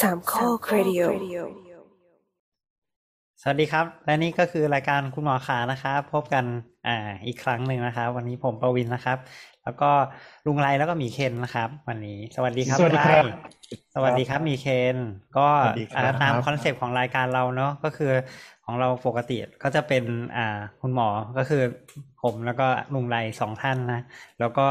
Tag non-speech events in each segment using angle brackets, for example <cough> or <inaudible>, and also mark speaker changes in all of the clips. Speaker 1: สามข้อครดิโอ
Speaker 2: สวัสดีครับ และนี่ก็คือรายการคุณหมอขานะครับพบกันอ่าอีกครั้งหนึ่งนะครับ วันนี้ผมประวินนะครับ แล้วก็ลุงไรแล้วก็หมีเคนนะครับ วันนี้สวัสดีครับ
Speaker 3: สวัสดีครั
Speaker 2: ลุ
Speaker 3: บ
Speaker 2: งไรสวัสดีครับหมีเคนก็
Speaker 3: สวัสดีครับ
Speaker 2: อ่าตามคอนเซปต์ของรายการเราเนาะก็คือของเราปกติก็จะเป็นอ่าคุณหมอก็คือผมแล้วก็ลุงไรสองท่านนะ แล้วก็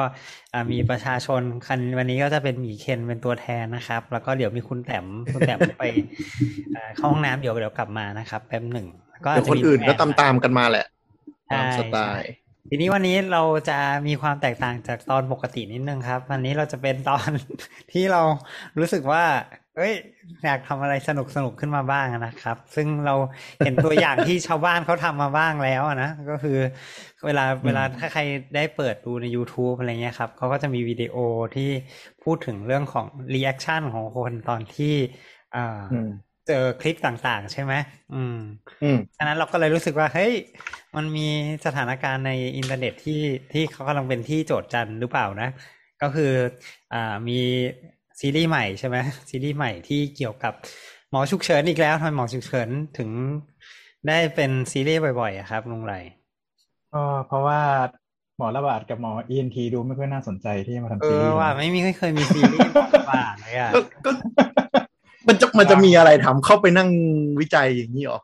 Speaker 2: อ่ามีประชาชนคันวันนี้ก็จะเป็นหมีเคนเป็นตัวแทนนะครับ แล้วก็เดี๋ยวมีคุณแต้มคุณแต้มไป <laughs> อ่าเข้าห้องน้ำเดี๋ยวเดี๋ยวกลับมานะครับแป๊บหนึ่งแล้วก็าจ
Speaker 3: เดี๋ยว
Speaker 2: จะ
Speaker 3: คน
Speaker 2: มี
Speaker 3: อื่นก็
Speaker 2: แ
Speaker 3: ตามตามๆกันมาแหละ
Speaker 2: ใช่
Speaker 3: ตามสไตล์
Speaker 2: ทีนี้วันนี้เราจะมีความแตกต่างจากตอนปกตินิดนึงครับ วันนี้เราจะเป็นตอน <laughs> ที่เรารู้สึกว่า เอ้ย อยากทำอะไรสนุกสนุกขึ้นมาบ้างนะครับ ซึ่งเราเห็นตัวอย่างที่ชาวบ้านเขาทำมาบ้างแล้วอะนะ ก็คือ เวลาเวลาถ้าใครได้เปิดดูใน YouTube อะไรเงี้ยครับเขาก็จะมีวิดีโอที่พูดถึงเรื่องของรีแอคชั่นของคนตอนที่อ่า
Speaker 3: อืม
Speaker 2: เจอคลิปต่างๆ ใช่ไหมอืม
Speaker 3: อืม
Speaker 2: ฉะนั้นเราก็เลยรู้สึกว่าเฮ้ยมันมีสถานการณ์ในอินเทอร์เน็ตที่ที่เขากำลังเป็นที่โจทย์จันทร์หรือเปล่านะ ก็คืออ่ามีซีรีส์ใหม่ <laughs> ใช่ไหมซีรีส์ใหม่ที่เกี่ยวกับหมอฉุกเฉินอีกแล้วทำไมหมอฉุกเฉินถึงได้เป็นซีรีส์บ่อยๆอะครับลุงไหล
Speaker 4: ก็เพราะว่าหมอระบาดกับหมอ ENT ดูไม่ค่อยน่าสนใจที่มา
Speaker 2: เอ
Speaker 4: ทำซี
Speaker 2: อ
Speaker 4: รีส์
Speaker 2: ว่า
Speaker 4: นะ
Speaker 2: ไม่มีไม่เคยมีซีรีส์หมอระบาดเลยอ่ะ
Speaker 3: ก็ก็มันจะมันจะมีอะไรทำเข้าไปนั่งวิจัยอย่างนี้เหรอ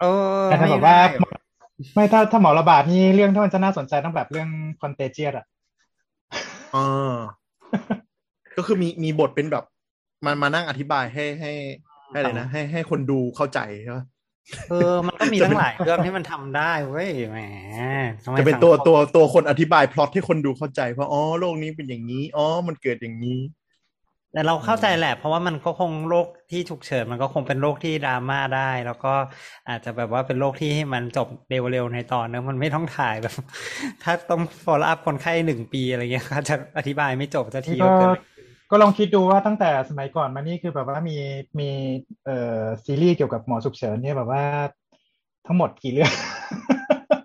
Speaker 2: เออ
Speaker 4: แต่ถ้าแบบว่า ไม่ถ้าถ้าหมอระบาดนี่เรื่องถ้ามันจะน่าสนใจต้องแบบเรื่องคอนเทเจียอะ
Speaker 3: อ่า ก็คือมีมีบทเป็นแบบ มันมานั่งอธิบายให้ให้ให้เลยนะ ให้ให้คนดูเข้าใจใช่ปะ
Speaker 2: เออมันก็มีตั้งหลายเรื่องที่มันทำได้เว้ยแหมทำไม
Speaker 3: จะเป็น
Speaker 2: สังคม
Speaker 3: ตัวตัวตัวคนอธิบายพล็อตให้คนดูเข้าใจว่าอ๋อโลกนี้เป็นอย่างนี้ อ๋อ มันเกิดอย่างนี้
Speaker 2: แต่เราเข้าใจแหละ เพราะว่ามันก็คงโรคที่ฉุกเฉินมันก็คงเป็นโรคที่ดราม่าได้ แล้วก็อาจจะแบบว่าเป็นโรคที่ให้มันจบเร็วๆในตอนนึงมันไม่ต้องถ่ายแบบ <laughs> ถ้าต้อง follow up คนไข้หนึ่งปีอะไรเงี้ยก็จะอธิบายไม่จบสักที
Speaker 4: ก็
Speaker 2: ว่าเกิดอะไรขึ้น
Speaker 4: ก็ลองคิดดูว่าตั้งแต่สมัยก่อนมานี่คือแบบว่ามีมีเอ่อซีรีส์เกี่ยวกับหมอฉุกเฉินเนี่ยแบบว่าทั้งหมดกี่เรื่อง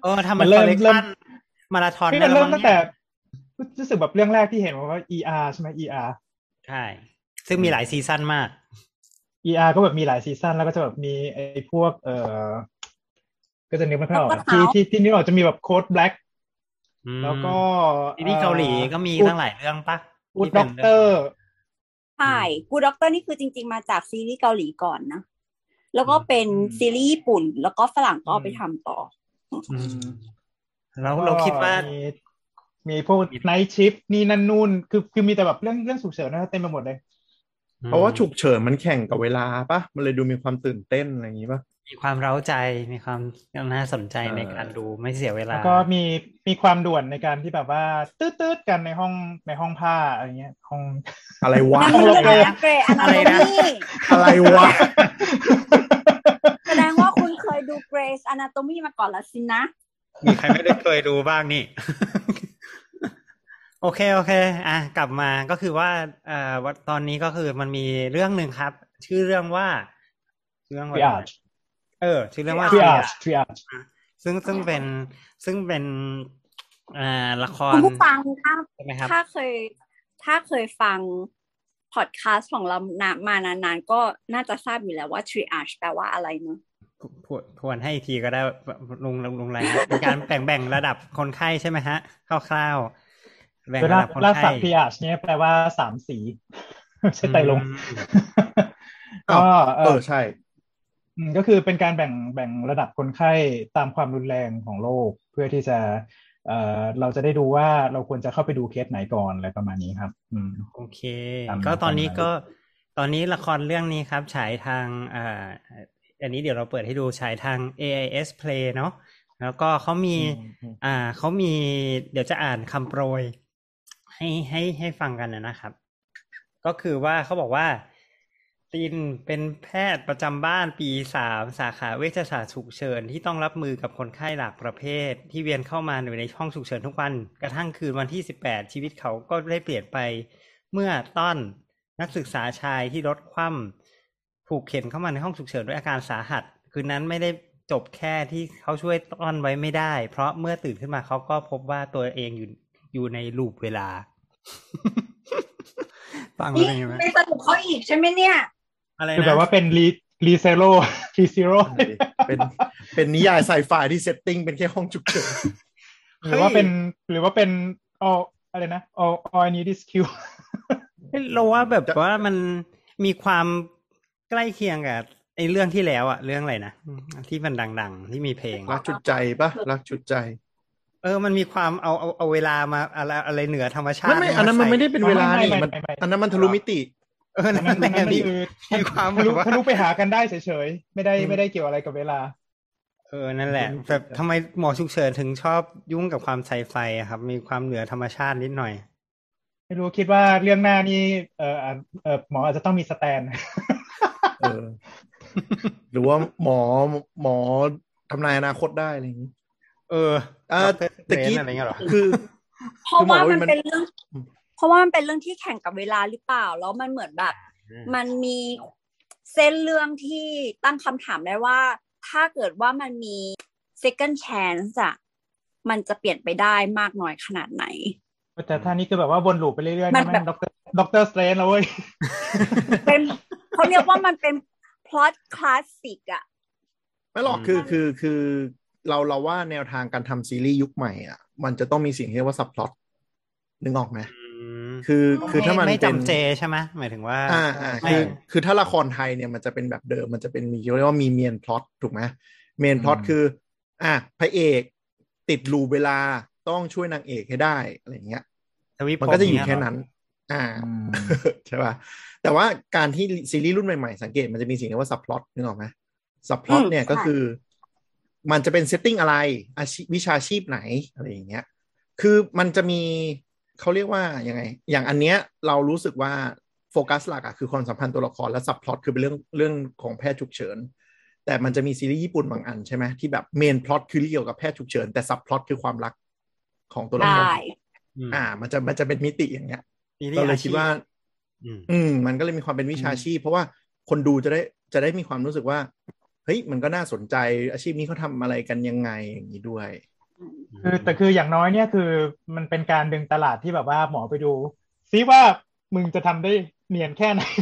Speaker 2: เออทำ
Speaker 4: มั
Speaker 2: มันค
Speaker 4: นเริ่
Speaker 2: อ
Speaker 4: ม
Speaker 2: ลเลก
Speaker 4: เริ่
Speaker 2: ชั
Speaker 4: ม
Speaker 2: นมาราธอน
Speaker 4: ที่
Speaker 2: ได้
Speaker 4: มัน
Speaker 2: แล้ว
Speaker 4: เริ่ม
Speaker 2: มั้ง
Speaker 4: ตั้ง
Speaker 2: เนี่
Speaker 4: แต่
Speaker 2: ย
Speaker 4: รู้สึกแบบเรื่องแรกที่เห็นว่า ER ใช่ไหม ER
Speaker 2: ใช่ซึ่งมีหลายซีซั่นมาก
Speaker 4: ER ก็แบบมีหลายซีซั่นแล้วก็จะแบบมีไอ้พวก เอ่อ ก็จะนึกไม่ค่อยออก
Speaker 5: Doctor
Speaker 4: ที่
Speaker 5: House
Speaker 4: ที่ที่นึกออกจะมีแบบโค้ดแบล็ก
Speaker 2: อืม
Speaker 4: แล้วก็
Speaker 2: ซีรีส์เกาหลีก็มี
Speaker 4: กู
Speaker 2: ตั้งหลายเรื่องปะ
Speaker 4: กูด
Speaker 2: ที่ป็
Speaker 4: ด็อน ก
Speaker 2: ง
Speaker 4: เตอร์
Speaker 5: ใช่กูด็อกเตอร์นี่คือจริง ๆ มาจากซีรีส์เกาหลีก่อนนะ แล้วก็เป็นซีรีส์ญี่ปุ่น แล้วก็ฝรั่งก็เอาไปทำต่อ
Speaker 2: อืมแล้วเราคิดว่า
Speaker 4: มีพวกไนท์ชิฟนี่นั่นนู่นคือคือมีแต่แบบเรื่องเรื่องฉุกเฉินนะเต็มไปหมดเลย
Speaker 3: เพราะว่าฉุกเฉินมันแข่งกับเวลาปะมันเลยดูมีความตื่นเต้นอะไรอย่างนี้ปะ
Speaker 2: มีความเร้าใจ มีความน่าสนใจ
Speaker 3: เออ
Speaker 2: ในการดูไม่เสียเวลา
Speaker 4: แล้วก็มีมีความด่วนในการที่แบบว่าตืดตืดๆกันในห้องในห้องผ้าอะไรเงี้ยห้อง <laughs>
Speaker 3: อะไรวะ
Speaker 5: นั่นมันเกิดนักเกรอนาโตมี
Speaker 3: อะไรวะ
Speaker 5: แสดงว่าคุณเคยดูเกรซอนาโตมีมาก่อนแล้วสินะ
Speaker 2: มีใครไม่ได้เคยดูบ้างนี่ โอเคโอเค อ่ะกลับมาก็คือว่าเอ่อวันตอนนี้ก็คือมันมีเรื่องหนึ่งครับ ชื่อเรื่องว่าชื่อเรื่องว่า
Speaker 4: triage
Speaker 2: เออ ชื่อเรื่องว่า
Speaker 4: triage
Speaker 2: Triage
Speaker 4: triage
Speaker 2: ซึ่งซึ่งเป็นซึ่งเป็นอ่าละคร
Speaker 5: คุณผู้ฟังถ้า
Speaker 2: ใช่ไหมครับ
Speaker 5: ถ้าเคย ถ้าเคยฟังพอดคาสต์ของเรานานมานานๆ ก็น่าจะทราบอยู่แล้วว่า triage แปลว่าอะไรเนอะ
Speaker 2: ทวทวนให้อีกทีก็ได้ลงลงลงรายงานเป็นการแบ่งแบ่งระดับคนไข้ใช่ไหมฮะคร่าวๆแบ่ง
Speaker 4: เว
Speaker 2: ระ
Speaker 4: ลา
Speaker 2: ดับคน
Speaker 4: ลา
Speaker 2: ไข้
Speaker 4: สัก triage เนี่ยแปลว่าสามสี <laughs> ไม่ใช่ไตรลง
Speaker 2: อืม
Speaker 3: อ้า
Speaker 4: ก็
Speaker 3: ว
Speaker 4: เอ
Speaker 3: เอ
Speaker 4: อ
Speaker 3: อใช่
Speaker 4: อืมก็คือเป็นการแบ่งแบ่งระดับคนไข้ตามความรุนแรงของโรคเพื่อที่จะ เอ่อเราจะได้ดูว่าเราควรจะเข้าไปดูเคสไหนก่อนอะไรประมาณนี้ครับ อืม
Speaker 2: โอเค
Speaker 4: ตามนั้น
Speaker 2: ก็ตอนนี้
Speaker 4: ตามนั้น
Speaker 2: ก็ตอนนี้ละครเรื่องนี้ครับฉายทางอ่าอันนี้เดี๋ยวเราเปิดให้ดูฉายทาง AIS Play เนาะแล้วก็เขามี อ่าเขามีเดี๋ยวจะอ่านคำโปรย ให้ให้ให้ฟังกันนะนะครับ ก็คือว่าเขาบอกว่าตินเป็นแพทย์ประจำบ้านปีสามสาขาเวชศาสตร์ฉุกเฉินที่ต้องรับมือกับคนไข้หลากประเภท ที่เวียนเข้ามาอยู่ในห้องฉุกเฉินทุกวัน กระทั่งคืนวันที่สิบแปดชีวิตเขาก็ได้เปลี่ยนไป เมื่อต้อนนักศึกษาชายที่รถคว่ำถูกเข็นเข้ามาในห้องฉุกเฉินด้วยอาการสาหัส คืนนั้นไม่ได้จบแค่ที่เขาช่วยต้อนไว้ไม่ได้ เพราะเมื่อตื่นขึ้นมาเขาก็พบว่าตัวเองอยู่อยู่ในลูปเว
Speaker 4: <laughs>
Speaker 2: ลา ฟังแล้ว
Speaker 5: นี่
Speaker 2: เป็นไงไหม
Speaker 5: ไปสรุปเขาอีกใช่ไหมเนี่ย
Speaker 2: อะไร
Speaker 4: คือ
Speaker 2: นะ
Speaker 4: แบบว่าเป็นรีรีเซ <laughs> โร่รีซีโร่
Speaker 3: เป็นเป็นนิยายไซไฟที่เซตติ้งเป็นแค่ห้องฉุกเฉิน
Speaker 4: หรือว่าเป็นหรือว่าเป็นอออะไรนะออ l I need is Q <laughs>
Speaker 2: เฮ้ยเราว่าแบบว่ามันมีความใกล้เคียงกับไอ้เรื่องที่แล้วอะเรื่องอะไรนะที่มันดัง ๆ ที่มีเพลง
Speaker 3: รักจุดใจปะรักจุดใจ
Speaker 2: เออ มันมีความเอาเอาเอาเวลามาอะไรอะไรเหนือธรรมชาติ
Speaker 3: ไม่ไม่อันนั้นมันไม่ได้เป็นเวลานี่
Speaker 4: ไม่ไม่
Speaker 3: มัน
Speaker 4: ไม่ไม่
Speaker 3: อันนั้นมันทะลุมิติ
Speaker 2: เออนั่นแห
Speaker 4: นั่น
Speaker 2: ละ
Speaker 4: มัน
Speaker 2: พี่
Speaker 4: คือ
Speaker 2: มีความ
Speaker 4: ทะลุ
Speaker 2: แบบว่า
Speaker 4: ทะลุไปหากันได้เฉยๆ ไม่ได้ไม่ได้เกี่ยวอะไรกับเวลา
Speaker 2: เออนั่นแหละแบบทำไมหมอฉุกเฉินถึงชอบยุ่งกับความไซไฟอะครับ มีความเหนือธรรมชาตินิดหน่อย
Speaker 4: ไม่รู้คิดว่าเรื่องหน้านี่เอออ่ะเออหมออาจจะต้องมีสแตน <laughs>
Speaker 3: เออ หรือว่าหมอหมอทำนายอนาคตได้อะไรอย่างนี้
Speaker 2: เออ
Speaker 3: อ่า
Speaker 2: ดร
Speaker 3: ตะกี้
Speaker 2: เรนอะไรเงี้ยเหรอ
Speaker 3: คือ
Speaker 5: เพราะว่ามัน
Speaker 3: คือหมอมัน
Speaker 5: เป็นเรื่อง เพราะว่ามันเป็นเรื่องที่แข่งกับเวลาหรือเปล่า แล้วมันเหมือนแบบ มันมีเส้นเรื่องที่ตั้งคำถามได้ว่า ถ้าเกิดว่ามันมี second chance อะมันจะเปลี่ยนไปได้มากน้อยขนาดไหน
Speaker 4: แต่ท่านี้คือแบบว่าวนลูปไปเรื่อยๆ
Speaker 5: มัน
Speaker 4: นะ
Speaker 5: แบ
Speaker 4: แม่
Speaker 5: บ
Speaker 4: งด็อกเตอร์ด็อกเตอร์สเตรนแล้วเว้ย
Speaker 5: เป็นเขาเรียกว่ามันเป็น plot classic อะ
Speaker 3: ไม่หรอกคือคือคือเราเราว่าแนวทางการทำซีรีส์ยุคใหม่อ่ะ มันจะต้องมีสิ่งที่เรียกว่าซับพล็อตนึกออกไหม
Speaker 2: อืม
Speaker 3: คือคือถ้ามัน
Speaker 2: ไม่
Speaker 3: เป็น
Speaker 2: จำเจใช่ไหมหมายถึงว่า
Speaker 3: อ่าอ่า
Speaker 2: ไม่
Speaker 3: คือคือถ้าละครไทยเนี่ยมันจะเป็นแบบเดิมมันจะเป็นมีเรียกว่ามีเมียนพล็อตถูกไหมเมนพล็อต
Speaker 2: อืม
Speaker 3: คือ อ่ะพระเอกติดลูเวลาต้องช่วยนางเอกให้ได้อะไรอย่างเงี้ย
Speaker 2: ทวิภพ
Speaker 3: มันก็จะอยู่
Speaker 2: เ
Speaker 3: แค่นั้น อ่า
Speaker 4: อืม
Speaker 3: ใช่ป่ะแต่ว่าการที่ซีรีส์รุ่นใหม่ๆ สังเกตมันจะมีสิ่งเรียกว่าซับพล็อตนึกออกไหมซับพล็อตเนี่ยก็คือ มันจะเป็นเซตติ้งอะไรอาชีพวิชาชีพไหนอะไรอย่างเงี้ย คือมันจะมีเขาเรียกว่ายังไง อย่างอันเนี้ยเรารู้สึกว่าโฟกัสหลักอะคือความสัมพันธ์ตัวละครและซับพล็อตคือเป็นเรื่องเรื่องของแพทย์ฉุกเฉิน แต่มันจะมีซีรีส์ญี่ปุ่นบางอันใช่ไหมที่แบบเมนพล็อตคือเกี่ยวกับแพทย์ฉุกเฉินแต่ซับพล็อตคือความรักของตัวละคร
Speaker 5: ได้
Speaker 2: อืม
Speaker 3: อ่า มันจะมันจะเป็นมิติอย่างเงี้ย
Speaker 2: นี่นี่
Speaker 3: เราเลยคิดว่า
Speaker 2: อืม
Speaker 3: อืมมันก็เลยมีความเป็นวิชาชีพ เพราะว่าคนดูจะได้จะได้มีความรู้สึกว่า เฮ้ยมันก็น่าสนใจอาชีพนี้เขาทำอะไรกันยังไงอย่างนี้ด้วย
Speaker 4: คือแต่คืออย่างน้อยเนี่ยคือมันเป็นการดึงตลาดที่แบบว่าหมอไปดูซิว่ามึงจะทำได้เนียนแค่ไหน <laughs>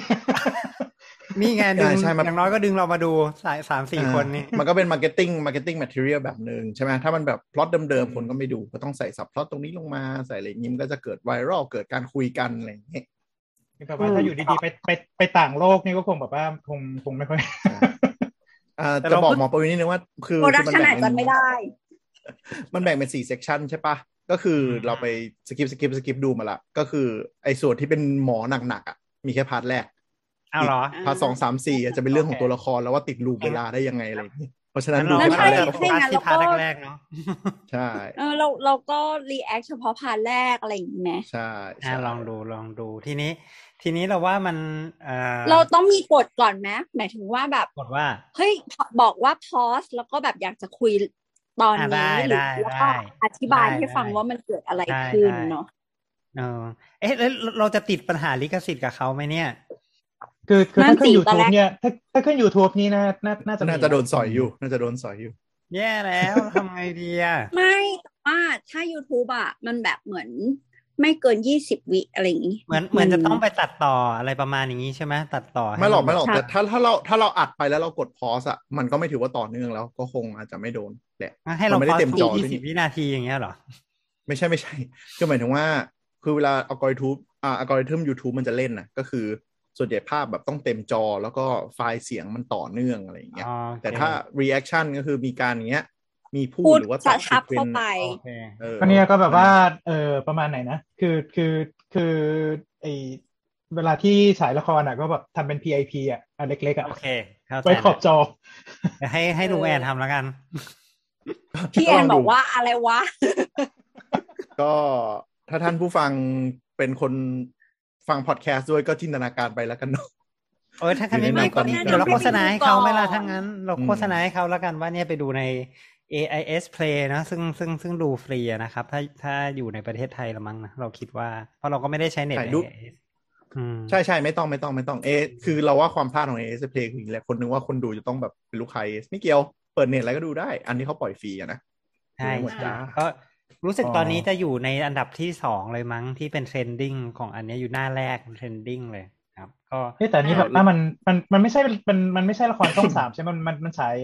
Speaker 2: นี่ไงดึง
Speaker 3: อ่าใช่มัน
Speaker 2: อย่างน้อยก็ดึงเรามาดูสายสามสี่คนนี่
Speaker 3: มันก็เป็นมาร์เก็ตติ้งมาร์เก็ตติ้งแมทเทียลแบบหนึ่งใช่ไหมถ้ามันแบบพล็อตเดิมๆ คนก็ไม่ดูก็ต้องใส่สับพล็อตตรงนี้ลงมาใส่อะไรอย่างนี้มันก็จะเกิดไวรัลเกิดการคุยกันอะไรอย่างเงี้ย
Speaker 4: แบบว่าถ้าอยู่ดีๆไปไปไปต่างโลกนี่ก็คงแบบว่าคงคงไม่ค่อย <laughs>
Speaker 3: อ่าจะบอกหมอประวินนิดนึงว่าคือ
Speaker 5: โปรดัก
Speaker 3: คือ
Speaker 5: ชัน
Speaker 3: แบ่
Speaker 5: อาจ
Speaker 3: ง
Speaker 5: จะไม่ได้
Speaker 3: มันแบ่งเป็นสี่เซกชันใช่ปะก็คือเราไปสกิปสกิปสกิปดูมาละ ก็คือไอ้ส่วนที่เป็นหมอหนักๆอ่ะมีแค่พาร์ทแรก
Speaker 2: เอาเหรอ
Speaker 5: อ่า
Speaker 3: พาร์ทสองสามสี่อาจจะเป็นเรื่องของ
Speaker 2: โอเค
Speaker 3: ตัวละครแล้วว่าติดลูปเวลาได้ยังไงอะไรอย่างเงี้ยเพราะฉะนั้นดู
Speaker 2: เรา
Speaker 5: งั้น
Speaker 3: พาร์ทแร
Speaker 2: โฟ
Speaker 3: ก
Speaker 5: ให้ให้
Speaker 2: กัส
Speaker 5: งั้น
Speaker 2: ที่
Speaker 5: เรา
Speaker 2: พาร์ท
Speaker 5: ก็
Speaker 2: แรกๆเนาะ
Speaker 3: ใช่
Speaker 5: เออเราเราก็รีแอคเฉพาะพาร์ทแรกอะไรอย่างนี้ไหม
Speaker 3: ใช่ใช่
Speaker 2: อ่ะลองดูลองดูทีนี้ ทีนี้เราว่ามันเอ่อ
Speaker 5: เราต้องมีกฎก่อนไหมหมายถึงว่าแบบ
Speaker 2: กดว่า
Speaker 5: เฮ้ยบอกว่าพอสแล้วก็แบบอยากจะคุยตอน
Speaker 2: อ่ะ
Speaker 5: นี้
Speaker 2: ได้
Speaker 5: หรือ
Speaker 2: ได้
Speaker 5: แล้วก็
Speaker 2: ได้
Speaker 5: อธิบายให้
Speaker 2: ได้
Speaker 5: ฟัง
Speaker 2: ได้
Speaker 5: ว่ามันเกิดอะไร
Speaker 2: ได้
Speaker 5: ขึ้น
Speaker 2: ได้
Speaker 5: เนาะ
Speaker 2: เออเอ๊ะแล้วเราจะติดปัญหาลิขสิทธิ์กับเขาไหมเนี่ย
Speaker 4: คือคือถ้าขึ้น YouTube เนี่ยถ้าถ้าขึ้น YouTube นี่น่าน่าน่าจะมี
Speaker 3: น่าจะโดนสอยอยู่ น่าจะโดนสอยอยู่
Speaker 2: แย่แล้วทำไงดีอ่ะ
Speaker 5: ไม่แต่ว่าถ้า YouTube อ่ะ มันแบบเหมือนไม่เกินยี่สิบวิอะไรอย่างนี้
Speaker 2: เหมือนเหมือนจะต้องไปตัดต่ออะไรประมาณอย่างนี้ใช่ไหมตัดต่อ
Speaker 3: ไม่หรอกไม่หรอก
Speaker 5: ใช่
Speaker 3: แต่ถ้าถ้าเราถ้าเราอัดไปแล้วเรากดพอสอ่ะมันก็ไม่ถือว่าต่อเนื่องแล้วก็คงอาจจะไม่โดนแหละ
Speaker 2: ให้เรา
Speaker 3: มันไม่ได้
Speaker 2: พอ
Speaker 3: เต็มจอ
Speaker 2: ยี่สิบวินาทีอย่างเงี้ยเหรอ
Speaker 3: ไม่ใช่ไม่ใช่ ก็หมายถึงว่า คือเวลาอัลกอริทึมอ่าอัลกอริทึม YouTube มันจะเล่นนะก็คือส่วนใหญ่ภาพแบบต้องเต็มจอแล้วก็ไฟล์เสียงมันต่อเนื่องอะไรอย่างเงี้ย
Speaker 2: อ๋อโอเค
Speaker 3: แต่ถ้า reaction ก็คือมีการอย่างเงี้ย มีพู
Speaker 5: พู
Speaker 3: ด
Speaker 5: ด
Speaker 3: หรือว่า
Speaker 5: จะ
Speaker 3: ตัด
Speaker 5: ทับเข้า
Speaker 3: sequence
Speaker 5: ไป
Speaker 2: โอเค
Speaker 3: ออ
Speaker 4: ก็เนี่ยก็แบบว่าเออประมาณไหนนะ คือคือคือไอเวลาที่ฉายละครอ่ะก็แบบทำเป็น PIP อ่ะอันเล็กๆอ่ะ
Speaker 2: โอเคเข้าใจ
Speaker 4: ไว้ขอบจอ
Speaker 2: เดี๋ยวให้ให้ลุงแอนทำแล้วกัน
Speaker 5: พี่แอนบอกว่าอะไรวะ
Speaker 3: ก็ถ้าท่านผู้ฟังเป็นคนฟังพอดแคสต์ด้วยก็จินตนาการไปแล้วกันเนาะ
Speaker 2: โอ้ยถ้าคันนี้
Speaker 3: อยู่ใน
Speaker 2: ไม่
Speaker 3: นั้น
Speaker 2: ก็
Speaker 3: ก็ดี
Speaker 2: เดี๋ยวเราโฆษณาให้เขาไหม่ละถ้างั้น เรา
Speaker 3: อืม
Speaker 2: โฆษณาให้เขาแล้วกันว่าเนี่ยไปดูใน AIS Play นะซึ่งซึ่งซึ่งดูฟรีอะนะครับ ถ้าถ้าอยู่ในประเทศไทยละมั้งนะเราคิดว่า เพราะเราก็ไม่ได้ใช้เน็ต
Speaker 3: ถ่าย
Speaker 2: ใน
Speaker 3: รูป
Speaker 2: AIS อืม
Speaker 3: <laughs> ใช่ใช่ไม่ต้องไม่ต้องไม่ต้องเอะคือเราว่าความพลาดของ AS Play คืออย่างนี้แหละคนนึงว่าคนดูจะต้องแบบเป็นลูกค้า AS ไม่เกี่ยวเปิดเน็ตอะไรก็ดูได้ อันนี้เขาปล่อยฟรีอะนะ
Speaker 2: ใช่
Speaker 3: หมด
Speaker 2: ใช่
Speaker 3: จ้า
Speaker 2: ก็รู้สึก
Speaker 4: อ๋อ
Speaker 2: ตอนนี้จะอยู่ในอันดับที่สองเลยมั้งที่เป็นเทรนดิ้งของอันเนี้ยอยู่หน้าแรกเทรนดิ้งเลย ครับ ก็
Speaker 4: เฮ้ยแต่นี่แบบว่ามันมันมันไม่ใช่มันมันไม่ใช่ละครช่องส <coughs> ามใช่ไหมมันมันมันฉาย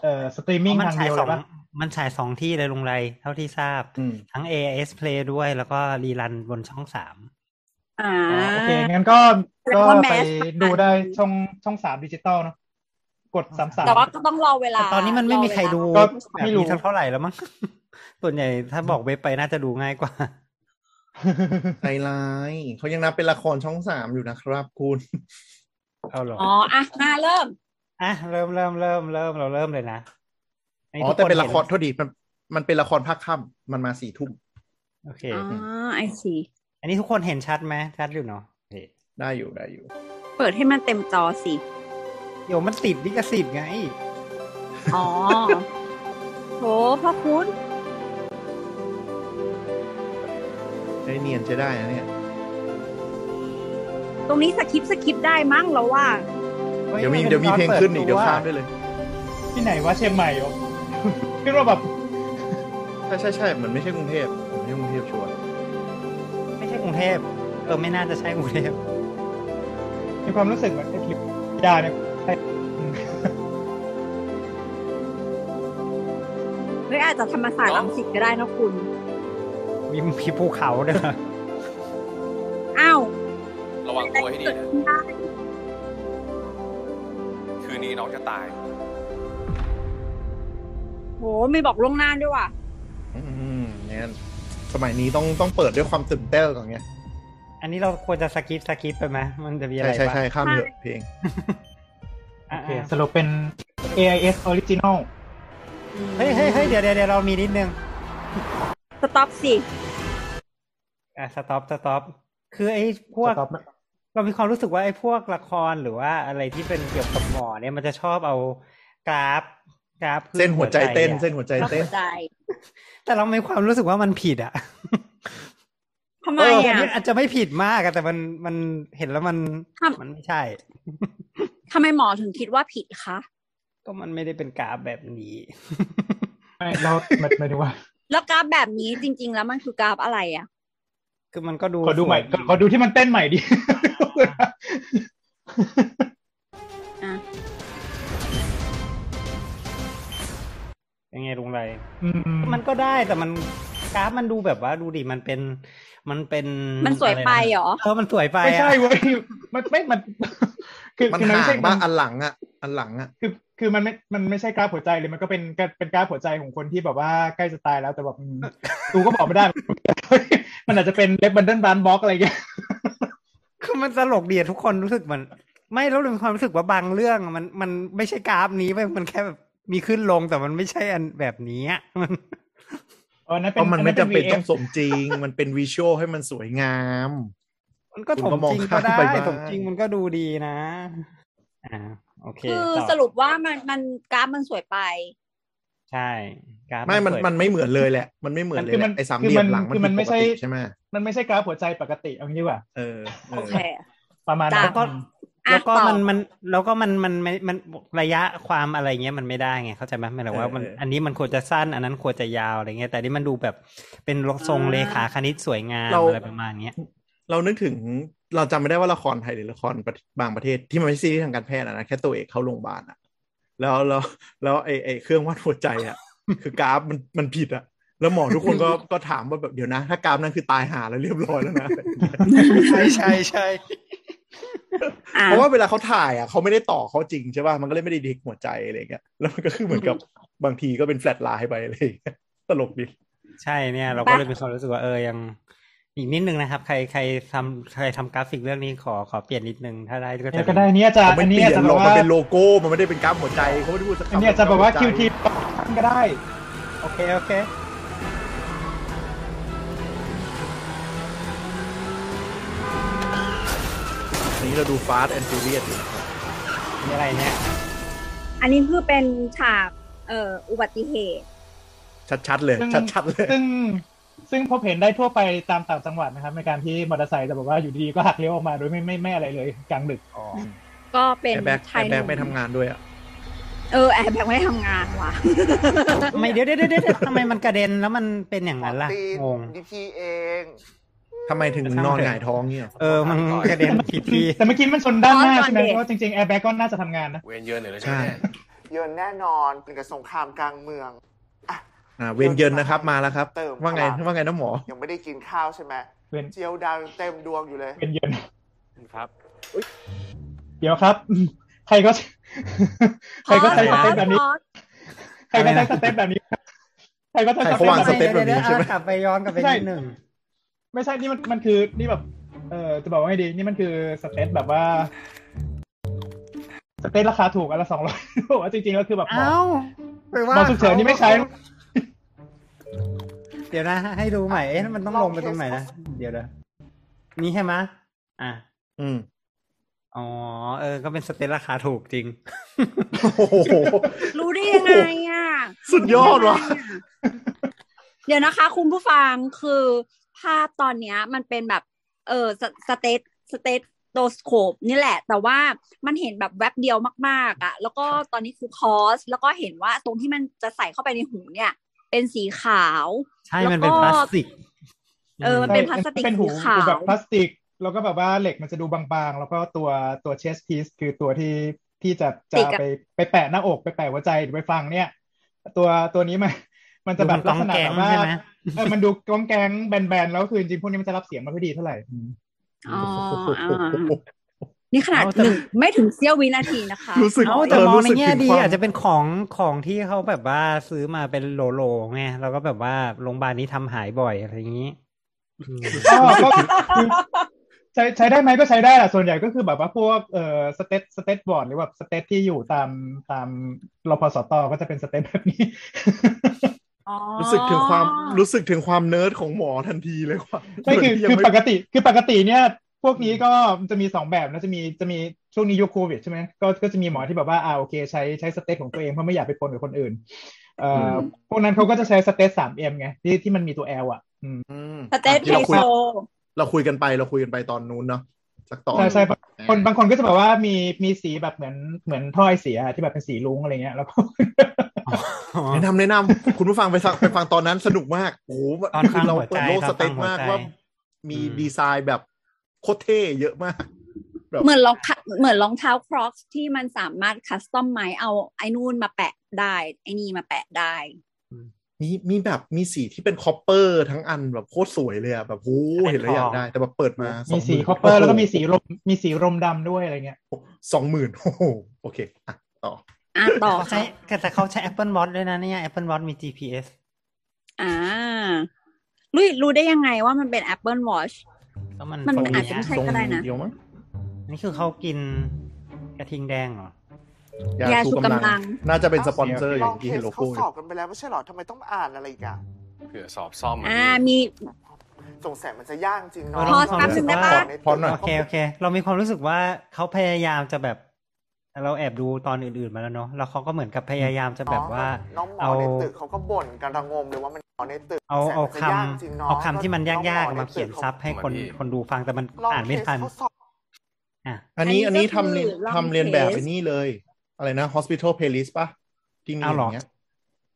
Speaker 4: เอ่อสตรีมมิ่ง
Speaker 2: มั
Speaker 4: ทาง
Speaker 2: ฉา
Speaker 4: เดี
Speaker 2: ย
Speaker 4: ยว
Speaker 2: ส
Speaker 4: เล
Speaker 2: อย ง
Speaker 4: ปะ
Speaker 2: มันฉายสองที่เลยลุงไรเท่าที่ทราบ
Speaker 3: อืม
Speaker 2: ทั้ง AIS Play ด้วยแล้วก็รีรันบนช่องสาม
Speaker 5: อ่า
Speaker 4: อ๋อโอเคงั้นก็ก็
Speaker 5: แล้วก็แม
Speaker 4: ไป
Speaker 5: ส
Speaker 4: ดูได้ช่องช่องสามดิจิตอลเนาะกดสามสาม
Speaker 5: แต่ว่าก็ต้องรอเวลา
Speaker 2: แต่ตอนนี้มันไม่มีใครดู
Speaker 4: ก็
Speaker 2: แบบ
Speaker 4: ไม่รู้
Speaker 2: นี้เท่าไหร่แล้วมั้ง <laughs> ส่วนใหญ่ถ้าบอกเว็บไปน่าจะดูง่ายก
Speaker 3: <laughs>
Speaker 2: ว่า
Speaker 3: ใจร้ายเขายังนับเป็นละครช่องสามอยู่นะครับคุณ
Speaker 2: เอาเหรอ
Speaker 5: อ๋ออ่ะมาเริ่ม
Speaker 2: อ่ะเริ่มเริ่มเริ่มเริ่มเราเริ่มเลยนะให้
Speaker 3: อ๋อ
Speaker 2: ทุก
Speaker 3: แต่เป็นละคร
Speaker 2: ห็
Speaker 3: โทษดีมันมันเป็นละครภาคค่ำมันมาสี่ทุ่ม
Speaker 2: โอเค
Speaker 5: อ๋อไอซี
Speaker 2: อันนี้ทุกคนเห็นชัดไหมชัดอยู่เนาะโอเค
Speaker 3: ได้อยู่ได้อยู่
Speaker 5: เปิดให้มันเต็มจอสิ
Speaker 2: เดี๋ยวมันติดลิขสิทธิ์ไง
Speaker 5: อ๋อ โหพ่อคุณ
Speaker 3: ได้เนียนใช้ได้นะเนี่ย
Speaker 5: ตรงนี้สคริปต์สคริปต์ได้มั้งเราว่า
Speaker 3: เดี๋ยวมีเดี๋ยวมีเพลงขึ้นอีกเดี๋ยวข้ามได้เลย
Speaker 4: ที่ไหนวะเชียงใหม่เหรอขึ้นว่าแบบ
Speaker 3: ใช่ใช่ใช่เหมือนไม่ใช่กรุงเทพไม่ใช่กรุงเทพชัวร์
Speaker 2: ไม่ใช่กรุงเทพเออไม่น่าจะใช่กรุงเทพ <laughs>
Speaker 4: มีความรู้สึกเหมือนไอ้คลิปยาเนี่ย
Speaker 5: หรืออาจจะธรรมศาสตร์ลังสิตก็ได้นะคุณ
Speaker 2: มีมีภูเขาด้วย <laughs> เหรอ
Speaker 5: อ้าว
Speaker 1: ระวังตัวให้ดี
Speaker 5: เกิด
Speaker 1: นะ
Speaker 5: ขึ้นได้
Speaker 1: คืนนี้น้องจะตาย
Speaker 5: โหไม่บอกล่วงหน้าด้วยว่ะ
Speaker 3: อืมเนี่ยสมัยนี้ต้องต้องเปิดด้วยความตื่นเต้นก่อนไง
Speaker 2: อันนี้เราควรจะสกิปสกิปไปไหมมันจะมีอะ
Speaker 3: ใช่
Speaker 2: ไร
Speaker 3: ใช่
Speaker 2: บ้าง
Speaker 3: ใช่ข้ามเถอะเพลง
Speaker 2: อ่ะ
Speaker 4: โอเค
Speaker 2: อ่ะ
Speaker 4: สรุปเป็น AIS Original
Speaker 2: เฮ้ยเฮ้ยเฮ้ยเดี๋ยวเดี๋ยวเดี๋ยวเรามีนิดนึง
Speaker 5: สต็อปสิ
Speaker 2: อ่ะสต็อปสต็อปคือไอ้พวก
Speaker 4: สต็อปนะ
Speaker 2: เรามีความรู้สึกว่าไอ้พวกละครหรือว่าอะไรที่เป็นเกี่ยวกับหมอเนี่ยมันจะชอบเอากราฟกราฟขึ้
Speaker 3: เส้นหัวใจเต้น
Speaker 2: อะ
Speaker 3: เส้นหัวใจเต้น
Speaker 5: ใจ
Speaker 2: แต่เรามีความรู้สึกว่ามันผิดอ่ะ
Speaker 5: ทำไม
Speaker 2: เออ
Speaker 5: อ่ะ
Speaker 2: มันอาจจะไม่ผิดมากอะแต่มันมันเห็นแล้วมัน
Speaker 5: ทำ
Speaker 2: มันไม่ใช่
Speaker 5: ทำไมหมอถึงคิดว่าผิดคะ
Speaker 2: ก็มันไม่ได้เป็นกราฟแบบนี้ <laughs>
Speaker 4: ไม่เราหมายหมายถึงว่า
Speaker 5: แล้วกราฟแบบนี้จริง ๆ แล้วมันคือกราฟอะไรอ่ะ
Speaker 2: คือมันก็ดู
Speaker 4: ขอดูใหม่
Speaker 2: สวย
Speaker 4: ขอดูที่มันเต้นใหม่ดิ
Speaker 5: อ่ะ
Speaker 2: ยังไงลุงไร
Speaker 4: อืม
Speaker 2: มันก็ได้แต่มันกราฟมันดูแบบว่าดูดิมันเป็น มันเป็น
Speaker 5: มันสวยไปเหรอ
Speaker 2: เออมันสวยไปอะ
Speaker 4: ไม่ใช่เว้ยมันไม่มัน <laughs> คือ
Speaker 3: มัน
Speaker 4: คือมั
Speaker 3: ห่า
Speaker 4: นไม่ใช่
Speaker 3: งบ้างอันหลังอ่ะ อันหลังอ่ะ
Speaker 4: คือคือมันไม่มันไม่ใช่กราฟหัวใจเลยมันก็เป็นเป็นกราฟหัวใจของคนที่แบบว่าใกล้จะตายแล้วแต่แบบอืมกูก็บอกไม่ได้ <laughs> มันอาจจะเป็นเลฟบันเดิลบานบล็อกอะไรอย่างเงี้ย
Speaker 2: คือมันตลกดีอะทุกคนรู้สึกเหมือนไม่แล้วเรามีความรู้สึกว่าบางเรื่องอะมันมันไม่ใช่กราฟนี้ไปมันแค่แบบมีขึ้นลงแต่มันไม่ใช่อันแบบนี้อะ <laughs> มัน
Speaker 4: เออนั่น
Speaker 3: เพ
Speaker 4: เป็น
Speaker 3: ราะมันไม่จำเป็น
Speaker 4: อั
Speaker 3: ต้องสมจริง มันเป็นวิชวลให้มันสวยงาม
Speaker 2: มันก็
Speaker 3: ผม
Speaker 2: ถม
Speaker 3: ก็มอง
Speaker 2: จริง
Speaker 3: ข้า
Speaker 2: ก็
Speaker 3: ม
Speaker 2: ได้
Speaker 3: ไปบ้าง
Speaker 2: ถมจริงมันก็ดูดีนะ อ่า โอเค
Speaker 5: คือ
Speaker 2: ต่อ
Speaker 5: สรุปว่ามันมันกราฟมันสวยไป
Speaker 2: ใช่กราฟ
Speaker 3: ไม่มัน
Speaker 2: สวย
Speaker 3: มันไม่เหมือนเลยแหละ มันไม่เหมือนเลยแหละไอ้สามเหลี่ยมหลังมัน
Speaker 4: คือ
Speaker 3: ผิ
Speaker 4: มั
Speaker 3: ด
Speaker 4: น
Speaker 3: ป
Speaker 4: ไม่
Speaker 3: ก
Speaker 4: ใช่
Speaker 3: ติใช่ไหม
Speaker 4: มันไม่ใช่กราฟหัวใจปกติเอางี้ดีกว่า
Speaker 3: เออเอ
Speaker 5: โอ
Speaker 3: อ
Speaker 5: เค
Speaker 4: ประมาณ
Speaker 5: จ้ะ
Speaker 4: นั้น
Speaker 2: ก็
Speaker 5: อ่ะ
Speaker 2: แล้วก็
Speaker 5: ต่อ
Speaker 2: มันมันแล้วก็มันมันมันมันระยะความอะไรเงี้ยมันไม่ได้ไงเข้าใจไหมหมายถึงว่ามันอันนี้มันควรจะสั้น อันนั้นควรจะยาวอะไรเงี้ยแต่อันนี่มันดูแบบเป็นทรง
Speaker 5: อ่า
Speaker 2: เลขาคณิตสวยงาม
Speaker 3: เรา
Speaker 2: อะไรประมาณเนี้ย
Speaker 3: เรานึกถึงเราจำไม่ได้ว่าละครไทยหรือละครประเทศบางประเทศที่มันไม่ใช่ซีรีส์ทางการแพทย์อะนะแค่ตัวเอกเข้าโรงพยาบาลอะแล้วแล้วแล้วไอ้ไอ้เครื่องวัดหัวใจอะ คือกราฟมันมันผิดอะแล้วหมอทุกคนก็ก็ถามว่าแบบเดี๋ยวนะ ถ้ากราฟนั้นคือตายหาแล้วเรียบร้อยแล้วนะ
Speaker 2: ใช่ใช่ใช่
Speaker 5: อ่ะ
Speaker 3: เพราะว่าเวลาเขาถ่ายอ่ะเขาไม่ได้ต่อเขาจริงใช่ป่ะ มันก็เลยไม่ได้ดิกหัวใจอะไรอย่างเงี้ยแล้วมันก็คือเหมือนกับบางทีก็เป็นแฟลตไลน์ไปอะไรอย่างเงี้ยตลกดี
Speaker 2: ใช่เนี่ยเราก็เลยมีความรู้สึกว่าเออยังอีกนิดนึงนะครับ ใครใครทำใครทำกราฟิกเรื่องนี้ขอขอเปลี่ยนนิดนึงถ้าได้ก็จะ
Speaker 4: ก็ได้เนี่ยจะ
Speaker 3: เขาไม่
Speaker 4: อัน
Speaker 3: เป
Speaker 4: นี้
Speaker 3: ลี่ยน
Speaker 4: จะ
Speaker 3: หร
Speaker 4: แบ
Speaker 3: อบ กมัน
Speaker 4: ว่า
Speaker 3: เป็นโลโก้มันไม่ได้เป็นกราฟหัวใจเขาไม่ได้พูดสักคำ
Speaker 4: อันเนี้ยจะแบบว่าคิวที
Speaker 3: เ
Speaker 4: ก็ได้
Speaker 2: โอเคโอเค
Speaker 3: ป็นกราฟหัวใจอันนี้เราดูฟาสต์แอนด์ฟิเรียส
Speaker 2: มีอะไรเนี่ย
Speaker 5: อันนี้คือเป็นฉากเอ่ออุบัติเหตุ
Speaker 3: ชัดๆเลย
Speaker 4: ซึ่ง
Speaker 3: ชัดๆเลย
Speaker 4: ซึ่งซึ่งพบเห็นได้ทั่วไปตามต่างจังหวัดนะครับ ในการที่มอเตอร์ไซค์จะแบบว่าอยู่ดีๆก็หักเลี้ยวออกมาโดยไม่ไม่ไม่อะไรเลยกลางดึก
Speaker 2: อ๋อ
Speaker 5: ก็เป็น
Speaker 3: แอร์แบ็ก
Speaker 5: ชายห
Speaker 3: แบ็
Speaker 5: นุ่
Speaker 3: กไม่ทำงานด้วยอ่ะ
Speaker 5: เออแอบแบกไม่ได้ทำงานว่ะ
Speaker 2: ไม่เดี๋ยวเดี๋ยวเดี๋ยวเดี๋ยวทำไมมันกระเด็นแล้วมันเป็นอย่างนั้นล่ะงง
Speaker 6: ดีพีเอง
Speaker 3: ทำไมถึงนอนหงายท้องเนี่ย
Speaker 2: เออมันกระเด็นผิดที่
Speaker 4: แต่เมื่อกี้มันชนด้านหน้า
Speaker 5: อ๋อ
Speaker 4: ใช่ไหม
Speaker 5: จอดดิ
Speaker 4: เพราะจริงๆแอร์แบ็กก็น่าจะทำงานนะ
Speaker 1: เวรเยอะเหนื่อยแล้วใช่ไหม
Speaker 3: ใช่
Speaker 1: เนี่ย
Speaker 6: เยินแน่นอนเป็นกับสงครามกลางเมือง
Speaker 3: อ่าเวนเยินนะครับมาแล้วครับ
Speaker 6: เติม
Speaker 3: ว่าไง
Speaker 6: พลัง
Speaker 3: ว่าไงน้ำหมอ
Speaker 6: ยังไม่ได้กินข้าวใช่ไหม
Speaker 4: เป็น
Speaker 6: เจียวดาวยังเต็มดวงอยู่เลย
Speaker 4: เป็นเย็น
Speaker 1: ครับ
Speaker 4: เดี๋ยวครับ <laughs> ใครก็ ใครก็ใช้สเต็ปแบบนี้
Speaker 5: พอส
Speaker 4: ใครก็ใช้สเต็ปแบบนี้ <laughs> ใครก็ใช้ส
Speaker 3: ใครเขา
Speaker 4: เต็ป
Speaker 3: วาง
Speaker 4: แบบ
Speaker 3: ส
Speaker 4: นี้
Speaker 3: เต็ป แบบนี้ใช่
Speaker 2: เดี๋ย
Speaker 3: ไหม
Speaker 2: วๆเอากลับไปย้อนกลับไป
Speaker 4: ใช่
Speaker 2: นิดหนึ่ง
Speaker 4: ไม่ใช่นี่มันมันคือนี่แบบ เออจะบอกว่าไงดี นี่มันคือสเต็ปแบบว่า สเต็ปราคาถูกอันละสองร้อย <laughs> บอกว่าจริงๆแล้วคือแบบหมอ
Speaker 2: เอ้าไปว่า
Speaker 4: หมอฉุกเฉินนี่ไม่ใช้
Speaker 2: เดี๋ยวนะ ให้ดูใหม่ เอ๊ะมันต้องลงไปตรงไหนนะ เดี๋ยวเดี๋ยวนี่ใช่ไหมะอ่ะ
Speaker 3: อืม
Speaker 2: อ๋อ เออ ก็เป็นสเตตราคาถูกจริง
Speaker 3: โอ้โห
Speaker 5: รู้ได้ยังไงอ่ะ
Speaker 3: สุดยอดว่ะ
Speaker 5: เดี๋ยวนะคะ คุณผู้ฟังคือภาพตอนเนี้ยมันเป็นแบบ เออสสเตตสเตตโตสโคปนี่แหละ แต่ว่ามันเห็นแบบแวบเดียวมากๆอ่ะ แล้วก็ตอนนี้คือคอส แล้วก็เห็นว่าตรงที่มันจะใส่เข้าไปในหูเนี่ย เป็นสีขาว
Speaker 2: ใช่มั
Speaker 5: แล้วก็
Speaker 2: นเป็นพลาสติก
Speaker 5: เออ มันเป็นพลาสติก
Speaker 4: ใช่เป็นหู
Speaker 5: สีขาว
Speaker 4: หูแบบพลาสติก แล้วก็แบบว่าเหล็กมันจะดูบางๆ แล้วก็ตัวตัวเชสพีซคือตัวที่ที่จะจะ
Speaker 5: ติดอะ
Speaker 4: ไปไปแปะหน้าอกไปแปะหัวใจหรือไปฟังเนี่ย ตัวตัวนี้มันมันจะ
Speaker 2: ดูมั
Speaker 4: แบ
Speaker 2: น
Speaker 4: บ
Speaker 2: ต้อกง
Speaker 4: ลัษณะ
Speaker 2: แก
Speaker 4: แบ
Speaker 2: ง
Speaker 4: บว่า
Speaker 2: ใช่ไหม
Speaker 4: เออมันดูกองแกงแบนๆแล้วคือจริงๆพวกนี้มันจะรับเสียงไมาค่อยดีเท่าไหร่อืม
Speaker 5: อ๋ออ่านี่ขนาดหนึ่งไม่ถึงเสี้ยววินาทีนะคะ
Speaker 3: รู้สึก
Speaker 2: เอ้าแต่มองในแง่ดี
Speaker 3: เรู้สึกถึงควม
Speaker 2: อาจจะเป็นของของที่เขาแบบว่าซื้อมาเป็นโหลโหลๆไง แล้วก็แบบว่าโรงพยาบาลนี้ทำหายบ่อยอะไรอย่างนี้อืม
Speaker 4: ก็ก็คือ <laughs> ใช้ใช้ได้ไหมก็ใช้ได้แหละส่วนใหญ่ก็คือแบบว่าพวกเอ่อสเตตสเตตบอร์ดหรือว่าสเตตที่อยู่ตามตามรพสตก็จะเป็นสเตตแบบนี้
Speaker 5: อ๋อ
Speaker 3: รู้สึกถึงความรู้สึกถึงความเนิร์ดของหมอทันทีเลยว่า
Speaker 4: ไม่คือ
Speaker 3: ยัง
Speaker 4: คือ
Speaker 3: ไม่
Speaker 4: ปกติคือปกติเนี่ย พวกนี้ก็จะมีสองแบบนะจะมีจะมีช่วงนี้ยุคโควิดใช่ไหมก็ก็จะมีหมอที่แบบว่าอ่าโอเค ใช้ใช้สเตตของตัวเองเพราะไม่อยากไปปนกับคนอื่นเอ่อพวกนั้นเขาก็จะใช้สเตตสามเอ็มไงที่ที่มันมีตัวแอลอ่ะอืม
Speaker 5: สเตท
Speaker 3: ที่
Speaker 5: ไฮ
Speaker 3: เราคุย เรา
Speaker 5: โซ
Speaker 3: คุยกันไปเราคุยกันไปตอนนู้นเนาะสักตอน
Speaker 4: ใช่ใช่คนบางคนก็จะแบบว่ามีมีสีแบบเหมือนเหมือนถ้อยเสียที่แบบเป็นสีลุงอะไรเงี้ยแล้วก็
Speaker 2: อ๋อ
Speaker 3: แนะนำแนะนำ <laughs> คุณผู้ฟังไปฟังไปฟังตอนนั้นสนุกมากโอ้โห
Speaker 2: ตอนฟัง
Speaker 3: เรา
Speaker 2: หัวใจ
Speaker 3: เปิดโลก
Speaker 2: ตอนฟัง
Speaker 3: สเตทมาก
Speaker 2: หัวใจ
Speaker 3: ว่ามี
Speaker 2: อืม
Speaker 3: ดีไซน์แบบโคตรเท่เยอะมาก แบบ
Speaker 5: เหมือนรองเท้าเหมือนรองเท้าครอกที่มันสามารถคัสตอมไม้เอาไอ้นู่นมาแปะได้ ไอ้นี่มาแปะได้
Speaker 3: มีมีแบบมีสีที่เป็นคอปเปอร์ทั้งอันแบบโคตรสวยเลยอะแบบโอ้โหเห็นแล้วอยากได้ แต่แบบเปิดมา
Speaker 4: มีสี
Speaker 3: 20,000
Speaker 4: คอปเปอร์แล้วก็มีสีลมมีสีรมดำด้วยอะไรเงี้ย
Speaker 3: สองหมื่นโอ้โหโอเคอ่ะต่อ
Speaker 5: อ่ะต่อ
Speaker 2: เขาใช้
Speaker 5: ค่ะ
Speaker 2: แต่เขาใช้ Apple Watch ด้วยนะเนี่ย Apple Watch มี GPS
Speaker 5: อ่ารู้รู้ได้ยังไงว่ามันเป็น Apple Watch
Speaker 2: ก็มัน
Speaker 5: มัน
Speaker 2: ทรง
Speaker 5: อาจจะไม่ใช่
Speaker 2: เนี้ย
Speaker 5: ก็ได้นะ
Speaker 3: ทรงเดียวมั้ง
Speaker 2: นี่คือเขากินกระทิงแดงเหรอ
Speaker 5: ยาย
Speaker 3: า
Speaker 5: ชู
Speaker 3: ชูกำ
Speaker 5: กำลั
Speaker 3: ลั
Speaker 5: ง
Speaker 3: ง น่าจะเป็นสปอนเซอร์
Speaker 6: ล
Speaker 3: อย่า
Speaker 6: อง ง
Speaker 3: ที่
Speaker 6: เท
Speaker 3: เห็
Speaker 6: ส
Speaker 3: นโล
Speaker 6: เขา
Speaker 3: โก้
Speaker 6: สอบกันไปแล้วไม่ใช่เหรอทำไมต้องอ่านอะไรอีกอ่ะ
Speaker 1: เผื่อสอบซ่อม
Speaker 5: อ่ามี
Speaker 6: สงสัยมันจะยากจริงเนาะ
Speaker 2: เออลองพอสแป๊บนึงได้ปะ
Speaker 6: ในตัว
Speaker 3: พอหน่อย
Speaker 2: โอเคโอเค เรามีความรู้สึกว่าเขาพยายามจะแบบ เราแอบดูตอนอื่นๆมาแล้วเนาะแล้วเขาก็เหมือนกับพยายามจะแบบว่า
Speaker 6: น้องหมอ
Speaker 2: เอา
Speaker 6: ในตึกเขาก็บ่นกันระงมเลยว่ามันหมอในตึก
Speaker 2: เอา
Speaker 6: สงสัย
Speaker 2: เอา
Speaker 6: มันจะ
Speaker 2: ค
Speaker 6: ยกจริง
Speaker 2: ำ
Speaker 6: นะ
Speaker 2: เอาคำที่มันยากๆมาเขียนซับให้คนคนดูฟังแต่มัน
Speaker 6: ลง
Speaker 2: อ่านไม่
Speaker 6: เทส
Speaker 2: ทัน
Speaker 6: ข้อสอบ
Speaker 2: อ่ะ
Speaker 3: อันนี้
Speaker 5: อั
Speaker 3: อั
Speaker 5: น
Speaker 3: น
Speaker 5: นี้
Speaker 3: นี้
Speaker 5: ก็
Speaker 3: ทำเรียน
Speaker 5: คือลอง
Speaker 3: ทำเรียนแบบ
Speaker 5: เทส
Speaker 3: ไอ้นี่เลย อะไรนะ hospital playlist ปะที่มี
Speaker 2: อ้าวเหรอ
Speaker 3: อย่างเงี้ย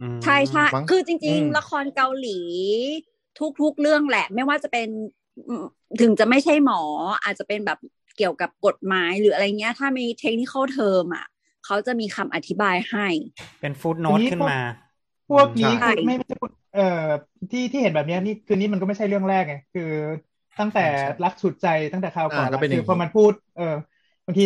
Speaker 2: อืม
Speaker 5: ใช่ใช่
Speaker 3: มั้ง
Speaker 5: คือจริง
Speaker 3: อืม
Speaker 5: ๆ ละครเกาหลี ทุกๆเรื่องแหละ ไม่ว่าจะเป็นอืมถึงจะไม่ใช่หมอ อาจจะเป็นแบบเกี่ยวกับกฎหมายหรืออะไรเงี้ย ถ้ามีเทคนิคเทอมอ่ะเขาจะมีคำอธิบายให้
Speaker 2: เป็นฟูดโน้ตขึ้นมา
Speaker 4: พวกนี้
Speaker 5: ใช่
Speaker 4: คือไม่ไม่ใช่พวกเอ่อที่ที่เห็นแบบเนี้ยนี่คือนี่มันก็ไม่ใช่เรื่องแรกไงคือตั้งแต่
Speaker 3: ใช่ใช่
Speaker 4: รักฉุดใจตั้งแต่คราวก่อน
Speaker 3: อ่าก็เป็นอย่างนี้
Speaker 4: คือพอมันพูดเออบางที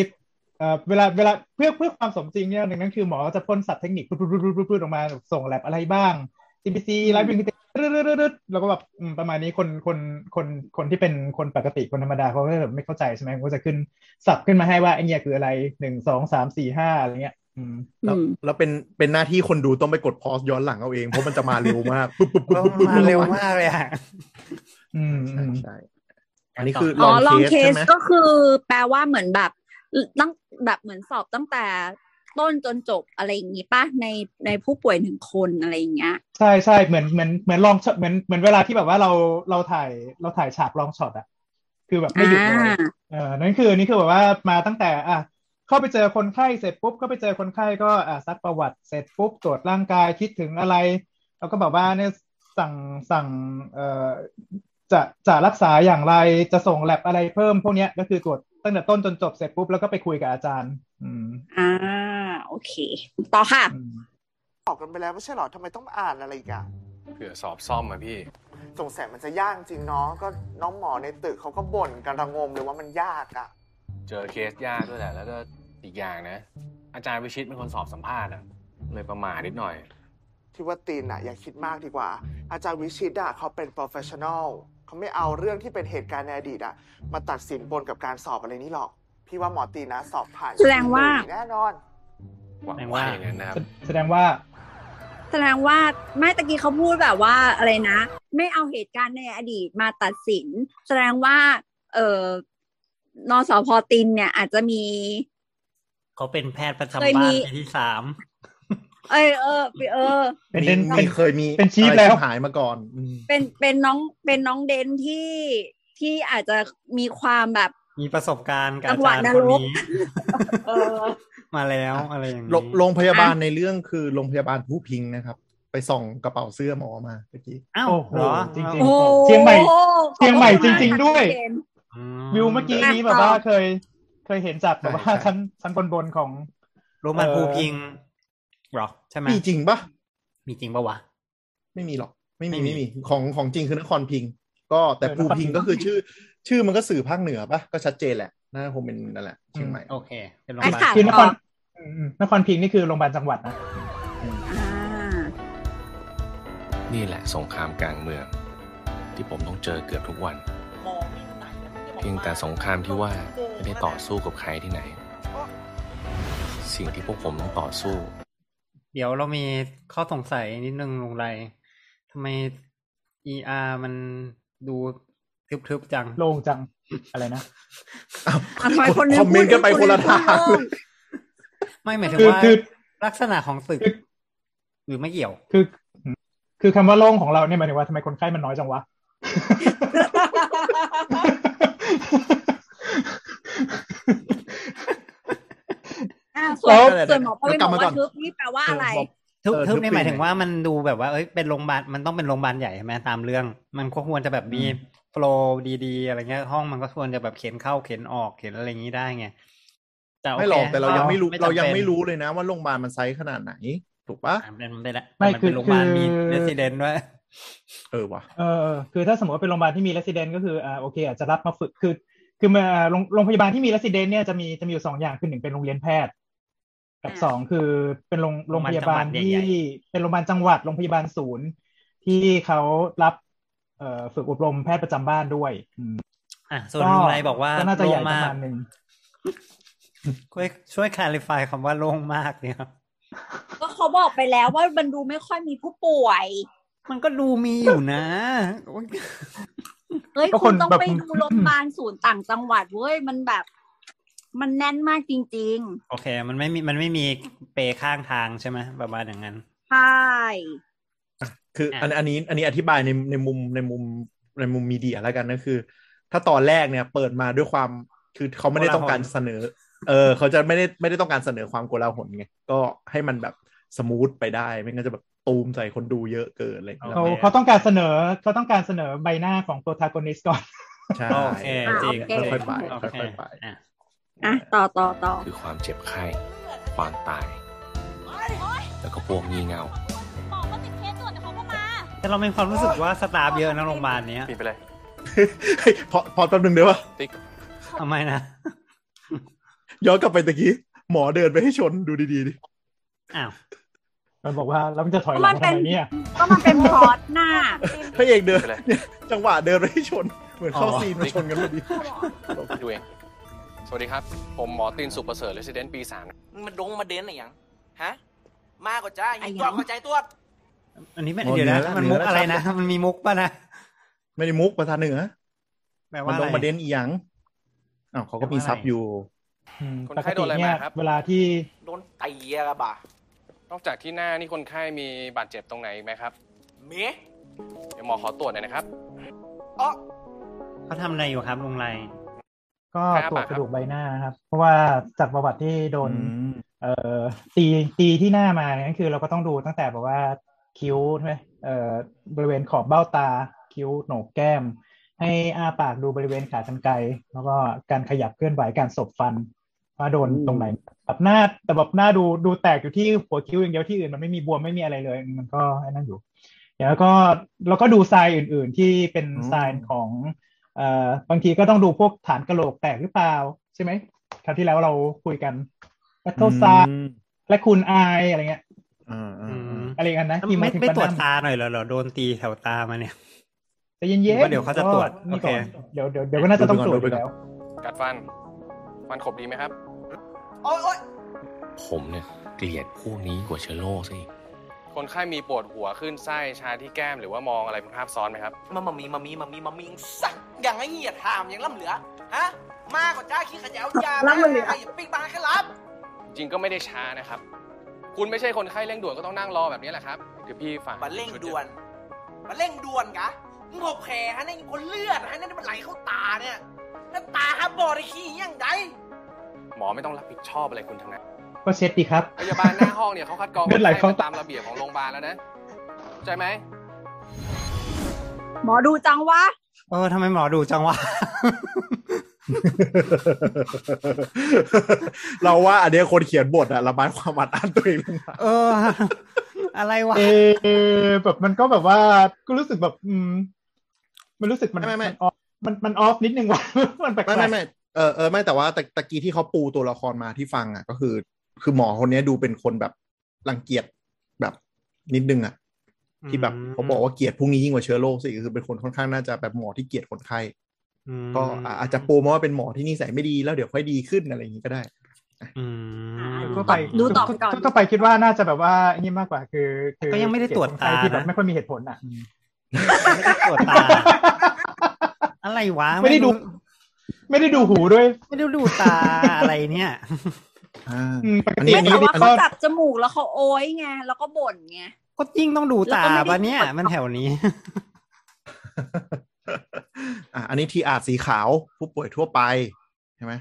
Speaker 4: เอ่อเวลาเวลาเพื่อเพื่อความสมจริงเนี่ยหนึ่งนั้นคือหมอจะพ่นสับเทคนิคพูดพูดพูดพูดออกมาส่งแลบอะไรบ้าง CPC ไลฟ์บินแล้วก็แบบอืมประมาณนี้คนคนคนคนที่เป็นคนปกติคนธรรมดาเขาก็จะแบบไม่เข้าใจใช่ไหมเขาก็จะขึ้นสับขึ้นมาให้ว่าไอเนี่ยคืออะไรหนึ่งสองสามสี่ห้าอะไรเงี้ยอืม
Speaker 5: อืม
Speaker 3: แล้วเป็นเป็นหน้าที่คนดูต้องไปกดพอสย้อนหลังเอาเอง เพราะมันจะมาเร็วมากปุ๊บปุ๊บปุ๊บปุ๊บปุ๊บ
Speaker 2: มาเร็วมากเลยอ่ะ
Speaker 4: อืมอื
Speaker 3: ใช่
Speaker 4: ม
Speaker 3: ใช่อันนี้คืออ
Speaker 5: อ๋อ
Speaker 3: ล
Speaker 5: ล
Speaker 3: อ
Speaker 5: องง
Speaker 3: เค
Speaker 5: เค
Speaker 3: ส
Speaker 5: ส
Speaker 3: ใช่ไหม
Speaker 5: ก็คือแปลว่าเหมือนแบบตั้งแบบเหมือนสอบตั้งแต่ต้นจนจบอะไรอย่างนี้ป่ะในในผู้ป่วยหนึ่งคนอะไรอย่างเงี้ย
Speaker 4: ใช่ใช่เหมือนเหมือนเหมือนลองช็อตเหมือนเหมือนเวลาที่แบบว่าเราเราถ่ายเราถ่ายฉากลองช็อตอะคือแบบไม่หยุดเลย
Speaker 5: อ่า
Speaker 4: เออนั่นคือนี่คือแบบว่ามาตั้งแต่อ่ะเข้าไปเจอคนไข้เสร็จปุ๊บเข้าไปเจอคนไข้ก็อ่ะซักประวัติเสร็จปุ๊บตรวจร่างกายคิดถึงอะไร แล้วก็แบบว่าเนี่ยสั่งสั่งเอ่อ จะจะรักษาอย่างไรจะส่งแลบอะไรเพิ่มพวกเนี้ยก็คือตรวจตั้งแต่ต้นจนจบเสร็จปุ๊บแล้วก็ไปคุยกับอาจารย์ อืม
Speaker 5: อ่าโอเค ต่อค่ะ
Speaker 4: อืม
Speaker 7: ตอบกันไปแล้วไม่ใช่เหรอทำไมต้องอ่านอะไรอีกอะ
Speaker 8: เผื่อสอบซ่อมอะพี่
Speaker 7: สงสัยมันจะยากจริงเนาะก็น้องหมอในตึกเขาก็บ่นกันระงมเลยว่ามันยากอะ
Speaker 8: เจอเคสยากด้วยแหละ แล้วก็อีกอย่างนะ อาจารย์วิชิตเป็นคนสอบสัมภาษณ์อะเลยประมาทนิดหน่อย
Speaker 7: ที่ว่าตีนอะอย่าคิดมากดีกว่า อาจารย์วิชิตอะเขาเป็น professional เขาไม่เอาเรื่องที่เป็นเหตุการณ์ในอดีตอะมาตัดสินบนกับการสอบอะไรนี่หรอก พี่ว่าหมอตีนนะสอบผ่าน
Speaker 5: แสดงว่า
Speaker 7: แน่นอน
Speaker 8: หวัง
Speaker 2: แปล
Speaker 8: ว่า
Speaker 2: ว่า
Speaker 8: อย่างนั้นนะครับ
Speaker 4: แสแสดงว่า
Speaker 5: แสดงว่าไม่ตะกี้เขาพูดแบบว่าอะไรนะ ไม่เอาเหตุการณ์ในอดีตมาตัดสิน แสดงว่า เออนสพตินเนี่ย อาจจะมี
Speaker 2: <laughs> เขาเป็นแพทย์ประ
Speaker 5: เคย
Speaker 2: จำบ้า
Speaker 5: มี
Speaker 2: นไปที่สาม
Speaker 5: เอยเออเออ
Speaker 4: เป็น
Speaker 3: มี
Speaker 4: เป็น
Speaker 3: มี
Speaker 4: เป็น
Speaker 3: เคยมี
Speaker 4: เป็นชีพ
Speaker 3: อะไร
Speaker 4: แล้ว
Speaker 3: หายมาก่อนอืม
Speaker 5: เป็นเป็นน้องเป็นน้องเดนที่ที่อาจจะมีความแบบ
Speaker 2: มีประสบการณ์กับ
Speaker 5: จั
Speaker 2: อาง
Speaker 5: หวะ
Speaker 2: จารย์คน
Speaker 5: นรก
Speaker 2: นี้
Speaker 5: เออ
Speaker 2: มาแล้วอะไรอย่างนี้
Speaker 3: โรงโรงพยาบาลในเรื่องคือโรงพยาบาลผู้พิงนะครับ ไปส่องกระเป๋าเสื้อหมอมาเมื่อกี้
Speaker 2: อ้าว
Speaker 4: โอ้โห
Speaker 2: เหรอ
Speaker 4: จริ
Speaker 2: อ้าว
Speaker 4: งๆ
Speaker 5: โอ้
Speaker 4: เชียงใหม่
Speaker 5: โอ้
Speaker 4: เชียงใหม่
Speaker 5: ขอบคุณาก
Speaker 4: จริงๆด้วย
Speaker 5: เน
Speaker 2: อื
Speaker 4: วิวเมื่อกี้นี้
Speaker 5: อ่ะ
Speaker 4: แบบว่า
Speaker 5: ต่อ
Speaker 4: เคย เคยเห็นจากแบบว่า
Speaker 3: ใช่ใช่
Speaker 4: ชั้นชั้นบนบนๆของ
Speaker 2: โรมัน
Speaker 4: เอ่อ
Speaker 2: ภูพิงเหรอใช่ไหม
Speaker 3: มีจริงปะ
Speaker 2: มีจริงปะวะ
Speaker 3: ไม่มีหรอก ไม่มี
Speaker 2: ไม่มี
Speaker 3: ไม่มีของของจริงคือนครพิง ก็แต่
Speaker 4: เออนค
Speaker 3: ภู
Speaker 4: รพิง
Speaker 3: พิงก็คือชื่อ ชื่อมันก็สื่อภาคเหนือปะก็ชัดเจนแหละน่าจะคงเป็นนั่นแหละเชียงใหม่
Speaker 2: โอเค เป็นโรงพ
Speaker 5: อ่ะ
Speaker 2: ยาบา
Speaker 5: ค่ะ
Speaker 2: ล
Speaker 4: คือนค
Speaker 5: ต่
Speaker 4: ร
Speaker 5: อ
Speaker 4: อืมอืมนครพิงค์นี่คือโรงพยาบาลจังหวัดนะ
Speaker 5: อ่า
Speaker 8: นี่แหละสงครามกลางเมือง ที่ผมต้องเจอเกือบทุกวัน เพียงแต่สงครามที่ว่าไม่ได้ต่อสู้กับใครที่ไหน สิ่งที่พวกผมต้องต่อสู้
Speaker 2: เดี๋ยวเรามีข้อสงสัยนิดนึงลงไรทำไม ER มันดูทึบๆจัง
Speaker 4: โล่งจังอะไรนะ
Speaker 5: อ่ะทำไมคนนึง
Speaker 3: คอมเมนต์กันไป
Speaker 5: พู
Speaker 3: ค
Speaker 5: ด
Speaker 3: น
Speaker 5: เรื่
Speaker 3: ละ
Speaker 5: อง
Speaker 3: ทาง
Speaker 5: คนนึงพูดเรื่อง
Speaker 2: ไม่หมายถึง
Speaker 4: คือ
Speaker 2: ว่า
Speaker 4: คือ
Speaker 2: ลักษณะของตึก
Speaker 4: คือ
Speaker 2: หรือไม่เกี่ยว
Speaker 4: คือ คือคำว่าโล่งของเราเนี่ยหมายถึงว่าทำไมคนไข้มันน้อยจังวะ <laughs>
Speaker 5: อ่ะส่วน
Speaker 3: แล้ว
Speaker 5: ส่วนหมอประเวศ
Speaker 3: เดี๋
Speaker 5: บ
Speaker 3: ยว
Speaker 5: อก
Speaker 3: กลับมาก่อ
Speaker 5: ว่าน ทึบนี่แปลว่าอะไร
Speaker 3: เออ
Speaker 2: ทึบ
Speaker 3: เออ
Speaker 2: ทึบ
Speaker 3: ทึบ
Speaker 2: นี่หมาย
Speaker 3: เป็น
Speaker 2: ถึงว่ามันดูแบบว่าเอ้ยเป็นโรงพยาบาลมันต้องเป็นโรงพยาบาลใหญ่ใช่ไหมตามเรื่อง มันก็ควรจะแบบมี
Speaker 3: อืม
Speaker 2: โฟลว์ดีๆอะไรเงี้ย ห้องมันก็ควรจะแบบเข็นเข้าเข็นออกเข็นอะไรอย่างนี้ได้ไงแต่โอ
Speaker 3: ไม่
Speaker 2: เค
Speaker 3: หรอกแต่เรายังไม่รู้เรายัง
Speaker 2: จำป็น
Speaker 3: ไม่รู้เลยนะว่าโรงพยาบาลมันไซส์ขนาดไหน ถูกปะ
Speaker 2: อ่ะมันเป็นมันเป็นละ
Speaker 4: ไม่
Speaker 2: มันเป็น
Speaker 4: คือ
Speaker 2: โรงพยาบาลมี
Speaker 4: คือ
Speaker 2: เรสซิเดนต์ด้วย
Speaker 3: เออว่ะ
Speaker 4: เออคือถ้าสมมติว่าเป็นโรงพยาบาลที่มี resident ก็คืออ่าโอเคอาจจะรับมาฝึกคือ คือมาโรงโรงพยาบาลที่มี resident เนี่ยจะมีจะมีอยู่สองอย่างคือหนึ่งเป็นโรงเรียนแพทย์ กับสองคือเป็นโรงโรงพยาบาลที่เป็นโรงพยาบาลจังหวัดโรงพยาบาลศูนย์ ที่เขารับเอ่อฝึกอบรมแพทย์ประจำบ้านด้วยอืม
Speaker 2: อ่ะส่วนลุงไรบอกว่า
Speaker 4: ก็น่าจะใหญ่ป
Speaker 2: โล่ง
Speaker 4: ระ
Speaker 2: มาก
Speaker 4: มาณหนึ่ง
Speaker 2: ช่วยช่วยคล a ริฟายคำว่าโล่งมากเนี่ยครับ
Speaker 5: ก็เขาบอกไปแล้วว่ามันดูไม่ค่อยมีผู้ป่วย
Speaker 2: มันก็ดูมีอยู่นะ
Speaker 5: เฮ้ย คุณต้องไปดูโรงพยาบาลศูนย์ต่างจังหวัดเว้ย มันแบบ มันแน่นมากจริง
Speaker 2: โอเค มันไม่มีมันไม่มีเปข้างทางใช่ไหมประมาณอย่างนั้น
Speaker 5: ๆ ใช่
Speaker 3: คือ
Speaker 2: อ่ะ
Speaker 3: อันอันนี้อันนี้อธิบายในในมุมในมุมในมุมมีเดียแล้วกันก็คือ ถ้าตอนแรกเนี่ยเปิดมาด้วยความคือเขาไม่ได้ต้องการเสนอ เออเขาจะไม่ได้ไม่ได้ต้องการเสนอความโกลาหลไงก็ให้มันแบบสมูทไปได้ไม่งั้นจะแบบตูมใส่คนดูเยอะเกินอะไรอย่างเงี้ย
Speaker 4: เขา
Speaker 2: โอค
Speaker 4: เขาต้องการเสนอเขาต้องการเสนอใบหน้าของ protagonist ก่อน
Speaker 3: ใช่
Speaker 2: โอเคจริง
Speaker 3: ค่อยๆไป
Speaker 2: โอเค
Speaker 3: ค่อยๆไป
Speaker 2: อ่ะ
Speaker 5: อ่ะต่อต่อต่อ
Speaker 8: คือความเจ็บไข้ ความตาย แล้วก็พวกงี่เง่า
Speaker 2: แต่เรามีความรู้สึกว่าสตาฟเยอะนะโรงพยาบาลเนี้ย
Speaker 8: ปิดไปเลย
Speaker 3: เฮ้ยพอพอแป๊บ <laughs> นึงเดี๋ยวว่า
Speaker 8: ติ๊ก
Speaker 2: ทำไมนะ
Speaker 3: ย้อนกลับไปตะกี้ หมอเดินไปให้ชนดูดีๆดิ
Speaker 2: อ้าว
Speaker 4: มันบอกว่าแล้วมันจะถอยหลังทำไมเนี่ย
Speaker 5: ก็มันเป็นพล็อตหน้า
Speaker 3: พระเอกเดิน
Speaker 8: ไม่เป็นไร
Speaker 3: เนี่ยจังหวะเดินไปให้ชน เหมือนเข้าซีนมาชนกันพอดี
Speaker 8: ดูเอง สวัสดีครับ ผมหมอตีนสุขประเสริฐเลสเดนปีสามนะ
Speaker 9: มันดงมาเด่นอะไรอย่าง ฮะ มากกว่าจ้า
Speaker 5: อะหยัง
Speaker 9: ตัวเข้าใจตัว
Speaker 2: อันนี้มัน
Speaker 3: หมด
Speaker 2: เดี๋ยวนะ
Speaker 3: เนื้อ
Speaker 2: มันมุก
Speaker 3: เนื้ออ
Speaker 2: อะไรนะมันมีมุกป่ะนะ
Speaker 3: ไม่ได้มุกประธานเหนือ
Speaker 2: แปล
Speaker 3: มั
Speaker 2: ว่าน อะ
Speaker 3: ล
Speaker 2: ไรง
Speaker 3: ประเด็นอีหยังอ้าวเขาก็มีซับอยู่
Speaker 4: อืม
Speaker 8: คน
Speaker 4: ปก
Speaker 8: ไข้โด
Speaker 4: ติ
Speaker 8: นอะไร
Speaker 4: เนี่
Speaker 8: มาย ครับ
Speaker 4: เวลาที่
Speaker 9: โดนไตอะกระบะ
Speaker 8: นอกจากที่หน้านี่คนไข้มีบาดเจ็บตรงไหนไหมครับ
Speaker 9: เม
Speaker 8: เดี๋ยวหมอขอตรวจหน่อยนะครับ
Speaker 9: อ๋อ
Speaker 2: เขาทำอะไรอยู่ครับลุงไร
Speaker 4: ก็
Speaker 8: ใช่ครั
Speaker 4: ต
Speaker 8: บ
Speaker 4: รวจกระดูกใบหน้านะครับ เพราะว่าจากประวัติที่โดน
Speaker 3: อืม
Speaker 4: เอ่อตีตีที่หน้ามาเนี่ยก็คือเราก็ต้องดูตั้งแต่แบบว่าคิ้วใช่ไหมเอ่อบริเวณขอบเบ้าตาคิ้วโหนกแก้ม ให้อ้าปากดูบริเวณขากรรไกรแล้วก็การขยับเคลื่อนไหวการสบฟันว่าโดนตรงไหนแบบหน้าแต่แบบหน้าดูดูแตกอยู่ที่หัวคิ้วอย่างเดียวที่อื่นมันไม่มีบวมไม่มีอะไรเลย มันก็ไอ้นั่นอยู่แล้วก็แล้วก็ดูทรายอื่น ๆ ที่เป็น
Speaker 3: อืม
Speaker 4: ทรายของเอ่อบางทีก็ต้องดูพวกฐานกระโหลกแตกหรือเปล่า ใช่ไหมคราวที่แล้วเราคุยกันแล้วก็ทรายและคุณอายอะไรเงี้ย
Speaker 3: อ่าอ่าอ่า
Speaker 4: อะไรกันนะ
Speaker 2: ไม่
Speaker 4: ที่าถึง
Speaker 2: ไม่ตรวจ
Speaker 4: ปะนำ
Speaker 2: ตาหน่อยเหรอเหรอโดนตีแถวตามาเนี่ย
Speaker 4: ใจเย็น
Speaker 2: หรือว่า
Speaker 4: ๆ
Speaker 2: เดี๋ยวเขาจะตรวจ
Speaker 4: นี่ก่อน
Speaker 2: โอเค
Speaker 4: เดี๋ยวเดี๋ยวเดี๋ยวก็น่าจะต้องตรวจอยู่แล้ว
Speaker 1: กัดฟัน ฟันขบดีไหมครับ
Speaker 8: โอ๊ยโอ๊ย
Speaker 1: ผมเนี่ยเกลียดพวกนี้กว่าเชื้อโรคซะอีก คนไข้มีปวดหัวขึ้นไส้ชาที่แก้มหรือว่ามองอะไรเป็นภาพซ้อนไหมครับ
Speaker 8: มามามีมามีมามีมามีสักอย่างไอ้เหี้ยถามอย่างล่ำเหลือ ฮะ มากกว่าจ้าขี้ขยะเอายา
Speaker 5: ล้ำมันเหลือ
Speaker 8: ไอ้ปิ้งปลาแค่รับ
Speaker 1: จริงก็ไม่ได้ช้านะครับ คุณไม่ใช่คนไข้เร่งด่วนก็ต้องนั่งรอแบบนี้แหละครับเดี๋ยวพี่ฟัง
Speaker 8: บันเร่งด่วนบันเร่งด่วนกะมึงหกแผลฮะเนี่ยคนเลือดฮะเนี่ยมันไหลเข้าตาเนี่ยนั่นตาฮะบอดไอ้ขี้เหี้ยังไง
Speaker 1: หมอไม่ต้องรับผิดชอบอะไรคุณทั้งนั้น
Speaker 4: ก็เช็ดดีครับ
Speaker 1: พยาบาลหน้าห้องเนี่ยเขาคัดกรอง
Speaker 4: เลือดไหล
Speaker 1: คน
Speaker 4: เข้า
Speaker 1: ข้ตามระเบียบของโรงพยาบาลแล้วนะเข้าใจไหม
Speaker 5: หมอดูจังวะ
Speaker 2: เออทำไมหมอดูจังวะ
Speaker 3: เราว่าอันเนี้ยคนเขียนบทอะระบายความอัดอั้นตัวเองลงมา
Speaker 2: เออ อะไรวะ
Speaker 4: เออแบบมันก็แบบว่าก็รู้สึกแบบอืมมันรู้สึกมันมันออฟมันมันออฟนิดนึงว่ะ <laughs> มันแปลกๆ
Speaker 3: ไม่ไม่ไม่เออเออไม่แต่ว่าตะตะกี้ที่เขาปูตัวละครมาที่ฟังอะก็คือ คือหมอคนเนี้ยดูเป็นคนแบบรังเกียจแบบนิดนึงอะที่แบบเขาบอกว่าเกลียดพวกนี้ยิ่งกว่าเชื้อโรคสิคือเป็นคนค่อนข้างน่าจะแบบหมอที่เกลียดคนไข้
Speaker 2: อืม
Speaker 3: ก็อ่ะอาจจะปูมาว่าเป็นหมอที่นิสัยไม่ดีแล้วเดี๋ยวค่อยดีขึ้นอะไรอย่างนี้ก็ได้
Speaker 2: อืม
Speaker 4: ทั่วไป
Speaker 5: ดูต่อไปก่อน
Speaker 4: ทั่วไปคิดว่าน่าจะแบบว่าอันนี้มากกว่าคือคือ
Speaker 2: แต่ก็ยังไม่ได้ตรวจตานะ
Speaker 4: ที่แบบไม่ค่อยมีเหตุผลอ่ะ
Speaker 2: ไม่ได้ตรวจ
Speaker 4: <laughs>
Speaker 2: ตา อะไรวะ
Speaker 4: ไม่ได้ดู ไม่ได้ดูหูด้วย
Speaker 2: ไม่ได้ดูตาอะไรเนี่ย
Speaker 3: อ่า
Speaker 4: อืมปก
Speaker 3: อันนี้
Speaker 4: ติ
Speaker 3: อั
Speaker 5: ไม่
Speaker 3: นนี้ <laughs>
Speaker 5: แต่ว่าเขาจับจมูกแล้วเขาโอยไงแล้วก็บ่นไง
Speaker 2: ก็ยิ่งต้องดูตา
Speaker 5: แล้วก็ไม่
Speaker 2: ปะ
Speaker 5: ได้
Speaker 2: เนี่ย
Speaker 5: ตรวจตามั
Speaker 2: มันแถวนี้
Speaker 3: อ่ะอันนี้ทีอาจสีขาวผู้ป่วยทั่วไปใช่ไหม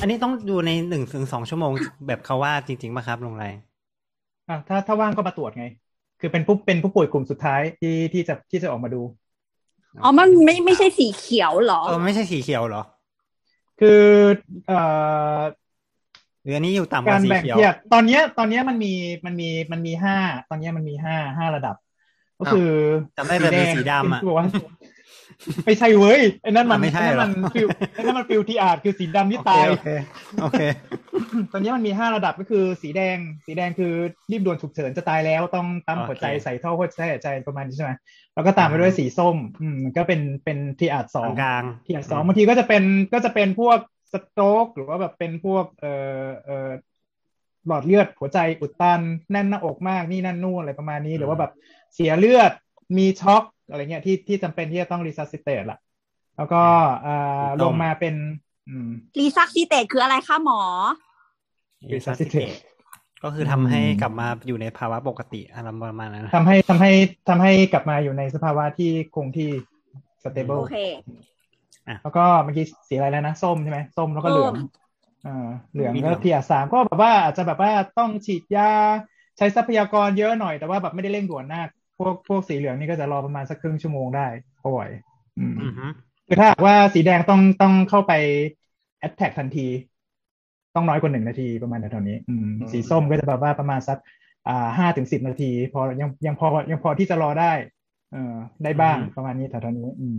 Speaker 2: อันนี้ต้องดูในหนึ่งถึงสองชั่วโมงแบบเขาว่าจริงๆป่ะครับลงไร
Speaker 4: อ่ะถ้าถ้าว่างก็มาตรวจไง คือเป็นผู้เป็นผู้ป่วยกลุ่มสุดท้ายที่ที่จะที่จะออกมาดู
Speaker 5: อ๋อมันไม่ไม่ใช่สีเขียวเหรอ
Speaker 2: เออไม่ใช่สีเขียวเหรอ
Speaker 4: คือเอ่อ
Speaker 2: หรืออันนี้อยู่ต่ำก
Speaker 4: กา
Speaker 2: ว่าร สี
Speaker 4: แบ่ง
Speaker 2: เขียว
Speaker 4: เทียบตอนเนี้ยตอนเนี้ยมันมีมันมีมันมีห้าตอนเนี้ยมันมีห้าห้าระดับ ก็คือ
Speaker 2: จำได้แต่มีสีดำอะ
Speaker 4: ที่บอกว่าไม่ใช่เว้ยไอ้นั่นมัน
Speaker 2: อ่ะไม่ใช่
Speaker 4: อ้นั่นมัน
Speaker 2: เหรอ
Speaker 4: ฟิวไอ้นั่นมันฟิวที่อาจคือสีดำที่ตาย
Speaker 2: โอเคโอเค
Speaker 4: ตอนเนี้ยมันมีห้าระดับก็คือสีแดง สีแดงคือรีบด่วนฉุกเฉินจะตายแล้วต้องปั๊ม
Speaker 2: โอเค
Speaker 4: หัวใจใส่ท่อหัวใจหายใจประมาณนี้ใช่ไหมแล้วก็ตามไปด้วย
Speaker 2: อ่า
Speaker 4: สีส้ม อืมก็เป็นเป็นที่อาจสอง
Speaker 2: กลางๆ
Speaker 4: ที่อย่างสองบางทีก็จะเป็นก็จะเป็นพวกสโตรกหรือว่าแบบเป็นพวกเอ่อเอ่อหลอดเลือดหัวใจอุดตันแน่นหน้าอกมากนี่นั่นนู่นอะไรประมาณนี้ หรือว่าแบบเสียเลือดมีช็อกอะไรเงี้ยที่ที่จำเป็นที่จะต้องรีซัสซิเตตล่ะ แล้วก็เอ่อลงมาเป็น อืม
Speaker 5: รีซักซีเตตคืออะไรคะหมอ
Speaker 4: รีซัสซิเตต
Speaker 2: ก็คือทำให้กลับมาอยู่ในภาวะปกติอะไรประมาณนั้นนะ
Speaker 4: ทำให้ทำให้ทำให้กลับมาอยู่ในสภาวะที่คงที่สเตเบิล
Speaker 5: โอเค
Speaker 4: แล้วก็เมื่อกี้สีอะไรแล้วนะ ส้มใช่ไหมส้มแล้วก็เหลือง
Speaker 5: ส้ม
Speaker 4: อ่าเหลืองแล้วทีอาสามก็แบบว่าอาจจะแบบว่าต้องฉีดยาใช้ทรัพยากรเยอะหน่อยแต่ว่าแบบไม่ได้เร่งด่วนมากพวกพวกสีเหลืองนี่ก็จะรอประมาณสักครึ่งชั่วโมงได้ก็ไหวอืม
Speaker 2: อือฮึ
Speaker 4: คือถ้าหากว่าสีแดงต้องต้องเข้าไปแอดแท็กทันที ต้องน้อยกว่าหนึ่งนาทีประมาณแถวๆนี้ อืม
Speaker 3: อืม
Speaker 4: สีส้มก็จะแบบว่าประมาณสักอ่าห้าถึงสิบนาที พอยังยังพอยังพอที่จะรอได้ เออได้บ้างประมาณนี้แถวๆนี้ อืม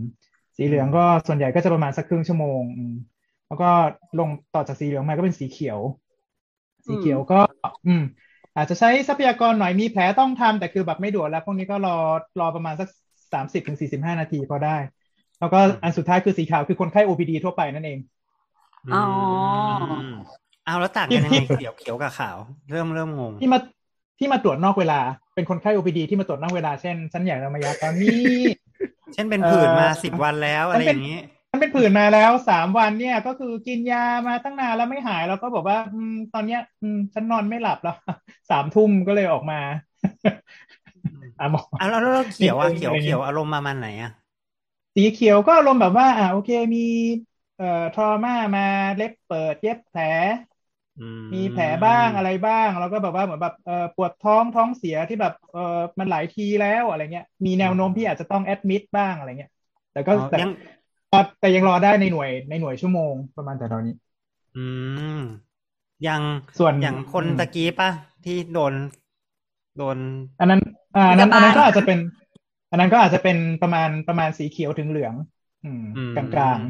Speaker 4: สีเหลืองก็ส่วนใหญ่ก็จะประมาณสักครึ่งชั่วโมงอืมแล้วก็ลงต่อจากสีเหลืองมาก็เป็นสีเขียว
Speaker 5: อืม
Speaker 4: สีเขียวก็ อืม อาจจะใช้ทรัพยากรหน่อยมีแผลต้องทำแต่คือแบบไม่ด่วนแล้ว พวกนี้ก็รอรอประมาณสักสามสิบถึงสี่สิบห้านาทีพอได้ แล้วก็อันสุดท้ายคือสีขาวคือคนไข้ OPD ทั่วไปนั่นเอง
Speaker 5: อ๋อ
Speaker 2: มเอาแล้วต่างกันยังไงเขียวเขียวกับขาว เริ่มเริ่มงง
Speaker 4: ที่มาที่มาตรวจนอกเวลา เป็นคนไข้ OPD ที่มาตรวจนอกเวลาเช่นฉันอยากระมายาตอนนี้ <laughs>
Speaker 2: เช่นเป็นผื่นมา
Speaker 4: เอ่อ
Speaker 2: สิบวันแล้วอะไรอย่างนี้
Speaker 4: มันเป็นผื่นมาแล้วสามวันเนี่ยก็คือกินยามาตั้งนานแล้วไม่หายแล้วก็บอกว่าอืมตอนเนี้ยอืมฉันนอนไม่หลับแล้ว <laughs> สามทุ่มก็เลยออกมา <laughs> อ่ะหมอ
Speaker 2: อ่ะแล้วแล้วแล้วเขียวอ่ะ
Speaker 4: เป็น
Speaker 2: เขียว
Speaker 4: เป็น
Speaker 2: เขียวอารมณ์ประมาณไหนอ่ะ
Speaker 4: สีเขียวก็อารมณ์แบบว่า อ่าโอเคมีเอ่อทรมามาเล็บเปิดเย็บแผล
Speaker 2: อื
Speaker 4: มีแผลบ้างอะไรบ้าง แล้วก็แบบว่าเหมือนแบบเอ่อปวดท้องท้องเสียที่แบบเอ่อมันหลายทีแล้วอะไรเงี้ยมีแนวโน้มที่อาจจะต้องแอดมิดบ้างอะไรเงี้ย แต่ก็
Speaker 2: อ๋อ
Speaker 4: แต่
Speaker 2: ยัง
Speaker 4: แต่แต่ยังรอได้ในหน่วยในหน่วยชั่วโมงประมาณแต่ตอนนี้
Speaker 2: อืมอย่าง
Speaker 4: ส่วน
Speaker 2: อย่างคน
Speaker 4: อืม
Speaker 2: ตะกี้ปะที่โดน โดน
Speaker 4: อันนั้นอ่าอันนั้น
Speaker 5: พ
Speaker 4: อันั้
Speaker 5: ยาน บาล
Speaker 4: นก็อาจจะเป็น อันนั้นก็อาจจะเป็นประมาณประมาณสีเขียวถึงเหลือง อืม
Speaker 2: อืม
Speaker 4: กลาง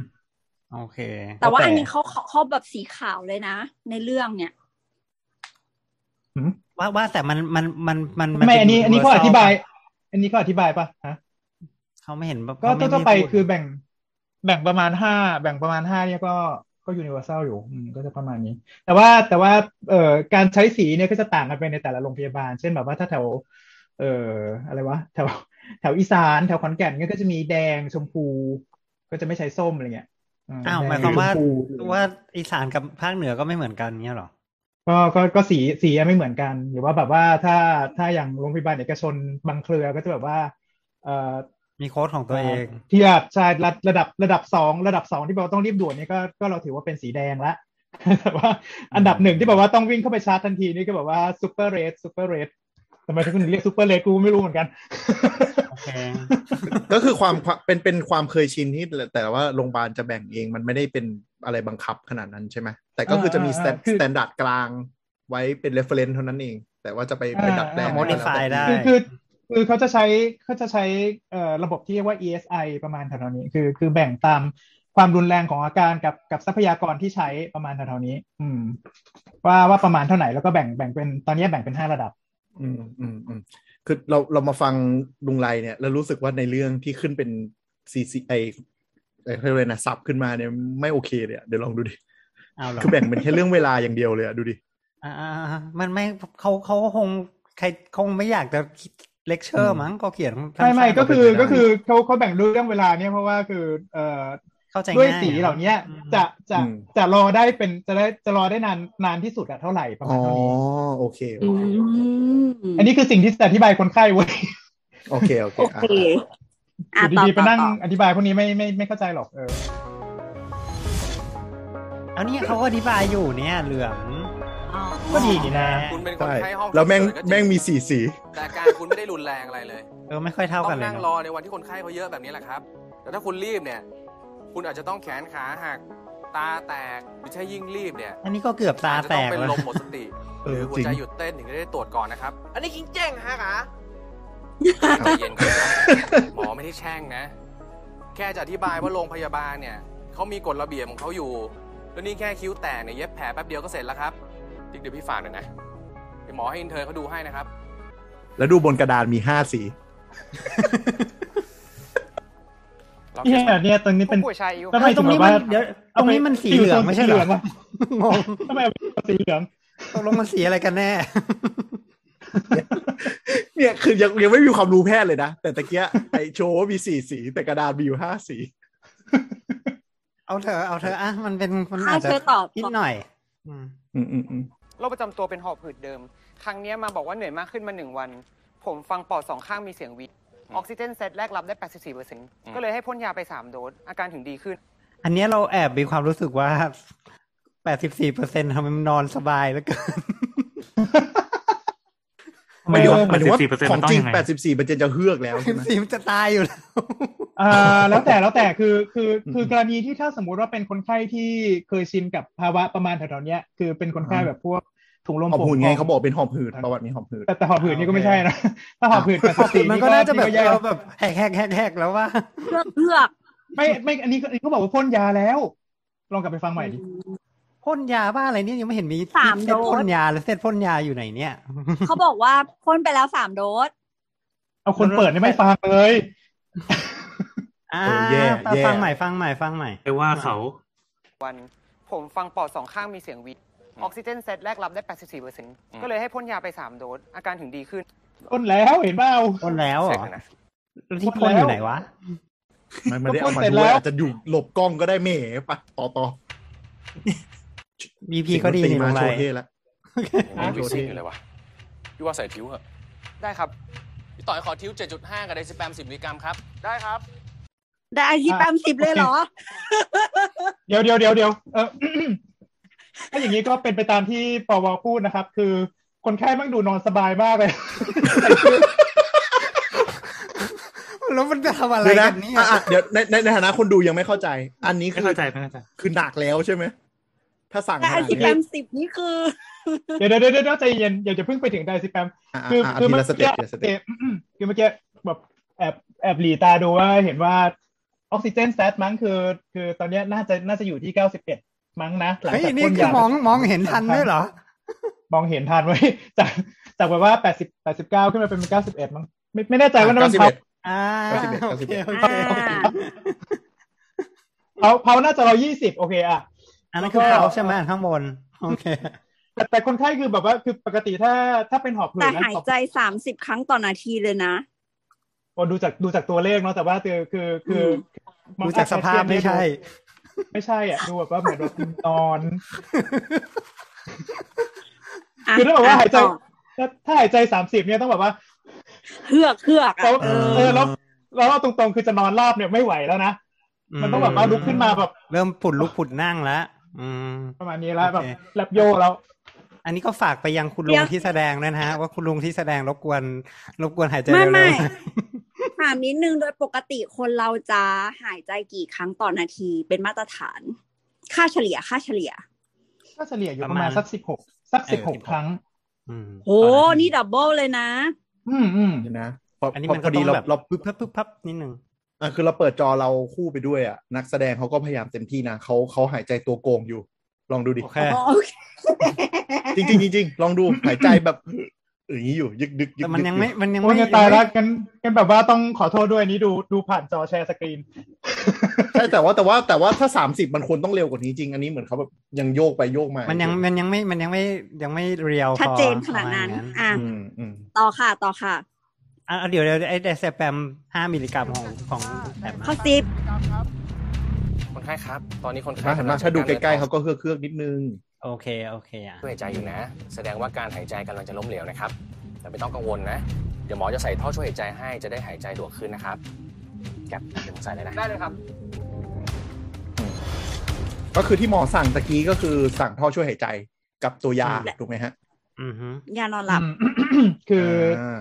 Speaker 2: โอเค
Speaker 5: แต่ว่าอันนี้เขาเขาเขาแบบสีขาวเลยนะ ในเรื่องเนี่ย
Speaker 4: ๆหืม
Speaker 2: ว่าว่าแต่มันมันมันมัน
Speaker 4: ไม่
Speaker 2: เป็
Speaker 4: อันนี้ อันนี้เขาอ
Speaker 2: universal
Speaker 4: ธิบาย
Speaker 2: ปะ
Speaker 4: อันนี้ก็อธิบายปะฮะ
Speaker 2: เขาไม่เห็นแบบ
Speaker 4: ก็
Speaker 2: เขาม่
Speaker 4: ทั่วๆไป
Speaker 2: ม่พูด
Speaker 4: คือแบ่งแบ่งประมาณห้าแบ่งประมาณห้าเนี่ยก็ก็ยูนิเวอร์แซลอยู่อืมก็จะประมาณนี้ แต่ว่าแต่ว่าเอ่อการใช้สีเนี่ยก็จะต่างกันไปในแต่ละโรงพยาบาล เช่นแบบว่าถ้าแถว เอ่ออะไรวะแถวแถวอีสานแถวขอนแก่นเนี่ยก็จะมีแดงชมพู ก็จะไม่ใช้ส้มอะไรเงี้ย
Speaker 2: อ้าวห
Speaker 4: แด
Speaker 2: มาย
Speaker 4: ง
Speaker 2: ความว่า
Speaker 4: ชพู
Speaker 2: ว่าอีสานกับภาคเหนือก็ไม่เหมือนกันเงี้ยเหรอ
Speaker 4: ก็ก็ก็สีสีไม่เหมือนกัน หรือว่าแบบว่าถ้าถ้าอย่างโรงพยาบาลเอกชนบางเครือก็จะแบบว่า เอ่อ
Speaker 2: มีโค้ดของตัวเอง
Speaker 4: เทียบใช่ระระดับระดับสองระดับสองที่บอกว่าต้องรีบด่วนนี่ก็ก็เราถือว่าเป็นสีแดงละ <laughs> แต่ว่าอันดับหนึ่งที่บอกว่าต้องวิ่งเข้าไปชาร์จทันทีนี่ก็แบบว่าซูเปอร์เรสซูเปอร์เรสทำไมถึงเรียกซูเปอร์เรสกูไม่รู้เหมือนกัน
Speaker 2: โอเค
Speaker 3: ก็คือความ <laughs> เป็นเป็นความเคยชินที่แต่แต่ว่าโรงพยาบาลจะแบ่งเองมันไม่ได้เป็นอะไรบังคับขนาดนั้นใช่ไหมแต่ก็คือจะมีส
Speaker 4: อ่า
Speaker 3: แตน
Speaker 4: อ่าคือ
Speaker 3: สแตนดาร์ดกลางไว้เป็นเรฟเฟรนซ์เท่านั้นเอง แต่ว่าจะไปไปดัดแปลง
Speaker 2: อ่า modify
Speaker 3: ก็แล้วแต่
Speaker 2: ได้
Speaker 4: คือคือคือเขาจะใช้เขาจะใช้เอ่อระบบที่เรียกว่า ESI ประมาณแถวๆนี้คือคือแบ่งตามความรุนแรงของอาการกับกับทรัพยากรที่ใช้ประมาณแถวๆนี้ อืม ว่าว่าประมาณเท่าไหร่แล้วก็แบ่งแบ่งเป็นตอนนี้แบ่งเป็นห้าระดับ
Speaker 3: อืมอืมอืมคือเราเรามาฟังลุงไรเนี่ย แล้วรู้สึกว่าในเรื่องที่ขึ้นเป็น CCI เอ่อเขาเรียกอะไรนะซับขึ้นมาเนี่ยไม่โอเคเลยอะเดี๋ยวลองดูดิ
Speaker 2: เอาเหรอ
Speaker 3: คือแบ่งเป็นแค่เรื่องเวลาอย่างเดียวเลยอะดูดิ
Speaker 2: อ่าๆมันไม่เขาเขาคงใครคงไม่อยากจะเลคเชอร์มั้งก็เขียน
Speaker 4: ไม่ไม่
Speaker 2: สั้นๆ
Speaker 4: ก็คือ
Speaker 2: ไปเลยนะ
Speaker 4: ก็คือเขาเขาแบ่งด้วยเรื่องเวลาเนี่ยเพราะว่าคือเอ่อ
Speaker 2: เข้าใจ
Speaker 4: ด้วย
Speaker 2: ง่
Speaker 4: สีเหล่าเนี้ย
Speaker 2: อืม
Speaker 4: จะจะ
Speaker 3: อืม
Speaker 4: จะรอได้เป็นจะได้จะรอได้นานนานที่สุดอะเท่าไหร่ประมา
Speaker 3: อ๋
Speaker 4: ณ
Speaker 3: อ
Speaker 4: เท่านี้
Speaker 3: โอเค
Speaker 5: อืม
Speaker 4: อันนี้คือสิ่งที่จะอธิบายคนไข้เว้ย
Speaker 3: โอเคโอเค
Speaker 5: โอ
Speaker 3: อ่ะ
Speaker 5: เคอ่ะ
Speaker 4: อยู่
Speaker 5: ต่อ
Speaker 4: ดีๆไป
Speaker 5: ต่อ
Speaker 4: นั่ง
Speaker 5: ต่อ
Speaker 4: อธิบายพวกนี้ไม่ไม่ไม่เข้าใจหรอกเออ
Speaker 2: เอาเนี่ยเขาอธิบายอยู่เนี่ยเหลือง
Speaker 5: อ๋อ
Speaker 4: ก็ดีนะ
Speaker 8: คุณเป็นคน
Speaker 3: ใช่
Speaker 8: ไข้ห้องฉุกเฉิน
Speaker 3: แล้วแม่ง
Speaker 8: ก็จริ
Speaker 3: แม่งมีสีสี
Speaker 8: แต่อาการคุณไม่ได้รุนแรงอะไรเลย
Speaker 2: เออไม่ค่อยเท่ากัน
Speaker 8: ต้อง
Speaker 2: เลย
Speaker 8: นั่งร
Speaker 2: เนอะ
Speaker 8: อในวันที่คนไข้เขาเยอะแบบนี้แหละครับ แต่ถ้าคุณรีบเนี่ย คุณอาจจะต้องแขนขาหัก ตาแตกหรือใช่ยิ่งรีบเนี่ย
Speaker 2: อันนี้ก็เกือบตา
Speaker 8: อาจจะ
Speaker 2: แต
Speaker 8: ต้อง
Speaker 2: ก
Speaker 8: เป็น
Speaker 2: แล้ว
Speaker 8: ลมหมดสติ
Speaker 3: เอ
Speaker 8: หรือ อหัว
Speaker 3: จริง
Speaker 8: ใจหยุดเต้นถึงจะได้ตรวจก่อนนะครับ อันนี้คิงแจ้งฮะกะ
Speaker 3: ครับ
Speaker 8: ใจเย็นก่อนนะหมอไม่ได้แช่งนะ แค่จะอธิบายว่าโรงพยาบาลเนี่ยเขามีกฎระเบียบของเขาอยู่ แล้วนี่แค่คิ้วแตกเนี่ยเย็บแผลแป๊บเดียวก็เสร็จแล้วครับเดี๋ยวพี่ฝากหน่อยนะเดี๋ยวหมอให้อินเทอร์เขาดูให้นะครับ
Speaker 3: แล้วดูบนกระดานมีห้าสี
Speaker 8: เรา
Speaker 4: เนี่
Speaker 8: จะ
Speaker 4: ยเนี่ยตรงนี้เป็น
Speaker 7: ผู้ป่วยชายอายุ
Speaker 4: แล้ว
Speaker 2: เฮ้ยตรงนี้มันเดี๋ยวตรงนี้มันสีเหลืองไม่ใช่เหรอ
Speaker 4: สีวะ
Speaker 2: งง
Speaker 4: ทำไมเอาสีเหลือง
Speaker 2: ตกลงมันสีอะไรกันแน่
Speaker 3: เนี่ยคือยังยังไม่มีความรู้แพทย์เลยนะ แต่ตะเกียไอโชว์ว่ามีสี่สี แต่กระดานมีอยู่ห้าสี
Speaker 2: เอาเธอะเอาเธอะอ่ะมันเป็นมัน
Speaker 5: อ่ะ
Speaker 2: อาจจะ
Speaker 5: เธอตอบ
Speaker 2: นิดหน่อย อืม
Speaker 3: อืมอืมอืม
Speaker 7: โรคประจำตัวเป็นหอบหืดเดิม ครั้งเนี้ยมาบอกว่าเหนื่อยมากขึ้นมาหนึ่งวัน ผมฟังปอดสองข้างมีเสียงวิตออกซิเจนเซตแรกรับได้ 84เปอร์เซ็นต์ก็เลยให้พ่นยาไป 3 โดส อาการถึงดีขึ้น
Speaker 2: อันเนี้ยเราแอบมีความรู้สึกว่า 84เปอร์เซ็นต์ทำไมมันนอนสบายแล้วกิน
Speaker 3: หมายถึงว่าหมายถึงว่า
Speaker 10: 84%
Speaker 3: ของ
Speaker 10: มันต้อง
Speaker 3: จริง
Speaker 10: ยังไง
Speaker 3: แปดสิบสี่เปอร์เซ็นต์จะเฮือกแล้วใช่ไหม
Speaker 2: 84มันจะตายอยู่แล้ว
Speaker 4: อ่าแล้วแต่แล้วแต่คือคือคือ
Speaker 3: ม
Speaker 4: กรณีที่ถ้าสมมุติว่าเป็นคนไข้ที่เคยชินกับภาวะประมาณแถวๆเนี้ยคือเป็นคนไข้
Speaker 3: อ่า
Speaker 4: แบบพวกถุงลม
Speaker 3: หอบ
Speaker 4: โป่
Speaker 3: หืดไง
Speaker 4: พอง
Speaker 3: เขาบอกเป็นหอบหืดประวัติมีหอบหืด
Speaker 4: แต่แต่หอบหืดนี่ก็ไม่ใช่นะถ้าหอบหืดแต่
Speaker 2: ปกติมันก็น่าจะแบบ
Speaker 4: แย่
Speaker 2: เราแบบแหกแหกแหกแหกแล้วว่า
Speaker 5: เลือกเลือก
Speaker 4: ไม่ไม่อันนี้อันนี้เขาบอกว่าพ่นยาแล้ว ลองกลับไปฟังใหม่ดิ
Speaker 2: พ่นยาบ้าอะไรเนี่ยยังไม่เห็นมี
Speaker 5: สาม
Speaker 2: เซต
Speaker 5: โด
Speaker 2: พ่น
Speaker 5: ส
Speaker 2: ยาแล้วเซตพ่นยาอยู่ไหนเนี่ย
Speaker 5: เขาบอกว่าพ่นไปแล้วสามโดส
Speaker 4: เอาคนเปิดเนี่ยไม่ฟังเลย
Speaker 2: อ่า
Speaker 3: เออแย่แย่
Speaker 2: ฟังใหม่ฟังใหม่ฟังใหม่
Speaker 10: ไปว่าเขา
Speaker 7: วันผมฟังปอดสองข้างมีเสียงวิตออกซิเจนเซตแรกรับได้ 84เปอร์เซ็นต์ก็เลยให้พ่นยาไป 3 โดส อาการถึงดีขึ้น
Speaker 4: พ่นแล้วเห็นเปล่า
Speaker 2: พ่นแล้วเหร
Speaker 8: เช็
Speaker 2: อ
Speaker 8: คหน่อยนะ
Speaker 2: แล้วที่พ่นอยู่ไหนวะ
Speaker 3: มันไม่ได้เอามา
Speaker 4: ก็พูดเสร็จ
Speaker 3: ด้
Speaker 4: แล้ว
Speaker 3: ยว อาจจะอยู่หลบกล้องก็ได้แหมไปะต่อต่อ
Speaker 2: BP ก็ดี
Speaker 3: ตี
Speaker 2: นี่ล
Speaker 3: มาง โช
Speaker 2: ไร
Speaker 3: ว์เท่แล้ว
Speaker 8: ยังมีวิซิ่งอยู่เลยวะพี่ว่าใส่ทิ้วเหอะ
Speaker 7: ได้ครับ
Speaker 8: พี่ต่อยขอทิ้ว 7.5 กับไดซิแปม 10 มิลลิกรัมครับ
Speaker 7: ได้ครับ
Speaker 5: ได้ที่แปมสิบเลยเหรอ
Speaker 4: เดี๋ยวเดี๋ยวเดี๋ยวเดี๋ยวเอ <coughs> อ ถ้าอย่างนี้ก็เป็นไปตามที่ปวพูดนะครับ คือคนไข้แมั่งดูนอนสบายมากเลย
Speaker 2: แล้วมันจะทำอะไร
Speaker 3: เดี๋ยวนะ
Speaker 2: กันเนี่ย
Speaker 3: อ่ะอ่ะเดี๋ยวในในในฐานะคนดูยังไม่เข้าใจ อันนี้
Speaker 10: ไม่
Speaker 3: คือ
Speaker 10: เข้าใจไม่เข้าใจ
Speaker 3: คือหนักแล้วใช่ไหมถ้าสั่ง
Speaker 5: แต่
Speaker 3: ข
Speaker 5: อัน
Speaker 3: นาด
Speaker 5: สิบ
Speaker 3: นี้
Speaker 5: แปมสิบนี่คือ
Speaker 4: <laughs> เดี๋ยวเดี๋ยวเดี๋ยวเดี๋ยวใจเย็นอย่าจะเพิ่งไปถึงไดซิแปม
Speaker 3: อ่ะ
Speaker 4: คือ
Speaker 3: อ่ะอ่ะ
Speaker 4: คือ
Speaker 3: ที
Speaker 4: เมื่
Speaker 3: ละ
Speaker 4: อ
Speaker 3: สเต็
Speaker 4: กี้
Speaker 3: ปทีละสเต็ป
Speaker 4: เอ๊ะคือเมื่อกี้แบบแอบแอบหลีตาดูว่าเห็นว่าออกซิเจนแซดมั้งคือ คือตอนเนี้ยน่าจะน่าจะอยู่ที่เก้าสิบเอ็ดมั้งนะหลัง
Speaker 2: เฮ้ย
Speaker 4: จาก
Speaker 2: นี่
Speaker 4: พ่
Speaker 2: คือย
Speaker 4: นาม
Speaker 2: องมองเห็นทันด้วยเหรอ
Speaker 4: มองเห็นทันไว้ย <laughs> จากจากแบบว่าแปดสิบแปดสิบเก้าขึ้นมาเป็นเก้าสิบเอ็ดมั้งไม่ไม่แน่ใจว่านั่นมันเผา
Speaker 2: อ่า
Speaker 3: 91
Speaker 2: โอเคโอเค
Speaker 5: อ่า
Speaker 4: เผาเผาน่าจะเรายี่สิบโอเคอ่ะ
Speaker 2: อันนั้นคือเขาใช่ไหมอันข้างบน โอเค
Speaker 4: แต่แต่คนไข้คือแบบว่าคือปกติถ้าถ้าเป็นหอบหืด
Speaker 5: แต่
Speaker 4: นะ
Speaker 5: หายใจสามสิบครั้งต่อนาทีเลยนะ
Speaker 4: โอ้ดูจากดูจากตัวเลขเนาะแต่ว่าคือคือคือ
Speaker 2: ดูจากสภาพไม่ใช่
Speaker 4: ไม่ใช่อ่ะดูแบบว่าเหมือนแบบนอน
Speaker 5: ะ
Speaker 4: คือถ้าแบบว่าหายใจ
Speaker 5: ต่อ
Speaker 4: ถ้าถ้าหายใจสามสิบเนี่ยต้องแบบว่า
Speaker 5: เฮือกเฮือก
Speaker 4: เรา
Speaker 5: อ่ะ
Speaker 4: เออแล้วเราตรงๆคือจะนอนราบเนี่ยไม่ไหวแล้วนะ มันต้องแบบว่าลุกขึ้นมาแบบ
Speaker 2: เริ่มผุดลุกผุดนั่งแล้วอืม
Speaker 4: ประมาณนี้แล้วแบบ
Speaker 2: โอเค
Speaker 4: แลบโยแล้ว
Speaker 2: อันนี้ก็ฝากไปยังคุณ
Speaker 5: เดี๋
Speaker 2: ลุง
Speaker 5: ยว
Speaker 2: ที่แสดงด้วยนะฮะว่าคุณลุงที่แสดงรบกวนรบกวนหายใจ
Speaker 5: ไม่
Speaker 2: เร็วๆหน่
Speaker 5: ไม่
Speaker 2: อย
Speaker 5: ถามนิดนึงโดยปกติคนเราจะหายใจกี่ครั้งต่อนาทีเป็นมาตรฐาน ค่าเฉลี่ยค่าเฉลี่ย
Speaker 4: ก็เฉลี่ยอยู่ประมาณสักสิบหกสักสิบหกครั้ง
Speaker 2: อืม
Speaker 5: โหนี่ดับเบิลเลยนะ
Speaker 4: อืมอืม
Speaker 3: เดี๋ยวนะพอ
Speaker 2: อันนี้
Speaker 3: พอ
Speaker 2: มัน
Speaker 3: พ
Speaker 2: ก็
Speaker 3: อ
Speaker 2: ต้
Speaker 3: ดี
Speaker 2: อง
Speaker 3: เรา
Speaker 2: แบบ
Speaker 3: เรา
Speaker 2: ปึ๊บพับปึ๊บพับนิดนึง
Speaker 3: อ่ะคือเราเปิดจอเราคู่ไปด้วยอ่ะนักแสดงเขาก็พยายามเต็มที่นะเขาเขาหายใจตัวโกงอยู่ ลองดูดิ
Speaker 2: โอเค
Speaker 5: โอเค
Speaker 3: จริงๆจริงๆลองดูหายใจแบบ <laughs> อย่างนี้อยู่ ยึกดึกยึก
Speaker 2: แต่มัน
Speaker 3: ดึก
Speaker 2: ยัง
Speaker 3: อ
Speaker 2: ไม่มันยัง
Speaker 4: โอ้ย
Speaker 2: ไม่
Speaker 4: จะตายแล้วกันกันแบบว่าต้องขอโทษด้วยอันนี้ดูดูผ่านจอแชร์สกรีน
Speaker 3: ใช่แต่ว่าแต่ว่าแต่ว่าถ้าสามสิบมันควรต้องเร็วกว่านี้จริง อันนี้เหมือนเขาแบบยังโยกไปโยกมา
Speaker 2: มั
Speaker 3: มัน
Speaker 2: ยังมันยังไม่มันยังไม่ยังไม่เรียวพอ
Speaker 5: ชัดเจนขนาดนั้น
Speaker 2: ประมณ
Speaker 5: อ่ะ
Speaker 3: อืมอืม
Speaker 5: ต่อค่ะต่อค่ะ
Speaker 2: อ่ะเดี๋ยวเดี๋ยวไอ้เดซแปมห้ามิลลิกรัมของของแปม
Speaker 5: ข้อสิบ
Speaker 8: คนไข้ครับ ตอนนี้คน
Speaker 3: เห็น
Speaker 8: ไข้
Speaker 3: ปะเห็นปะถ้าดูใกล้ๆเขาก็เครือกเครือกนิดนึง
Speaker 2: โอเคโอเคอ่ะ
Speaker 8: ช่วยหายใจอยู่นะ แสดงว่าการหายใจกำลังจะล้มเหลวนะครับ แต่ไม่ต้องกังวลนะ เดี๋ยวหมอจะใส่ท่อช่วยหายใจให้จะได้หายใจดวกขึ้นนะครับแกปเดี๋ยวผมใส่เลยนะ
Speaker 7: ได้เลยครับ
Speaker 3: ก็คือที่หมอสั่งตะกี้ก็คือสั่งท่อช่วยหายใจกับตัวยาถูกไหมฮะ
Speaker 2: อือฮึ
Speaker 5: ยานอนหลับ
Speaker 4: อืม <coughs> คืออา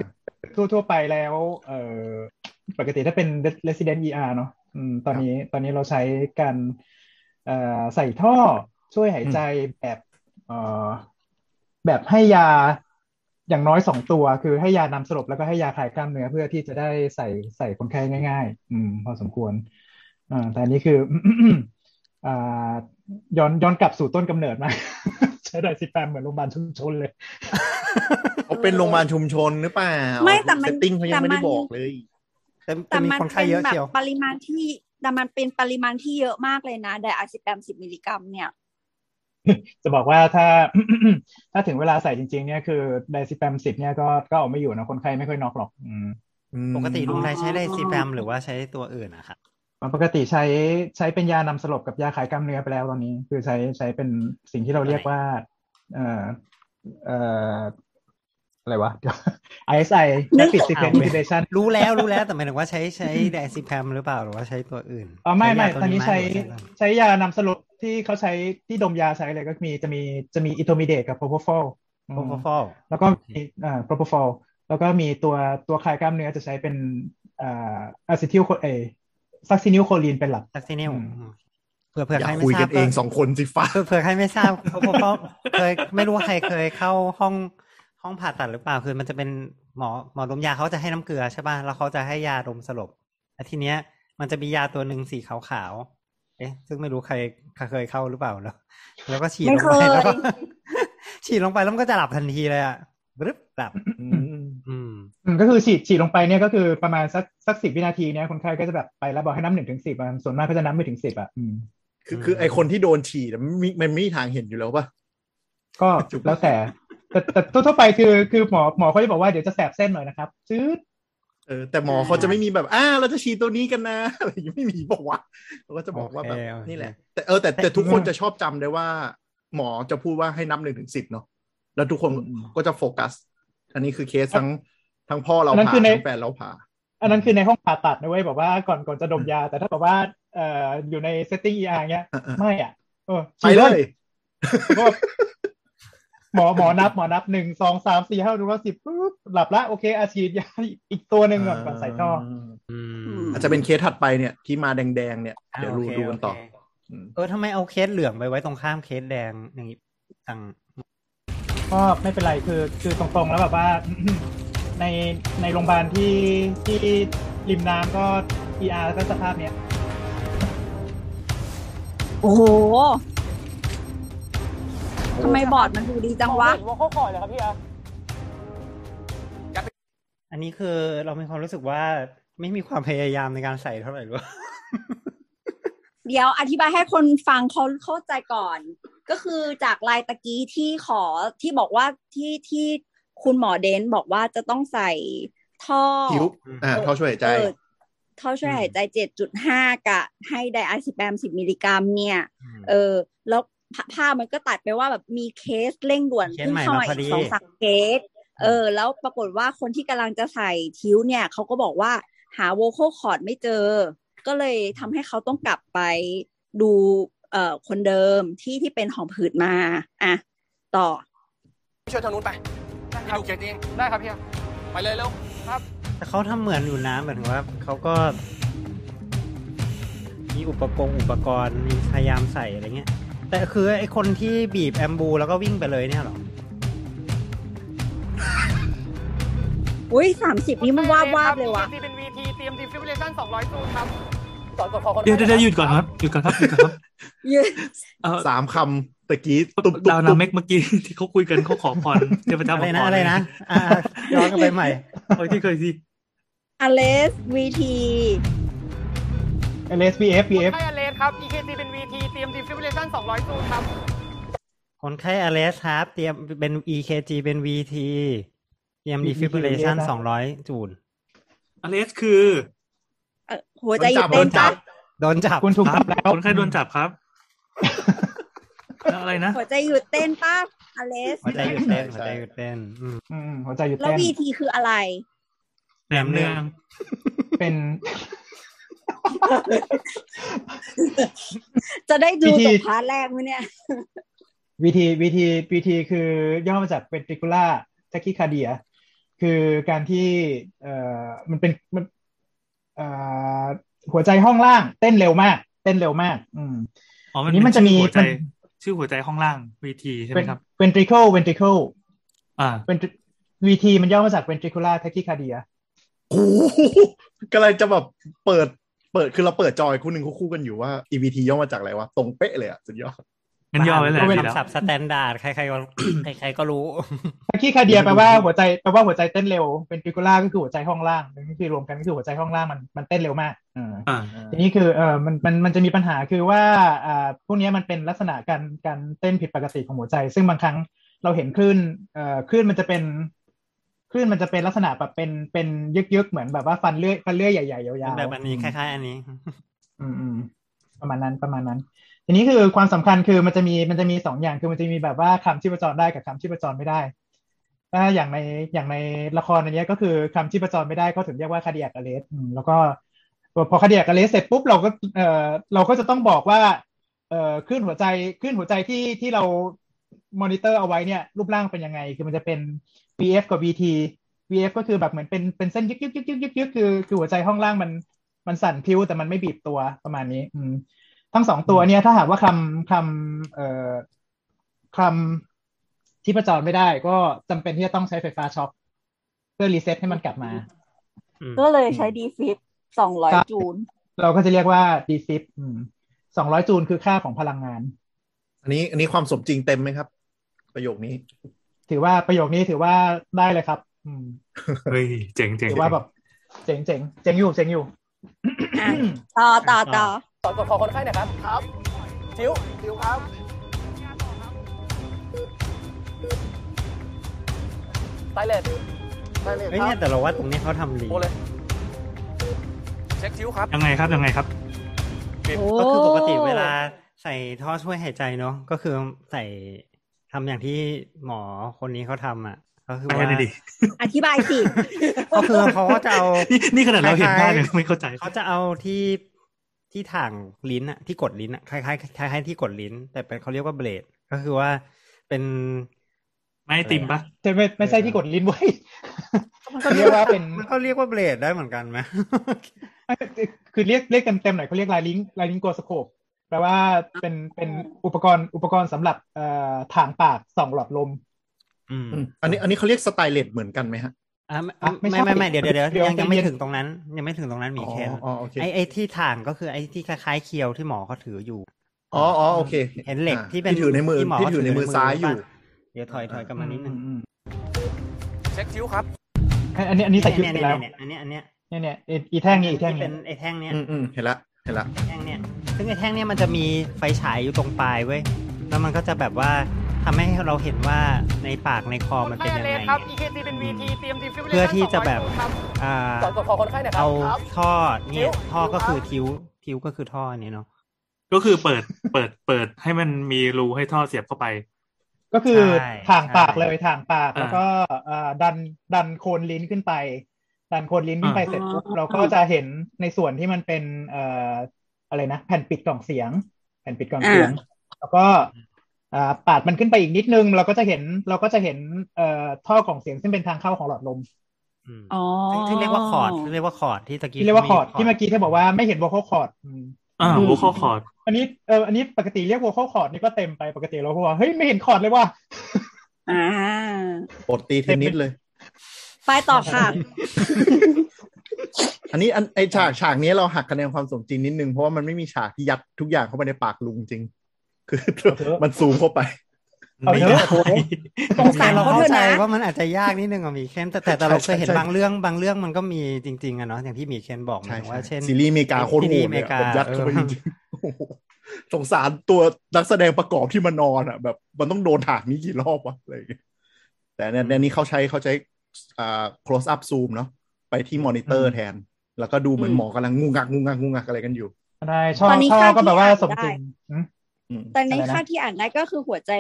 Speaker 4: ทั่วทั่วไปแล้ว เออปกติถ้าเป็น resident ER เนอะอืมตอนนี้ตอนนี้เราใช้การเอ่อใส่ท่อช่วยหายใจแบบเอ่อแบบให้ยาอย่างน้อยสองตัว คือให้ยานำสลบแล้วก็ให้ยาคลายกล้ามเนื้อเพื่อที่จะได้ใส่ใส่คนไข้ง่าย ๆ อืม พอสมควรอ่าแต่อันนี้คือ <coughs> อ่าย้อนย้อนกลับสู่ต้นกำเนิดมา <laughs> ใช้ไดซิแปมเหมือนโรงพยาบาลชุมชนเลย
Speaker 3: เขาเป็นโรงพยาบาลชุมชนหรือเปล่า
Speaker 5: ไม่แต่มัน
Speaker 3: เซตติ้งเขายังไม่
Speaker 5: แต่มั
Speaker 3: ได้
Speaker 5: น
Speaker 3: บอกเลย
Speaker 2: แต่แต่
Speaker 5: แต่
Speaker 2: มี
Speaker 5: มัน
Speaker 2: คนไข้
Speaker 5: เป็น
Speaker 2: เยอะ
Speaker 5: แบบ
Speaker 2: เชียว
Speaker 5: ปริมาณที่แต่มันเป็นปริมาณที่เยอะมากเลยนะไดอะซิแปมสิบมิลลิกรัมเนี่ย
Speaker 4: จะบอกว่าถ้า <coughs> ถ้าถึงเวลาใส่จริงๆ เนี่ยคือไดซิแปมสิบเนี่ยก็ก็เอาไม่อยู่นะคนไข้ไม่ค่อยน็อกหรอกอืม
Speaker 3: อืม
Speaker 2: ปกติลุงไทยใช้ได้ซีแปมหรือว่าใช้ตัวอื่นอะครับ
Speaker 4: ปกติใช้ใช้เป็นยานำสลบกับยาขายกล้ามเนื้อไปแล้วตอนนี้ คือใช้ใช้เป็นสิ่งที่เราเรียกว่า เอ่อเอ่ออะไรวะ <laughs> เดี๋ยว ISI
Speaker 5: นึก
Speaker 4: Rapid Sequence
Speaker 2: ออก
Speaker 4: Inhibition
Speaker 2: รู้แล้วรู้แล้วแต่หมายถึงว่าใช้ใช้ไดซิแพมหรือเปล่าหรือว่าใช้ตัวอื่น
Speaker 4: อ๋อไม่ไม่
Speaker 2: ยา
Speaker 4: ตอนนี้
Speaker 2: ไห
Speaker 4: ใช้
Speaker 2: หรือว่า
Speaker 4: ใช้ยานำสลบที่เขาใช้ที่ดมยาใช้เลยก็มีจะมีจะมีอิโทมิเดตกับโพโพฟอล
Speaker 2: โปรโพฟอล
Speaker 4: แล้วก็มีอ่า propofol แล้วก็มีตัวตัวคลายกล้ามเนื้อจะใช้เป็นอ่าอะซิทิลโคเอซักซินิลโคลีนเป็นหลัก
Speaker 2: ซักซีเนล
Speaker 4: อืม
Speaker 2: เผื่อเผื่อ
Speaker 3: อ
Speaker 2: ใค
Speaker 3: ยาร ก
Speaker 2: ไม่
Speaker 3: คุย
Speaker 2: ท
Speaker 3: กั
Speaker 2: ราบ
Speaker 3: นเองสองคนสิฟ้า
Speaker 2: เผื่อเผื่อใครไม่ทราบ <laughs> เพราะผมก็เคยไม่รู้ว่าใครเคยเข้าห้องห้องผ่าตัดหรือเปล่าคือมันจะเป็นหมอหมอดมยาเขาจะให้น้ำเกลือใช่ป่ะแล้วเขาจะให้ยาดมสลบแล้วทีเนี้ย มันจะมียาตัวหนึ่งสีขาวๆเอ๊ะ ซึ่งไม่รู้ใครใครเคยเข้าหรือเปล่า <laughs> แล้วแล้วก็ฉีดลงไป
Speaker 5: ไม่เคย
Speaker 2: แล้วก็ <laughs> ฉีดลงไปแล้วมันก็จะหลับทันทีเลยอ่ะรึบหลับ อืม
Speaker 4: อืมก็คือฉีดฉีดลงไปเนี่ยก็คือประมาณสักสักสิบวินาทีเนี่ยคนไข้ก็จะแบบไปแล้วบอกให้นับหนึ่งถึงสิบอ่ะส่วนมากก็จะนับไม่ถึงสิบอ่ะอืม
Speaker 3: คือคือไอคนที่โดนฉีดอะมันมีมันไม่มีทางเห็นอยู่แล้วป่ะ
Speaker 4: ก็
Speaker 3: จุก
Speaker 4: แล้วแต่แต่แต่แต่ทั่วๆไปคือคือหมอหมอเขาจะบอกว่าเดี๋ยวจะแสบเส้นหน่อยนะครับซื้อ
Speaker 3: เออแต่หมอเขาจะไม่มีแบบอ่าเราจะฉีดตัวนี้กันนะ อะไรอย่างงี้ไม่มีบอกว่าเขาก็จะบอกว่าแบบ
Speaker 2: โอเคโอเค
Speaker 3: นี่แหละ แต่เออแต่แต่ทุกคนจะชอบจำได้ว่า หมอจะพูดว่าให้นับหนึ่งถึงสิบเนาะแล้วทุกคนก็จะโฟกัส อันนี้คือเคสทั้งทั้งพ่อเราผ่าทั้งแฟนเราผ่า
Speaker 4: อันนั้นคือในห้องผ่าตัดนะเว้ยบอกว่าก่อนก่อนจะดมยา แต่ถ้าบอกว่าเอ่ออยู่ในเซตติ้งเออาร์เงี้ย
Speaker 3: อ่าๆ
Speaker 4: ไม่อ่ะเออ
Speaker 3: ไป
Speaker 4: ฉีด
Speaker 3: เลย
Speaker 4: ก็แบบ หมอหมอนับหมอนับหนึ่งสองสามสี่ห้าหกเจ็ดแปดสิบปุ๊บหลับละโอเคอาฉีดยาอีกตัวหนึ่งก่อนก่อนใส่ท่อ
Speaker 2: อืม
Speaker 3: อาจจะเป็นเคสถัดไปเนี่ยที่มาแดงๆเนี่ยเดี๋ยว
Speaker 2: อ่า
Speaker 3: รู้
Speaker 2: โอค
Speaker 3: ดูกันต่อ
Speaker 2: โเคเออทำไมเอาเคสเหลืองไปไว้ตรงข้ามเคสแดงอย่างนี้ต่าง
Speaker 4: ก็ไม่เป็นไรคือคือตรงๆแล้วแบบว่า <coughs> ในในโรงพยาบาลที่ที่ริมน้ำก็ ER ก็สภาพเนี้ย
Speaker 5: โอ้โหทำไมบอร์ดมันดูดีจังวะ
Speaker 7: ว่าเขาขอเลยครับพี่อา
Speaker 2: อันนี้คือเรามีความรู้สึกว่าไม่มีความพยายามในการใส่เท่าไหร่หรอ
Speaker 5: เดี๋ยวอธิบายให้คนฟังเขาเข้าใจก่อน ก็คือจากลายตะกี้ที่ขอที่บอกว่าที่ที่คุณหมอเดนบอกว่าจะต้องใส่ท่อ
Speaker 3: คิ้วอ่า
Speaker 5: เออ
Speaker 3: ท่อช่วยหายใจ
Speaker 5: เออท่อช่วยหายใจ 7.5 กะ ให้ไดอะซิแปม 10 มิลลิกรัมเนี่ย เออ แล้วภาภาพมันก็ตัดไปว่าแบบมีเคสเร่งด่วน
Speaker 2: เคส
Speaker 5: เพิ่ง
Speaker 2: ใหม่
Speaker 5: เข้า
Speaker 2: มาพอ
Speaker 5: มา
Speaker 2: ดี
Speaker 5: อีกสองสามเคส เออ แล้วปรากฏว่าคนที่กำลังจะใส่ทิ้วเนี่ยเขาก็บอกว่าหาโวโคคอร์ดไม่เจอ ก็เลยทำให้เขาต้องกลับไปดูเอ่อคนเดิมที่ที่เป็นของผืดมา อ่ะ ต่อ
Speaker 8: ช่วยทางนู้นไปพี่ดูเคสนี้
Speaker 7: ได้ครับพี่อา
Speaker 8: ไปเลยเร็ว
Speaker 2: แต่เขาทำเหมือนอยู่นะเหมือนว่าเขาก็ มีอุปกรณ์อุปกรณ์มีพยายามใส่อะไรเงี้ย แต่คือไอคนที่บีบแอมบู แล้วก็วิ่งไปเลยเนี่ยเหรอ
Speaker 5: อุ้ย30 นี่มันวาบวาบๆเลยว่ะ
Speaker 7: ตีเป็นวีทีเตรียมดีฟิบริเลชั่นสองร้อยตูนครับกดกดขอคน
Speaker 10: เดี๋ยวเดี๋ยวเดี๋ยวหยุดก่อนครับหยุดก่อนครับหยุดก่อนครับเออ
Speaker 3: สามคำตะกี้ตุบๆ
Speaker 10: ดาวนาเมกเมื่อกี้ <laughs> ที่เขาคุยกันเขาขอพรเทพเจ้าข
Speaker 2: อะไร
Speaker 10: อพ
Speaker 2: นะ
Speaker 10: ร
Speaker 2: อะไรนะอ่ะอ่ะย้อนกลับไปใหม่ <laughs>
Speaker 10: เออที่เคยที่
Speaker 5: อเลสวีที
Speaker 4: เอ s b f
Speaker 7: คน
Speaker 4: BF
Speaker 7: ไข้อเลนครับ EKT เป็น VT เตรียม defibrillation 200ตูนครับ
Speaker 2: คนไข้อเลสฮาร์ปเตรียมเป็น EKG เป็น VT เตรียม
Speaker 4: VT
Speaker 2: defibrillation
Speaker 4: นะ
Speaker 2: สองร้อยจูน
Speaker 10: อเลสคือ
Speaker 5: เอ่อหัว
Speaker 3: โด
Speaker 5: ใจ
Speaker 3: น
Speaker 5: หยุ
Speaker 3: จั
Speaker 5: ด
Speaker 3: บโด
Speaker 5: เต้
Speaker 3: น
Speaker 5: น
Speaker 2: โดน
Speaker 3: จับ
Speaker 5: ปะ
Speaker 2: จับ
Speaker 4: คุณถูก
Speaker 10: ค
Speaker 4: จั
Speaker 10: รั
Speaker 4: บบแล้ว
Speaker 10: คนไข้โดนจับครับแล้วอะไรนะ
Speaker 5: หัวใจหยุดเต้นปะอเลส
Speaker 2: <laughs> หัวใจหยุดเต้นหัวใจหยุดเต้นอืม
Speaker 4: อืมหัวใจหยุด
Speaker 5: แล้ว
Speaker 4: เต้น
Speaker 5: วีทีคืออะไร
Speaker 10: แหนมเนือง
Speaker 4: เป็น
Speaker 5: จะได้ดู
Speaker 4: VT
Speaker 5: จบพาร์ทแรกไหมเนี่ย
Speaker 4: VT VT VT คือย่อมาจาก ventricular tachycardia คือการที่เอ่อมันเป็นมันเอ่อหัวใจห้องล่างเต้นเร็วมาก เต้นเร็วมาก อืม
Speaker 10: อ๋อ มัน
Speaker 4: นี่
Speaker 10: เป็
Speaker 4: มันจะมี
Speaker 10: ชื่อหัวใจ
Speaker 4: มัน
Speaker 10: ชื่อหัวใจห้องล่าง VT ใช่ไหมครับ
Speaker 4: ventricle ventricle
Speaker 10: อ่า
Speaker 4: Ventri- VT มันย่อมาจาก ventricular tachycardia
Speaker 3: โอ้โหกำลังจะแบบเปิดเปิดคือเราเปิดจอยคู่หนึ่งคู่ๆกันอยู่ว่า EVT ย่อมาจากอะไรวะตรงเป๊ะเลยอ่ะสุดยอด
Speaker 10: งั้นย่อไว้แหละ
Speaker 2: เป็
Speaker 10: ดี
Speaker 2: น
Speaker 10: แล้ว
Speaker 2: สับสแตนดาร์ดใครๆก็ <coughs> ใครๆก็รู้
Speaker 4: tachycardia แปลว่าหัวใจแปลว่าหัวใจเต้นเร็ว ventricular ก็คือหัวใจห้องล่างนั่นก็คือรวมกันก็คือหัวใจห้องล่างมันมันเต้นเร็วมากอ่า
Speaker 10: อ่า
Speaker 4: ทีนี้คือเออมันมันมันจะมีปัญหาคือว่าอ่าพวกเนี้ยมันเป็นลักษณะการการเต้นผิดปกติของหัวใจ ซึ่งบางครั้งเราเห็นคลื่นเอ่อคลื่นมันจะเป็นคลื่นมันจะเป็นลักษณะแบบเป็นเป็นยึกยึกๆเหมือนแบบว่าฟันเลื่อยฟันเลื่อยใหญ่ๆยาวๆ
Speaker 2: แบบอันนี้คล้ายๆ อันนี้
Speaker 4: อืมอืมประมาณนั้นประมาณนั้น ทีนี้คือความสำคัญคือมันจะมีมันจะมีสองอย่างคือมันจะมีแบบว่าคำชีพจรได้กับคำชีพจรไม่ได้ถ้าอย่างในอย่างในละครอันเนี้ยก็คือคำชีพจรไม่ได้เขาถึงเรียกว่าคาเดียกอเลสแล้วก็พอคาเดียกอเลสเสร็จปุ๊บเราก็เออเราก็จะต้องบอกว่าเออคลื่นหัวใจคลื่นหัวใจที่ที่เรามอนิเตอร์เอาไว้เนี่ยรูปร่างเป็นยังไง คือมันจะเป็น VF กับ VT VF ก็คือแบบเหมือนเป็นเป็นเส้นยึกยึกยึกยึกยึกยึกคือคือหัวใจห้องล่างมันมันสั่นพลิ้วแต่มันไม่บีบตัวประมาณนี้อืม ทั้งสองตัวเนี่ยถ้าหากว่าคำคำเอ่อคำที่ประจรไม่ได้ ก็จำเป็นที่จะต้องใช้ไฟฟ้าช็อคเพื่อรีเซ็ตให้มันกลับมา
Speaker 2: อืม
Speaker 5: ก็เลยใช้ดีฟิปสองร้อย
Speaker 4: ครับ
Speaker 5: จูน
Speaker 4: เราก็จะเรียกว่า d f i p สองร้อยจูลคือค่าของพลังงาน
Speaker 3: อันนี้อันนี้ความสมจริงเต็มไหมครับ ประโยคนี้
Speaker 4: ถือว่าประโยคนี้ถือว่าได้เลยครับ อืม
Speaker 10: เฮ้ย เจ๋งเจ๋ง
Speaker 4: ถือว่าแบบเจ๋งเจ๋งเจ๋งอยู่เจ๋งอยู่
Speaker 5: อ่ะ ต่อต่อต่อ
Speaker 7: กดกดขอคนไข้หน่อยครับ
Speaker 6: ครับ
Speaker 7: จิ๋ว
Speaker 6: ดิวครับ
Speaker 7: ไซเลต
Speaker 6: ได้เลย
Speaker 2: เอ้ย
Speaker 6: ครั
Speaker 2: เนี่ย
Speaker 6: บ
Speaker 2: แต่เราว่าตรงนี้เขาทำดี
Speaker 8: โอเลยเช็คคิ้วครับ
Speaker 10: ยังไงครับ ยังไงครับ
Speaker 2: ก็คือปกติเวลาใส่ท่อช่วยหายใจเนาะก็คือใส่ทำอย่างที่หมอคนนี้เขาทำอ่ะ ก็คือ
Speaker 10: ไป
Speaker 2: ว่า
Speaker 10: เลยดิ
Speaker 5: อธิบายสิ
Speaker 2: ก็คือเขาก็จะเอา
Speaker 10: นี่นี่ขนาดเราเห็นภาพยังไม่เข้าใจ
Speaker 2: เขาจะเอาที่ที่ถ่างลิ้นอะที่กดลิ้นอะคล้ายๆคล้ายๆที่กดลิ้น แต่เป็นเขาเรียกว่าเบลด ก็คือว่าเป็น
Speaker 10: ไม่ติมปะ
Speaker 4: ใช่ไม่ไม่ใช่ที่กดลิ้น
Speaker 5: <laughs>
Speaker 4: ไว้ เรียกว่าเป็น
Speaker 2: มันก็เรียกว่าเบลดได้เหมือนกันไหม
Speaker 4: คือเรียกเรียกเต็มเต็มๆหน่อยเขาเรียกลายลิงลายลิงโกสโคปแปลว่าเป็นเป็นอุปกรณ์อุปกรณ์สำหรับเอ่อถางปากส่องหลอดลม
Speaker 2: อืม
Speaker 3: อืมอันนี้อันนี้เขาเรียกสไตเลตเหมือนกันไหมฮะ
Speaker 2: อ่ะไม่
Speaker 4: อ่ะไม่
Speaker 2: ไม่
Speaker 4: ใช่
Speaker 2: ไม่ไม่เดี๋ยวเดี๋ยวเดี๋ยว
Speaker 4: เดี๋ยว
Speaker 2: ยังยังไม่
Speaker 4: ใจเย็น
Speaker 2: ถึงตรงนั้น ยังไม่ถึงตรงนั้นหมี
Speaker 3: อ๋อ
Speaker 2: เคน
Speaker 3: อ๋อโอเค
Speaker 2: ไอไอที่ถ่างก็คือไอที่คล้ายๆเคียวที่หมอเขาถืออยู่
Speaker 3: อ๋ออ๋อโอเค
Speaker 2: เห็นเหล็ก
Speaker 3: อ่ะ
Speaker 2: ที่เป็น
Speaker 3: ถือในมือ
Speaker 2: ที่หมอ
Speaker 3: ที่ถือในมือซ้ายอยู่
Speaker 2: ป่ะเดี๋ยวถอยถอยกลับมานิดนึง
Speaker 8: เช็คคิ้วครับ
Speaker 4: อันอันนี้อันนี้ใส่คิ้ว
Speaker 2: เนี่ย
Speaker 4: ไป
Speaker 2: เนี่ย
Speaker 4: แล้ว
Speaker 2: เนี่ยอันเนี้ยอันเนี้ย
Speaker 4: เนี่ยเนี่ยไอ้อีแท่งนี้อีแท่ง
Speaker 2: ที่
Speaker 4: นี้
Speaker 2: เป็นไอแท่งเนี้ย
Speaker 3: อืมอืมเห็นละเห็นละ
Speaker 2: ไอ้แท่งเนี้ยซึ่งไอแท่งเนี้ยมันจะมีไฟฉายอยู่ตรงปลายเว้ยแล้วมันก็จะแบบว่าทำให้เราเห็นว่าในปากในคอมันเป็นยังไง
Speaker 7: ครับ EKG เป็น VT เตรียมดิฟิว
Speaker 2: เพื่อที่จะแบบ อ่า
Speaker 8: ก่อนกดคอคนไข้หน่อยครั
Speaker 2: เอา
Speaker 8: ครับ
Speaker 2: ท่อเนี่ย
Speaker 8: คิ้ว
Speaker 2: ท่อก็คือทิ้วทิ้วก็คือท่อเนี่ยเนาะ
Speaker 10: ก็คือเปิดเปิดเปิดให้มันมีรูให้ท่อเสียบเข้าไป
Speaker 4: ก็คือ
Speaker 2: ใช่
Speaker 4: ถางปาก
Speaker 2: ใช่
Speaker 4: เลยถางปาก
Speaker 10: อ่า
Speaker 4: แล้วก็เอ่อดันดันโคนลิ้นขึ้นไป ดันโคนลิ้นขึ้นไป
Speaker 10: อ่า
Speaker 4: เสร็จปุ๊บเราก็จะเห็นในส่วนที่มันเป็นเอ่ออะไรนะ แผ่นปิดกล่องเสียง แผ่นปิดกล่องเสียง แล้วก็อ่าปาดมันขึ้นไปอีกนิดนึง เราก็จะเห็นเราก็จะเห็นเอ่อท่อกล่องเสียงซึ่งเป็นทางเข้าของหลอดลม
Speaker 2: อืม
Speaker 5: อ๋อ
Speaker 2: ที่เรียกว่าคอร์ดที่เรียกว่าคอร์ดที่ตะกี้
Speaker 4: ที่เรียกว่าคอร์ดที่เมื่อกี้เธอบอกว่าไม่เห็นวอลคอคอร์ด
Speaker 10: อ่า
Speaker 5: อืม
Speaker 10: หัวข้อคอร์ด
Speaker 4: อันนี้เอออันนี้ปกติเรียกวอลคคอร์ดนี่ก็เต็มไปปกติเราก็ว่าเฮ้ยไม่เห็นคอร์ดเลยว่ะ
Speaker 5: อ่า
Speaker 3: ปลดตีเทนนิสเลย
Speaker 5: ไปต่อค่ะ
Speaker 3: อันนี้อันไอฉากฉากนี้เราหักคะแนนความสมจริงนิดนึง เพราะว่ามันไม่มีฉากที่ยัดทุกอย่างเข้าไปในปากลุงจริง คือ มันซูมเข้าไป
Speaker 4: เอาเถอะ
Speaker 5: สงสาร
Speaker 2: เรา
Speaker 5: เขา
Speaker 2: เข้า
Speaker 5: เถอะ
Speaker 2: ใจ
Speaker 5: นะ
Speaker 2: ว่ามันอาจจะยากนิดนึงอะหมีเคนแต่แต่แต่เราเค
Speaker 3: ใช่
Speaker 2: ยเห็น
Speaker 3: ใช่
Speaker 2: บางเรื่องบางเรื่องมันก็มีจริง ๆอะเนาะอย่างที่หมีเคนบอกหมา
Speaker 3: ใช่
Speaker 2: ยถึง
Speaker 3: ใช่
Speaker 2: ว่าเช่น
Speaker 3: ซีรีส์อเมริกาโคตรโห
Speaker 2: ซีรีส์
Speaker 3: ด
Speaker 2: อ
Speaker 3: เล
Speaker 2: เม
Speaker 3: ย
Speaker 2: ริกา
Speaker 3: อะผมยัดเข้าไป
Speaker 2: เอ
Speaker 3: จ
Speaker 2: อ
Speaker 3: ริงๆโอ้โหสงสารตัวนักแสดงประกอบที่มานอนอ่ะ แบบมันต้องโดนถากนี้กี่รอบวะอะไรอย่างเงี้ยแต่เนี่ยในนี้เขาใช้เขาใช้อ่า close up zoom เนาะไปที่มอนิเตอ
Speaker 4: อื
Speaker 3: ร์
Speaker 4: ม
Speaker 3: แทน แล้วก็ดูเหมือนหมอกำลังงูงักงูงักงูงักอะไรกันอยู่
Speaker 4: ได้ชอบ
Speaker 5: ตอนนี้
Speaker 4: ชอ
Speaker 5: ค่า
Speaker 4: บก็แบบว่า
Speaker 5: ที่
Speaker 4: สมจ
Speaker 5: อ่าน
Speaker 4: ริง
Speaker 5: ได้
Speaker 4: อืม
Speaker 3: อืม
Speaker 5: แต่ใน
Speaker 4: อะไรนะ
Speaker 5: ค่าที่อ่านได้ก็คือหัวใจ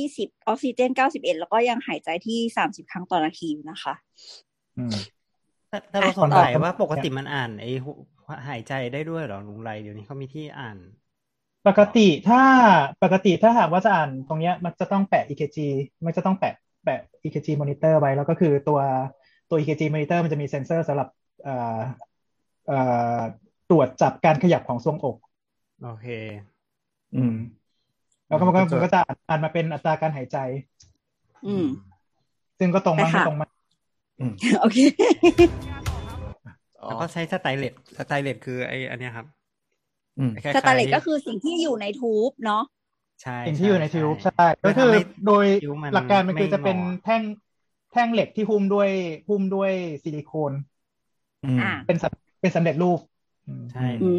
Speaker 5: 120 ออกซิเจน 91 แล้วก็ยังหายใจที่ 30 ครั้งต่อนาทีอยู่นะคะ
Speaker 4: อืม
Speaker 2: แต่แต่เรา
Speaker 5: อ่ะ
Speaker 2: สงสัย
Speaker 4: ต่อ
Speaker 2: ว่าปกติมันอ่านไอ้หัวหายใจได้ด้วยเหรอลุงไรเดี๋ยวนี้เขามีที่อ่าน
Speaker 4: ปกติถ้าปกติถ้าหากว่าจะอ่านตรงเนี้ยมันจะต้องแปะ EKG มันจะต้องแปะแปะ EKG มอนิเตอร์ไว้แล้วก็คือตัวตัว EKG มอนิเตอร์มันจะมีเซ็นเซอร์สำหรับเอ่อเอ่อตรวจจับการขยับของทรวงอก
Speaker 2: โอเค
Speaker 4: อืม แล้วก็มันก็
Speaker 3: มันก็จะ
Speaker 4: มันก็จะอ่านมาเป็นอัตราการหายใจ
Speaker 5: อืม
Speaker 4: ซึ่งก็ตรงมาก
Speaker 5: ไปค่ะ
Speaker 4: ไม่ตรงมาก
Speaker 5: โอเค
Speaker 3: อ๋อ
Speaker 2: แล้วก็ใช้สไตเลตสไตเลตคือไอ้อันเนี้ยครับ
Speaker 3: อืม
Speaker 2: คล้าย
Speaker 5: ส
Speaker 2: ๆ
Speaker 5: แตนเลสก็คือสิ่งที่อยู่ในทูบเนาะ
Speaker 2: ใช่
Speaker 4: สิ่งที่อยู่ใน
Speaker 2: ช่
Speaker 4: ทิวบ์
Speaker 2: ช่
Speaker 4: ใช่ก็คือโดย
Speaker 2: ทิวบ์มัน
Speaker 4: หลักการมันคือ
Speaker 2: ไม่
Speaker 4: จะเป็น
Speaker 2: งอ
Speaker 4: แท่งแท่งเหล็กที่หุ้มด้วยหุ้มด้วยซิลิโคน
Speaker 3: อืม
Speaker 5: อ่า
Speaker 4: เป็นสำเป็นสำเร็จรูปอืม
Speaker 2: ใช่
Speaker 5: อื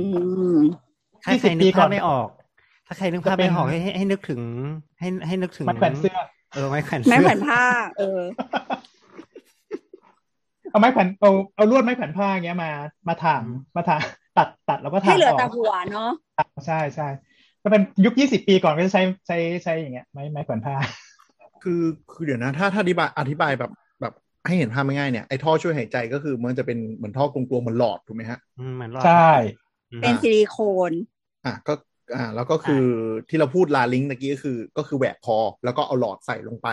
Speaker 5: ม
Speaker 2: ถ้าใครนึ
Speaker 4: ปี
Speaker 2: ก
Speaker 4: ก่
Speaker 2: ภา
Speaker 4: อ
Speaker 2: พ
Speaker 4: น
Speaker 2: ไม่ออก ถ้าใครนึก
Speaker 4: จะ
Speaker 2: ภาพ
Speaker 4: เป็น
Speaker 2: ไม่ออกให้ให้ให้นึกถึง ให้ให้นึกถึง
Speaker 4: มันแขวนเสื้อ
Speaker 2: เออไม้แขวน
Speaker 5: แม้
Speaker 2: เสื้
Speaker 5: แผ
Speaker 2: อ
Speaker 5: นผ้า เออ
Speaker 4: เอาไม้แผ่นเอาเอาลวดไม้แผ่นผ้าอย่างเงี้ยมามาถางมาถางตัดตัดแล้วก็ถา
Speaker 5: ให้
Speaker 4: ง
Speaker 5: เหลือ
Speaker 4: ออ
Speaker 5: แต่
Speaker 4: ก
Speaker 5: หัวเนาะ
Speaker 4: ใช่ใช่ก็เป็นยุคยี่สิบปีก่อนก็จะใช้ใช้ใช้อย่างเงี้ยไม้ไม้แผ่นผ้า
Speaker 3: คือคือเดี๋ยวนะ ถ้าถ้าอธิบายอธิบายแบบแบบให้เห็นภาพง่ายๆเนี่ยไอ้ท่อช่วยหายใจก็คือมันจะเป็นเหมือนท่อกลวงๆเหมือนหลอดถูกไหมฮะ
Speaker 2: อืมเหมือนรอด
Speaker 4: ใช่
Speaker 2: อืม
Speaker 5: เป็นซิลิโคน
Speaker 3: อ่ะก็อ่าแล้วก็คือที่เราพูดลาลิงก์ตะกี้ก็คือก็คือแหวกคอ แล้วก็เอาหลอดใส่ลงไป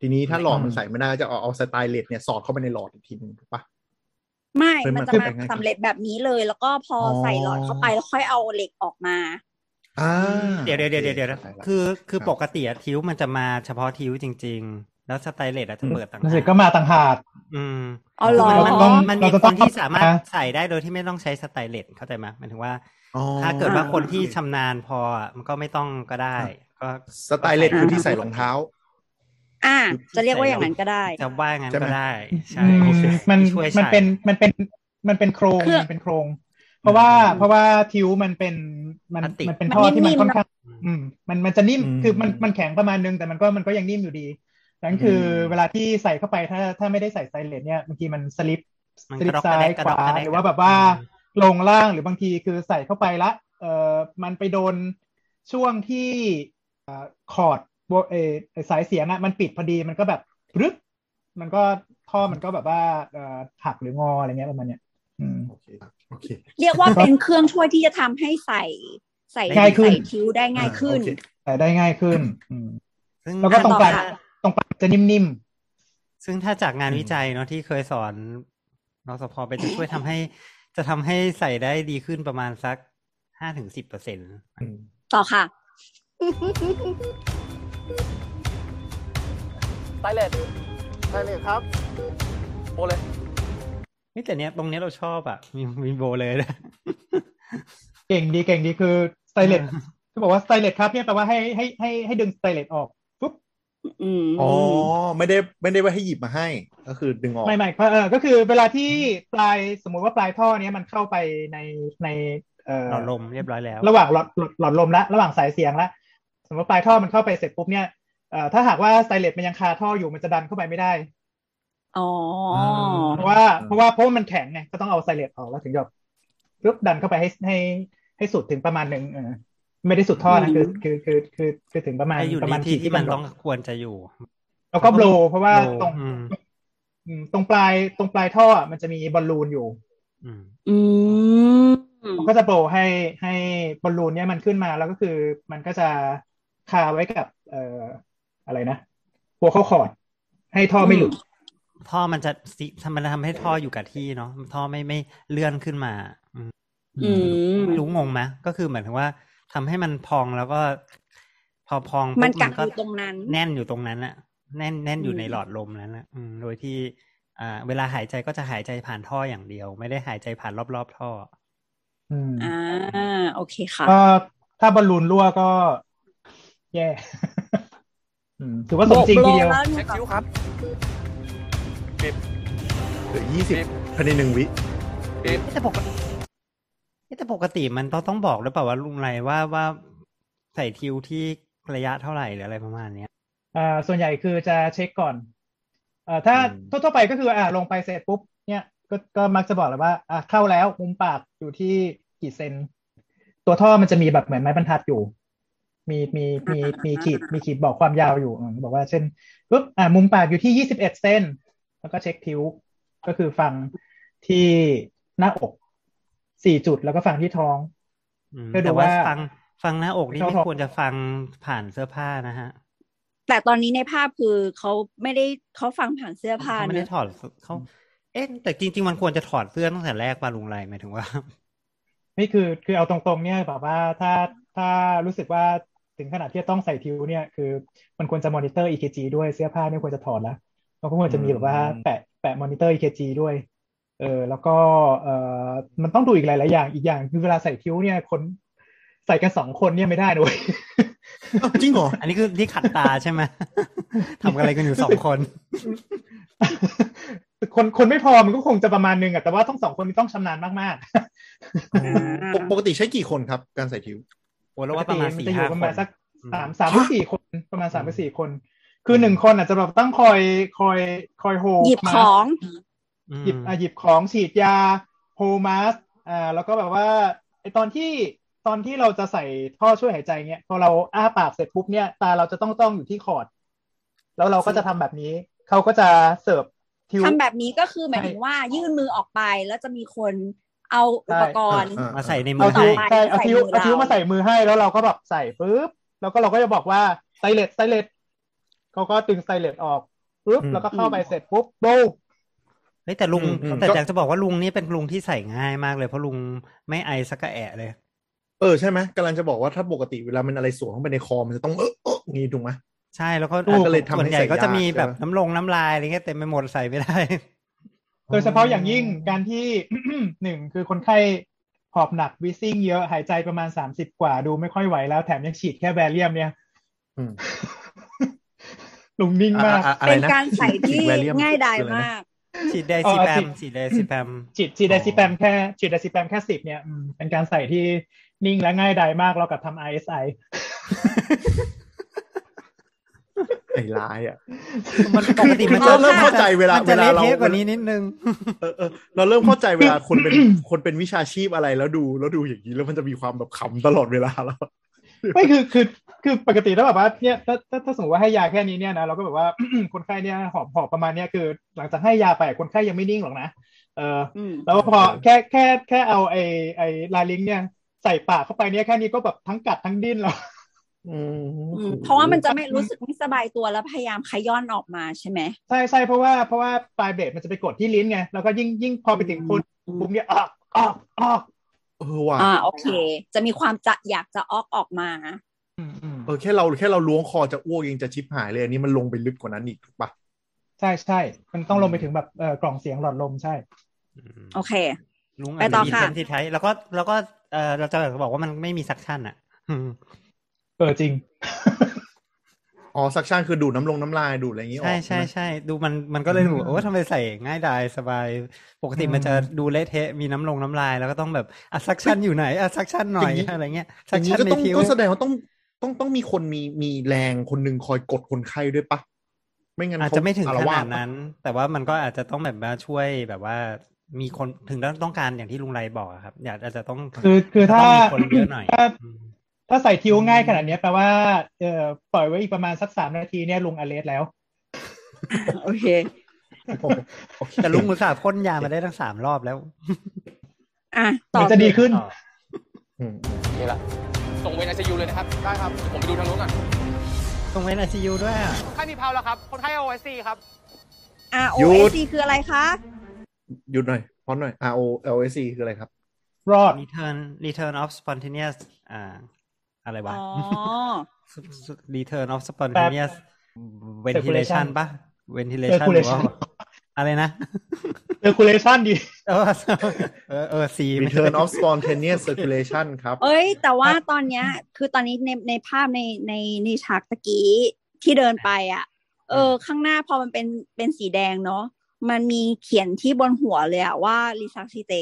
Speaker 3: ทีนี้ถ้าหลอดมันใส่ไม่ได้ก็จะเอาเอาสไตเลตเนี่ยสอดเข้าไปในหลอดอีกทีหนึงถูกปะ
Speaker 5: ไม่
Speaker 3: เป็น
Speaker 5: มันจะ
Speaker 3: เป็นแบบ
Speaker 5: มา
Speaker 3: ไง
Speaker 5: สำเร็จแบบนี้เลย แล้วก็พออ
Speaker 3: อ
Speaker 5: ใส่หลอดเข้าไปแล้วค่อยเอาเหล็กออกมา
Speaker 3: อ่า
Speaker 2: เดี๋ยวเดี๋ยวเดี๋ยวเดี๋ยวเดี๋ยว
Speaker 3: ข้าใจละ
Speaker 2: คือคือ
Speaker 3: ครับ
Speaker 2: ปกติอะทิวมันจะมาเฉพาะทิวจริง ๆ แล้วสไตเลตอาจจะเปิดต่าง
Speaker 4: นั่น
Speaker 2: หา
Speaker 4: สิ
Speaker 2: ก
Speaker 4: ก็มาต่างหาก
Speaker 2: อืม
Speaker 5: อ๋อเหรอ
Speaker 2: คือมันมันมันมี
Speaker 4: เราจะ
Speaker 2: ค
Speaker 4: ต้อง
Speaker 2: นที่สามารถ
Speaker 4: นะ
Speaker 2: ใส่ได้โดยที่ไม่ต้องใช้สไตเลตเข้าใจไหมหมายถึงว่า
Speaker 3: อ๋อ
Speaker 2: ถ้าเกิดว่าคนที่
Speaker 3: โอเ
Speaker 2: ชำนาญพออะมันก็ไม่ต้องก็ได้ ก็
Speaker 3: สไตเลตคือที่ใส่รองเท้า
Speaker 5: อ่า จะเรียกว่าอย่างนั้นก็ได้
Speaker 2: จะว่างั้น
Speaker 3: ใช่ไหม
Speaker 2: ก็ได้ใช่
Speaker 4: อืม
Speaker 10: โอเค
Speaker 4: มัน
Speaker 2: ช่วย
Speaker 4: มัน
Speaker 2: ใส่
Speaker 4: เป็นมันเป็นมันเป็นโครง
Speaker 5: เครื่อง
Speaker 4: มันเป็นโครง เพราะว่าเพราะว่าทิวมันเป็นมัน
Speaker 2: พลาสติก
Speaker 4: มันเป็นท่อที่มัน
Speaker 5: มันนิ่มๆ
Speaker 4: ค่อนข้างอืมมันมันจะนิ่ม
Speaker 3: อืม
Speaker 4: คือมันมันแข็งประมาณนึงแต่มันก็มันก็ยังนิ่มอยู่ดีดังนั้นคืออ
Speaker 3: ม
Speaker 4: เวลาที่ใส่เข้าไปถ้าถ้าไม่ได้ใส่ไซเลตเนี่ยบางทีมันสลิป
Speaker 2: มัน
Speaker 4: สลิ
Speaker 2: ก
Speaker 4: ประ
Speaker 2: ดกระ
Speaker 4: ซ้า
Speaker 2: แด
Speaker 4: ย
Speaker 2: กกระ
Speaker 4: ข
Speaker 2: ดก
Speaker 4: วาก
Speaker 2: ระแดก
Speaker 4: หรือว่าแบบว่า
Speaker 2: อืม
Speaker 4: ลงล่างหรือบางทีคือใส่เข้าไปละเอ่อมันไปโดนช่วงที่เอ่อคอร์ดโบเออสายเสียงอะมันปิดพอดีมันก็แบบรึบ มันก็ท่อมันก็แบบว่าเอ่อหักหรืองออะไรเงี้ยประมาณเนี้ยอืม
Speaker 3: โอเคโอเค
Speaker 5: เรียกว่าเป็นเครื่องช่วยที่จะทำให้ใส่ใส่
Speaker 4: ง่ายขึ้น
Speaker 5: ใส่ทิ้วได้ง่ายขึ้น
Speaker 3: อ่าโอเค
Speaker 4: แต่ได้ง่ายขึ้นอืม
Speaker 2: ซึ่ง
Speaker 4: แล้วก็ตรงกลาง
Speaker 2: ถ้า
Speaker 4: ตรงปากจะนิ่ม
Speaker 2: ซึ่งถ้าจากงานวิจัยเนาะที่เคยสอนรสพไปจะช่วยทำให้ จะทำให้ใส่ได้ดีขึ้นประมาณสักห้าถึงสิบเปอร์เซ็นต์
Speaker 5: ต่อค่ะ
Speaker 11: ไปเลย
Speaker 6: ไปเลยครับ
Speaker 8: โอเลย
Speaker 2: นี่แต่เนี้ยตรงเนี้ยเราชอบอ่ะ <laughs> มีมีโบเลย
Speaker 4: <laughs>
Speaker 2: นะ
Speaker 4: ๆ เก่งดีเก่งดีคือสไตเลตเขาบอกว่าสไตเลตครับเนี่ยแปลว่าให้ให้ให้ให้ดึงสไตเลตออกปุ๊บ
Speaker 5: อืม
Speaker 3: อ๋อไม่ได้ไม่ได้ว่าให้หยิบมาให้ ก็คือดึงออก
Speaker 4: ไม่ไม่เพราะเออก็คือเวลาที่ปลายสมมุติว่าปลายท่อเนี้ยมันเข้าไปในในเอ่อ
Speaker 2: หลอดลมเรียบร้อยแล้ว
Speaker 4: ระหว่างหลอดหลอดหลอดลมละระหว่างสายเสียงละสมมติว่าปลายท่อมันเข้าไปเสร็จปุ๊บเนี่ยเอ่อถ้าหากว่าไซเลตมันยังคาท่ออยู่มันจะดันเข้าไปไม่ได้
Speaker 5: อ๋อ
Speaker 4: เพราะว่าเพราะว่าเพราะว่ามันแข็งไงก็ต้องเอาไซเลตออกแล้วถึงจะรึบดันเข้าไปให้ให้ให้สุดถึงประมาณหนึ่งเออไม่ได้สุดท่อนะคือคือคือคือคือถึงประมาณ
Speaker 2: ให้อยู่
Speaker 4: ประ
Speaker 2: ใน
Speaker 4: มาณ
Speaker 2: ที่ที่มัน
Speaker 4: หล
Speaker 2: ต้อบ งควรจะอยู่
Speaker 4: แล้วก็โบว์เพราะว่า
Speaker 2: โบว์
Speaker 4: ตรง
Speaker 2: อืม
Speaker 4: อืมตรงปลายตรงปลายท่ออะมันจะมีบอลลูนอยู่
Speaker 2: อืม
Speaker 5: อืม
Speaker 4: มันก็จะโปรให้ให้บอลลูนเนี่ยมันขึ้นมาแล้วก็คือมันก็จะคาไว้กับ เอ่ออะไรนะ หัวเข้าคอร์ดให้ท่อไม่หลุด
Speaker 2: ท่อมันจะสิทำมันทำให้ท่ออยู่กับที่เนาะท่อไม่ไม่เลื่อนขึ้นมา อืม
Speaker 5: อืม
Speaker 2: ไม่รู้งงไหมก็คือเหมือนถึงว่าทำให้มันพองแล้วก็ พอพองปุ๊บ
Speaker 5: มันกัก
Speaker 2: ก็
Speaker 5: อยู่ตรงนั้น
Speaker 2: แน่นอยู่ตรงนั้นอะแน่นแน่นอยู่ในหลอดลมนั้นอะอืมโดยที่ อ่า เวลาหายใจก็จะหายใจผ่านท่ออย่างเดียว ไม่ได้หายใจผ่านรอบๆท่อ
Speaker 4: อืม
Speaker 5: อ่า โอเคค่ะ
Speaker 4: ก็ถ้าบอลลูนรั่วก็ แย่ <laughs> อืมถือว่าสมจริงทีเดียว
Speaker 5: โบกโลแล้วหนู
Speaker 8: เช็ค
Speaker 5: ก็
Speaker 8: คิ้วครับ
Speaker 3: เหลือยี่สิบ
Speaker 8: สิบ
Speaker 3: ภายในหนึ่งวิ
Speaker 2: แต่ปกติแต่ปกติมันต้องต้องบอกหรือเปล่าว่าลุงไรว่าว่าใส่ทิวที่ระยะเท่าไหร่หรืออะไรประมาณเนี้ย
Speaker 4: อ่าส่วนใหญ่คือจะเช็คก่อนเอ่อถ้า
Speaker 3: อืม
Speaker 4: ทั่วๆไปก็คืออ่าลงไปเสร็จปุ๊บเนี่ยก็ก็มักจะบอกเลยว่าอ่าเข้าแล้วมุมปากอยู่ที่กี่เซน ตัวท่อมันจะมีแบบเหมือนไม้บรรทัดอยู่ มีมีมีมีขีดมีขีดบอกความยาวอยู่อืมบอกว่าเช่นปุ๊บอ่ามุมปากอยู่ที่ยี่สิบเอ็ดเซนแล้วก็เช็คทิวก็คือฟังที่หน้าอกสี่จุดแล้วก็ฟังที่ท้อง
Speaker 2: อืม
Speaker 4: เพื่อดู
Speaker 2: แต่ว่า
Speaker 4: ว่า
Speaker 2: ฟังฟังหน้าอกนี่
Speaker 4: เขา
Speaker 2: ไม่
Speaker 4: บอก
Speaker 2: ควรจะฟังผ่านเสื้อผ้านะฮะ
Speaker 5: แต่ตอนนี้ในภาพคือเขาไม่ได้เขาฟังผ่านเสื้อผ้า
Speaker 2: เขาไม่
Speaker 5: เน
Speaker 2: ได้
Speaker 5: อะ
Speaker 2: ถอดเขาเอ๊ะแต่จริง ๆ มันควรจะถอดเสื้อตั้งแต่แรกป่ะลุงไรหมายถึง <laughs> ว่า
Speaker 4: นี่คือคือเอาตรงๆเนี่ยแบบว่าถ้าถ้ารู้สึกว่าถึงขนาดที่จะต้องใส่ทิวเนี่ยคือมันควรจะมอนิเตอร์ EKG ด้วยเสื้อผ้าเนี่ยควรจะถอดแล้วแล้วก็ควรจะมีแบบว่าแปะแปะมอนิเตอร์ EKG ด้วย เออแล้วก็เออมันต้องดูอีกหลายๆอย่างอีกอย่างคือเวลาใส่ทิวเนี่ยคนใส่กันสองคนเนี่ยไม่ได้ด้วย <laughs>
Speaker 3: อ้าวจริงเหรอ
Speaker 2: อันนี้คือที่ขัดตาใช่ไหม <laughs> ทำอะไรกันอยู่ส <laughs> องคน
Speaker 4: คนคนไม่พอมันก็คงจะประมาณนึงอะแต่ว่าต้องสองคนมันต้องชำนาญมากๆ
Speaker 3: ปกปกติใช้กี่คนครับ การใส่ทิว
Speaker 2: โอ้แล้วว่าประมาณ
Speaker 4: ปก
Speaker 2: สี่
Speaker 4: ตินจะอยู่
Speaker 2: ห้า
Speaker 4: ประ
Speaker 2: ค
Speaker 4: มาน ณสัก
Speaker 2: อืม
Speaker 4: สามสามหรือสี่คนประมาณสามหรือสี่คน คือหนึ่งคนอาจจะแบบต้องคอยคอยคอยโฮ
Speaker 5: หยิบของ
Speaker 2: อืม
Speaker 4: หยิบอ่ะหยิบของฉีดยาโฮมาสอ่าแล้วก็แบบว่าไอตอนที่ตอนที่เราจะใส่ท่อช่วยหายใจเนี้ยพอเราอ้าปากเสร็จปุ๊บเนี่ยตาเราจะต้องจ้องอยู่ที่คอร์ด แล้วเราก็จะทำแบบนี้ เขาก็จะเสิร์ฟทิว
Speaker 5: ทำแบบนี้ก็คือหมายถึงว่ายื่นมือออกไปแล้วจะมีคนเอาอุปกรณ์
Speaker 3: ใช่
Speaker 2: มาใส่ในมื
Speaker 4: เอา
Speaker 2: อ
Speaker 4: ทิ
Speaker 2: ให้
Speaker 4: ว
Speaker 5: ไป
Speaker 4: ใช่เอาทิว
Speaker 5: ใส่มือ
Speaker 4: เอาทิว
Speaker 5: เรา
Speaker 4: มาใส่มือให้แล้วเราก็แบบใส่ปุ๊บแล้วก็เราก็จะบอกว่าไซเลตไซเลตเขาก็ดึงไซเลตออกปุ๊บ
Speaker 3: อืม
Speaker 4: แล้วก็เข้าไปเสร็จปุ๊บโบ
Speaker 2: เฮ้ยแต่ลุง
Speaker 3: อืม
Speaker 2: แต่อยากจะบอกว่าลุงนี่เป็นลุงที่ใส่ง่ายมากเลยเพราะลุงไม่ไอสักกระแอะเลย
Speaker 3: เออใช่ไหมกำลังจะบอกว่าถ้าปกติเวลามันอะไรสวนเข้าไปในคอมันจะต้องเออเอออย่างงี้ถูกไหม
Speaker 2: ใช่แล้วก็
Speaker 3: อ่ะก็เลยทำ
Speaker 2: ส่
Speaker 3: ให้
Speaker 2: วนใหญ่
Speaker 3: ใส่
Speaker 2: ก็จะ
Speaker 3: ยาก
Speaker 2: มีแบบ
Speaker 3: ใช่ไหม
Speaker 2: น้ำลงน้ำลายอะไรเงี้ยเต็มไปหมดใส่ไม่ได้
Speaker 4: โดยเฉพาะอย่างยิ่งการที่ <coughs> หนึ่งคือคนไข้หอบหนักวิซิ่งเยอะหายใจประมาณสามสิบกว่าดูไม่ค่อยไหวแล้วแถมยังฉีดแค่แบเรียมเนี่ย
Speaker 3: อืม
Speaker 4: ลุงนิ่งมาก
Speaker 3: อ่ะอ่ะอะไร
Speaker 5: เป็น
Speaker 3: นะ
Speaker 5: การใส่ที่
Speaker 3: ฉีแวเรีม
Speaker 5: ง่ายดาย
Speaker 3: คืออะไรนะ
Speaker 5: มาก
Speaker 2: ฉีดไดซีแปม
Speaker 4: อ๋อฉีด
Speaker 2: ฉีดไดซีแปม
Speaker 4: ฉีดฉีดไดซิแปมแค่ฉีดไดซิแปมแค่สิบเนี่ยอืมเป็นการใส่ที่นิ่งและง่ายดายมากเรากับทำ ISI
Speaker 3: ไอ้ร้ายอ่ะ
Speaker 2: มันปกติมัน
Speaker 3: คือเราเริ่มเข้าใจเวลา
Speaker 2: เวลา
Speaker 3: เวลา
Speaker 2: เรา
Speaker 3: เรา
Speaker 2: เละกว่านี้นิดนึง
Speaker 3: เออเออเราเริ่มเข้าใจเวลาคน
Speaker 2: <coughs>
Speaker 3: เป็น คนเป็นวิชาชีพอะไรแล้วดูแล้วดูอย่างนี้แล้วมันจะมีความแบบขำตลอดเวลาแล้ว
Speaker 4: ไม่คือคือคือปกติแล้วแบบว่าเนี่ยถ้าถ้าถ้าสมมติว่าให้ยาแค่นี้เนี่ยนะเราก็แบบว่า <coughs> คนไข้เนี่ยหอบหอบประมาณเนี้ยคือ หลังจากให้ยาไปคนไข้ยังไม่นิ่งหรอกนะเออ
Speaker 5: อืม
Speaker 4: แล้วพอแค่แค่แค่เอาไอไอลาลิงเนี่ยใส่ปากเข้าไปเนี่ยแค่นี้ก็แบบทั้งกัดทั้งดิ้นแล้ว
Speaker 3: อืม
Speaker 5: อืมเพราะว่ามันจะไม่รู้สึกไม่สบายตัวแล้วพยายามขย้อนออกมาใช่ไหม
Speaker 4: ใช่ใช่เพราะว่าเพราะว่าปลายเบรกมันจะไปกดที่ลิ้นไงแล้วก็ยิ่งยิ่งพอไปถึงคนปุ้มเนี่ยออกออกออก
Speaker 3: เออว่ะ
Speaker 5: อ่าโอเค จะมีความจะอยากจะออกออกมา
Speaker 4: อืมอืม
Speaker 3: เออแค่เราแค่เราล้วงคอจะอ้วกยังจะชิบหายเลยอันนี้มันลงไปลึกกว่านั้นอีกถูกปะ
Speaker 4: ใช่ใช่มันต้องลงไปถึงแบบเออกล่องเสียงหลอดลมใช่
Speaker 5: โอเค
Speaker 2: ลุง
Speaker 5: ไป
Speaker 2: อาจ
Speaker 5: ต่
Speaker 2: จะ
Speaker 5: อ
Speaker 2: มี
Speaker 5: ค่ะ
Speaker 2: เซนซิไทยแล้วก็แล้วก็เออเราจะบอกว่ามันไม่มีซักชั่
Speaker 3: <laughs>
Speaker 2: นอ่ะ อืม
Speaker 4: เออจริง
Speaker 3: อ๋อสักชั่นคือดูดน้ำลงน้ำลายดูดอะไรอย่างงี้ออ
Speaker 2: ใช่
Speaker 3: ก
Speaker 2: ใช่
Speaker 3: ไหม
Speaker 2: ใช่ดูมันมันก็เลยดู
Speaker 4: อืม
Speaker 2: โอ้ทำไมใส่ง่ายดายสบาย ปกติมันจะดูเละเทะมีน้ำลงน้ำลาย แล้วก็ต้องแบบอ่ะซักชั่นอยู่ไหนอ่ะซักชั่นหน่อยอะไรเงี้ย
Speaker 3: อ
Speaker 2: ซัก
Speaker 3: ย่างนี้
Speaker 2: ชั่น
Speaker 3: ก็
Speaker 2: ใน
Speaker 3: ต้อง
Speaker 2: คิ้ว
Speaker 3: ก็แสดงว่าต้องต้องต้องมีคนมีมีแรงคนหนึ่งคอยกดคนไข้ด้วยปะไม่งั้น
Speaker 2: อาจ
Speaker 3: เขา
Speaker 2: จะไม่ถึง
Speaker 3: อ
Speaker 2: ข
Speaker 3: รว
Speaker 2: นาด
Speaker 3: สปะ
Speaker 2: นั้น แต่ว่ามันก็อาจจะต้องแบบว่าช่วยแบบว่า มีคนถึงต้องการอย่างที่ลุงไรบอกอะครับ อยากอาจจะต้อง
Speaker 4: คือคือถ้า
Speaker 2: จะต้องมีคนเยอะหน่อย
Speaker 4: ถ้า
Speaker 2: อืม
Speaker 4: ถ้าใส่คิ้วง่ายขนาดเนี้ยแปลว่าเออปล่อยไว้อีกประมาณสักสามนาทีเนี่ยลุงอเลสแล้ว
Speaker 5: โอเค
Speaker 2: แต่ลุงอุตส่าห์พ่นยามาได้ทั้งสามรอบแล้ว
Speaker 5: อ่ะต่
Speaker 4: มั
Speaker 5: อน
Speaker 4: จะดีขึ้น
Speaker 8: นี่ละส่งเวรไอซียูเลยนะครับ ได้ครับ ผมไปดูทางนู้นก่อน
Speaker 2: ตรงเว้นไอซียูด้วยอะ
Speaker 7: คนไข้มีเพาแล้วครับ คนไข้เอาไอซีครับ
Speaker 5: อ่ะ
Speaker 3: หยุด
Speaker 5: OAC คืออะไรคะ
Speaker 3: หยุดหน่อยพอนหน่อย R O L S C คืออะไรครับ
Speaker 4: รอด
Speaker 2: Return Return of Spontaneous อ่า อะไรวะ
Speaker 5: อ๋อ
Speaker 2: Return of Spontaneous Ventilation
Speaker 4: Circulation
Speaker 2: ปะ Ventilation หรือว่า
Speaker 4: Circulation
Speaker 2: <laughs> อะไรนะ <laughs>
Speaker 4: เออคูเลชันดี
Speaker 2: เออเออเออซี
Speaker 3: Return of Spontaneous Circulation ครับ
Speaker 5: เอ้ย แต่ว่าตอนเนี้ย คือตอนนี้ในในภาพในในในฉากตะกี้ที่เดินไปอ่ะ เออ ข้างหน้าพอมันเป็นเป็นสีแดงเนาะมันมีเขียนที่บนหัวเลยอะว่ารีซาซิเต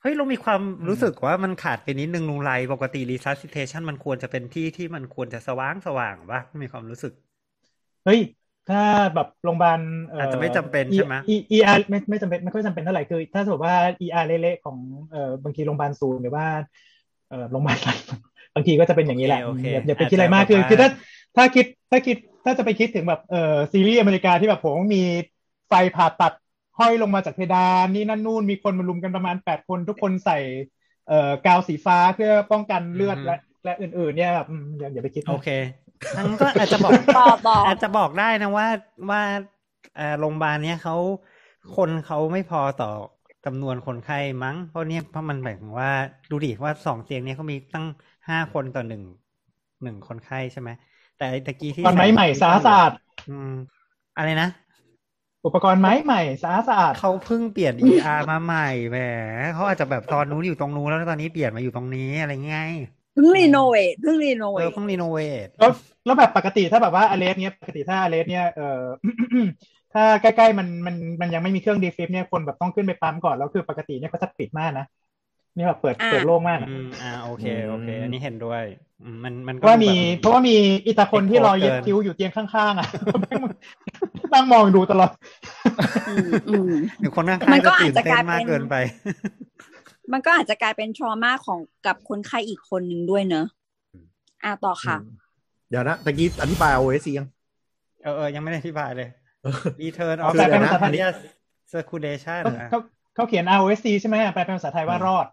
Speaker 2: เฮ้ยเรามีความรู้สึกว่ามันขาดไปนิดนึงลุงไรปกติ resuscitation มันควรจะเป็นที่ที่มันควรจะสว่างสว่างปะมีความรู้สึก
Speaker 4: เฮ้ย ถ้าแบบโรงพยาบาลเ
Speaker 2: อาจจะไม่จำเป็นใช่ไหม
Speaker 4: อีเออาร์ไม่ไม่จำเป็นไม่ค่อยจำเป็นเท่าไหร่คือ ถ้าสมมติว่าเออาร์เละๆของเอ่อบางทีโรงพยาบาลศูนย์หรือว่าเอ่อโรงพยาบาลรัฐ <laughs> บางทีก็จะเป็นอย่างนี้แหละ
Speaker 2: โอเค
Speaker 4: อ
Speaker 2: โอเค
Speaker 4: ย่าอย่าไปคิดอะไรมาก
Speaker 2: อาจจะแบบว่า
Speaker 4: คือคือถ้าถ้าคิดถ้าคิดถ้าจะไปคิดถึงแบบเอ่อซีรีส์อเมริกาที่แบบผมมีไฟผ่าตัดห้อยลงมาจากเพดานนี่นั่นนู่นมีคนมารุมกันประมาณแปดคน ทุกคนใส่เอ่อกาวสีฟ้าเพื่อป้องกันเลือดและและอื่น ๆ เนี่ยแบบอืมอย่าอย่าไปคิดนะ
Speaker 2: โอเคทั้งก็อาจจะบอก
Speaker 5: <laughs> บอกบอก
Speaker 2: อาจจะบอกได้นะว่าว่าเอ่อโรงพยาบาลเนี้ยเขาคนเขาไม่พอต่อจำนวนคนไข้มั้ง เพราะเนี่ยเพราะมันหมายถึงว่าดูดิว่าสองเตียงเนี้ยเขามีตั้งห้าคนต่อหนึ่งหนึ่งคนไข้ใช่ไหมแต่ไอ้ตะกี้ที่
Speaker 4: ตอนไม้ใหม่สาสาด
Speaker 2: อืมอะไรนะ
Speaker 4: อุปกรณ์ไม้ใหม่สะอาดสะอาด
Speaker 2: เขาเพิ่งเปลี่ยน ER มาใหม่แหมเขาอาจจะแบบตอนนู้นอยู่ตรงนู้นแล้วตอนนี้เปลี่ยนมาอยู่ตรงนี้อะไรเงี้ย
Speaker 5: เพิ่งรีโนเวทเพิ่งรีโนเว
Speaker 2: เออ
Speaker 5: ท
Speaker 2: เพิ่งรีโนเวท
Speaker 4: แล้วแล้วแบบปกติถ้าแบบว่าอเลสเนี้ยปกติถ้าอเลสเนี้ยเอ่ <coughs> อ ถ้าใกล้ๆมันมันมันยังไม่มีเครื่องดีฟิปเนี่ยคนแบบต้องขึ้นไปปั๊มก่อนแล้วคือปกติเนี่ยเขาจะปิดม่านนะนี่แบบเปิดเปิดโล่งมากนะ
Speaker 2: อืมอ่าโอเค
Speaker 3: อืม
Speaker 2: โอเค อันนี้เห็นด้วยอืมมันมันก็
Speaker 4: ว่ามี
Speaker 2: แบบ
Speaker 4: เพราะว่ามีอิตาคนที่รอเย็บคิ้วอยู่เตียงข้างๆอ่ะ <laughs> นั่งมองดูตลอด <laughs>
Speaker 5: อืมอืม
Speaker 2: หรือคนข้าง
Speaker 5: มัน
Speaker 2: ๆ
Speaker 5: ก็
Speaker 2: จะตื่น
Speaker 5: อาจจะ
Speaker 2: เต้
Speaker 5: กลาย
Speaker 2: นมาก
Speaker 5: เป็น
Speaker 2: เกินไป <laughs>
Speaker 5: มันก็อาจจะกลายเป็นทรมาของกับคนไข้อีกคนหนึ่งด้วยเนอะอ่ะต่อค่ะ
Speaker 3: เดี๋ยวนะตะกี้อธิบาย O S C ยัง
Speaker 2: เออเออยังไม่ได้อธิบายเลย Return
Speaker 7: <laughs>
Speaker 2: of
Speaker 4: คืออะไรนะ
Speaker 2: Spontaneous Circulation
Speaker 4: เขา
Speaker 2: อ่ะ
Speaker 4: เขาเขาเขียน ROSC ใช่ไหมแปลเป็นภาษาไทยว่ารอด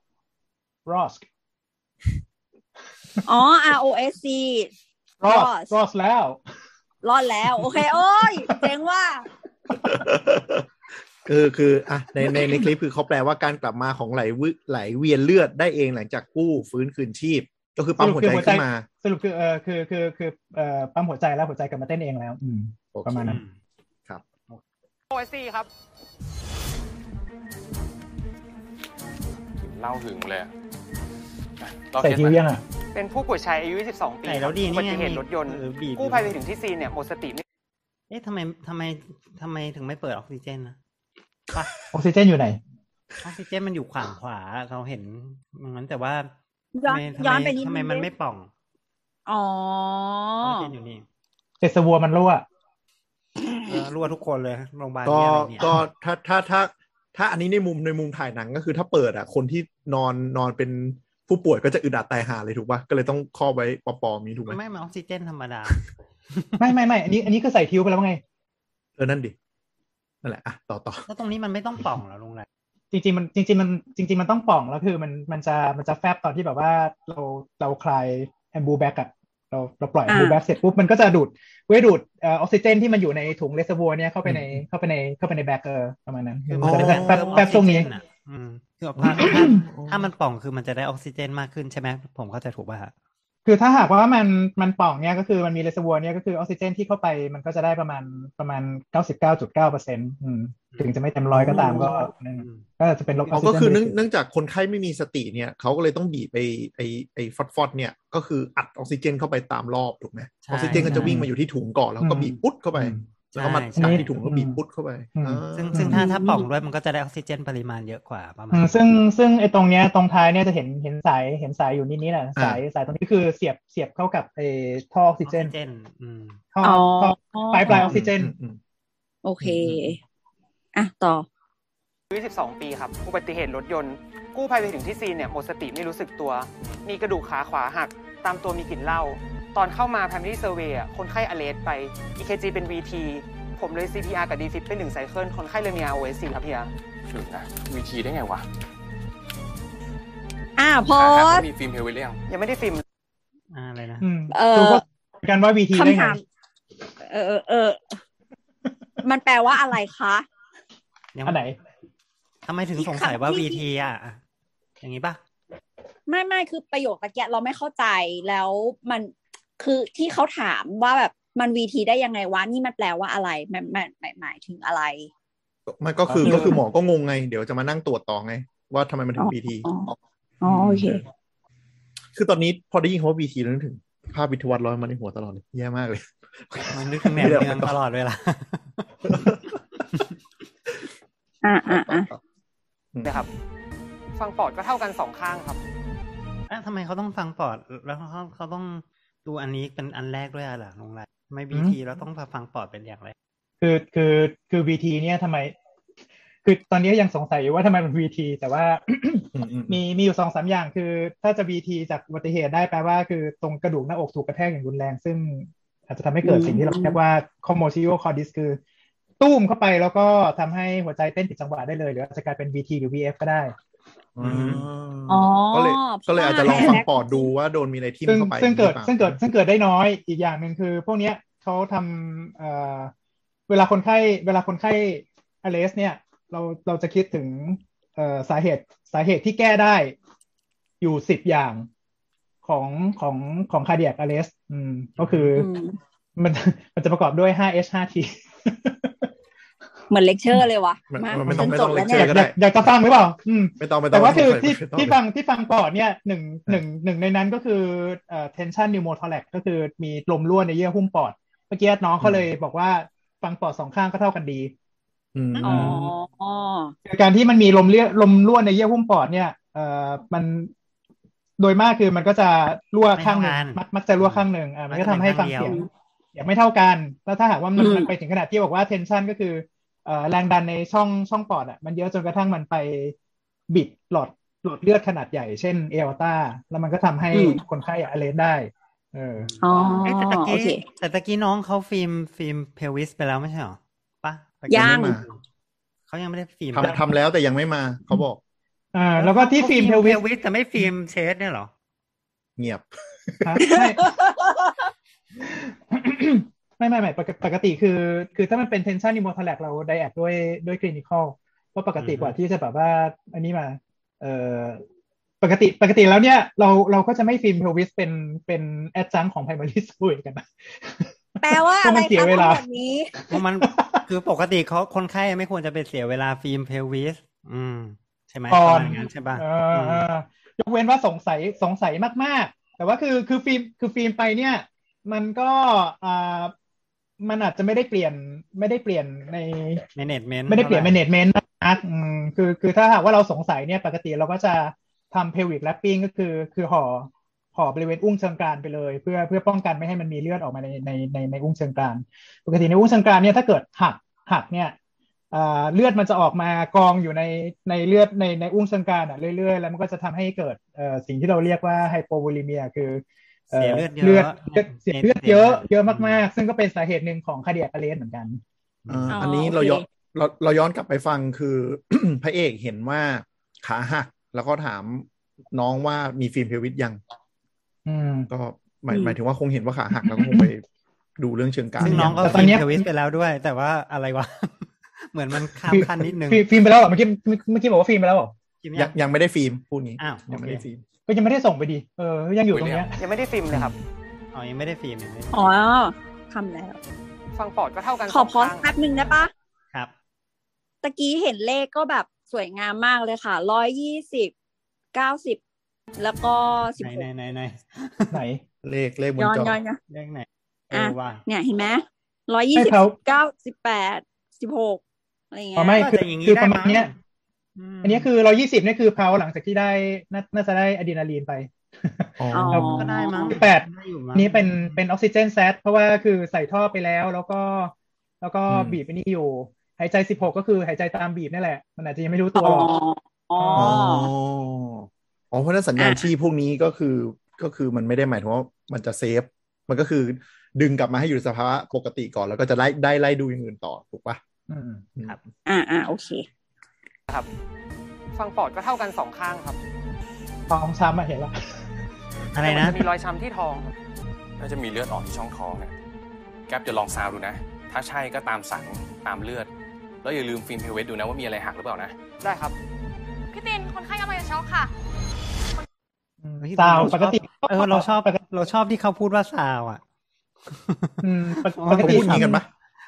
Speaker 4: รอส
Speaker 5: อ๋อ ROSC
Speaker 4: รอดรอสแล้ว
Speaker 5: รอดแล้ว โอเค โอ้ยเจ๋งว่า
Speaker 3: <laughs> คือคืออ่ะในในในคลิปคือเขาแปลว่าการกลับมาของไหลวึไหลเวียนเลือดได้เองหลังจากกู้ฟื้นคืนชีพ ก็คือปั๊มหัวใจขึ้นมา
Speaker 4: สรุปคือเออคือคือคือเอ่อปั๊มหัวใจแล้วหัวใจกลับมาเต้นเองแล้ว อืม
Speaker 3: โอเค
Speaker 4: ประมาณนั้น
Speaker 3: ครับ
Speaker 7: o อซีครับ
Speaker 8: กินเหล้าหึงเลยอะ
Speaker 4: ใส่
Speaker 8: เคส
Speaker 4: คิ้ว
Speaker 8: มา
Speaker 4: ยังอ่ะ
Speaker 7: เป็นผู้ป่วยชายอายุ 22 ปี
Speaker 2: ไหนแล้วดี
Speaker 7: อุ
Speaker 2: นี่
Speaker 7: บั
Speaker 2: ไง
Speaker 7: ติเหตุรถยนต์
Speaker 2: เออบีบ
Speaker 7: กู้ภัยไปถึงที่ซีนเนี่ยหมดสติไม่
Speaker 2: เอ๊ะทำไมทำไมทำไมถึงไม่เปิดออกซิเจนนะ
Speaker 4: ออกซิเจนอยู่ไหน
Speaker 2: ออกซิเจนมันอยู่ขวางขวาเราเห็นงั้นแต่ว่า
Speaker 5: ย้อน
Speaker 2: ทำ
Speaker 5: ย้อน
Speaker 2: ไม
Speaker 5: ไปนิด
Speaker 2: ทำไม
Speaker 5: นึง
Speaker 2: มัน
Speaker 5: ดิ
Speaker 2: ไม่ป่อง
Speaker 5: อ๋อ
Speaker 2: ออกซิเจนอยู่นี่
Speaker 4: เอสวัวมันรั่ว
Speaker 2: เออรั่วทุกคนเลยโรงพยาบาล
Speaker 3: ก็
Speaker 2: เนี่ยอะไรเนี่ย
Speaker 3: ก็ถ้าถ้าถ้าถ้าอันนี้ในมุมในมุมถ่ายหนังก็คือถ้าเปิดอ่ะคนที่นอนนอนเป็นผู้ป่วยก็จะอึดอัดตายหาเลยถูกปะก็เลยต้องครอบไว้ปอปอมีถูกไหม
Speaker 2: ไม่มันออกซิเจนธรรมดา
Speaker 4: ไม่ไม่ไม่อันนี้อันนี้ก็ใส่คิ้วไปแล้วไง
Speaker 3: เออนั่นดินั่นแหละอ่ะต่อต่อ
Speaker 2: แล้วตรงนี้มันไม่ต้องป่องเหรอลุงไร
Speaker 4: จริงๆมันจริงๆมันจริง ๆ มันต้องป่องแล้วคือมันมันจะมันจะแฟบตอนที่แบบว่าเราเราคลายแอมบูแบ็กอะ เราเราปล่อย
Speaker 5: อ่า
Speaker 4: ดูดแบบเสร็จปุ๊บมันก็จะดูดเวยดูดเออออกซิเจนที่มันอยู่ในถุงเรสเวอร์เนี่ยเข้าไปในเข้าไปในเข้าไปในแบกเกอร์ประมาณนั้นคือมันจะได้แบบแบบแบบช่วงนี้
Speaker 2: อะอืมคือ <coughs> ถ้าถ้าถ้ามันป่องคือมันจะได้ออกซิเจนมากขึ้นใช่ไหมผมเข้าใจถูกป่ะฮะ
Speaker 4: คือถ้าหากว่ามันมันป่องเนี่ยก็คือมันมีเรสเวอร์เนี่ยก็คือออกซิเจนที่เข้าไปมันก็จะได้ประมาณประมาณเก้าสิบเก้าจุดเก้าเปอร์เซ็นต์ถึงจะไม่เต็มร้อยก็ตามก็นั่นก็จะเป็นลบอ
Speaker 3: อ๋
Speaker 4: อ
Speaker 3: อก
Speaker 4: ซิเจน
Speaker 3: ก็คือ
Speaker 4: ไป
Speaker 3: เนื่อง
Speaker 4: สิ
Speaker 3: เนื่องจากคนไข้ไม่มีสติเนี่ยเขาก็เลยต้องบีบไปไอไอฟอสฟอสเนี่ยก็คืออัดออกซิเจนเข้าไปตามรอบถูกไหมออกซิเจนก็จะวิ่งมาอยู่ที่ถุงก่อนแล้วก็บีบปุ๊ดเข้าไป แล้วก็มากัดที่ถุงแล้วบีบปุ๊ดเข้าไป
Speaker 4: อืม
Speaker 3: อ่า
Speaker 2: ซึ่งซึ่งถ้าถ้าป่องด้วยมันก็จะได้ออกซิเจนปริมาณเยอะกว่าประมาณ
Speaker 4: อืมซึ่งซึ่งไอ้ตรงเนี้ยตรงท้ายเนี่ยจะเห็นเห็นสายเห็นสายอยู่นิดนี้แหละสายสายตรงนี้คือเสียบเสียบเข้ากับไอ้ท่อออ
Speaker 2: อ
Speaker 4: กซิ
Speaker 2: อก
Speaker 4: เจน
Speaker 2: ซิเจนอืม
Speaker 4: ท่อ
Speaker 5: อ๋อ
Speaker 4: ท่อปลายปลายออกซิเจน
Speaker 3: อืมอืม
Speaker 5: โอเค อ่ะ ต่อ
Speaker 7: อายุ12 ปีครับ อุบัติเหตุรถยนต์ กู้ภัยไปถึงที่ซีนเนี่ยหมดสติไม่รู้สึกตัว มีกระดูกขาขวาหัก ตามตัวมีกลิ่นเหล้า ตอนเข้ามา primary survey อะคนไข้อเลสไป EKG เป็น VT ผมเลย CPR กับ DFib เป็นหนึ่งไซเคิล คนไข้เลยมี ROS ครับเฮีย
Speaker 8: ถึงนะวีทีได้ไงวะ
Speaker 5: อ่ะพอ
Speaker 8: หา
Speaker 5: ด
Speaker 8: ว่ามีฟิล์มเฮลวิเลียม
Speaker 7: ยังไม่ได้ฟิล์ม
Speaker 2: อ่าอะไรนะ
Speaker 4: อืม
Speaker 5: เอ่อ
Speaker 4: ดูว่ากันว่าวีทีได้
Speaker 5: คำ
Speaker 4: ไง
Speaker 5: ถาม เออเออเออ มันแปลว่าอะไรคะ
Speaker 2: ยัง
Speaker 4: อันไหน
Speaker 2: ทำไมถึงสงสัยว่า VT อ่ะ อย่างนี้ป่ะ
Speaker 5: ไม่ไม่คือประโยคตะเกียะเราไม่เข้าใจแล้วมันคือที่เขาถามว่าแบบมันวีทีได้ยังไงวะนี่มันแปลว่าอะไรมันมันหมายหมายถึงอะไร
Speaker 3: มันก็คือ
Speaker 4: เออ
Speaker 3: ก็คือหมอก็งงไง เดี๋ยวจะมานั่งตรวจต่อไง ว่าทำไมมันถึง BT
Speaker 5: อ๋อ อ๋อโอเค
Speaker 3: คือตอนนี้พอได้ยินคำว่า BT แล้วนึกถึง ภาพวิทยาวัตรลอยมาในหัวตลอดเลยแย่มากเลย
Speaker 2: มันนึกถึงแนวเมืองตลอดเวลา
Speaker 5: อ่าอ่าอ่า
Speaker 7: นะครับ ฟังปอดก็เท่ากันสองข้างครับ
Speaker 2: อ่ะทำไมเขาต้องฟังปอด แล้วเขาเขาต้องดูอันนี้เป็นอันแรกด้วยอะเหรอลงไรทำไม่ VT แล้วต้องฟังปอดเป็นอย่างไร
Speaker 4: คือคือคือวีทีเนี่ยทำไม คือตอนนี้ยังสงสัยอยู่ว่าทำไมมันวีทีแต่ว่า
Speaker 3: อืมอืม
Speaker 4: มีมีอยู่สองสามอย่างคือถ้าจะวีทีจากอุบัติเหตุได้แปลว่าคือตรงกระดูกหน้าอกถูกกระแทกอย่างรุนแรง ซึ่งอาจจะทำให้เกิดสิ่งที่เราเรียกว่า commotion cordis คือ ตุ้มเข้าไปแล้วก็ทำให้หัวใจเต้นผิดจังหวะได้เลย หรืออาจจะกลายเป็น VT หรือ VF ก็ได้
Speaker 5: อ๋อ
Speaker 3: ก็เลยก็เลยอาจจะลองฟังปอดดูว่าโดนมีอะไรทิ่ม
Speaker 4: ซึ่ง
Speaker 3: เข้าไป
Speaker 4: ซึ่งเกิด
Speaker 3: หรือปล่า
Speaker 4: ซึ่งเกิดซึ่งเกิดได้น้อยอีกอย่างหนึ่งคือ พวกเนี้ยเขาทำเอ่อเวลาคนไข้เวลาคนไข้อเลสเนี่ย เราเราจะคิดถึงเอ่อสาเหตุสาเหตุที่แก้ได้อยู่สิบอย่างของของของคาเดียกอเลสอืมก็คือ
Speaker 5: อื
Speaker 4: อ
Speaker 5: ม
Speaker 4: มันมันจะประกอบด้วย 5H 5T
Speaker 5: เหมือนเลคเชอร์เลยวะ
Speaker 3: มัน
Speaker 5: มา
Speaker 3: มันไม่ต้องไม่ต้องเล
Speaker 5: ฉั
Speaker 3: ค
Speaker 5: จด
Speaker 3: เชอ
Speaker 5: แว
Speaker 3: ร์
Speaker 5: นี่ย
Speaker 3: ก็ได้
Speaker 4: อยากจะฟังหรือเปล่าอืม
Speaker 3: ไม่ต้องไม่ต้อง
Speaker 4: แต่ว่าคือที่
Speaker 3: ไม่ต้อง
Speaker 4: ที่ฟังที่ฟังปอดเนี่ยหนึ่งหนึ่งหนึ่งในนั้นก็คือเอ่อ tension pneumothorax ก็คือมีลมรั่วในเยื่อหุ้มปอด เมื่อกี้น้องเขาเลยบอกว่าฟังปอดสองข้างก็เท่ากันดี
Speaker 3: อืม
Speaker 5: อ๋ออ๋อ
Speaker 4: การที่มันมีลมเลี้ยลมรั่วในเยื่อหุ้มปอดเนี่ยเอ่อมันโดยมากคือมันก็จะรั่วข้างห
Speaker 2: ไม่
Speaker 4: นึ่ง
Speaker 2: เท่ากัน
Speaker 4: มักมักจะรั่วข้างหนึ่งอ่ามันก็ทำให้ฟังเสียง
Speaker 2: มันจะเป็นข้างเดียว
Speaker 4: เสียงไม่เท่ากัน แล้วถ้าหากว่ามัน
Speaker 5: อืม
Speaker 4: มันไปถึงขนาดที่บอกว่า tension ก็คือเอ่อแรงดันในช่องช่องปอดอ่ะมันเยอะจนกระทั่งมันไปบิดหลอดหลอดเลือดขนาดใหญ่เช่นเอลตาแล้วมันก็ทำให้คนไข้อะเลนได้ เออ
Speaker 5: อ๋อ
Speaker 2: เอ๊ะแต่ตะ
Speaker 5: โอ
Speaker 2: กี้
Speaker 5: เค
Speaker 2: แต่ตะกี้น้องเขาฟิล์มฟิล์มเพลวิสไปแล้วไม่ใช่เหรอปะตะกี้
Speaker 5: ยัง
Speaker 2: เขายังไม่ได้ฟิล์ม
Speaker 3: ทำทำแล้วแต่ยังไม่มาเขาบอก
Speaker 4: เออแล้วก็ที่ฟิล์มเพลวิส
Speaker 2: วิสแต่ไม่ฟิล์มเชสเนี่ยเหรอ
Speaker 3: เงียบ
Speaker 4: ฮะไม่ <coughs> ไม่ไม่ไม่ปกปกติคือคือถ้ามันเป็น tension pneumothorax เรา d i แอดด้วยด้วย clinical เพราะปกติ
Speaker 2: อือฮึ
Speaker 4: กว่าที่จะแบบว่า อันนี้มาเอ่อปกติปกติแล้วเนี่ยเราเราก็จะไม่ฟิล์ม pelvis เป็นเป็น adjunct ของ primary surgery กันนะ
Speaker 5: แปลว่าอะ
Speaker 4: เพราะ
Speaker 5: ไร
Speaker 4: มันเสีย
Speaker 5: คะ
Speaker 4: เวลา
Speaker 5: แบบนี้
Speaker 2: เพ
Speaker 4: <laughs>
Speaker 2: ราะมัน คือปกติเขาคนไข้ไม่ควรจะไปเสียเวลาฟิล์มเพลวิสอืม ใช่ไหม
Speaker 4: ก่
Speaker 2: ป
Speaker 4: อ
Speaker 2: ระ
Speaker 4: น
Speaker 2: มาณนั้นใช่ป่ะ
Speaker 4: เออเออยกเว้นว่าสงสัยสงสัยมาก ๆ แต่ว่าคือคือฟิล์มคือฟิล์มไปเนี่ย มันก็อ่ามันอาจจะไม่ได้เปลี่ยนไม่ได้เปลี่ยนใน
Speaker 2: เมเนจเมนต์
Speaker 4: ไม่ได้เปลี่ยน management นะอืมคือคือถ้าหากว่าเราสงสัยเนี่ยปกติเราก็จะทำ pelvic wrapping ก็คือคือห่อห่อบริเวณอุ้งเชิงกรานไปเลย เพื่อเพื่อป้องกันไม่ให้มันมีเลือดออกมาในในในในอุ้งเชิงกรานปกติในอุ้งเชิงกรานเนี่ยถ้าเกิดหักหักเนี่ยอ่าเลือดมันจะออกมากองอยู่ในในเลือดในในอุ้งเชิงกรานอ่ะเรื่อยๆ แล้วมันก็จะทำให้เกิดเอ่อสิ่งที่เราเรียกว่าไฮโปวูลิเมียคือ
Speaker 2: เสียเลือดเยอะ
Speaker 4: เลือดเลือดเสียเลือดเยอะเยอะมากๆ ซึ่งก็เป็นสาเหตุหนึ่งของคาเดียกเลสเหมือนกัน
Speaker 3: เอ่ออ
Speaker 5: ออั
Speaker 3: อันนี้เราย้อน
Speaker 5: โอเค
Speaker 3: เราเราย้อนกลับไปฟังคือ <clears throat> พระเอกเห็นว่าขาหักแล้วก็ถามน้องว่ามีฟิล์มเพลวิสยัง
Speaker 4: อืม
Speaker 3: ก็ หมายหมายถึงว่าคงเห็นว่าขาหักแล้วก็คงไปดูเรื่องเชิงการ
Speaker 2: ซึ่งน้องก็
Speaker 4: แต่ตอนเนี้ย
Speaker 2: ทวิสไปแล้วด้วย แต่ว่าอะไรวะ <laughs> เหมือนมันข้ามขั้นนิดนึง
Speaker 4: ฟิล์มฟิล์มไปแล้วเหรอเมื่อกี้เมื่อกี้บอกว่าฟิล์มไปแล้วเหรอ
Speaker 2: คิด
Speaker 3: ยั
Speaker 2: ยัง ง
Speaker 3: ยังไม่ได้ฟิล์มพูดงี้
Speaker 2: อ้าว
Speaker 3: ยังไม่ได้ฟิล์ม
Speaker 4: ก็ยังไม่ได้ส่งไปดีเออยังอยู่ตรงเนี้ย
Speaker 7: ยังไม่ได้ฟิล์มเลยครับ
Speaker 2: อ๋อยังไม่ได้ฟิล์มยังไม่ได้
Speaker 5: อ๋อทำแล้ว
Speaker 7: ฟังปอดก็เท่ากัน
Speaker 5: ขอ
Speaker 7: สง
Speaker 5: พอส
Speaker 7: ข้าง
Speaker 5: แป๊บหนึ่งได้ปะ
Speaker 2: ครับ
Speaker 5: ตะกี้เห็นเลขก็แบบสวยงามมากเลยค่ะร้อยยี่สิบเก้าสิบแล้วก็สิบ
Speaker 2: ไหน
Speaker 5: ห
Speaker 2: ไหน
Speaker 5: ก
Speaker 2: ไหนไหน
Speaker 4: ไหน
Speaker 3: เลขเลขบน
Speaker 5: ย้อน
Speaker 3: จอ
Speaker 5: ย้อนย้อน
Speaker 2: เรื่องไหนเอ
Speaker 5: อ่ะ
Speaker 2: อว่า
Speaker 5: เนี่ยเห็นไหมร้อยยี่
Speaker 4: ให้
Speaker 5: สิบ
Speaker 4: เขา
Speaker 5: เก้าสิบแปดสิบหกอะไร
Speaker 4: อ๋
Speaker 5: เงี้
Speaker 4: อย ไม่
Speaker 2: ก็
Speaker 4: คือ
Speaker 2: จะย่างงี้
Speaker 4: คือ
Speaker 2: ได้
Speaker 4: ประมาณ
Speaker 2: ง
Speaker 4: เนี้ย
Speaker 2: ม
Speaker 4: อันนี้คือร้อยี่สิบนี่คือเพาหลังจากที่ได้น่าน่าจะได้อะดรีนาลีนไป
Speaker 3: อ๋อ
Speaker 5: อ๋อ
Speaker 2: ก็ได้มั้ง
Speaker 4: แปด
Speaker 2: ไอยู่มั้ง
Speaker 4: นี่เป็นเป็นออกซิเจนแซดเพราะว่าคือใส่ท่อไปแล้ว แล้วก็ แล้วก็บีบไปนี่อยู่ หายใจสิบหกก็คือหายใจตามบีบนี่แหละ มันอาจจะยังไม่รู้ตัว
Speaker 5: อ๋
Speaker 4: หรอ
Speaker 5: อ
Speaker 4: ก
Speaker 5: อ๋อ
Speaker 3: อ๋ออ๋อเพราะฉะนั้นสัญญาณ
Speaker 5: อ่ะ
Speaker 3: ชีพพวกนี้ก็คือก็คือมันไม่ได้หมายถึงว่ามันจะเซฟ มันก็คือดึงกลับมาให้อยู่ในสภาวะปกติก่อนแล้วก็จะไล่ได้ไล่ดูอย่างอื่นต่อถูกปะ
Speaker 4: อืม
Speaker 3: ครับ
Speaker 5: อ่าอ่าโอเค
Speaker 7: ฟังปอดก็เท่ากันสองข้างครับ
Speaker 4: ท้องช้ำอะเห็นละ
Speaker 2: อะไรนะ
Speaker 7: แต่มัจมีรอยช้ำที่ท้อง
Speaker 8: น่าจะมีเลือดออกที่ช่องท้องอะแก๊ปจะลองซาวดูนะ ถ้าใช่ก็ตามสังตามเลือด แล้วอย่าลืมฟิล์มเพลเวสดูนะว่ามีอะไรหักหรือเปล่านะ
Speaker 7: ได้ครับ
Speaker 11: พี่ตินคนไข้กำลังจะช็อกค่ะ
Speaker 4: สาวปกติ
Speaker 2: เออเราชอบเราชอบที่เขาพูดว่าซาวอ่ะ
Speaker 4: อืมปก
Speaker 2: อ๋อ
Speaker 4: ปก
Speaker 3: เขา
Speaker 4: ติ
Speaker 3: พูดอย่างนี้กันปะ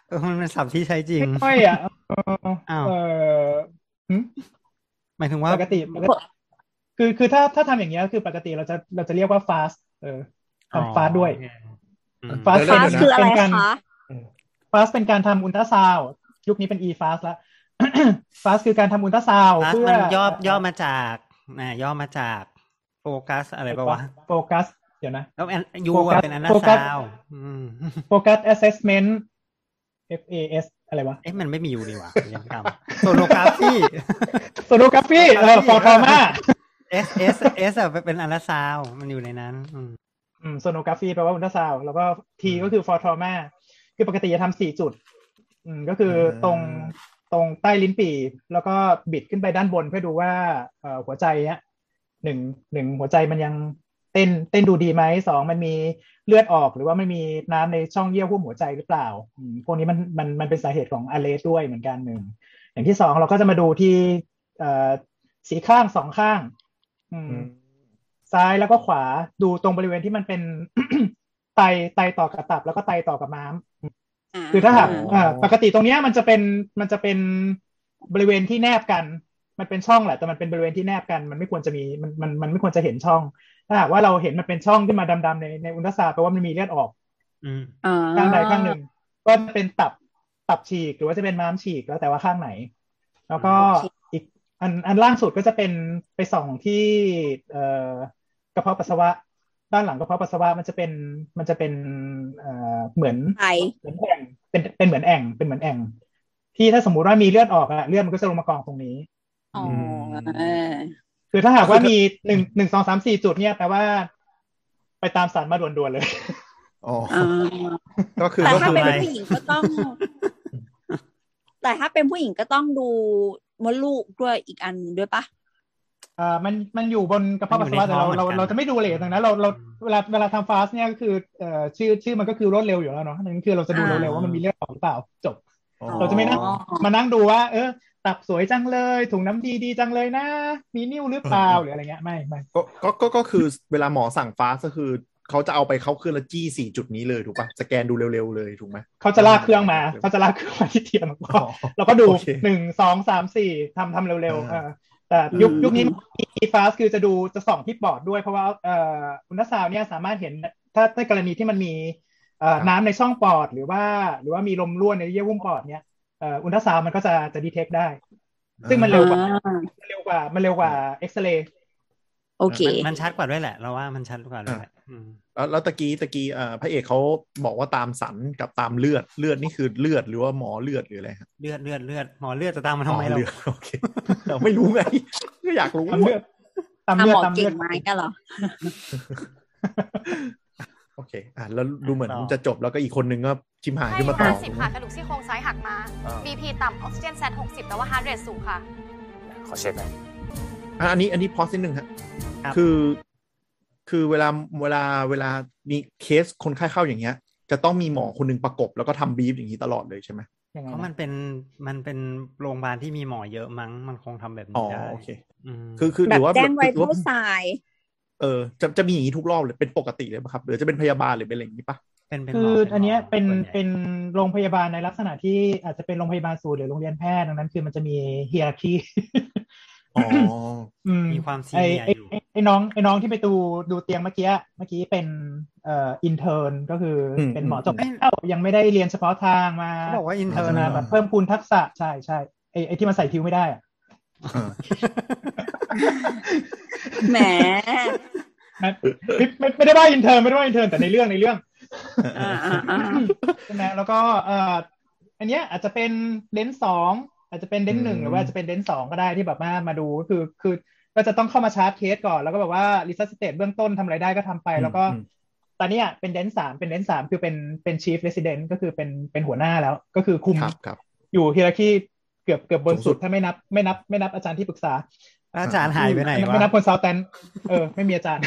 Speaker 2: เออมันเป็นศัพท์ที่ใช้จริง
Speaker 4: ไม่ค่อยอ่ะเออ
Speaker 2: อ้าว
Speaker 4: เออหึ
Speaker 2: หมายถึงว่า
Speaker 4: ปกติปกติคือคือถ้าถ้าทำอย่างเงี้ยคือปกติเราจะเราจะเรียกว่า fast เออทำ fast ด้วย
Speaker 2: อืม
Speaker 4: fast
Speaker 3: เดี๋ยว
Speaker 5: ฟาสคืออะไร
Speaker 4: เป็นการ
Speaker 5: คะ
Speaker 4: fast เป็นการทำอุลตราซาวยุคนี้เป็น e fast ละ <coughs> fast คือการทำอุลตราซาว
Speaker 2: ฟาส
Speaker 4: เพื่อ
Speaker 2: มันย่อย่อมาจากนะย่อมาจากโฟกัสอะไรปะวะ
Speaker 4: โฟกัสเดี๋ยวนะ
Speaker 2: แล้วแอนยู
Speaker 4: โฟกัส
Speaker 2: เป็นอนา
Speaker 4: โฟกัส
Speaker 2: ซาวอืม
Speaker 4: โฟกัส assessment FAS อะไรวะ
Speaker 2: เอ๊ะมันไม่มีอยู่ดีว่ะยังจำโซโลกราฟี่
Speaker 4: โซโลกราฟีเออฟอร์ทามา
Speaker 2: S S S อะเป็นอนาซาวมันอยู่ในนั้นอืม
Speaker 4: อืมโซโนกราฟีแปลว่าอุลตราซาวแล้วก็ T
Speaker 2: อืม
Speaker 4: ก็คือฟอร์ทอมาคือปกติจะทำสี่จุด อืมก็คือตรงตรงใต้ลิ้นปี่ แล้วก็บิดขึ้นไปด้านบนเพื่อดูว่าเอ่อหัวใจเนี้ยหนึ่งหนึ่งหัวใจมันยังเต้นเต้นดูดีไหมสองมันมีเลือดออกหรือว่ามันมีน้ำในช่องเยื่อหุ้มหัวใจหรือเปล่าอืมพวกนี้มันมันมันเป็นสาเหตุของอะเลสด้วยเหมือนกันหนึ่งอย่างที่สองเราก็จะมาดูที่เอ่อสีข้างสองข้าง อืม ซ้ายแล้วก็ขวาดูตรงบริเวณที่มันเป็น <coughs> ไตไตต่อกับตับ แล้วก็ไตต่อกับม้ามคือถ้าหาก
Speaker 3: อ่า
Speaker 4: อ่าปกติตรงเนี้ยมันจะเป็นมันจะเป็นบริเวณที่แนบกัน มันเป็นช่องแหละแต่มันเป็นบริเวณที่แนบกัน มันไม่ควรจะมีมันมันมันไม่ควรจะเห็นช่อง ถ้าหากว่าเราเห็นมันเป็นช่องขึ้นมาดำๆในในอุลตราซาวด์แปลว่ามันมีเลือดออก
Speaker 2: อืม
Speaker 5: อ่
Speaker 4: ข้างใดข้างหนึ่งก็จะเป็นตับตับฉีกหรือว่าจะเป็นม้ามฉีกแล้วแต่ว่าข้างไหน แล้วก็อีกอันอันล่างสุดก็จะเป็นไปส่องที่เอ่อกระเพาะปัสสาวะ ด้านหลังกระเพาะปัสสาวะมันจะเป็นมันจะเป็นเอ่อเหมือน
Speaker 5: ไอ
Speaker 4: เหมือนแอ่งเป็นเป็นเหมือนแอ่งเป็นเหมือนแอ่ง ที่ถ้าสมมุติว่ามีเลือดออกอะเลือดมันก็จะลงมากองตรงนี้
Speaker 5: อ๋อเออ
Speaker 4: คือถ้าหากว่ามีหนึ่งหนึ่งสองสามสี่จุดเนี่ยแปลว่า ไปตามสารมาด่วนๆเลย
Speaker 3: อ๋อ
Speaker 5: อ่า
Speaker 3: ก็คือ
Speaker 5: แต่
Speaker 3: ก็
Speaker 5: ถ้า
Speaker 3: คือ
Speaker 5: เป็น
Speaker 3: เป็น
Speaker 5: ผู้หญิงก็ต้อง <laughs> แต่ถ้าเป็นผู้หญิงก็ต้องดูมดลูกด้วยอีกอันหนึ่งด้วยปะ
Speaker 4: อ่ามันมันอยู่บนกระเพาะปัสสาวะแต่เราเราเราจะไม่ดูเลทตรงนั้นเราเราเวลาเวลาทำฟาสต์เนี่ยก็คือเอ่อชื่อชื่อมันก็คือรวดเร็วอยู่แล้วเนาะนั่นคือเราจะดู
Speaker 5: อ่า
Speaker 4: เร็วๆว่ามันมีเลือดออกหรือเปล่าจบ
Speaker 3: อ๋อ
Speaker 4: เราจะไม่นั่ง
Speaker 5: อ๋อ
Speaker 4: มานั่งดูว่า เออ ตับสวยจังเลย ถุงน้ำดีดีจังเลยนะ มีนิ้วหรือเปล่าหรืออะไรเงี้ยไม่ไม่
Speaker 3: ก็ก็ก็ก็คือเวลาหมอสั่งฟ้าก็คือเขาจะเอาไปเขาขึ้นและจี้สี่จุดนี้เลยถูกปะสแกนดูเร็วๆเลยถูกไหม
Speaker 4: เขาจะลากเครื่องมาเขาจะลากเครื่องมาที่เทียมแล้วก็เราก็ดู
Speaker 3: โอเค
Speaker 4: หนึ่งสองสามสี่ทำทำเร็วๆเอ
Speaker 3: อ่า
Speaker 4: อแต่ยุค
Speaker 5: อืม
Speaker 4: ยุคนี้อีฟาสคือจะดูจะส่องที่ปอดด้วยเพราะว่าเอ่ออุลตราซาวน์เนี่ยสามารถเห็นถ้าในกรณีที่มันมี เอ่
Speaker 3: ค
Speaker 4: อ
Speaker 3: รับ
Speaker 4: น้ำในช่องปอดหรือว่า หรือว่ามีลมรั่วในเยื่อหุ้มปอดเนี่ยเอ่ออุลตราซาวด์มันก็จะจะดีเทคได้ ซึ่งมันเร็วกว่า
Speaker 5: อ่า
Speaker 4: มันเร็วกว่ามันเร็วกว่าเอ็กซเรย์
Speaker 5: โอเค
Speaker 2: มันมันชัดกว่าด้วยแหละ เราว่ามันชัดกว่าด้วยแหละอืม
Speaker 3: แล้วแล้วตะกี้ตะกี้เอ่อพระเอกเขาบอกว่าตามสันกับตามเลือดเลือดนี่คือเลือดหรือว่าหมอเลือดหรืออะไรฮะ
Speaker 2: เลือดเลือดเลือดหมอเลือดจะตามมาทำไม
Speaker 3: อ๋อ
Speaker 2: เรา
Speaker 3: เลือด <laughs> โอเคเราไม่รู้ไงก็อยากรู้
Speaker 4: ตามเลือดตาม
Speaker 5: ทำ
Speaker 4: เลื
Speaker 5: ห
Speaker 4: อด
Speaker 5: มอ
Speaker 4: ตาม
Speaker 5: เก่
Speaker 4: เลือง ด
Speaker 5: ไหมกันเหรอ
Speaker 3: โอเคอ่ะแล้วดูเหมือน
Speaker 2: ต่อ
Speaker 3: จะจบแล้วก็อีกคนนึงก็ชิมหาย
Speaker 11: ไข้
Speaker 3: ขึ้นมาต่อ
Speaker 11: 50 ค่ะ กระดูกซี่โครงซ้ายหักมา
Speaker 3: อ่า
Speaker 11: BP ต่ำออกซิเจนแซด60 แต่ว่าฮาร์ดเรทสูงค่ะ
Speaker 8: ขอเช็คหน่อย
Speaker 3: อ่ะอันนี้อันนี้พอสนิดนึงฮะ
Speaker 2: ครับ
Speaker 3: คือ คือเวลาเวลาเวลามีเคสคนไข้เข้าอย่างเงี้ย จะต้องมีหมอคนหนึงประกบแล้วก็ทำบีฟอย่างนี้ตลอดเลยใช่ไหม
Speaker 4: ยังไง
Speaker 2: เพราะมัน
Speaker 4: นะ
Speaker 2: เป็นมันเป็นโรงพยาบาลที่มีหมอเยอะมั้งมันคงทำแบบ
Speaker 3: อ๋อ
Speaker 2: นี้ได้
Speaker 3: โอเค
Speaker 2: ม
Speaker 3: คือคือห
Speaker 5: แบ
Speaker 3: รื
Speaker 5: บ
Speaker 3: อว่า
Speaker 5: แจ้งไว้
Speaker 3: หรือว่า
Speaker 5: ผู้สาย
Speaker 3: เออจะจะมีอย่างนี้ทุกรอบเลยเป็นปกติเลยปะครับหรือจะเป็นพยาบาลหรือเป็นอะไรอย่างนี้ปะ
Speaker 2: เป็นเป็นหม
Speaker 4: คือ
Speaker 2: หม
Speaker 4: อันเนี้ยเป็น
Speaker 2: ส่วใหญ่
Speaker 4: เป็นโรงพยาบาลในลักษณะที่อาจจะเป็นโรงพยาบาลศูนย์หรือโรงเรียนแพทย์ดังนั้นคือมันจะมีเฮียร์คี
Speaker 3: อ๋อ
Speaker 4: <laughs> อืม
Speaker 2: มีความซี
Speaker 4: ไอ้
Speaker 2: เนีย
Speaker 4: ไอ้
Speaker 2: อยู่
Speaker 4: ไอ้ไอ้น้องไอ้น้องที่ไปดูดูเตียงเมื่อกี้เมื่อกี้เป็นเอ่ออินเทอร์นก็คืออ
Speaker 3: ม
Speaker 4: เป็นหมอจบ
Speaker 3: อืม
Speaker 4: เอ้ายังไม่ได้เรียนเฉพาะทางมา
Speaker 2: เขาบอกว่าอินเทอ
Speaker 4: พัฒ
Speaker 2: ร์
Speaker 4: นา
Speaker 2: นะ
Speaker 4: แบบเพิ่มพูนทักษะใช่ใช่ไอ้ไอ้ที่มันใส่คิ้วไม่ได้อะ
Speaker 3: อ่า
Speaker 5: แหม
Speaker 4: นะไม่ไม่ไม่ได้ว่าอินเทอร์ไม่ได้ว่าอินเทอร์แต่ในเรื่องในเรื่อง
Speaker 5: อ่าอ่าอ่า
Speaker 4: <laughs> ใช่ไหมแล้วก็เอ่ออันเนี้ยอาจจะเป็นเลนส์สองอาจจะเป็นเลนส์หนึ่ง
Speaker 3: อืม
Speaker 4: หรือว่าจะเป็นเลนส์สองก็ได้ที่แบบมามาดูก็คือคือก็จะต้องเข้ามาชาร์จเคสก่อน แล้วก็แบบว่ารีเซสเตทเบื้องต้นทำอะไรได้ก็ทำไป แล้วก็ตอนเนี้ยเป็นเลนส์สามเป็นเลนส์สามคือเป็นเป็นชีฟเรส i เดนต์ก็คือเป็นเป็นหัวหน้าแล้ว ก็คือคุม
Speaker 3: ครับครับ
Speaker 4: อยู่เฮียร์คีเกือบเกือบบน
Speaker 3: สูงสุ
Speaker 4: สุ
Speaker 3: ด
Speaker 4: ดถ้าไม่นับไม่นับไม่นับอาจารย์ที่ปรึกษา
Speaker 2: แล้วอาจารย์หายไปไหนวะ
Speaker 4: ไม่นับคนซาวแตนเออไม่มีอาจารย์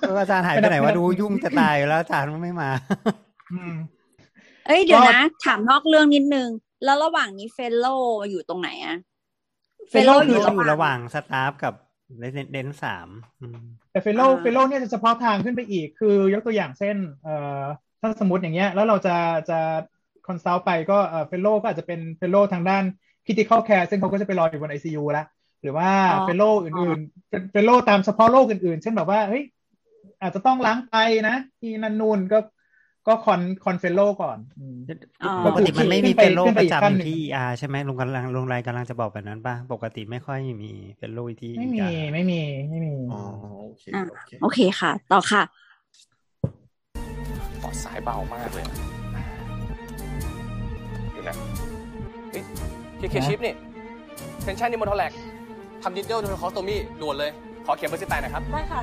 Speaker 2: เอออาจารย์หายไปไหนวะดูยุ่งจะตายอยู่แล้วอาจารย์ไม่มา
Speaker 4: อืม
Speaker 5: เอ้ยเดี๋ยวนะ ถามนอกเรื่องนิดนึง แล้วระหว่างนี้เฟลโลอยู่ตรงไหนอะเฟลโล
Speaker 4: Fellow
Speaker 5: อยู่
Speaker 2: เราอยู่
Speaker 5: ระ
Speaker 2: ระ
Speaker 5: ห
Speaker 2: ห
Speaker 5: ว่าง
Speaker 2: ว่างสตาฟกับเดนสามอืม
Speaker 4: แต่เฟลโล
Speaker 5: อ่า
Speaker 4: เฟลโลเนี่ยจะเฉพาะทางขึ้นไปอีก คือยกตัวอย่างเช่นเอ่อถ้าสมมติอย่างเงี้ย แล้วเราจะจะคอนซัลท์ไปก็เอ่อเฟลโลก็อาจจะเป็นเฟลโลทางด้าน critical care ซึ่งเขาก็จะไปรออยู่บน ICU ละหรือว่า
Speaker 5: อ๋อ
Speaker 4: เฟลโลอื่นๆเฟลโลตามเฉพาะโรคอื่นๆ เช่นแบบว่าเฮ้ยอาจจะต้องล้างไตนะที่นันนูนก็ก็คอนคอนเฟลโลก่อนอืม
Speaker 5: อ๋อ
Speaker 2: ปกติมันไม่มีเป็นโรคประจำอยู่ที่
Speaker 4: ขึ้นไปอีกขั้นหนึ่ง
Speaker 2: อาใช่ไหมลุงกำลังลุงไรกำลังจะบอกแบบนั้นป่ะ ปกติไม่ค่อยมีเป็นโรคที่
Speaker 4: ไม่มีไม่มีไม่มี
Speaker 3: อ๋อโอเคโอเค
Speaker 5: โอเคค่ะ ต่อค่ะ
Speaker 8: ต่อสายเบามากเลยอะอยู่นะเฮ้ยพี่เคชิปนี่เทนชั่นนี่โมทอลแลกทำดินเดิลโดนคอสโตมี่ด่วนเลย ขอเข็มเบอร์สิบแปดหนะครับ
Speaker 11: ได้ค่ะ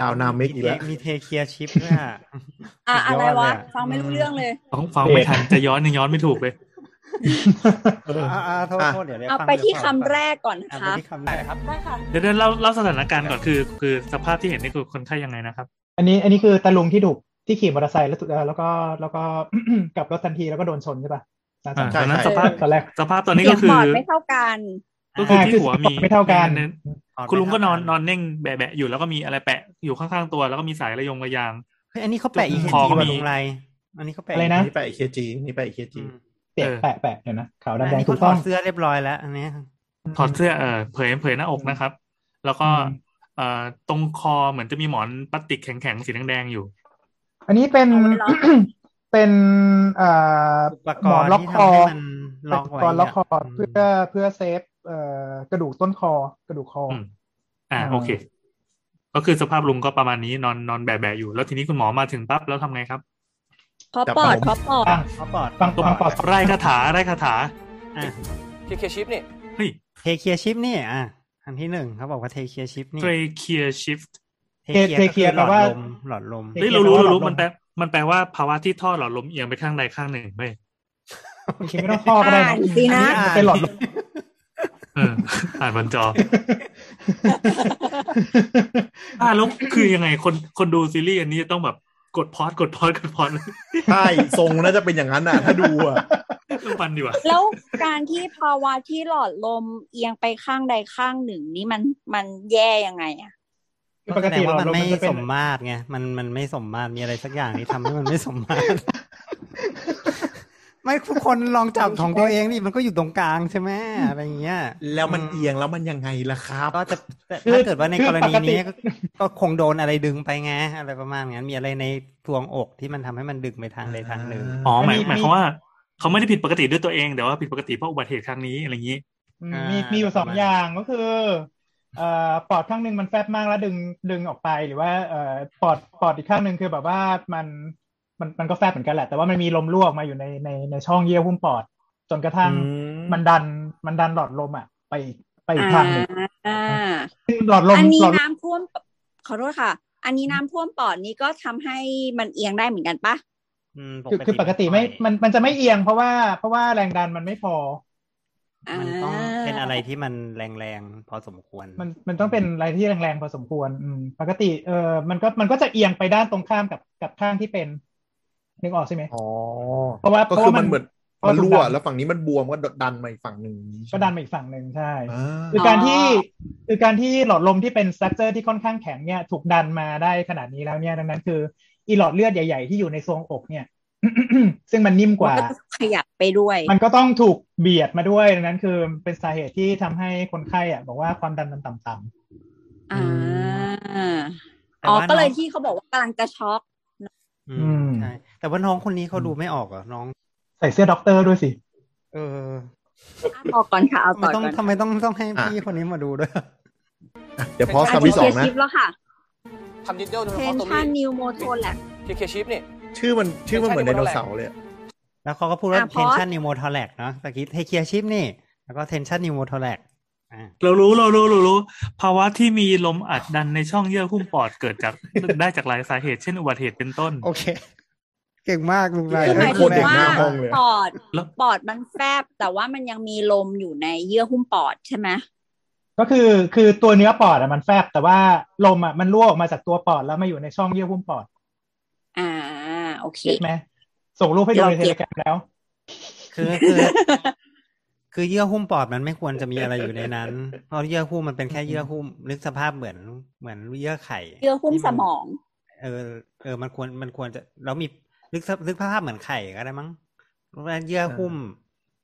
Speaker 3: ดาวนาเมกอีกแล้ว
Speaker 2: มีเทเคียชิปด้วยอะ
Speaker 5: อ่ะ
Speaker 2: สุด
Speaker 5: อะ
Speaker 2: ยอด
Speaker 5: ไรวะ
Speaker 2: เลยอะ
Speaker 5: ฟังไม่รู้เรื่องเลย
Speaker 10: ฟังฟังไม่ทันจะย้อนยังย้อนไม่ถูกเลย
Speaker 2: อ่ะอ่ะโทษโทษเดี๋ยวดี๋ยว
Speaker 5: เอา
Speaker 2: ฟัง
Speaker 5: ไปที่คำ
Speaker 2: เดี๋ยวฟัง
Speaker 5: แรกก่อน
Speaker 2: อ่ะ
Speaker 5: นะ
Speaker 2: ไป
Speaker 5: คะ
Speaker 2: ที่คำแร
Speaker 8: ได้
Speaker 2: ก
Speaker 8: นะครับ
Speaker 11: ได้ค่ะ
Speaker 10: เดี๋ยวเดี๋ยวเล่าเล่าสถานการณ์ก่อนคือ คือสภาพที่เห็นนี่คือคนไข้ยังไงนะครับ
Speaker 4: อันนี้อันนี้คือตาลุงที่ถูกที่ขี่มอเตอร์ไซค์แล้วถูกเอ่อแล้วก็แล้วก็ <coughs> กลับรถทันทีแล้วก็โดนชนใช่ปะตาม
Speaker 10: อ่าต
Speaker 4: จำ
Speaker 10: อนนั้น
Speaker 5: ใช่
Speaker 10: สภาพ
Speaker 4: ตอนแรก
Speaker 10: สภาพตอนนี้
Speaker 5: เสีย
Speaker 10: ก็
Speaker 5: ง
Speaker 10: คื
Speaker 5: บ
Speaker 10: อ
Speaker 5: อดไม่เท่ากัน
Speaker 10: ก็คือที่
Speaker 4: อ่า
Speaker 10: หัวมี
Speaker 4: ไม่เท่ากัน
Speaker 10: คุณลุงก็นอนนอนเน่งแบะๆอยู่แล้วก็มีอะไรแปะอยู่ข้างๆตัว แล้วก็มีสายระยงระยาง
Speaker 2: เฮ้ยอันนี้เขาแปะอีก
Speaker 10: คอก็
Speaker 2: ที
Speaker 10: มี
Speaker 2: มาลุงไรอันนี้เขาแปะ
Speaker 4: อะไรนะ
Speaker 3: นี่ไปเคจีนี่ไปเคจี
Speaker 2: อืม
Speaker 4: เตะแปะแปะเดี๋ยวนะขาว
Speaker 2: อัน
Speaker 4: ดำแดง
Speaker 2: นี้
Speaker 4: ถู
Speaker 2: เขาถ
Speaker 4: กต้
Speaker 2: อ
Speaker 4: อง
Speaker 2: ดเสื้อเรียบร้อยแล้วอันเนี้ย
Speaker 10: ถอดเสื้อเออเผยเผยหน้าอกนะครับ แล้วก็เอ่อตรงคอเหมือนจะมีหมอนพลาสติกแข็งๆสีแดงๆอยู่
Speaker 4: อันนี้เป็น
Speaker 5: เอาไว้ล็อก
Speaker 4: <coughs> เป็นเอ่อ
Speaker 2: อุปก
Speaker 4: หมอ
Speaker 2: ร
Speaker 4: น
Speaker 2: ณ์
Speaker 4: ล็อก
Speaker 2: ที่
Speaker 4: ค
Speaker 2: ทำให้มันล็อกไว้
Speaker 4: ออุปกรณ์ล็อกคอ
Speaker 2: ม
Speaker 4: เพื่อเพื่อเซฟเอ่อกระดูกต้นคอกระดูกคออ
Speaker 10: ม อ่า
Speaker 4: อ่า
Speaker 10: โอเค ก็คือสภาพลุงก็ประมาณนี้นอนนอนแบะๆอยู่ แล้วทีนี้คุณหมอมาถึงปั๊บแล้วทำไงครับ
Speaker 5: ขอปอดขอปอด
Speaker 4: ตั้ง
Speaker 2: เขาปอด
Speaker 4: ตั้ง
Speaker 2: ป
Speaker 4: ตั้งปอด
Speaker 10: ไร่คาถาไร่คาถา
Speaker 8: พี่เคชิปนี่
Speaker 10: เฮ้ย
Speaker 2: เทเคียชิปนี่อ่ะอันที่หนึ่งเขาบอกว่าเทเคียชิปนี่
Speaker 10: เทรเคียชิฟต์
Speaker 2: เทเคียก็คือหลอดลมหลอดลม
Speaker 10: เฮ้ยเรารู้เรารู้มันแปลมันแปลว่าภาวะที่ท่อหลอดลมเอียงไปข้างใดข้างหนึ่งเว้ย
Speaker 4: โอเคไม่ต้องคอก็ได้
Speaker 5: อ่านสินะ
Speaker 4: มันเป็นหลอดลม
Speaker 10: เออ อ่านบนจอ อ่าแล้วคือยังไงคนคนดูซีรีส์อันนี้จะต้องแบบกดพอดกดพอดกดพอด
Speaker 3: ใช่ทรงน่าจะเป็นอย่างนั้นน่ะ ถ้าดูอ่ะ
Speaker 10: ต้องฟันดีกว่า
Speaker 5: แล้วการที่ภาวะที่หลอดลมเอียงไปข้างใดข้างหนึ่งนี่มันมันแย่ยังไงอะ
Speaker 4: คือปกติ
Speaker 2: <laughs> แสดงว่ามัน
Speaker 4: หลอดลม
Speaker 2: ไม่
Speaker 4: มันจะเป็น
Speaker 2: สมมาตรไงมันมันไม่สมมาตรมีอะไรสักอย่างที่ทำให้มันไม่สมมาตร ไม่ทุกคนลองจับของตัวเองดิมันก็อยู่ตรงกลางใช่ไหมอะไรอย่างเงี้ย
Speaker 3: แล้วมันเอียงแล้วมันยังไงล่ะครับ
Speaker 2: ก็ <laughs> จะแต่
Speaker 4: คือ
Speaker 2: ถ้าเกิดว่าใน
Speaker 4: คือก
Speaker 2: รณี
Speaker 4: ปกติ
Speaker 2: นี้ก็ก็คงโดนอะไรดึงไปไงอะไรประมาณงั้นมีอะไรในทรวงอกที่มันทำให้มันดึงไปทางใดทางหนึ่ง
Speaker 10: อ๋อหมาย
Speaker 4: มี
Speaker 10: หมายความว่า เขาไม่ได้ผิดปกติด้วยตัวเองแต่ว่าผิดปกติเพราะอุบัติเหตุครั้งนี้อะไรอย่างนี้
Speaker 4: อืมมีมีอยู่สองอย่างก็คือเอ่อปอดข้างหนึ่งมันแฟบมากแล้วดึงดึงออกไปหรือว่าเอ่อปอดปอดอีกข้างหนึ่งคือแบบว่ามันมันมันก็แฟบเหมือนกันแหละ แต่ว่ามันมีลมรั่วออกมาอยู่ในในในช่องเยื่อหุ้มปอด จนกระทั่ง
Speaker 3: อืม
Speaker 4: มันดันมันดันหลอดลมอ่ะ ไปไปอีกทางหนึ่ง
Speaker 5: อ่า
Speaker 4: ซึ่งหลอดลม
Speaker 5: อันนี้
Speaker 4: หลอดลม
Speaker 5: น้ำท่วมปขอโทษค่ะ อันนี้น้ำท่วมปอดนี้ก็ทำให้มันเอียงได้เหมือนกันปะ
Speaker 2: ม
Speaker 4: คือคือปกติไม่มันมันจะไม่เอียงเพราะว่าเพราะว่าแรงดันมันไม่พอ
Speaker 2: มันต้องเป็นอะไรที่มันแรงๆพอสมควร
Speaker 4: มันมันต้องเป็นอะไรที่แรงๆพอสมควรอืมปกติเออมันก็มันก็จะเอียงไปด้านตรงข้ามกับกับข้างที่เป็นนึกออกใช่ไหม
Speaker 3: อ๋อ
Speaker 4: เพราะว่า
Speaker 3: ก็
Speaker 4: เพราะ
Speaker 3: คือ
Speaker 4: ว่า
Speaker 3: มั
Speaker 4: มัน น
Speaker 3: เหมือน
Speaker 4: เพราะ
Speaker 3: มันรั่ว
Speaker 4: ถูกดัน
Speaker 3: แล้วฝั่งนี้มันบวมก็ดันมาอีกฝั่งหนึ่งอย่างงี้ใช่
Speaker 4: ก็
Speaker 3: ไหม
Speaker 4: ดันไปอีกฝั่งหนึ่งใช่
Speaker 3: อ่า
Speaker 4: คือการที่คือการที่หลอดลมที่เป็นสตรัคเจอร์ที่ค่อนข้างแข็งเนี่ยถูกดันมาได้ขนาดนี้แล้วเนี่ยดังนั้นคืออีหลอดเลือดใหญ่ ๆ ที่อยู่ในทรวงอกเนี่ย <coughs> ซึ่งมันนิ่มกว่า
Speaker 5: มันก็จะขยับไปด้วย
Speaker 4: มันก็ต้องถูกเบียดมาด้วยดังนั้นคือเป็นสาเหตุที่ทำให้คนไข้อ่ะบอกว่าความดันมันต่ำ
Speaker 5: อ่า
Speaker 2: แต่
Speaker 5: อ๋อ
Speaker 2: ว่าน้อง
Speaker 5: ก็เลยที่เขาบอกว่ากำลังจะช็อก
Speaker 2: อืมใช่แต่ว่าน้องคนนี้เขาดูไม่ออกเหรอน้อง
Speaker 4: ๆใส่เสื้อด็อกเตอร์ด้วยสิ
Speaker 2: เออ
Speaker 5: อ่ะต่อก่อนค่ะ เอา
Speaker 2: ทำไม
Speaker 5: ต่อก่
Speaker 2: ต้
Speaker 5: อ
Speaker 2: อน งทำไมต้องต้องให้พี่คนนี้มาดูด้วย
Speaker 3: เดี๋ยวพอส
Speaker 5: อ่ะ
Speaker 3: คำที่สอ
Speaker 5: เคลี
Speaker 3: ง
Speaker 5: ยร์
Speaker 3: นะ
Speaker 5: ชิปแล้วค่ะ
Speaker 8: ทำดิจิทัลโดย
Speaker 5: เทน
Speaker 8: เฉพาะตรง
Speaker 5: ชัน
Speaker 8: นี้
Speaker 5: นิวโมโทแลบ
Speaker 8: เคเคชิปนี่
Speaker 3: ชื่อมันชื่อมันเหมือนไดโนเสาร์เลยอะ
Speaker 2: แล้วเขาก็พูดว่า
Speaker 5: อ่ะพอ
Speaker 2: tension n e u m o t h o r a x เนาะตะกี้เทเคียชิปนี่ แล้วก็ tension n e u m o t h o r a x อ่า
Speaker 10: เรารู้เรารู้เรารู้ภาวะที่มีลมอัดดันในช่องเยื่อหุ้มปอดเกิดจาก <laughs> ได้จากหลายสาเหตุเช่นอุบัติเหตุเป็นต้น
Speaker 2: โอเค เก่งมากลุงไร
Speaker 5: คือหมาย
Speaker 3: โคต
Speaker 5: ถึ
Speaker 3: รง เด็กห
Speaker 5: ว่า
Speaker 3: น้าห้องเลย
Speaker 5: ป
Speaker 3: อะ
Speaker 5: อด
Speaker 10: แล้ว
Speaker 5: ปอดมันแฟบ แต่ว่ามันยังมีลมอยู่ในเยื่อหุ้มปอดใช่ไหม
Speaker 4: ก็คือคือตัวเนื้อปอดอ่ะมันแฟบแต่ว่าลมอ่ะมันรั่วออกมาจากตัวปอดแล้วมาอยู่ในช่องเยื่อหุ้มปอด
Speaker 5: อ่า โอเค
Speaker 4: เก็ตไหมส่งรูปให้ดูในเทเลกราแล้ว
Speaker 2: คือคือ คือเยื่อหุ้มปอดมันไม่ควรจะมีอะไรอยู่ในนั้น เพราะเยื่อหุ้มมันเป็นแค่เยื่อหุ้มนึกสภาพเหมือนเหมือนเยื่อไข่
Speaker 5: เยื่อหุ้มสมอง
Speaker 2: เออเออมันควรมันควรจะแล้วมีนึกสภาพนึกภาพเหมือนไข่ก็ได้มั้งเพราะฉะนั้นเยื่อหุ้ม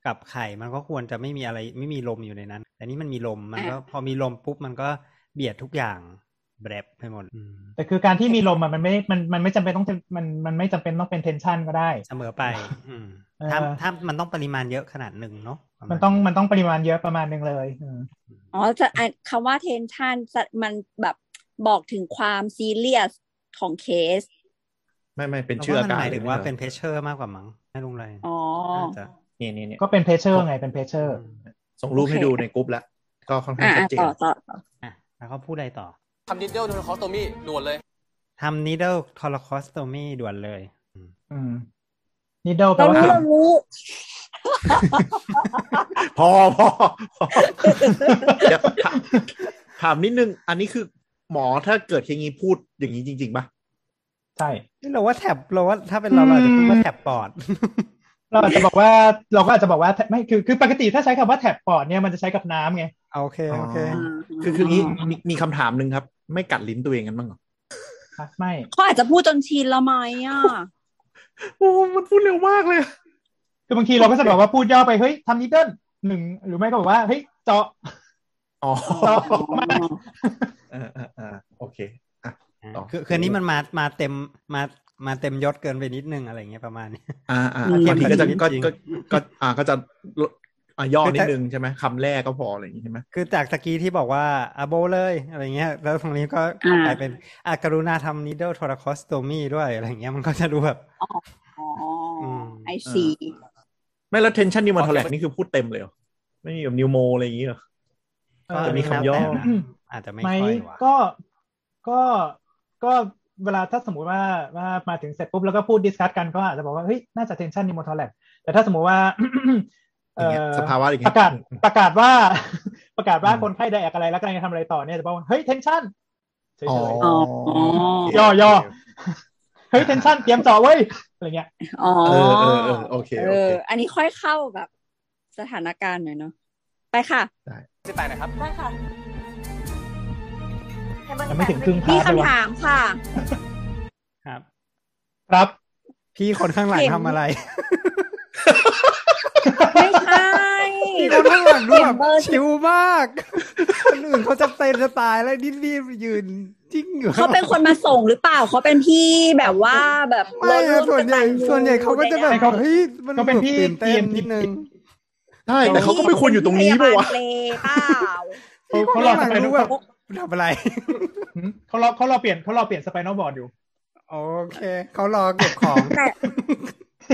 Speaker 2: กับไข่มันก็ควรจะไม่มีอะไร ไม่มีลมอยู่ในนั้น แต่นี่มันมีลมมันก็พอมีลมปุ๊บมันก็เบียดทุกอย่างแบบไปหมดอืม
Speaker 4: แต่คือการที่มีลมอะมันไม่มันมันไม่จำเป็นต้องมันมันไม่จำเป็นต้องเป็นเทนชันก็ได้
Speaker 2: เสมอไปอืม
Speaker 4: เออ
Speaker 2: ถ้าถ้ามันต้องปริมาณเยอะขนาดหนึ่งเนาะประาณ
Speaker 4: มันต้องมันต้องปริมาณเยอะประมาณหนึ่งเลยอืม
Speaker 5: อ๋อจะอ่ะคำว่า tension จะมันแบบบอกถึงความซีเรียสของเคส
Speaker 3: ไม่ไม่เป็น
Speaker 2: เรา
Speaker 3: ชื่อ
Speaker 2: ว่า
Speaker 3: อา
Speaker 2: มัน
Speaker 3: การ
Speaker 2: หมายถึงว่าเป็น
Speaker 3: ลย
Speaker 2: เพชเชอร์มากกว่ามั้งไม่ลงไร
Speaker 5: อ๋อ
Speaker 2: น่าจะ
Speaker 3: เนี่ยเนี่ยเนี่ย
Speaker 4: ก็เป็นเพเชอร์ไงเป็นเพเชอร์
Speaker 2: ม
Speaker 3: ส่งรูปให้
Speaker 5: โอเค
Speaker 3: ดูในกรุ๊ปแล้ว ก็ค่อนข้าง
Speaker 5: อ่า
Speaker 3: ชัดเจน
Speaker 5: อ่ะต่อต่อต่อ
Speaker 2: อ่ะแล้วเขาพูดอะไรต่อ
Speaker 8: ทำดิจิทัลโดยเฉพาะตรงนี้ด่วนเลย
Speaker 2: ทำ needle thoracostomy ด่วนเลย
Speaker 4: อืมนิดเดิลแปล
Speaker 5: เรา
Speaker 4: ว่า
Speaker 5: รู้เรารู้
Speaker 3: พอพอพอเดี๋ยวถามถามนิดนึง อันนี้คือหมอถ้าเกิดอย่างนี้พูดอย่างนี้จริงๆป่ะ
Speaker 4: ใช่
Speaker 2: นี่เราว่าแถบเราว่าถ้าเป็นเราเราอาจจะพูดว่าแถบปอด
Speaker 4: เราอาจจะบอกว่าเราก็อาจจะบอกว่าไม่คือคือปกติถ้าใช้คำว่าแถบปอดเนี่ยมันจะใช้กับน้ำไง
Speaker 2: โอเค โอเค
Speaker 3: อ๋ คือคืองี้มีมีคำถามหนึ่งครับ ไม่กัดลิ้นตัวเองกันบ้างเหรอ
Speaker 4: อ่ะไม่
Speaker 5: เขาอาจจะพูดจนชินแล้วไหมอ่ะ
Speaker 3: โอ้มันพูดเร็วมากเลย
Speaker 4: คือบางทีเราก็จะแบบว่าพูดย่อไปเฮ้ยทำนิดเดิลหนึ่งหรือไม่ก็บอกว่าเฮ้ยเจาะ
Speaker 3: อ๋ <laughs> อ
Speaker 4: เจาะมา
Speaker 3: เออเออเออโอเค ต่อ
Speaker 2: คือคืนนี้มันมามาเต็มมามาเต็มยศเกินไปนิดนึงอะไรเงี้ยประมาณนี้ <laughs>
Speaker 3: อ่าอ่า
Speaker 5: อืม
Speaker 3: บางทีก็จะก็
Speaker 2: จริง
Speaker 3: ก็ก็อ่าก็จะลดอ่ะย่อ
Speaker 2: คือ
Speaker 3: นิ
Speaker 2: ถ้า
Speaker 3: ดนึงใช่ไหมคำแรกก็พออะไรอย่างนี้ใช่ไหม
Speaker 2: คือจากตะกี้ที่บอกว่าอะโบเลยอะไรเงี้ย แล้วตรงนี้ก็
Speaker 5: อ่า
Speaker 2: กลายเป็นอากรุณาทำ needle thoracostomy ด้วยอะไรเงี้ยมันก็จะดูแบบ
Speaker 5: อ๋ออ
Speaker 2: ม
Speaker 5: ไอซี
Speaker 3: ไม่แล้ว tension นิวมาทอแลกนี่คือพูดเต็มเลยเหรอไม่มีแบบนิวโมอะไรอย่างนี้เหรอ
Speaker 4: เอ
Speaker 2: ก็
Speaker 4: อ
Speaker 3: จะมีคำย่อ
Speaker 2: แล้วแต่นะอาจจะไม่
Speaker 4: ไหม
Speaker 2: ค่อยว่ะ
Speaker 4: ก็ก็ก็เวลาถ้าสมมติว่าว่ามาถึงเสร็จปุ๊บแล้วก็พูดดิสคัตกันก็อาจจะบอกว่าเฮ้ยน่าจะเทนชันนิโมทอลแลกแต่ถ้าสมมติว่า <coughs>
Speaker 3: อ
Speaker 4: เอย่าง
Speaker 3: เงี้ย
Speaker 4: อ
Speaker 3: สภาวะอย่าง
Speaker 4: ป
Speaker 3: เงี้
Speaker 4: ระ
Speaker 3: ย
Speaker 4: กาศประกาศ <laughs> ว่า ประกาศว่า
Speaker 3: อืม
Speaker 4: คนไข้ไดแอกอะไรแล้วกำลังจะทำอะไรต่อเนี่ยจะบอกว่าเฮ้ยเทนชันเฉย
Speaker 3: อ๋อ
Speaker 4: ๆ
Speaker 3: อ๋อ
Speaker 4: ออ๋อ เฮ้ยเทนชันเตรียมเจ่อเว้ยอะไรเงี้ย
Speaker 5: อ๋อ
Speaker 3: เออเออเออโอเค
Speaker 5: เอ
Speaker 3: โอ
Speaker 5: อ
Speaker 3: เค
Speaker 5: อันนี้ค่อยเข้าแบบสถานการณ์หน่อยเนาะไปค่ะ
Speaker 8: 18 นะครับ
Speaker 11: ได้ค่ะ
Speaker 4: ยังไม่ถึงครึ่ง
Speaker 5: มี
Speaker 4: พาร์ทเลยวะ
Speaker 5: คำถามค่ะ
Speaker 2: ครับ
Speaker 4: ครับ
Speaker 2: พี่คนข้างหลัง
Speaker 5: เห็น
Speaker 2: ทำอะไร
Speaker 5: ไม่ใช่
Speaker 2: พี่คนข้างหลังดูแบบชิวมากคนอื่นเขาจะเต้นจะตายแล้วนี่รีบยืนจิ้งอยู่
Speaker 5: เขาเป็นคนมาส่งหรือเปล่าเขาเป็นพี่แบบว่าแบบ
Speaker 2: ไม่
Speaker 5: ร่
Speaker 2: อะ
Speaker 5: ม
Speaker 2: ส่วนใหญ่
Speaker 5: กตัญู
Speaker 2: ส่วนใหญ่เขาก็จะแบบ
Speaker 5: ใด
Speaker 2: เฮ้ยมัน
Speaker 4: ก็เป็นพี่
Speaker 2: ตื่นเต้
Speaker 4: ที
Speaker 2: น
Speaker 4: ม
Speaker 2: นิดนึง
Speaker 3: ใช่
Speaker 5: ๆ
Speaker 3: แต่เขาก็ไม่ควรอยู่ตรงนี้
Speaker 5: เป็
Speaker 3: ป่ะ
Speaker 5: พี่
Speaker 3: วะ
Speaker 5: พยาบาลเปลเปล่า
Speaker 4: เขาเขารอสไปนอลบอร์ด
Speaker 2: ทำอะไร
Speaker 4: หืมเขารอเขารอเปลี่ยนเขารอเปลี่ยนสไปนอลบอร์ดอยู่
Speaker 2: โอเคเขารอเก็บของ
Speaker 5: แต่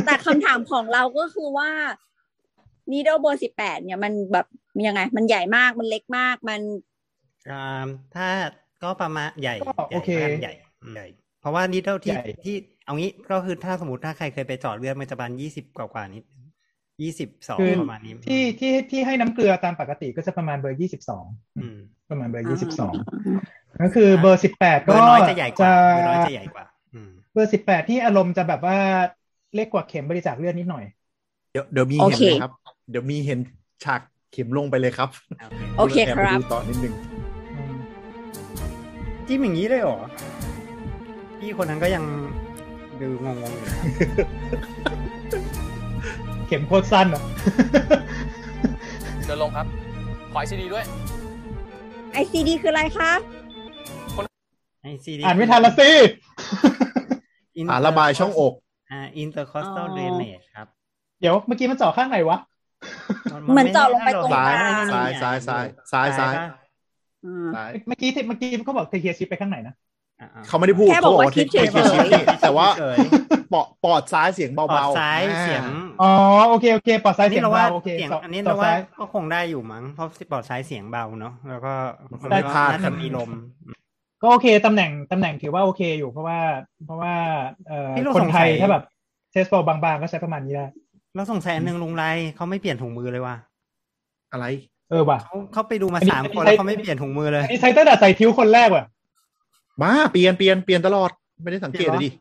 Speaker 5: แต่คำถามของเราก็คือว่านีโดเบอร์สิบแปดเนี่ยมันแบบยังไง มันใหญ่มากมันเล็กมากมัน
Speaker 2: อ่าถ้าก็ประมาณใหญ่
Speaker 4: ก็โอเค
Speaker 2: ใหญ่ใหญ่อืมใหญ่ เพราะว่านิดเท่าที่
Speaker 4: ใหญ่
Speaker 2: ที่เอางี้ก็คือถ้าสมมติถ้าใครเคยไปเจอดเลือดมันจะประมาณยี่สิบกว่ากว่านิด ยี่สิบสอง
Speaker 4: คือ
Speaker 2: ประมาณนี้
Speaker 4: ที่ที่ที่ให้น้ำเกลือตามปกติก็จะประมาณเบอร์ยี่สิบสอง
Speaker 2: อืม
Speaker 4: ประมาณเบอร์
Speaker 5: อ่า
Speaker 4: ยี่สิบสองก็คือเบอร์สิบแปด
Speaker 2: เบอ
Speaker 4: ก็
Speaker 2: ร์น้อยจะใหญ่กว่าเบอร์น้อยจะใหญ่กว่า อืม
Speaker 4: เบอร์สิบแปดที่อารมณ์จะแบบว่าเล็กกว่าเข็มบริจาคเลือดนิดหน่อย
Speaker 3: เดี๋ยวเดี๋ยวมี
Speaker 5: โอ
Speaker 3: เห็น
Speaker 5: เค
Speaker 3: เลยครับ เดี๋ยวมีเห็นฉากเข็มลงไปเลยครับ
Speaker 5: โอเค
Speaker 3: แบ
Speaker 5: ค
Speaker 3: ไป
Speaker 5: รับ
Speaker 3: ดูต่อนิดนึง
Speaker 4: อืม
Speaker 2: จิ้มอย่างนี้เลยเหรอ พี่คนนั้นก็ยังดูงงๆอยู่นะ
Speaker 4: เข็มโคตรสั้นอ่ะ
Speaker 8: เดินลงครับ ขอไอซีดีด้วย
Speaker 5: ไอซีดีคืออะไรคะ
Speaker 2: ไอซีดี
Speaker 4: อ่านไม่ทันละสิ
Speaker 3: อ่าระบายช่องอก
Speaker 2: อ่าอินเตอร์คอสต
Speaker 5: อ๋อ
Speaker 2: r ลเดรนเนจครับ
Speaker 4: เดี๋ยวเมื่อกี้มันเจาะข้างไหนวะ
Speaker 5: เหมือนเจาะลงไปตรงกลาง
Speaker 3: ซ้าย
Speaker 2: ไม่ได้
Speaker 3: ซ้ายซ้ายซ้ายซ้ายซ้าย
Speaker 5: อืม
Speaker 3: ซ้าย
Speaker 4: เมื่อกี้ที่เมื่อกี้เขาบอกเทเคียชิปไปข้างไหนนะ
Speaker 2: อ่ะอ่ะ
Speaker 3: เขาไม่ได้พูด
Speaker 5: แค่บอกว่า
Speaker 3: เข
Speaker 5: คิดเฉยๆ
Speaker 3: เขียนชื่อแต่ว่า
Speaker 2: เฉย
Speaker 3: ปอดปอดซ้ายเสียง
Speaker 2: ๆปอด
Speaker 3: เบาๆ
Speaker 2: ซ้ายเสียง
Speaker 4: อ๋อโอเคโอเคปอดซ้าย
Speaker 2: อัน
Speaker 4: เสี
Speaker 2: นี้
Speaker 4: ยง
Speaker 2: เราว่า
Speaker 4: เบาโอเค
Speaker 2: เสียง
Speaker 4: สอ
Speaker 2: อันนี้
Speaker 4: สอ
Speaker 2: เรา
Speaker 4: ด
Speaker 2: ว่า
Speaker 4: ซ้ย
Speaker 2: ก็คงได้อยู่มั้งเพราะปอดซ้ายเสียงเบาเนาะแล้วก็
Speaker 3: ได้พาด
Speaker 2: น่าจะมีลม
Speaker 4: ก็โอเค ตำแหน่งตำแหน่งถือว่าโอเคอยู่เพราะว่า เพราะว่าเอ่อ
Speaker 2: พี่ลูก
Speaker 4: คนไท
Speaker 2: ส
Speaker 4: ย
Speaker 2: งสัย
Speaker 4: ถ้าแบบเทสโปบางๆ ก็ใช้ประมาณนี้ได้
Speaker 2: เราสงสัยอันหนึงลุงไรเขาไม่เปลี่ยนถุงมือเลยว่ะ
Speaker 3: อะไร
Speaker 4: เออว่ะ
Speaker 2: เขาเขาไปดูมา
Speaker 4: อันนี้
Speaker 2: สาม
Speaker 4: อันนี้
Speaker 2: คนแล้ว
Speaker 4: ใช้
Speaker 2: เขาไม่เปลี่ยนถุงมือเลย
Speaker 4: อันนี้ใช้ตั้งแต่ใส่ทิ้วคนแรกว่ะ
Speaker 3: มาเปลี่ยนเปลี่ยนเปลี่ยนตลอดไม่ได้สังเกตเลยดิ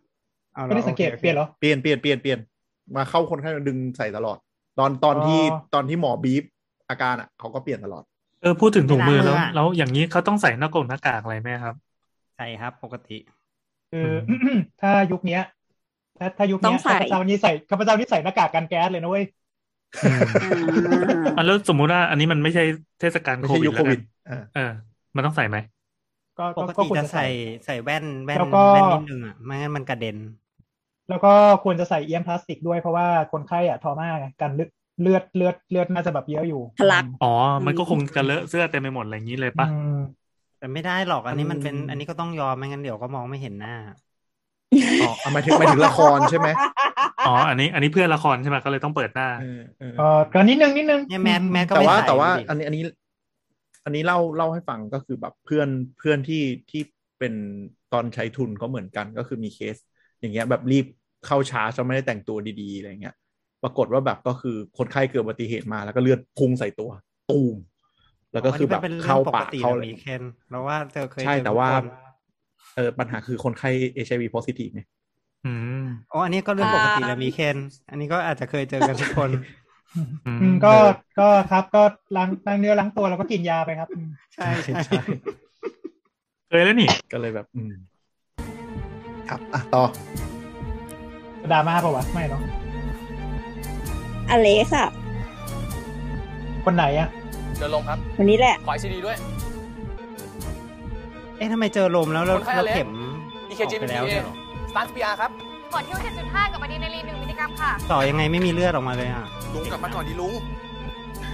Speaker 2: เอาหรอ
Speaker 4: ไม่ได้สังเกต
Speaker 2: โอคโอค
Speaker 4: เปลี่ยนเหรอ
Speaker 3: เปลี่ยนเปลี่ยนเปลี่ยนเปลี่ยนมาเข้าคนไข้ดึงใส่ตลอด ตอนตอน
Speaker 4: อ๋อ
Speaker 3: ที่ตอนที่หมอบีบอาการอ่ะเขาก็เปลี่ยนตลอด
Speaker 10: เออพูดถึงถุงมือแล้ว แล้วอย่างนี้เขาต้องใส่หน้ากากหน้ากากอะไรไหมครับ
Speaker 2: ใช่ครับ ปกติ
Speaker 4: คือ <clears throat> ถ้ายุคเนี้ย ถ้าถ้ายุค
Speaker 5: ต้
Speaker 4: เนี้
Speaker 5: อย งใส่
Speaker 4: ข้าพเจ้านี่ใส่ข้าพเจ้านี่ใส่หน้ากากกันแก๊สเลยนะเว้ย
Speaker 10: อืม
Speaker 5: อ่า
Speaker 10: อ่ะแล้วสมมุติว่าอันนี้มันไม่ใช่เทศกาล
Speaker 3: ไม่
Speaker 10: โค
Speaker 3: ใช่
Speaker 10: วิ
Speaker 3: ยุ
Speaker 10: ด
Speaker 3: ค
Speaker 10: แล้
Speaker 3: โคว
Speaker 10: กั
Speaker 3: วิ
Speaker 10: น
Speaker 3: ดอ่า
Speaker 10: เออ มันต้องใส่ไหม
Speaker 4: ก็
Speaker 2: ปก
Speaker 4: ก็
Speaker 2: ติ
Speaker 4: ควร
Speaker 2: จะ
Speaker 4: จะใส่
Speaker 2: ใส่ใส่แว่นแว่น
Speaker 4: แล้วก็
Speaker 2: แว่นนิดนึงอ่ะไม่งั้นมันกระเด็น
Speaker 4: แล้วก็ควรจะใส่เอี้ยมพลาสติกด้วยเพราะว่าคนไข้อ่ะทอมาไงกันเลือดเลือดเลือดเลือดน่าจะแบบเยอะอยู่
Speaker 5: ทะลัก
Speaker 10: อ๋อ มันก็คงจะเลอะเสื้อเต็มไปหมดอะไรอย่างนี้เลยปะ
Speaker 4: อืม
Speaker 2: แต่ไม่ได้หรอกอันนี้มันเป็น
Speaker 4: อืม
Speaker 2: อันนี้ก็ต้องยอมไม่งั้นเดี๋ยวก็มองไม่เห็นหน้า
Speaker 3: อ๋อเอาหมายถึงหมายถึงละครใช่ไหม
Speaker 10: อ๋อ อันนี้ อันนี้เพื่อนละครใช่ไหมก็เลยต้องเปิดหน้า
Speaker 3: เออเออ
Speaker 4: เออก็นิดนึงนิดนึง
Speaker 2: เนี่ยแมสแมสก็
Speaker 3: แต่
Speaker 2: ไม่
Speaker 3: ว่า
Speaker 2: ใส่
Speaker 3: แต่ว่า
Speaker 2: ดูดิ
Speaker 3: อันนี้อันนี้ อันนี้เล่าเล่าให้ฟังก็คือแบบเพื่อนเพื่อนที่ที่เป็นตอนใช้ทุนก็เหมือนกันก็คือมีเคส อย่างเงี้ยแบบรีบเข้าช้าจะไม่ได้แต่งตัวดีๆอะไรเงี้ย ปรากฏว่าแบบก็คือคนไข้เกิดอุบัติเหตุมาแล้วก็เลือดพุ่งใส่ตัว ตูมแล้วก็คือแบบ
Speaker 2: นนี้มันป็น
Speaker 3: เข้า
Speaker 2: รื่อง
Speaker 3: ปาก
Speaker 2: ติ
Speaker 3: เข้า
Speaker 2: แบ
Speaker 3: อะไร
Speaker 2: บนี้เคนเราว่าเธอเคย
Speaker 3: ใช่
Speaker 2: เจอ
Speaker 3: แต่ว่า
Speaker 2: ทุกคน
Speaker 3: เออปัญหาคือคนไข้เอชไอวีโพซิทีฟเนี่ย
Speaker 10: อืม
Speaker 2: อ๋ออันนี้ก็เรื่องปกติแล้มีเคนอันนี้ก็อาจจะเคยเจอกันทุก <laughs> คน
Speaker 10: อื
Speaker 4: อื
Speaker 10: ม
Speaker 4: มก็ก็ครับก็ล้างล้างเนื้อล้างตัวแล้วก็กินยาไปครับอืม
Speaker 2: ใช่ใช่
Speaker 10: เคยแล้วนี่
Speaker 3: <laughs> ก็เลยแบบอืมครับอ่ะต่อ
Speaker 4: ดราม่าปะวะไม่เนาะ
Speaker 5: อเลสอะ
Speaker 4: คนไหนอ่ะ
Speaker 8: เดินลงครับ
Speaker 5: วันนี้แหละ
Speaker 8: ขอไอซีดีด้วย
Speaker 2: เอ๊ะทำไมเจอลมแล้วเรา
Speaker 8: คนไข้
Speaker 2: เรา
Speaker 8: อะไร
Speaker 2: เข็มออก
Speaker 8: EKG
Speaker 2: ไปแล้วเนี่ยเหรอ
Speaker 8: สตาร์ทพีอาร์ครับ
Speaker 11: กดที่ 17.5 กับอะดรีนาลีน1มิลลิกรัมค่ะ
Speaker 2: ต่อยังไงไม่มีเลือดออกมาเลยอ่ะ
Speaker 8: ลุงกลับมาก่อนดิลุง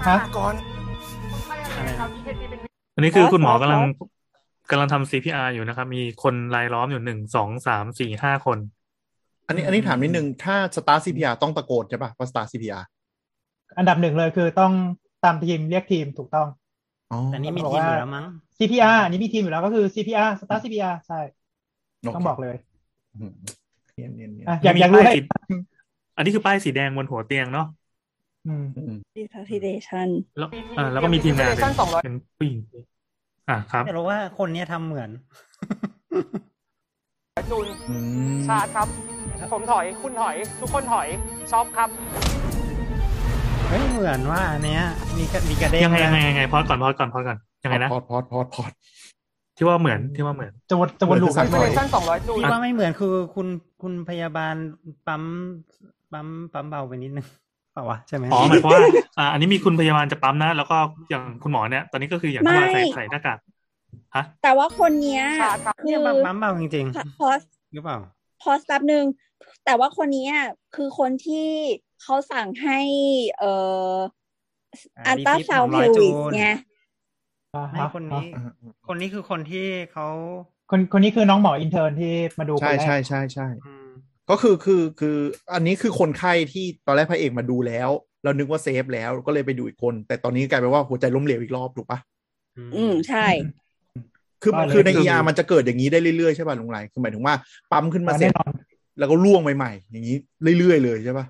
Speaker 4: ฮะ
Speaker 8: ก่อน
Speaker 11: คนไข้อะไรนะครับ EKG เป็น
Speaker 10: อันนี้คือ
Speaker 5: ครับ
Speaker 10: คุณหมอกำลัง
Speaker 5: ครับ
Speaker 10: กำลังทำ CPR อยู่นะครับ มีคนรายล้อมอยู่หนึ่งสองสามสี่ห้าคน
Speaker 3: อันนี้อันนี้ถามนิดนึงถ้าสตาร์ซีพีอาต้องตะโกนใช่ป่ะว่าสตาร์ซีพีอา
Speaker 4: อันดับหนึ่งเลยคือต้องตามทีมเรียกทีมถูกต้อง
Speaker 3: อ๋อ
Speaker 2: แต่นี่มีทีมอยู่แล้วมั้ง
Speaker 4: CPR อันนี้มีทีมอยู่แล้วก็คือ CPR Star CPR ใช่ต้องบอกเลย
Speaker 3: อืมเนียนเนียนเนียน
Speaker 4: อ่ะอยาก
Speaker 10: มี
Speaker 4: อยากรู้
Speaker 10: ป้าย
Speaker 4: ให้
Speaker 10: สีอันนี้คือป้ายสีแดงบนหัวเตียงเนาะ
Speaker 4: อืม
Speaker 3: อืม
Speaker 5: ดีทัซิเดชัน
Speaker 10: แล้วอ่าแล้วก็มีทีมงานเป็นเป็นผู้หญิงอ่ะครับ
Speaker 2: แต่เราว่าคนเนี้ยทำเหมือน
Speaker 7: จุนชาร์จครับ ผมถอยคุณถอย ทุกคนถอยช็อปครับ
Speaker 2: เฮ้ยเหมือนว่าอันเนี้ยมีกระมีกระเด้ง
Speaker 10: ยังไง
Speaker 2: นะ
Speaker 10: ยังไงยังไงพอดก่อนพอดก่อนพอดก่อนยังไงนะ
Speaker 3: พอดพอดพอดพอด
Speaker 10: ที่ว่าเหมือนที่ว่าเหมือน
Speaker 4: จะวนจะวนลูก
Speaker 3: เออคือสั่ง
Speaker 4: ไม่
Speaker 3: ก่อ
Speaker 4: ได้
Speaker 3: น
Speaker 7: Station 200จูน
Speaker 2: ที่ว่าไม่เหมือนคือคุณคุณพยาบาลปั๊มปั๊มปั๊มเบาไปนิดนึงเปล่าวะใช่ไหม
Speaker 10: อ๋อหมายความว่าอ่า อันนี้มีคุณพยาบาลจะปั๊มนะ แล้วก็อย่างคุณหมอเนี่ย ตอนนี้ก็คืออย่างที่ว่า
Speaker 5: ไม่
Speaker 10: ใส่ใส่หน้ากากฮะ
Speaker 5: แต่ว่าคนเนี้ย
Speaker 7: ชาร์จครับ
Speaker 5: คื
Speaker 2: เนี่ย
Speaker 5: อ
Speaker 2: ปั๊มปั๊มเบาจริง
Speaker 5: พอส
Speaker 2: ๆหรือเปล่า
Speaker 5: พอสแป๊บหนึ่งแต่ว่าคนเนี้ยคือคนที่เขาสั่งให้เอ่ออันต้าซาวด์เพลวิสไง
Speaker 4: อ่า
Speaker 2: ไม่
Speaker 4: ฮะ
Speaker 2: คนนี้ คนนี้คือคนที่เขา
Speaker 4: คนคนนี้คือน้องหมออินเทอร์ที่มาดูคน
Speaker 3: ใช่
Speaker 4: แรก
Speaker 3: ใช่ใช่ใช่
Speaker 2: อืม
Speaker 3: ก็คือคือคืออันนี้คือคนไข้ที่ตอนแรกพระเอกมาดูแล้ว เรานึกว่าเซฟแล้วก็เลยไปดูอีกคน แต่ตอนนี้กลายเป็นว่าหัวใจล้มเหลวอีกรอบถูกปะ
Speaker 5: อืมใช่
Speaker 3: คือคือในเออามันจะเกิดอย่างนี้ได้เรื่อยๆใช่ป่ะลุงไรคือหมายถึงว่าปั๊มขึ้นมา
Speaker 4: อ่า
Speaker 3: เสร็
Speaker 4: แน่
Speaker 3: จ
Speaker 4: นอน
Speaker 3: แล้วก็ล่วงใหม่ๆอย่างนี้เรื่อยๆเลยใช่ป่ะ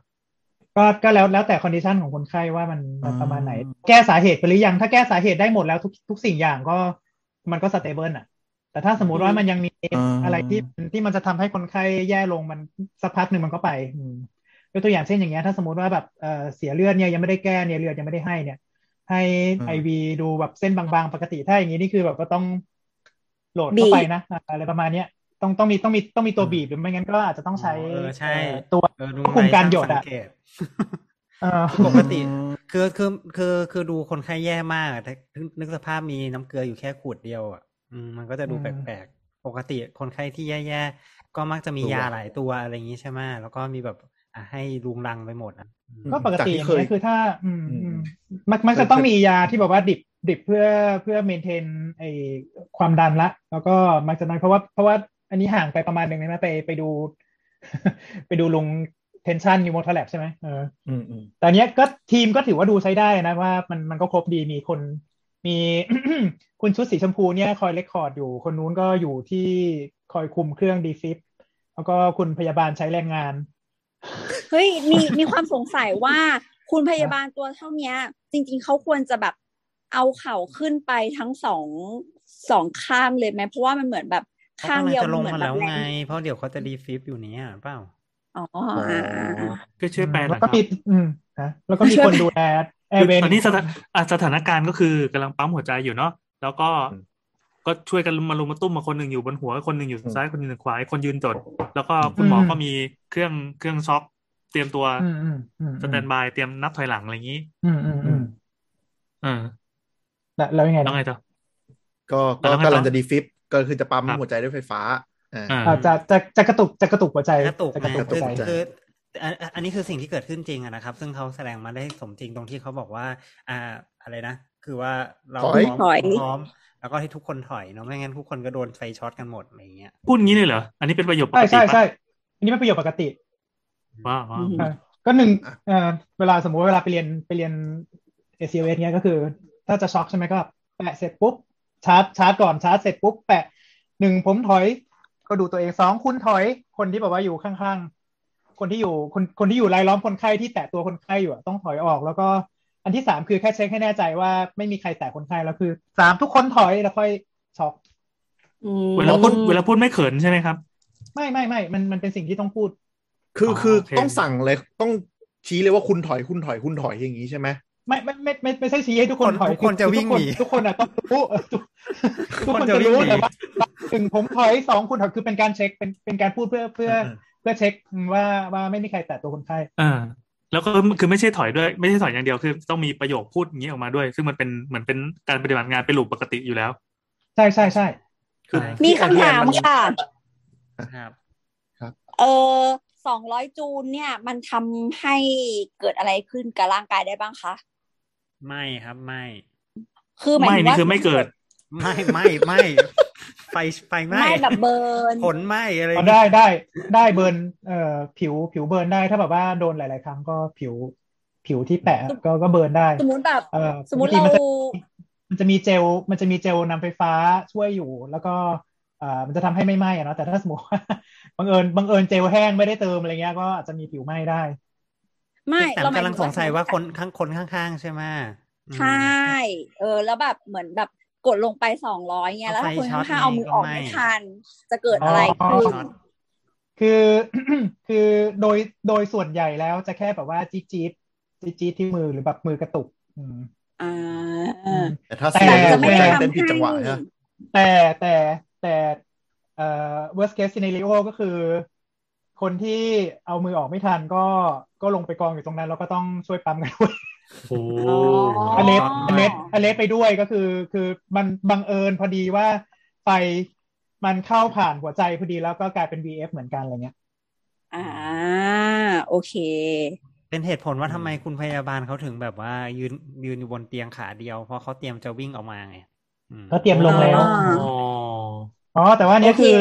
Speaker 4: ก็ก็แล้วแล้วแต่คอนดิชันของคนไข้ว่ามันมันประมาณไหน แก้สาเหตุไปหรือยังถ้าแก้สาเหตุได้หมดแล้วทุกทุกสิ่งอย่างก็มันก็สเตเบิลอ่ะ แต่ถ้าสมมติว่ามันยังมี
Speaker 3: อ่า
Speaker 4: อะไรที่ที่มันจะทำให้คนไข้แย่ลงมันสักพักหนึ่งมันก็ไปอืมยกตัวอย่างเช่นอย่างเงี้ยถ้าสมมติว่าแบบเอ่อเสียเลือดเนี่ยยังไม่ได้แก้เนี่ยเลือดยังไม่ได้ให้เนี่ย ให้ไอวีดูแบบเส้นบางๆ ปกติถ้าอย่างนี้นี่คือแบบก็ต้องโหลดเข้าไปนะอะไรประมาณเนี้ยต้องต้องมีต้องมีต้องมีตัวบีบหรือไม่งั้นก็อาจจะต้องใช้
Speaker 2: เออใช่
Speaker 4: เอ่อตัว
Speaker 2: เออลุง
Speaker 4: ควบคุมการหยดอะ
Speaker 2: สังเกต
Speaker 4: เอ่อ
Speaker 2: ปกติ คือคือคือคือดูคนไข้แย่มากอะแต่นึกสภาพมีน้ำเกลืออยู่แค่ขวดเดียวอ่ะอืมมันก็จะดู
Speaker 4: อืม
Speaker 2: แปลกๆ ปกติคนไข้ที่แย่ๆ ก็มักจะมียาหลายตัวอะไรอย่างนี้ใช่ไหมแล้วก็มีแบบอ่ะให้ลุงรังไปหมดอ่ะ
Speaker 4: ก็ปกติอย่างเงี้ยคือถ้า อืม
Speaker 3: อืม
Speaker 4: มันมันจะต้องมียาที่แบบว่าดิบดิบเพื่อเพื่อเมนเทนไอความดันละ แล้วก็มักจะน้อยเพราะว่าเพราะว่าอันนี้ห่างไปประมาณหนึ่งเลยนะไปไปดู <laughs> ไปดูลงเทนชันนิวโมทแลบใช่ไหมเออ
Speaker 3: อืมอืม
Speaker 4: แต่อันเนี้ยก็ทีมก็ถือว่าดูใช้ได้นะว่ามันมันก็ครบดีมีคนมี <coughs> คุณชุดสีชมพูเนี่ยคอยเลคคอร์ดอยู่ คนนู้นก็อยู่ที่คอยคุมเครื่องดีฟิปแล้วก็คุณพยาบาลใช้แรงงาน
Speaker 5: เฮ้ยมีมีความสงสัยว่าคุณพยาบาลตัวเท่าเนี้ย จริง ๆเขาควรจะแบบเอาเข่าขึ้นไปทั้งสองสองข้างเลยไหมเพราะว่ามันเหมือนแบบข้างเดียว
Speaker 2: ขกำลัจะลง
Speaker 5: เหมือ
Speaker 2: มาน
Speaker 5: แบ
Speaker 2: แล้ว
Speaker 5: บแร
Speaker 2: ไง
Speaker 5: ง
Speaker 2: เพราะเดี๋ยวเขาจะรีฟิปอยู่เนี้เปล่า
Speaker 5: อ๋ออ่าอ่าอ่า
Speaker 10: ก็ช่วยแปลหน่
Speaker 4: แล้
Speaker 10: อยว ค
Speaker 4: ก็
Speaker 10: รับ
Speaker 4: มีอืมนะแล้วก็มีคนดูแลแอ
Speaker 10: คือ
Speaker 4: ร์เวน
Speaker 10: ตอนนี้สถานอ่ะสถานการณ์ก็คือกำลังปั๊มหัวใจอยู่เนาะแล้วก็
Speaker 3: อืม
Speaker 10: ก็ช่วยกันมาลุมมาตุ้มมาคนหนึ่งอยู่บนหัวคนหนึ่งอยู่
Speaker 3: อืม
Speaker 10: ซ้ายคนหนึ่งอยู่ขวาคนยืนจด แล้วก็คุณหมออ
Speaker 4: ม
Speaker 10: ก็มีเครื่องเครื่องช็อคเตรียมตัว
Speaker 4: อืมอืมอืม
Speaker 10: สแตนบายเตรียมนับถอยหลังอะไรอย่างนี้
Speaker 4: อืมอืมอืม
Speaker 10: เออ
Speaker 4: แล้วแล้วยังไง
Speaker 10: แล้วไงต่อ
Speaker 3: ก็
Speaker 10: แล้วไงต่อก
Speaker 3: ก็ำลังจะดีฟิปก็คือจะปั๊ม
Speaker 10: ครับ
Speaker 3: หัวใจด้วยไฟฟ้าอ่า
Speaker 10: อ่า
Speaker 4: อ่าจะจะจะกระตุกจะกระตุกหัวใจ
Speaker 2: กระตุก
Speaker 4: จะก
Speaker 2: นะ
Speaker 4: ระตุก
Speaker 2: คือ
Speaker 4: หัว
Speaker 3: ก
Speaker 4: ใจ
Speaker 3: ระตุก
Speaker 2: คืออันอันอันนี้คือสิ่งที่เกิดขึ้นจริงอะนะครับ ซึ่งเขาแสดงมาได้สมจริงตรงที่เขาบอกว่า อ่าอะไรนะ คือว่าเรา
Speaker 3: ถอย
Speaker 2: พร้อม
Speaker 5: ถอย
Speaker 2: พร้อม แล้วก็ให้ทุกคนถอยเนาะไม่งั้นทุกคนก็โดนไฟช็อตกันหมดอะไรอย่างเงี้ย
Speaker 10: พูดงี้เลยเหรอ อันนี้เป็นประโยคป
Speaker 4: ใช่
Speaker 10: กติ
Speaker 4: ใช่ใช่
Speaker 10: ปะ
Speaker 4: อันนี้ไม่ประโยชน์ปกติ
Speaker 10: ว้าวว้าว
Speaker 5: อืม
Speaker 4: อ่ะก็หนึ่งเอ่อเวลาสมมติว่าเวลาไปเรียนไปเรียน ACOS เนี้ยก็คือ ถ้าจะช็อคใช่ไหมก็แปะเสร็จปุ๊บชาร์จชาร์จก่อนชาร์จเสร็จปุ๊บแปะหนึ่งผมถอย ก็ดูตัวเองสองคุณถอยคนที่แบบว่าอยู่ข้างๆ คนที่อยู่คนคนที่อยู่รายล้อมคนไข้ที่แตะตัวคนไข้อยู่อะต้องถอยออก แล้วก็อันที่สามคือแค่เช็คให้แน่ใจว่าไม่มีใครแตะคนไข้แล้วคือสามทุกคนถอยแล้วค่อยช็อค
Speaker 5: อืม
Speaker 10: เวลาพูดเวลาพูดไม่เขินใช่ไหมครับ
Speaker 4: ไม่ไม่ไม่มันมันเป็นสิ่งที่ต้องพูด
Speaker 3: คือ
Speaker 10: อ๋อ
Speaker 3: คือ
Speaker 10: โอเค
Speaker 3: ต้องสั่งเลยต้องชี้เลยว่าคุณถอยคุณถอยคุณถอยอย่างนี้ใช่ไหม
Speaker 4: ไม่ไม่ไม่ไม่ไม่ใช่ชี้ให้ทุกคน
Speaker 2: คน
Speaker 4: ถอย
Speaker 2: ทุกคนจะวิ่งหนี
Speaker 4: ทุกคนอ่ะต้องรู้เออทุก
Speaker 2: <laughs> ทุ
Speaker 4: ทุ
Speaker 2: กค
Speaker 4: กคน น
Speaker 2: จะ
Speaker 4: จะ
Speaker 2: วิ่ง
Speaker 4: รู้
Speaker 2: หนี
Speaker 4: แต่ว่าหนึ่งผมถอยสองคุณถอยคือเป็นการเช็คเป็นเป็นการพูดเพื่อเพื่อ
Speaker 3: เออ
Speaker 4: เพื่อเช็คว่าว่าไม่มีใครแตะตัวคนไข้
Speaker 10: อ่า แล้วก็คือไม่ใช่ถอยด้วย ไม่ใช่ถอยอย่างเดียวคือต้องมีประโยคพูดอย่างนี้ออกมาด้วย ซึ่งมันเป็นเหมือนเป็นการปฏิบัติงานเป็นลูปปกติอยู่แล้ว
Speaker 4: ใช่ใช่ใช่
Speaker 3: คือ
Speaker 2: ใช่
Speaker 5: มี
Speaker 3: ที่
Speaker 5: คำถาม
Speaker 3: แอนแอนน
Speaker 5: ค่ะ
Speaker 2: ครับ
Speaker 5: เออสองร้อยจูนเนี่ย มันทำให้เกิดอะไรขึ้นกับร่างกายได้บ้างคะ
Speaker 2: ไม่ครับไม่
Speaker 5: คือหมาย
Speaker 10: ไม่
Speaker 5: ถึง
Speaker 10: นี่
Speaker 5: ว่า
Speaker 10: คือไม่เกิด
Speaker 2: ไม่ไม่ไม่ไฟไฟไหม้
Speaker 5: ไม่แบบเบิร์น
Speaker 2: ผลไหม้อะไร
Speaker 4: เอาได้ได้ได้เบิร์นเอ่อผิวผิวเบิร์นได้ถ้าแบบว่าโดนหลาย ๆ ครั้งก็ผิวผิวที่แปะก็ก็เบิร์นได้
Speaker 5: สมมติแบบ
Speaker 4: เออ
Speaker 5: สมมติ
Speaker 4: บง
Speaker 5: เรา
Speaker 4: ทีนจะมันจะมีเจล มันจะมีเจลนำไฟฟ้าช่วยอยู่ แล้วก็เอ่อมันจะทำให้ไม่ไหม้อะเนาะแต่ถ้าสมมติว่า <laughs> บังเอิญบังเอิญเจลแห้งไม่ได้เติมอะไรเงี้ยก็อาจจะมีผิวไหม้ได้
Speaker 5: ไม่
Speaker 2: แต่
Speaker 5: เราหมาย
Speaker 2: กำลัง
Speaker 5: ถึ
Speaker 2: สงสัยว่าคน
Speaker 5: แบบ
Speaker 2: ข้างคนข้างๆใช่ไหมอืม
Speaker 5: ใช่ เออ แล้วแบบเหมือนแบบกดลงไปสองร้อยเงี้ยแล้วถ้า
Speaker 2: เอาไฟ
Speaker 5: คน
Speaker 2: ช็อต
Speaker 5: ข้างๆเอามือออก
Speaker 2: ไงก็ไม่
Speaker 5: ไม่ทันจะเกิดอะไรขึ้น
Speaker 2: ช็อต
Speaker 4: คือ <coughs> คือโดยโดยส่วนใหญ่แล้วจะแค่แบบว่าจี๊ดจี๊ดจี๊ดจี๊ดที่มือหรือแบบมือกระตุกอืม
Speaker 5: อ่า
Speaker 4: อืม
Speaker 3: แต่ถ้าเสียง
Speaker 4: แต่
Speaker 5: จะ
Speaker 3: หั
Speaker 5: ไม่
Speaker 3: วใจ
Speaker 5: ได้
Speaker 3: เต้นผิดจังหวะ
Speaker 5: ทำให้
Speaker 3: นะ
Speaker 4: แต่แต่แต่เอ่อ worst case scenario ก็คือ คนที่เอามือออกไม่ทันก็ก็ลงไปกองอยู่ตรงนั้น แล้วก็ต้องช่วยปั๊มกันด้วย
Speaker 10: โอ้
Speaker 5: อ๋อ
Speaker 4: อ
Speaker 5: อ
Speaker 4: เล็กอเล็กอเล็กไปด้วยก็คือคือมันบังเอิญพอดีว่าไฟมันเข้าผ่านหัวใจพอดีแล้วก็กลายเป็น VF เหมือนกันอะไรเงี้ย
Speaker 5: อ่า โอเค
Speaker 2: เป็นเหตุผลว่าทำไมคุณพยาบาลเขาถึงแบบว่ายืนยืนอยู่บนเตียงขาเดียว เพราะเขาเตรียมจะวิ่งออกมาไงอืม
Speaker 4: ก็เตรียมลงแล้ว
Speaker 5: อ๋อ
Speaker 10: อ๋อ
Speaker 4: อ๋อ แต่ว่าอันเนี้ย
Speaker 5: โอเค
Speaker 4: คือ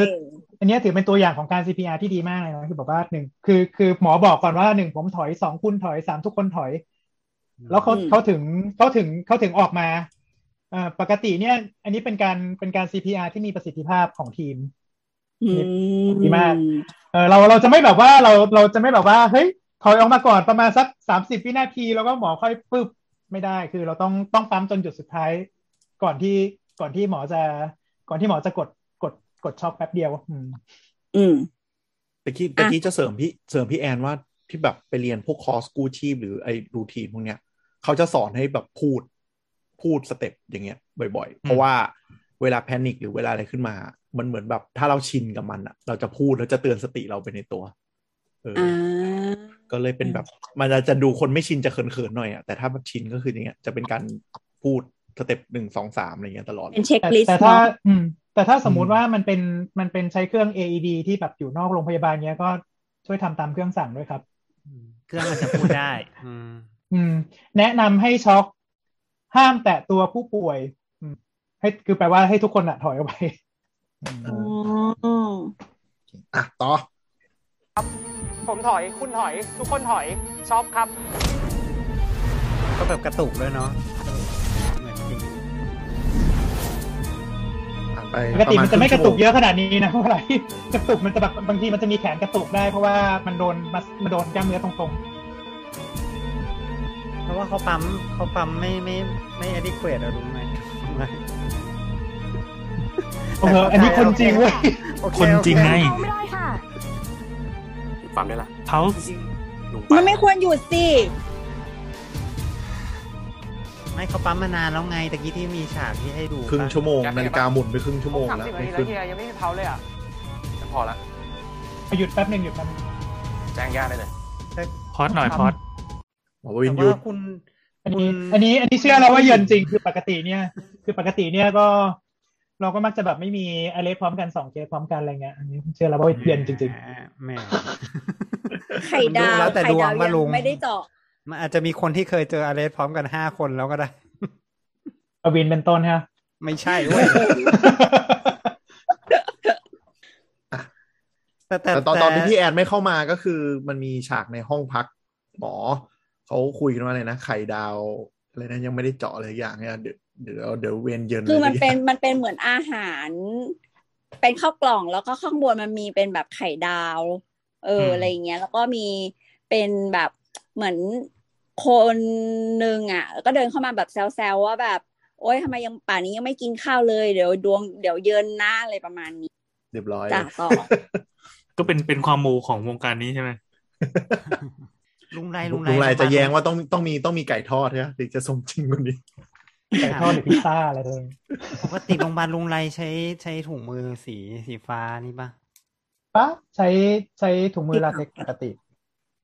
Speaker 4: อันเนี้ยถือเป็นตัวอย่างของการ CPR ที่ดีมากเลยนะคือบอกว่าหนึ่งคือคือหมอบอกก่อนว่าหนึ่งผมถอยสองคุณถอยสามทุกคนถอย แล้วเขา
Speaker 5: อืม
Speaker 4: เขาถึงเขาถึงเขาถึงออกมาเอ่อปกติเนี่ย อันนี้เป็นการเป็นการ CPR ที่มีประสิทธิภาพของทีม
Speaker 5: อืม
Speaker 4: ดีมาก เออเราเราจะไม่แบบว่าเราเราจะไม่แบบว่าเฮ้ย ถอยออกมาก่อนประมาณสักสามสิบวินาที แล้วก็หมอค่อยปึ๊บไม่ได้ คือเราต้องต้องปั๊มจนหยุดสุดท้าย ก่อนที่ก่อนที่หมอจะ ก่อนที่หมอจะกดกดกดช็อกแป๊บเดียวอืม
Speaker 5: อืม
Speaker 3: ตะกี้ตะกี้จะเสริมพี่เสริมพี่แอนว่าที่แบบไปเรียนพวกคอร์สกู้ชีพหรือไอ้รูทีนพวกเนี้ยเขาจะสอนให้แบบพูดพูดสเต็ปอย่างเงี้ยบ่อยๆ เพราะว่าเวลาแพนิคหรือเวลาอะไรขึ้นมา มันเหมือนแบบถ้าเราชินกับมันอะเราจะพูดแล้วจะเตือนสติเราไปในตัว เอออ
Speaker 5: อ่า
Speaker 3: ก็เลยเป็นแบบ มันอาจจะดูคนไม่ชินจะเขินๆหน่อยอะแต่ถ้าแบบชินก็คืออย่างเงี้ยจะเป็นการพูดสเต็ปหนึ่งสองสามอะไรเงี้ยตลอด
Speaker 5: เป็นเช็ค
Speaker 4: แต่
Speaker 5: ลิสต์
Speaker 4: แต่ถ้า
Speaker 5: เนาะ
Speaker 4: อืมแต่ถ้าสมมุติว่ามันเป็นมันเป็นใช้เครื่อง AED ที่แบบอยู่นอกโรงพยาบาลเนี้ยก็ช่วยทำตามเครื่องสั่งด้วยครับ
Speaker 2: เครื่องมันจะพูดได้ อืม
Speaker 4: อืม แนะนำให้ช็อกห้ามแตะตัวผู้ป่วย อืม ให้คือแปลว่าให้ทุกคนอะถอยออกไป
Speaker 5: อ๋อ
Speaker 3: อ่ะต่อ
Speaker 7: ผมถอยคุณถอย ทุกคนถอยชอบครับ
Speaker 2: ก็แบบกระตุกด้วยเนาะเหมือนจริง
Speaker 3: ผ่านไป
Speaker 4: ปกติมันจะไม่กระตุก
Speaker 3: ป
Speaker 4: เยอะขนาดนี้นะเพราะ <laughs> อะไร กระตุกมันจะแบบบางทีมันจะมีแขนกระตุกได้เพราะว่ามันโดนมันมันโดนกล้ามเนื้อตรง
Speaker 2: เพราะว่าเขาปั๊มเขาปั๊มไม่ไม่ไม่ adequate อะรู้ไหมไม่
Speaker 4: ๆเอออันนี้คนจริงเว้ย
Speaker 2: โอเ
Speaker 10: คนจริงไง
Speaker 2: โอเค
Speaker 11: ไม่ได้ค่ะ
Speaker 8: ฟาร์มได้ละ
Speaker 10: เขา
Speaker 8: ลุง
Speaker 5: มันไม่ควรหยุดสิ
Speaker 2: ไม่เขาปั๊มมานานแล้วไงตะกี้ที่มีฉากที่ให้ดู
Speaker 3: ครึ่งชั่วโมง
Speaker 7: อยากให้
Speaker 3: นาฬิกาหมุนไปครึ่งชั่วโมง
Speaker 7: สาม
Speaker 3: แล้ว
Speaker 7: สิบนา
Speaker 3: ไม่
Speaker 7: ทีแล้
Speaker 3: ขึ้
Speaker 7: วน เฮียยังไม่มีเพาเลยอ่ะ
Speaker 8: แต่พอละ
Speaker 4: หยุดแป๊บหนึ่งหยุดแป๊บหนึ่ง
Speaker 8: แจ้งญาติได้เลย
Speaker 10: พอดหน่อยพอด
Speaker 3: หมอ
Speaker 2: แต่
Speaker 3: วินหยุด
Speaker 2: ว่าคุณ
Speaker 4: อันนี้
Speaker 2: คุณ
Speaker 4: อันนี้อันนี้เชื่อแล้วว่าเยือนจริงคือปกติเนี่ย คือปกติเนี่ยก็ เราก็มักจะแบบไม่มีอะไรพร้อมกันสองเคสพร้อมกันอะไรเงี้ยอันนี้เชื่อแล้วว่าเยือนจริง
Speaker 2: อ่าแหม่
Speaker 5: ไข่ดาว
Speaker 2: มันดูแล้วแต่
Speaker 5: ไข่ดาว
Speaker 2: ดวงว่าลุง
Speaker 5: ยังไม่ได้เจาะ
Speaker 2: มันอาจจะมีคนที่เคยเจออเลสพร้อมกันห้าคนแล้วก็ได้
Speaker 4: ๆอวินเป็นต้นฮะ
Speaker 2: ไม่ใช่เว้ยแต่แต่
Speaker 3: แต่ตอนตอนที่
Speaker 2: แต่
Speaker 3: พี่แอนไม่เข้ามาก็คือมันมีฉากในห้องพัก หมอเขาคุยกันว่าอะไรนะ ไข่ดาวอะไรนะยังไม่ได้เจาะอะไรอย่างเนี่ยเดี๋ยวเดี๋ยวเดี๋ยวเวียนเยิน
Speaker 5: คือมัน
Speaker 2: <laughs>
Speaker 3: อะไร
Speaker 5: เป็น
Speaker 3: อย่างงี้ย
Speaker 5: มันเป็นเหมือนอาหาร เป็นข้าวกล่องแล้วก็ข้างบนมันมีเป็นแบบไข่ดาว เอออะไรอย่างเงี้ย แล้วก็มีเป็นแบบเหมือนคนหนึ่งอ่ะ ก็เดินเข้ามาแบบแซวๆว่าแบบ โอ๊ยทำไมยังป่านนี้ยังไม่กินข้าวเลยเดี๋ยวดวงเดี๋ยวเยินหน้าอะไรประมาณนี้
Speaker 3: เรียบร้อย
Speaker 5: จ้ะต่อ
Speaker 10: ก็เป็นเป็นความมูของวงการนี้ใช่ไหม
Speaker 2: ลุงไร
Speaker 3: ลุ
Speaker 2: ลุ
Speaker 3: ง
Speaker 2: ง
Speaker 3: ลุง
Speaker 2: ไร
Speaker 3: ลายจะแย้งว่าต้องต้องมีต้องมีไก่ทอดใช่ไหมถึงจะสมจริงกว่านี้
Speaker 4: ไก่ทอดหรือพิซซ่าอะไรเลย
Speaker 2: ปกติโรงพยาบาลลุงไรใช้ใช้ถุงมือสีสีฟ้านี่ปะ
Speaker 4: ปะใช้ใช้ถุงมือลาเท็กซ์ปกติ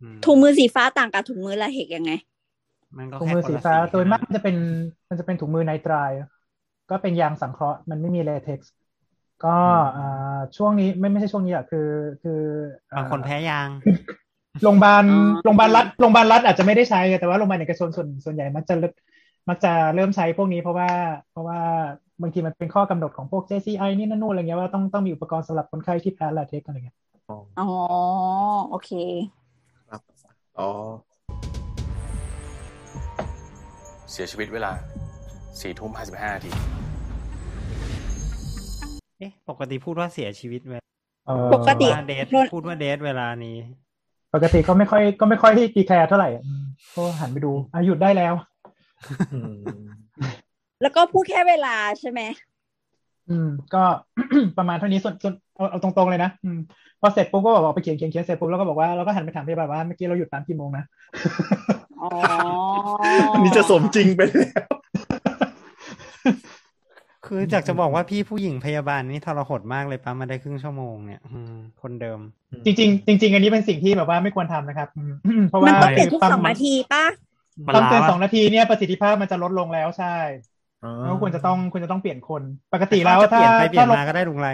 Speaker 2: อืม
Speaker 5: ถุงมือสีฟ้าต่างกับถุงมือลาเห็กยังไง
Speaker 2: มันก็
Speaker 4: ถุง
Speaker 2: แค่
Speaker 4: มือ
Speaker 2: คน
Speaker 4: สี
Speaker 2: ละ
Speaker 4: ฟ้าโดยมาก
Speaker 2: นะ
Speaker 4: มันจะเป็นมันจะเป็นถุงมือไนตรายก็เป็นยางสังเคราะห์มันไม่มีลาเท็กซ์ก็อ่าช่วงนี้ไม่ไม่ใช่ช่วงนี้อะคือคืออ่
Speaker 2: บางคนแพ้ยาง
Speaker 4: โรงพยาบาล
Speaker 5: อ๋อ
Speaker 4: โรงพยาบาลรัฐโรงพยาบาลรัฐอาจจะไม่ได้ใช้แต่ว่าโรงพยาบาลเอกชนส่วนส่วนใหญ่มักจะเริ่มมักจะเริ่มใช้พวกนี้เพราะว่าเพราะว่าบางทีมันเป็นข้อกำหนดของพวก JCI นี่นั่นนู่นอะไรเงี้ยว่าต้องต้องมีอุปกรณ์สำหรับคนไข้ที่แพ้ลาเท็กซ์อะไรเงี้ย
Speaker 5: อ๋อ โอเค
Speaker 3: ครับอ๋อ
Speaker 8: เสียชีวิตเวลาสี่ทุ่มห้าสิบห้านาที
Speaker 2: เอ๊ะ ปกติพูดว่าเสียชีวิตเวลา
Speaker 4: เอ่อ
Speaker 5: ปกติ
Speaker 2: เดทพูดว่าเดทเวลานี้
Speaker 4: ปกติก็ไม่ค่อยก็ไม่ค่อยที่ดีแคร์เท่าไหร่อืมก็หันไปดูอ่ะหยุดได้แล้ว
Speaker 3: อืม
Speaker 5: แล้วก็พูดแค่เวลาใช่ไหม
Speaker 4: อืมก็ <coughs> ประมาณเท่านี้ส่วนส่วนเอาเอาตรงๆเลยนะอืมพอเสร็จปุ๊บก็บอกว่าไปเขียนเขียนเขียนเสร็จปุ๊บแล้วก็บอกว่าเราก็หันไปถามพยาบาลว่าเมื่อกี้เราหยุดตามกี่โมงนะ
Speaker 5: อ๋อ
Speaker 3: อันนี้จะสมจริงไปแล้ว
Speaker 2: คืออยากจะบอกว่าพี่ผู้หญิงพยาบาลนี่ทรหดมากเลยปั๊มมาได้ครึ่งชั่วโมงเนี่ยอืมคนเดิม
Speaker 4: จริงๆจริงๆอันนี้เป็นสิ่งที่แบบว่าไม่ควรทำนะครับอืมเพราะ
Speaker 5: มัน
Speaker 4: ว่า
Speaker 5: ต้องเปลี่ยนทุกสองนาทีป่ะ
Speaker 10: มัน
Speaker 4: ปั๊ม
Speaker 10: ล้า
Speaker 4: เกิน
Speaker 10: วะ
Speaker 4: สองนาทีเนี่ยประสิทธิภาพมันจะลดลงแล้วใช่
Speaker 3: อ๋อ
Speaker 4: แล้วควรจะต้องควรจะต้องเปลี่ยนคน ปกติแล้ว
Speaker 2: จะเปลี่
Speaker 4: ถ้า
Speaker 2: ยนไปเปลี่ย
Speaker 4: ถ้าน โรง
Speaker 2: มาก็ได้ลุงไร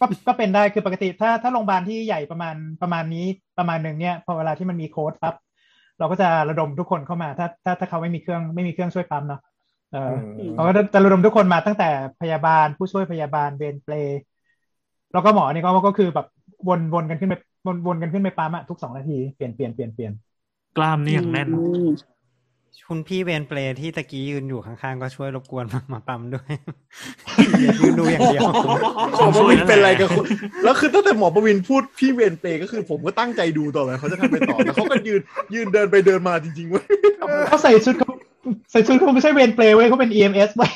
Speaker 4: ก็ก็เป็นได้คือปกติถ้าถ้าโรงพยาบาลที่ใหญ่ประมาณประมาณนี้ประมาณหนึ่งเนี่ยพอเวลาที่มันมีโค้ดปั๊บเราก็จะระดมทุกคนเข้ามา ถ้าถ้าถ้าเขาไม่มีเครื่องไม่มีเครื่องช่วยปั๊มเนาะเออ
Speaker 3: อืม
Speaker 4: เขาก็จะระดมทุกคนมาตั้งแต่พยาบาลผู้ช่วยพยาบาลเวรเปลแล้วก็หมอนี่ก็ก็คือแบบวนวนกันขึ้นไปวนวนกันขึ้นไปปั๊มอะทุกสองนาทีเปลี่ยนเปลี่ยนเปลี่ยนเปลี่ยน
Speaker 10: กล้ามนี่อย่างแน่น
Speaker 5: อืม
Speaker 2: คุณพี่เวนเปลที่ตะกี้ยืนอยู่ข้างๆ ก็ช่วยรบกวนมามาปั๊มด้วย อย่ายืนดูอย่างเดียว
Speaker 3: หมอประวินเป็นอะไรกับคุณแล้วคือตั้งแต่หมอประวินพูดพี่เวนเปรย์ก็คือผมก็ตั้งใจดูต่อไปเขาจะทำไปต่อแล้วเขาก็ยืนยืนเดินไปเดินมาจริงๆเว้ย
Speaker 4: <laughs> เขาใส่ชุดเขาใส่ชุดเขาไม่ใช่เวนเปลเว้ยเขาเป็น EMS เว้ย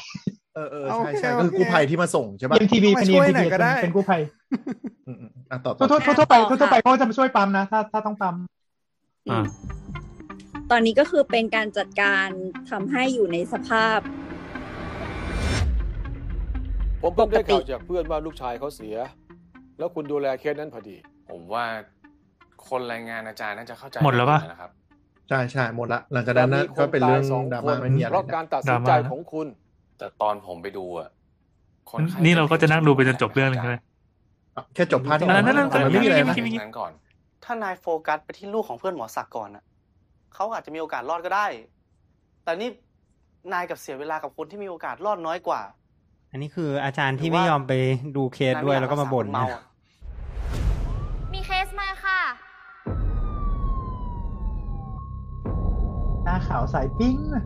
Speaker 3: เออเออใช่ใช่ก็คือกู้ภัยที่มาส่งใช่ปะ
Speaker 4: EMTB เป็น
Speaker 6: ช่วยหน่อ
Speaker 4: EMTB
Speaker 6: ยก็ได้
Speaker 4: เป็นกู้ภัย
Speaker 3: อืมอืมอ่ะต่อต่
Speaker 4: ทั่
Speaker 3: อ
Speaker 4: วๆทั่วๆไปทั่วๆไปเขาจะมาช่วยปั๊มนะ ถ้าถ้าต้องปั๊ม
Speaker 10: อ่า
Speaker 5: ตอนนี้ก็คือเป็นการจัดการทำให้อยู่ในสภาพ
Speaker 12: ผมเพิ่งได้ข่าวจากเพื่อนว่าลูกชายเขาเสีย แล้วคุณดูแลเคสนั้นพอดี
Speaker 8: ผมว่าคนรายงานอาจารย์น่าจะเข้าใจ
Speaker 10: หมดแล้วปะ
Speaker 8: นครับ
Speaker 3: ใช่ใช่หมดละหลังจากนั้นนะก็เป็นเรื่องดราม่าไม่มีอะไร
Speaker 12: เพราะการตัดสินใจของคุณ
Speaker 8: แต่ตอนผมไปดูอะคนไข้
Speaker 10: นี่เราก็จะนั่งดูไปจนจบเรื่องเลยใช่ไหม
Speaker 3: แค่จบพาร์ทที่
Speaker 10: นั่นนั่นนั่น
Speaker 3: แต่มันไม่มีอะไร
Speaker 8: เมื่
Speaker 3: นะ
Speaker 8: อกี้นั้นก่อน
Speaker 7: ถ้านายโฟกัสไปที่ลูกของเพื่อนหมอศักดิ์ก่อนนะเขาอาจจะมีโอกาสรอดก็ได้ แต่นี่นายกับเสียเวลากับคนที่มีโอกาสรอดน้อยกว่า
Speaker 2: อันนี้คืออาจารย์ที่ไม่ยอมไปดูเคสด้วยแล้วก็มาบ่นนะ
Speaker 11: มีเคสมาค่ะ
Speaker 4: หน้าขาวสายปิ้งอะ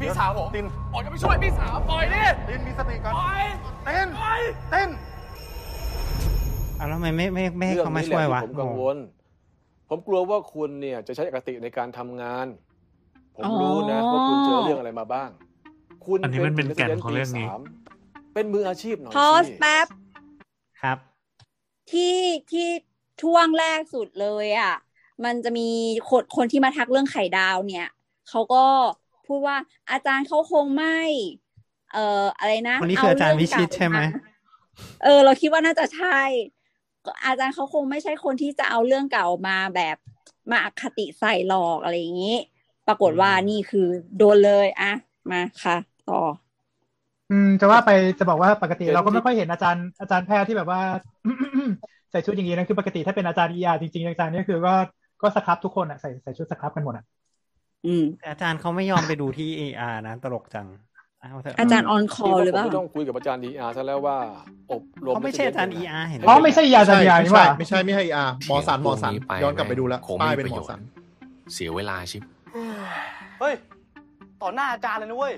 Speaker 8: พี่สาวผมตินออกจะไปช่วยพี่สาวปล่อยดิ
Speaker 6: ตินมีสติก่อน
Speaker 8: ปล่อย
Speaker 6: เต้นเต้น
Speaker 2: อ้าวแล้วทำไมไม่ไม่ไม่ให้
Speaker 12: เรื่อง
Speaker 2: เขามา
Speaker 12: นี้แห
Speaker 2: ช่ว
Speaker 12: ละ
Speaker 2: ยวะ
Speaker 12: ที่ผมกังวล ผมกลัวว่าคุณเนี่ยจะใช้อคติในการทำงาน ผม
Speaker 5: อ๋อ
Speaker 12: รู้นะว่าคุณเจอเรื่องอะไรมาบ้าง คุณ
Speaker 10: อันนี้มันเป็นแก่นของเรื่องนี้
Speaker 12: ป็ resident ปีสามเป็นมืออาชีพหน่อย
Speaker 5: พอส
Speaker 12: สิ
Speaker 5: แป๊บ
Speaker 2: ครับ
Speaker 5: ที่ที่ช่วงแรกสุดเลยอ่ะ มันจะมีคนคนที่มาทักเรื่องไข่ดาวเนี่ยเขาก็พูดว่าอาจารย์เขาคงไม่ เอ่ออะไรนะ
Speaker 2: คนนี้คืออาจารย์วิชิตใช่ไหม
Speaker 5: เรื่องเก่าาเออ เราคิดว่าน่าจะใช่ก็อาจารย์เขาคงไม่ใช่คนที่จะเอาเรื่องเก่ามาแบบมาอคติใส่หลอกอะไรอย่างนี้ ปรากฏว่านี่คือโดนเลยอะมาค่ะ ต่อ
Speaker 4: อืมจะว่าไปจะบอกว่าปกติเราก็ไม่ค่อยเห็นอาจารย์อาจารย์แพทย์ที่แบบว่า <coughs> ใส่ชุดอย่างนี้นะคือปกติถ้าเป็นอาจารย์เอจริงๆอาจารย์เนี่ยคือก็ก็สครับทุกคนอ่ะใส่ใส่ชุดสครับกันหมดอ่ะ
Speaker 5: อืม
Speaker 2: แต่อาจารย์เขาไม่ยอมไปดูที่เออานะตลกจังเเถะ
Speaker 5: อาจารย์ออนคอ
Speaker 12: ที่
Speaker 5: ล
Speaker 12: ว่า
Speaker 5: หรือ
Speaker 12: ผ
Speaker 5: เป
Speaker 12: ม
Speaker 5: ล่า
Speaker 12: จะต้องคุยกับอาจารย์ดีอาร์ซะแล้วว่า อบรม
Speaker 2: เขาไม่ใช่อาจารย์ ER เห็นไหม
Speaker 4: อ๋อไม่ใช่ยาจารย์ยา
Speaker 3: ไม่
Speaker 4: นี่ห
Speaker 3: ใช่
Speaker 4: ว่า
Speaker 3: ไม่ใช่ไม่ใช่อาหมอสันหมอสันย้อนกลับไปดูแล้ว
Speaker 1: คง
Speaker 3: ป้าย
Speaker 1: ไม่
Speaker 3: เป็น
Speaker 1: มีป
Speaker 3: หมอ
Speaker 1: ระโยช
Speaker 3: สัน
Speaker 1: น์เสียเวลาชิบ
Speaker 7: เฮ้ย ต่อหน้าอาจารย์เลยนะเว้ย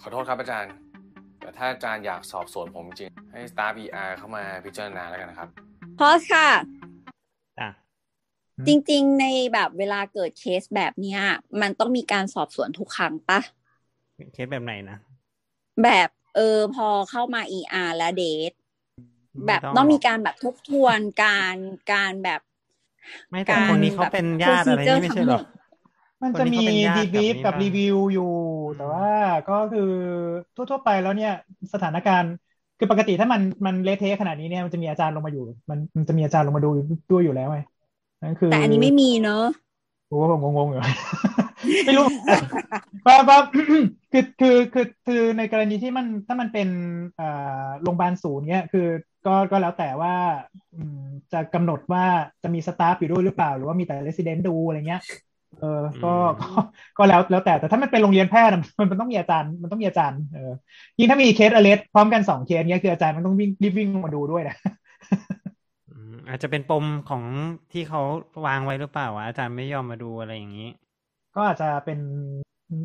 Speaker 8: ขอโทษครับอาจารย์ แต่ถ้าอาจารย์อยากสอบสวนผมจริง ให้สตาร์บีอาร์เข้ามาพิจารณาแล้วกันนะครับ
Speaker 5: พอสค่ะ
Speaker 2: อ่ะ
Speaker 5: จริงๆ ในแบบเวลาเกิดเคสแบบเนี้ย มันต้องมีการสอบสวนทุกครั้งปะ
Speaker 2: เคสแบบไหนนะ
Speaker 5: แบบเออพอเข้ามา ER และเดทแบบ
Speaker 2: ไม่ต้อง
Speaker 5: ต้องมีการแบบทบทวนการการแบบ
Speaker 2: ไม่แต่คนนี้เขาเป็นญาติอะไรนี่ไม่ใช่เหรอ
Speaker 4: มันจะมี
Speaker 2: คนนี้เขา
Speaker 4: ดี
Speaker 2: เป็นญา
Speaker 4: บีฟ
Speaker 2: ติกั
Speaker 4: กั
Speaker 2: บบ นี่
Speaker 4: รี
Speaker 2: บ้าง
Speaker 4: วิวอยู่ แต่ว่าก็คือทั่วๆไปแล้วเนี่ยสถานการณ์คือปกติถ้ามันมันเละเทะขนาดนี้เนี่ยมันจะมีอาจารย์ลงมาอยู่ มันมันจะมีอาจารย์ลงมาดูด้วยอยู่แล้วไงนั่นคือ
Speaker 5: แต่อันนี้ไม่มีเนอะ
Speaker 4: กูก็งงๆอยู่ ไม่รู้ ว่าว่า <coughs> คือคือคือคือในกรณีที่มันถ้ามันเป็นเอ่อโรงพยาบาลศูนย์เนี้ยคือก็ก็แล้วแต่ว่าอืมจะกำหนดว่าจะมีสตาฟอยู่ด้วยหรือเปล่า หรือว่ามีแต่เรสซิเดนต์ดูอะไรเงี้ยเออก็ก็ก็แล้วแล้วแต่แต่ถ้ามันเป็นโรงเรียนแพทย์อะ <laughs> มันมันต้องมีอาจารย์มันต้องมีอาจารย์เออยิ่งถ้ามีเคสอเลสพร้อมกันสองเคสเนี้ยคืออาจารย์มันต้องวิ่งรีบวิ่งลงมาดูด้วยนะ
Speaker 2: อืมอาจจะเป็นปมของที่เขาวางไว้หรือเปล่าวะอาจารย์ไม่ยอมมาดูอะไรอย่างนี้
Speaker 4: ก็อาจจะเป็น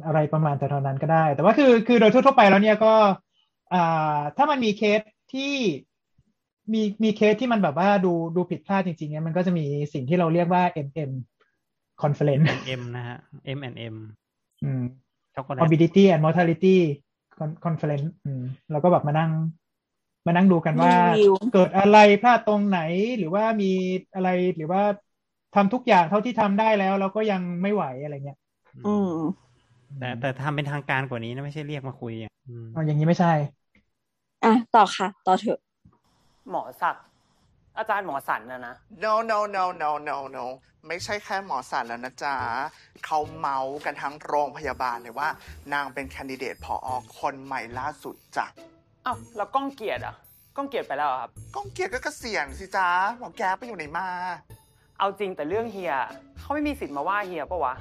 Speaker 4: อะไรประมาณแต่เท่านั้นก็ได้ แต่ว่าคือคือโดยทั่วๆไปแล้วเนี่ยก็อ่าถ้ามันมีเคสที่มีมีเคสที่มันแบบว่าดูดูผิดพลาดจริงๆเนี่ยมันก็จะมีสิ่งที่เราเรียกว่า MM conference
Speaker 2: M นะฮะ M and M
Speaker 4: อืม
Speaker 2: ช็อกโกแลต
Speaker 4: morbidity and mortality Con- conference อืมแล้วก็แบบมานั่ง มานั่งดูกันว่า
Speaker 5: รีวิว
Speaker 4: เกิดอะไรพลาดตรงไหนหรือว่ามีอะไรหรือว่าทำทุกอย่างเท่าที่ทำได้แล้วเราก็ยังไม่ไหวอะไรเงี้ย
Speaker 5: อืม
Speaker 2: แต่แต่ทำเป็นทางการกว่านี้นะไม่ใช่เรียกมาคุยอย่างอืม
Speaker 4: อ๋ออย่างนี้ไม่ใช่
Speaker 5: อ่ะ ต่อค่ะ ต่อเถอะ
Speaker 7: หมอศักดิ์อาจารย์หมอสันนะนะ
Speaker 6: no no no no no no ไม่ใช่แค่หมอสันแล้วนะจ๊ะเขาเมาส์กันทั้งโรงพยาบาลเลยว่า นางเป็นแคนดิเดตผออคนใหม่ล่าสุดจ้ะ
Speaker 7: อ้าวแล้วก้องเกียรติอ่ะก้องเกียรติไปแล้วเหรอครับ
Speaker 6: ก้องเกียร์ก็เกษียณสิจ๊ะหมอแก๊ปไปอยู่ไหนมา
Speaker 7: เอาจริงแต่เรื่องเฮียเขาไม่มีสิทธิ์มาว่าเฮียปะวะ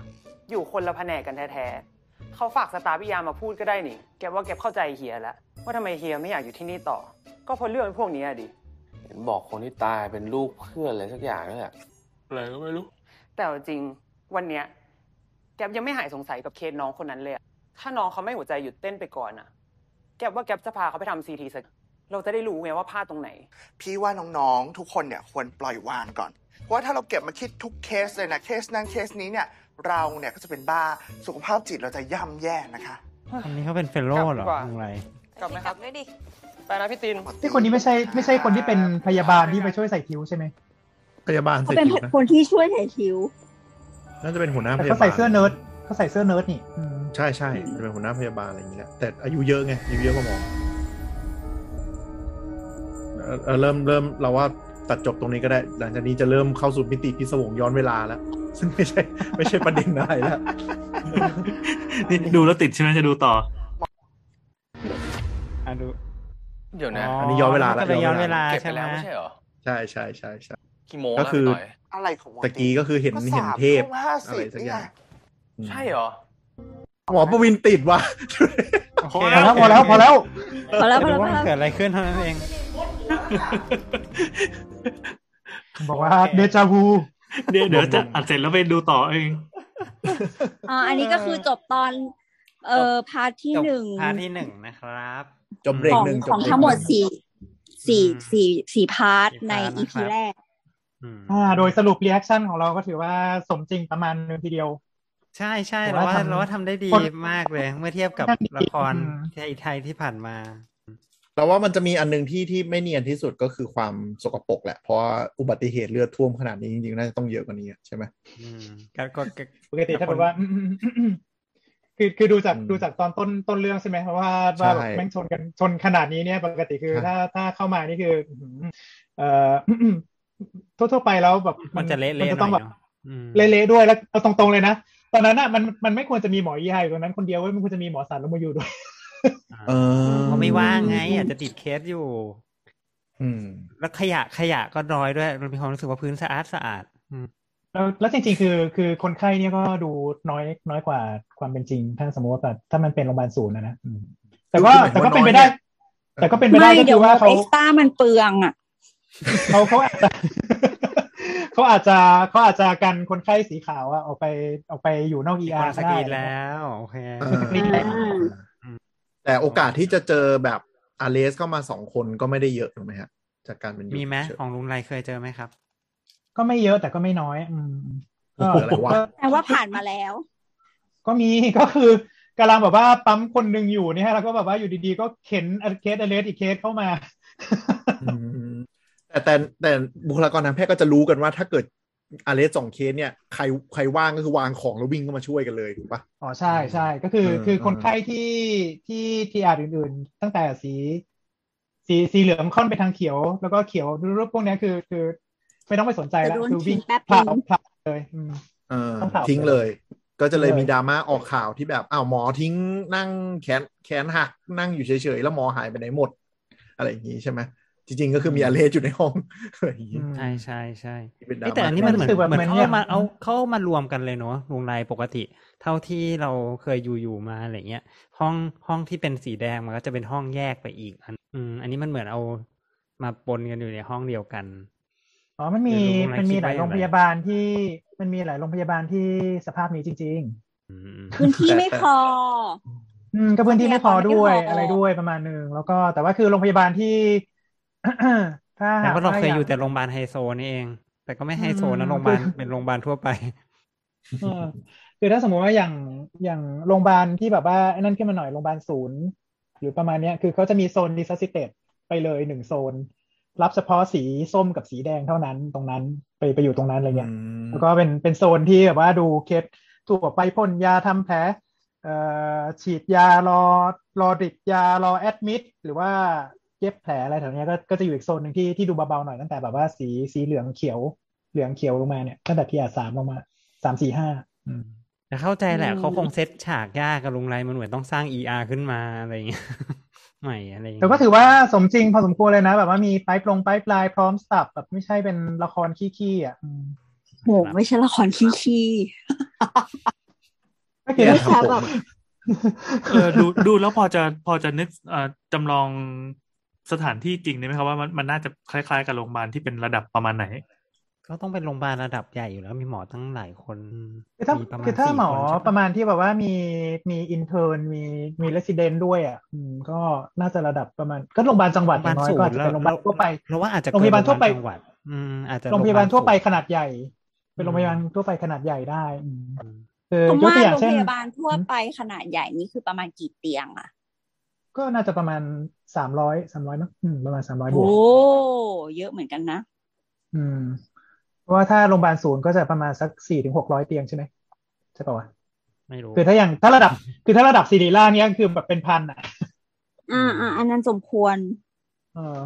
Speaker 7: อยู่คนละแผนกกันแท้ๆเขาฝากสตาร์พิยามาพูดก็ได้นี่ แกว่าแกเข้าใจเฮียแล้ว ว่าทำไมเฮียไม่อยากอยู่ที่นี่ต่อ ก็เพราะเรื่องพวกนี้อะดิ
Speaker 8: เห็นบอกคนที่ตายเป็นลูกเพื่อนอะไรสักอย่างนี่แหละ อะไรก็ไม่รู้
Speaker 7: แต่เอาจริงวันเนี้ย แก๊ปยังไม่หายสงสัยกับเคสน้องคนนั้นเลยอะถ้าน้องเขาไม่หัวใจหยุดเต้นไปก่อนอะแก๊ปว่าแก๊ปจะพาเขาไปทำซีทีสักเราจะได้รู้ไงว่าพลาดตรงไหน
Speaker 6: พี่ว่าน้องๆ ทุกคนเนี่ยควรปล่อยวางก่อน เพราะว่าถ้าเราเก็บมาคิดทุกเคสเลยนะเคสนั้นเคสนี้เนี่ยเราเนี่ยก็จะเป็นบ้าสุขภาพจิตเราจะย่ำแย่นะคะ
Speaker 2: อันนี้เขาเป็นเฟลโลเหรอก
Speaker 7: ลับดีกว่า
Speaker 2: อะไร
Speaker 7: กลับไหมครับด้วยดิไปนะพี่ติน
Speaker 4: ที่คนนี้ไม่ใช่ไม่ใช่คนที่เป็นพยาบาลที่ไปช่วยใส่คิ้วใช่ไหม
Speaker 3: พยาบาล
Speaker 5: เขา
Speaker 3: ใส่
Speaker 5: เป็น
Speaker 3: คิ้วนะ
Speaker 5: คนที่ช่วยถ่ายคิ้ว
Speaker 3: น่าจะเป็นหัวหน้าพ
Speaker 4: แต่
Speaker 3: ยาบาล
Speaker 4: เขาใส่เสื้อเนิร์ดเขาใส่เสื้อเนิร์ดนี่อืม
Speaker 3: ใช่ใช่จะเป็นหัวหน้าพยาบาลอะไรอย่างเงี้ยแต่อายุเยอะไงอายุเยอะกว่าหมอเอ่อเอ่อเริ่มเริ่มเราว่าตัดจบตรงนี้ก็ได้ หลังจากนี้จะเริ่มเข้าสู่มิติพิศวงย้อนเวลาแล้ว ซึ่งไม่ใช่ <laughs> ไม่ใช่ประเด็นอะไรแล้ว
Speaker 10: <laughs> นี่ดูแล้วติดใช่ไหมจะดูต่อ
Speaker 2: อ่ะดู
Speaker 8: เดี๋ยวนะ
Speaker 3: อันนี้ย้อนเวลา
Speaker 2: ก็
Speaker 3: แล้ว
Speaker 2: จะย้อนเวลา
Speaker 8: เก็บ
Speaker 2: ใช่
Speaker 8: ไป
Speaker 2: ไหม
Speaker 8: แล้วไม่ใช่เหรอ
Speaker 3: ใช่ใช่ใช่ใช่
Speaker 8: กี่โมง
Speaker 3: ก็
Speaker 8: แล้ว
Speaker 3: คือ
Speaker 8: พี่ต่อย
Speaker 6: อะไรของหมอ
Speaker 3: ตะกี้ก็คือเห็น
Speaker 6: ก็
Speaker 3: เห็น
Speaker 6: สาม
Speaker 3: เทพ
Speaker 6: ทุ่มห้า
Speaker 3: อะ
Speaker 6: สิ
Speaker 3: ไร
Speaker 6: บ
Speaker 3: สักอ
Speaker 6: เนี่
Speaker 3: ย่าง
Speaker 6: ย
Speaker 3: อืม
Speaker 8: ใช่เหรอ
Speaker 3: หมอประวินติดว่ะ
Speaker 2: โเค
Speaker 10: พอ
Speaker 4: พอแล้วพอแล้วพอแล้ว
Speaker 5: พอแล้ว
Speaker 2: จะ
Speaker 5: พอ
Speaker 2: ดูว่า
Speaker 5: แล้วพอแล้ว
Speaker 2: เกิดอะไรขึ้นเท่านั้นเอง
Speaker 4: บอกว่าเดจาวู
Speaker 10: เดี๋ยวเดี๋ยวจะอัดเสร็จแล้วไปดูต่อเอง
Speaker 5: อ่าอันนี้ก็คือจบตอน เอ่อพาร์ทที่หนึ่ง
Speaker 2: พาร์ทที่หนึ่งนะครับ
Speaker 3: จบเบร
Speaker 5: ข
Speaker 3: ก
Speaker 5: อง
Speaker 3: หนึ่งจ
Speaker 5: ข
Speaker 3: บ
Speaker 5: อง
Speaker 3: เบรก
Speaker 5: ทั้งหมดสี่สี่
Speaker 2: อืม
Speaker 5: สี่สี่พาร์ท
Speaker 2: สี่พาร์ท
Speaker 5: ในอี
Speaker 2: นะครั
Speaker 5: พี
Speaker 2: บ
Speaker 5: แรก
Speaker 2: อืม
Speaker 4: อ่าโดยสรุปรีแอคชั่นของเราก็ถือว่าสมจริงประมาณนึงทีเดียว
Speaker 2: ใช่ใช่
Speaker 4: ผม
Speaker 2: เรา
Speaker 4: ว่า
Speaker 2: ว่า
Speaker 4: ทำ
Speaker 2: เราว่าทำได้ดี
Speaker 4: คน
Speaker 2: มากเลย เมื่อเทียบกับ
Speaker 4: ทำดี
Speaker 2: ละคร
Speaker 4: อืม
Speaker 2: ไทยไทยที่ผ่านมา
Speaker 3: เราว่ามันจะมีอันหนึงที่ที่ไม่เนียนที่สุดก็คือความสกปรกแหละ เพราะว่าอุบัติเหตุเลือดท่วมขนาดนี้จริงๆน่าจะต้องเยอะกว่านี้อะใช่ไหม
Speaker 2: อืมก็ก็ก็
Speaker 4: ปกติถ้าแบบว่า <coughs> อืมอืมอืมอืมคือคือดูจาก
Speaker 3: อืม
Speaker 4: ดูจากตอนต้นต้นเรื่องใช่ไหมว่า
Speaker 3: ใช่
Speaker 4: ว่าแบบแม่งชนกันชนขนาดนี้เนี่ย ปกติคือ
Speaker 3: ใช่
Speaker 4: ถ้าถ้าเข้ามานี่คือ <coughs> อื้อหือเอ่ <coughs> ออืมอืมทั่วทั่วไปแล้วแบบ
Speaker 2: มันจะเละๆหน่
Speaker 4: มั
Speaker 2: อย
Speaker 4: จะต้องแบบ
Speaker 2: เนอะอืม
Speaker 4: เละๆด้วยแล้วเอาตรงๆเลยนะตอนนั้นน่ะมันมันไม่ควรจะมีหมอยี่ห้ออยู่ตรงนั้นคนเดียวเว้ยมันควรจะมีหมอสารลงมาอยู่ด้วย <laughs>
Speaker 3: เออ
Speaker 2: เขาไม่ว่างไงอาจจะติดเคสอยู่
Speaker 3: อืม
Speaker 2: แล้วขยะขยะก็น้อยด้วยเรามีความรู้สึกว่าพื้นสะอาดสะอาดอืม
Speaker 4: แล้วแล้วจริงๆ คือคือคนไข้เนี่ยก็ดูน้อยน้อยกว่าความเป็นจริง ถ้าสมมติว่าแบบถ้ามันเป็นโรงพยาบาลศูนย์นะนะอืมแต่ก็
Speaker 3: คือคือ
Speaker 4: แต่ก็
Speaker 3: หมายความว่า
Speaker 4: เป็นไป
Speaker 3: น้
Speaker 4: ได้
Speaker 3: อยเนี่ย
Speaker 4: แต่ก็เป็นไปได้
Speaker 5: ไม่
Speaker 4: ก็
Speaker 5: เดี๋
Speaker 4: คื
Speaker 5: ยว
Speaker 4: อว่าเขา
Speaker 5: เอ็กซ์ต้ามันเปลืองอ่ะ
Speaker 4: เขา <laughs> เขาอาจจะ เขาอาจจะเขาอาจจะกันคนไข้สีขาวอะออกไปออกไปอยู่นอกเอ
Speaker 2: มีค
Speaker 4: ไอ
Speaker 2: วามสกรีน
Speaker 4: ได้
Speaker 2: แล้วโอเค
Speaker 3: เออ
Speaker 2: อืม
Speaker 3: แต่โอกาสที่จะเจอแบบอาเลสเข้ามาสองคนก็ไม่ได้เยอะถูกไหมฮะ จากการเป็น
Speaker 2: มีไหม
Speaker 3: เชิญ
Speaker 2: ของลุงไรเคยเจอไหมครับ
Speaker 4: ก็ไม่เยอะแต่ก็ไม่น้อย อืม
Speaker 3: เอออะไรวะ
Speaker 5: แต่ว่าผ่านมาแล้ว
Speaker 4: ก็มี ก็คือกำลังแบบว่าปั๊มคนหนึ่งอยู่เนี่ยแล้วก็แบบว่าอยู่ดีๆ ก็เข็นเคสอเลสอีกเคสเข้ามา <laughs>
Speaker 3: อืมแต่แต่แต่บุคลากรทางแพทย์ก็จะรู้กันว่าถ้าเกิดอาเลสสองเคสเนี่ยใครใครว่างก็คือวางของแล้ววิ่งเข้ามาช่วยกันเลยถูกปะ
Speaker 4: อ๋อใช่ใช่ก็คือ
Speaker 3: เออ
Speaker 4: คือ
Speaker 3: เออ
Speaker 4: คนไข้ที่ที่ทีอาร์อื่นๆ ตั้งแต่สี สีสีเหลืองค่อนไปทางเขียว แล้วก็เขียวรูปพวกเนี้ยคือคือ ไม่ต้องไปสนใจแล้ว
Speaker 5: จะโดน
Speaker 4: คือวิ่ง
Speaker 5: ทิ้งแป๊บ
Speaker 4: พลาด
Speaker 5: นึง
Speaker 4: พลาดเลยอืม
Speaker 3: เออ
Speaker 4: ต้องเผา
Speaker 3: ทิ้งเลย ก็จะเลย
Speaker 4: เลย
Speaker 3: มีดราม่าออกข่าวที่แบบอ้าวหมอทิ้งนั่งแขนแขนหักนั่งอยู่เฉยๆ แล้วหมอหายไปไหนหมด อะไรอย่างนี้ใช่ไหมจริงๆ ก็คือมีอาเลสอยู่ในห้อง <laughs> อะไรอย่างนี้
Speaker 4: อืม
Speaker 2: ใช่ใช่ใช่
Speaker 3: ที่เป็นด
Speaker 2: เอ้
Speaker 3: ราย ม่า
Speaker 2: แต่อันนี้มันเหมือน
Speaker 4: รู้สึกแบบ
Speaker 2: เหมือน
Speaker 4: เห
Speaker 2: เขาเอา
Speaker 4: มือน
Speaker 2: มา
Speaker 4: เนี่ย
Speaker 2: เอาเขาเอามารวมกันเลยเนาะลุงไรปกติ เท่าที่เราเคยอยู่อยู่มาอะไรเงี้ย ห้องห้องที่เป็นสีแดงมันก็จะเป็นห้องแยกไปอีกอันอืมอันนี้มันเหมือนเอามาปนกันอยู่ในห้องเดียวกัน
Speaker 4: อ๋อมันมี
Speaker 2: หรือโรงพยาบาล
Speaker 4: มันมีหลา
Speaker 2: คิด
Speaker 4: ย
Speaker 2: ไว้
Speaker 4: โรงพยาบาลที่มันมีหลายโรงพยาบาลที่สภาพนี้จริง
Speaker 2: อืม
Speaker 5: พื้นที่ไม่พอ
Speaker 4: ๆ อืมก็พื้นที่ไม่พอด้วย
Speaker 5: ไม่พออ
Speaker 4: อะไรด้วยประมาณนึงแล้วก็แต่ว่าคือโรงพยาบาลที่ <coughs> ถ้าห
Speaker 2: แต่
Speaker 4: ก
Speaker 2: ว่าเรา
Speaker 4: ว่
Speaker 2: เคย
Speaker 4: ก
Speaker 2: อยู่แต่โรงพยาบาลไฮโซนี่เอง แต่ก็ไม่ไฮโซ
Speaker 4: อื
Speaker 2: นะ
Speaker 4: ม
Speaker 2: โรงพยาบา
Speaker 4: <laughs>
Speaker 2: ลเป็นโรงพยาบาลทั่วไป
Speaker 4: เออคือถ้าสมมติว่าอย่างอย่างโรงพยาบาลที่แบบว่าไอ้นั่นขึ้นมาหน่อยโรงพยาบาลศูนย์หรือประมาณเนี้ยคือเขาจะมีโซน resuscitate ไปเลยหนึ่งโซน รับเฉพาะสีส้มกับสีแดงเท่านั้นตรงนั้นไปไปอยู่ตรงนั้นอะไรเงี้ย
Speaker 3: อืม
Speaker 4: แล้วก็เป็นเป็นโซนที่แบบว่าดูเคสทั่วไปพ่นยาทำแผลเอ่อฉีดยารอรอดริบยารอแอดมิดหรือว่าเย็บแผลอะไรแถวเนี้ยก็ก็จะอยู่อีกโซนหนึ่งที่ที่ดูเบาๆหน่อยตั้งแต่แบบว่าสีสีเหลืองเขียวเหลืองเขียวลงมาเนี่ยตั้งแต่ทีอาสามลงมาสามสี่ห้า
Speaker 2: แต่เข้าใจแหละ
Speaker 5: อืม
Speaker 2: เขาคงเซตฉากยากกับลุงไรมันเหมือนต้องสร้าง ER ขึ้นมาอะไรอย่างเงี้ย <laughs> ใหม่อะไรย่งเงี้ย
Speaker 4: แต่ก็ถือว่าสมจริงพอสมควรเลยนะ แบบว่ามีไปปลงไปปลายพร้อมสับแบบไม่ใช่เป็นละครขี้ๆอ่ะอืม
Speaker 5: โหไม่ใช่ละครขี้
Speaker 4: ก็คือ
Speaker 3: เนี่ย
Speaker 4: ไม่
Speaker 3: ทำผมอะ
Speaker 10: เออดูดูแล้วพอจะพอจะนึกเอ่อจำลองสถานที่จริงได้ไหมครับว่ามันมันน่าจะคล้ายๆ กับโรงพยาบาลที่เป็นระดับประมาณไหน
Speaker 2: ก็ต้องเป็นโรงพยาบาลระดับใหญ่อยู่แล้วมีหมอตั้งหลายคน
Speaker 4: คือถ้า
Speaker 2: มีประมาณ
Speaker 4: คือถ้า
Speaker 2: สี่
Speaker 4: หมอ
Speaker 2: คนใช่ปะ
Speaker 4: ประมาณที่แบบว่ามีมีอินเทอร์นมีมีเรสซิเดนด้วยอ่ะอืมก็น่าจะระดับประมาณ ก็โรงพยาบาลจังหวัดอย่างน้อยก็อาจจะเป็นโรงพยาบาลทั่วไป
Speaker 2: เราว่าอาจจะ
Speaker 4: โรงพยาบาลทั่วไป
Speaker 2: เกินโรงพยาบาลจังหวัดอืมอาจจะ
Speaker 4: โรงพยาบาลทั่วไป
Speaker 2: โรงพยาบาล
Speaker 4: ขนาดใหญ่ เป็นโรงพยาบาลทั่วไปขนาดใหญ่ได้อืมคือ
Speaker 5: ผม
Speaker 4: ยก
Speaker 5: ว่า
Speaker 4: ตัวอย่า
Speaker 5: โรง ง
Speaker 4: เช่น
Speaker 5: พยาบาลทั่วไปขนาดใหญ่นี่คือประมาณกี่เตียงอะ
Speaker 4: ก็น่าจะประมาณสามร้อยสามร้อยมั้งอืมประมาณสามร้อยบว
Speaker 5: โอ้
Speaker 4: ก
Speaker 5: เยอะเหมือนกันนะ
Speaker 4: อืมเพราะว่าถ้าโรงพยาบาลศูนย์ก็จะประมาณสักสี่ถึงหกร้อยเตียงใช่ไหมใช่ป่าวะ
Speaker 2: ไม่รู้
Speaker 4: คือถ้าอย่างถ้าระดับ คือถ้าระดับศิริราชเนี่ยคือแบบเป็นพันอ่ะ
Speaker 5: อ่าอ่าอันนั้นสมควร
Speaker 4: เออ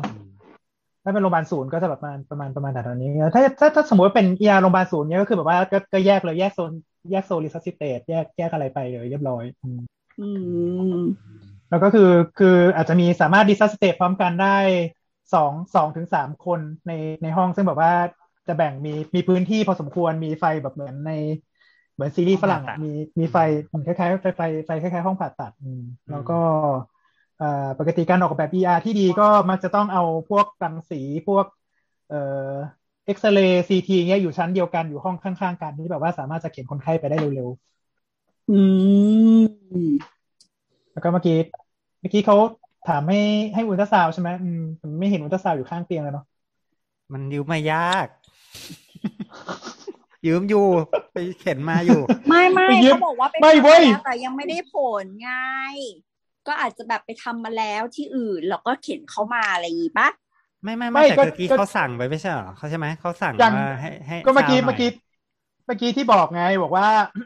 Speaker 4: ถ้าเป็นโรงพยาบาลศูนย์ก็จะแบบประมาณประมาณประมาณแถวๆนี้ถ้าถ้าถ้าสมมติว่าเป็นยาโรงพยาบาลศูนย์เนี่ยก็คือแบบว่าก็ก็แยกเลยแยกโซนแยกโซลิซัสซิเตตแยกแยกอะไรไปเลยเรียบร้อยอืม
Speaker 5: อืม
Speaker 4: แล้วก็คือคืออาจจะมีสามารถดิซัสซิเตตพร้อมกันได้สองสองถึงสามคนในในห้องซึ่งแบบว่าจะแบ่งมีมีพื้นที่พอสมควรมีไฟแบบเหมือนใน เหมือนซีรีส์ฝรั่งอะมีมีไฟคล้ายๆไฟไฟไฟคล้ายๆ ห้องผ่าตัดอืมแล้วก็ เอ่อปกติการออกแบบ ER ที่ดีก็มักจะต้องเอาพวกรังสีพวก เอ่อเอ็กซเรย์ซีทีเงี้ยอยู่ชั้นเดียวกันอยู่ห้องข้างๆกันที่แบบว่าสามารถจะเข็นคนไข้ไปได้เร็ว
Speaker 5: อืม
Speaker 4: ๆ แล้วก็เมื่อกี้เมื่อกี้เขาถามให้ให้อุลตราซาวด์ใช่ไหมอืมผมไม่เห็นอุลตราซาวด์อยู่ข้างเตียงเลยเนาะ
Speaker 2: มันยืมไม่ยาก <laughs> ยืมอยู่ ไปเข็นมาอยู่
Speaker 5: ไม่ไม่
Speaker 2: ไปยืม
Speaker 5: เขาบอกว่าไปทำ
Speaker 2: ไม่เว้ย
Speaker 5: แล้วแต่ยังไม่ได้ผลไงก็อาจจะแบบไปทำมาแล้วที่อื่นแล้วก็เข็นเข้ามาอะไรอย่างงี้ปะ
Speaker 2: ไม่ไม่ไม่แต่เมื่อกี้เขาสั่งไปไม่ใช่เหรอเขาใช่ไหมเขาสั่ง
Speaker 4: ยัง
Speaker 2: ว่าให้ให้
Speaker 4: ก็เมื่อกี้
Speaker 2: ซาวหน่ย
Speaker 4: เมื่อกี้เมื่อกี้ที่บอกไงบอกว่า <clears throat>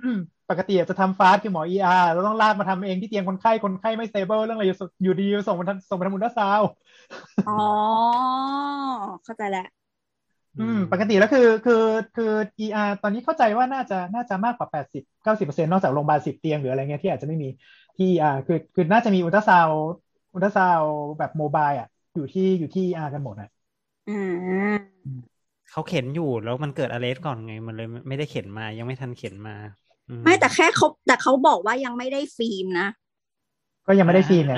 Speaker 4: ปกติจะทำฟาสต์คือหมอ ER เราต้องลากมาทำเองที่เตียงคนไข้คนไข้ไม่เซเบิลเรื่องอะไรอยู่อยู่ดีๆส่งมาทำส่งมาทำอุลตราซาวด์
Speaker 5: อ๋อเข้าใจแล้ว
Speaker 4: อืมปกติแล้วคือคือคือ ER ตอนนี้เข้าใจว่าน่าจะน่าจะมากกว่า 80 90%นอกจากโรงพยาบาล10 เตียงหรืออะไรเงี้ยที่อาจจะไม่มีที่ ER คือคือน่าจะมีอุลตราซาวอุลตราซาวแบบโมบายอ่ะอยู่ที่อยู่ที่ ER กันหมดอ่ะ
Speaker 5: อ่า
Speaker 2: เขาเข็นอยู่แล้วมันเกิดอะเลสก่อนไง มันเลยไม่ได้เข็นมา ยังไม่ทันเข็นมาอื
Speaker 5: ไม่แต่แค่เขาแต่เขาบอกว่ายังไม่ได้ฟิล์มนะ
Speaker 4: ก็ยังไม่ได้ฟิล์มไง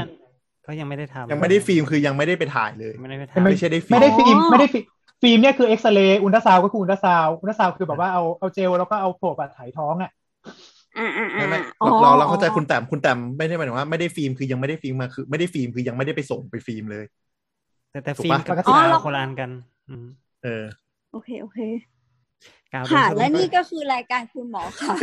Speaker 2: ก็ยังไม่ได้ทำ
Speaker 3: ยังไม่ได้ฟิล์มคือยังไม่ได้ไปถ่ายเลย
Speaker 2: ไม่ได้ไปถ่าย
Speaker 3: ไม่ใช่ได้ฟิล์ม
Speaker 4: ไม่ได้ฟิล์มไม่ได้ฟิล์มฟิล์มเนี่ยคือเอ็กซเรย์อุลตราซาวก็คืออุลตราซาวอุลตราซาวคือแบบว่าเอาเอาเจลแล้วก็เอาโผล่ปาดถ่ายท้องอ่ะ
Speaker 5: อ่าอ่า
Speaker 3: ไม่ไม่
Speaker 5: อ๋อ
Speaker 3: เราเราเข้าใจคุณแต้มคุณแต้มไม่ได้หมายถึงว่าไม่ได้ฟิล์มคือยังไม่ได้ฟิล์มมาคือไม่ได้ฟิล์มคือยังไม่ได้ไปส่งไปฟิล์มเลย
Speaker 2: แต่แต่
Speaker 3: ถูก
Speaker 2: ฟิล์ม
Speaker 3: ปะ
Speaker 2: กับ
Speaker 5: อ๋อก
Speaker 2: าว
Speaker 5: เรา
Speaker 2: คนละอันกันอืม
Speaker 3: เออ
Speaker 5: โอเคโอเค
Speaker 2: กาวเป็
Speaker 5: ค่ะ
Speaker 2: ส่
Speaker 5: และ
Speaker 2: เกิ
Speaker 5: นี่
Speaker 2: น
Speaker 5: ก็คือรายการคุณหมอค่ะ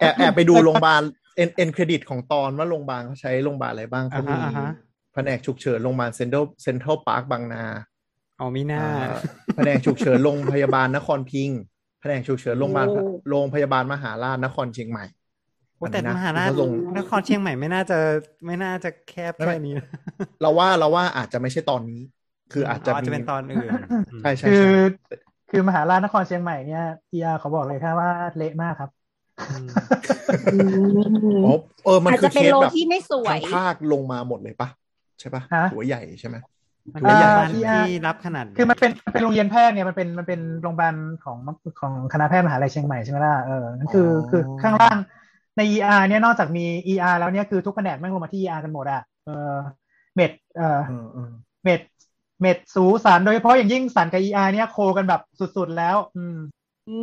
Speaker 3: แอบแอบไปดูโรงพยาบาลเอ็นเอ็นเครดิตของตอนว่าโรงพยาบาลเขาใช้โรงพยาบาลอะไรบ้างเขามี
Speaker 2: อ่าฮะอ่าฮะ
Speaker 3: แผนกฉุกเฉินโรงพยาบาลเซ็นทรัลเซ็นทรัลพาร์คบางนา
Speaker 2: อ๋อมีหน้า
Speaker 3: อ่าแผนกฉุกเฉินโรงพยาบาลนครพิงค์แผนกฉุกเฉินโรงพยาบาล
Speaker 5: โอ้
Speaker 3: โรงพยาบาลมหาราชนครเชียงใหม่
Speaker 2: โอ้แต่
Speaker 3: อันนี้นะ
Speaker 2: มหาราช
Speaker 3: ที่เขส่ง
Speaker 2: นครเชียงใหม่ไม่น่าจะไม่น่าจะแคบ
Speaker 3: ไม่
Speaker 2: แค่
Speaker 3: ไม่
Speaker 2: นี้นะ
Speaker 3: เราว่าเราว่าอาจจะไม่ใช่ตอนนี้ คืออาจจะ
Speaker 2: อาจจะเป็นตอนอื่น
Speaker 3: ใช่ใช่
Speaker 4: คื
Speaker 3: ใ
Speaker 4: อ
Speaker 3: ช่
Speaker 4: คือมหาราชนครเชียงใหม่เนี่ย ER เขาบอกเลยค่ะว่าเละมากครับ
Speaker 2: อืม
Speaker 3: อ๋อเออมัน
Speaker 5: อาจ
Speaker 3: คื
Speaker 5: จะ
Speaker 3: อเค
Speaker 5: เป็น
Speaker 3: ส
Speaker 5: โล
Speaker 3: แบบ
Speaker 5: ที่ไม่สว
Speaker 3: ทั้
Speaker 5: ย
Speaker 3: งภาคลงมาหมดเลยปะใช่ปะ
Speaker 4: ฮะ
Speaker 3: หัวใหญ่ใช่ไหม
Speaker 2: มันเป็น
Speaker 3: อ่า
Speaker 2: โรงพยาบาล
Speaker 4: ที่
Speaker 2: ที่รับขนาดใหญ่
Speaker 4: คือมันเป็นมันเป็นโรงเรียนแพทย์เนี่ยมันเป็นมันเป็นโรงพยาบาลของของคณะแพทย์มหาลัยเชียงใหม่ใช่ไหมล่ะเออนั่นคือ
Speaker 3: อ๋อ
Speaker 4: คือข้างล่างใน ER เนี่ยนอกจากมี ER แล้วเนี่ยคือทุกแผนกแม่งลงมาที่ ER กันหมดอ่ะเออเม็ดเออ
Speaker 3: เออเออ
Speaker 4: เม็ดเม็ดสูสารโดยเฉพาะอย่างยิ่งสารกับ ER เนี่ยโคกันแบบสุดๆแล้ว อืม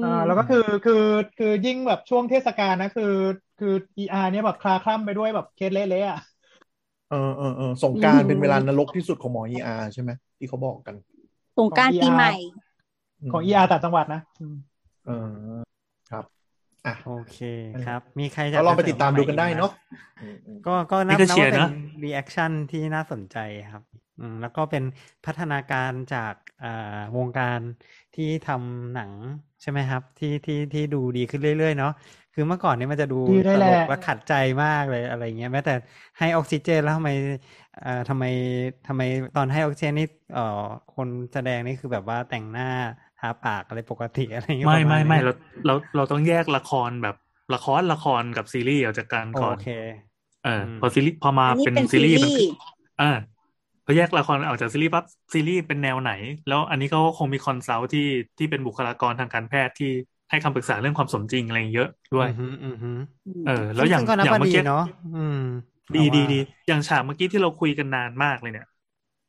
Speaker 4: เออแล้วก็คือคือคือยิ่งแบบช่วงเทศกาลนะคือคือ ER เนี่ยแบบคลาคล่ำไปด้วยแบบเคสเละๆอ่ะ
Speaker 3: เออเออเออสงกราร
Speaker 5: อืม
Speaker 3: เป็นเวลานรกที่สุดของหมอ ER ใช่ไหมที่เขาบอกกัน
Speaker 5: สงกราร
Speaker 4: ของ
Speaker 5: ปีใหม่
Speaker 3: ม
Speaker 4: ของ ER ต่างจังหวัดนะอืม
Speaker 3: เออครับ อ่ะ
Speaker 2: โอเคครับ มีใครจะ
Speaker 3: ก็ลองไปติดตามดูกันได้เนาะ
Speaker 2: ก็ก็นับ
Speaker 10: นี่ก็
Speaker 2: นะ
Speaker 10: เชีย
Speaker 2: ว่า
Speaker 10: ร์
Speaker 2: เป็
Speaker 10: นะ
Speaker 2: นรีแอคชั่นที่น่าสนใจครับอืมแล้วก็เป็นพัฒนาการจากอ่าวงการที่ทำหนังใช่ไหมครับ ที่ที่ที่ดูดีขึ้นเรื่อยๆเนาะ คือเมื่อก่อนเนี่ยมันจะดู
Speaker 4: ดีได้
Speaker 2: ต
Speaker 4: แห
Speaker 2: ล
Speaker 4: ละ
Speaker 2: กและขัดใจมากเลยอะไรเงี้ยแม้แต่ให้ออกซิเจนแล้วทำไมเอ่อทำไมทำไมตอนให้ออกซิเจนนี่เอ่อคนแสดงนี่คือแบบว่าแต่งหน้าทาปากอะไรปกติ <laughs> อะไรเงี้ย
Speaker 10: ไม่ไม่ไม่
Speaker 2: ป
Speaker 10: เรา
Speaker 2: ระาณนี้
Speaker 10: เราเราต้องแยกละครแบบละครละครกับซีรีส์ออกจากกันก่อน
Speaker 2: โอเค
Speaker 10: เอออ
Speaker 2: ม
Speaker 10: พอซีรีส์พอมา
Speaker 5: อันนี้
Speaker 10: เป็น
Speaker 5: เป็น
Speaker 10: ซีรีส์
Speaker 5: ซี
Speaker 10: มัน
Speaker 5: รีส์
Speaker 10: เออพอแยกละครออกจากซีรีส์ปั๊บซีรีส์เป็นแนวไหน แล้วอันนี้ก็คงมีคอนซัลท์ที่ที่เป็นบุคลากรทางการแพทย์ที่ให้คำปรึกษาเรื่องความสมจริงอะไรเยอะด้วย
Speaker 2: อือฮึอือฮึ
Speaker 10: เออ แล้วอย่าง
Speaker 2: ซึ่งก็นับ
Speaker 10: อย่าง
Speaker 2: ว่า
Speaker 10: เมื่อ
Speaker 2: ดี
Speaker 10: กี้
Speaker 2: เนาะอืม
Speaker 10: ดี
Speaker 2: เราว่า
Speaker 10: ดีดีอย่างฉากเมื่อกี้ที่เราคุยกันนานมากเลยเนี่ย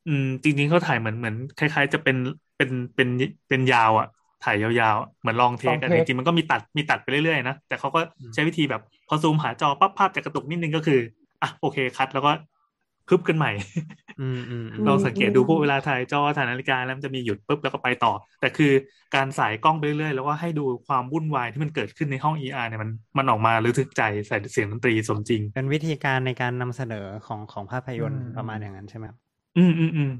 Speaker 10: อืม จริงๆเขาถ่ายเหมือนเหมือน คล้าย ๆ จะเป็นเป็นเป็นเป็นยาวอะถ่ายยาวๆอะเหมือนลองเทคอะ
Speaker 4: ลองเท
Speaker 10: จ
Speaker 4: ค
Speaker 10: ริงๆมันก็มีตัดมีตัดไปเรื่อยๆนะแต่เขาก็ใช้วิธีแบบ พอซูมหาจอปั๊บภาพจะกระตุกนิดนึงก็คืออ่ะโอเคคัดแล้วก็พึบกันใหม่
Speaker 2: อืมอืม
Speaker 10: ลองสังเกตดูพวกเวลาถ่ายจอถ่ายนาฬิกาแล้วมันจะมีหยุดปุ๊บแล้วก็ไปต่อ แต่คือการสายกล้องไปเรื่อยๆแล้วก็ให้ดูความวุ่นวายที่มันเกิดขึ้นในห้อง ER เนี่ยมันมันออกมาระทึกใจใส่เสียงดนตรีสมจริง
Speaker 2: เป็นวิธีการในการนำเสนอของของภาพยนตร์
Speaker 10: อืม
Speaker 2: ประมาณอย่างนั้นใช่ไหมครับ
Speaker 10: อืมอืมอืม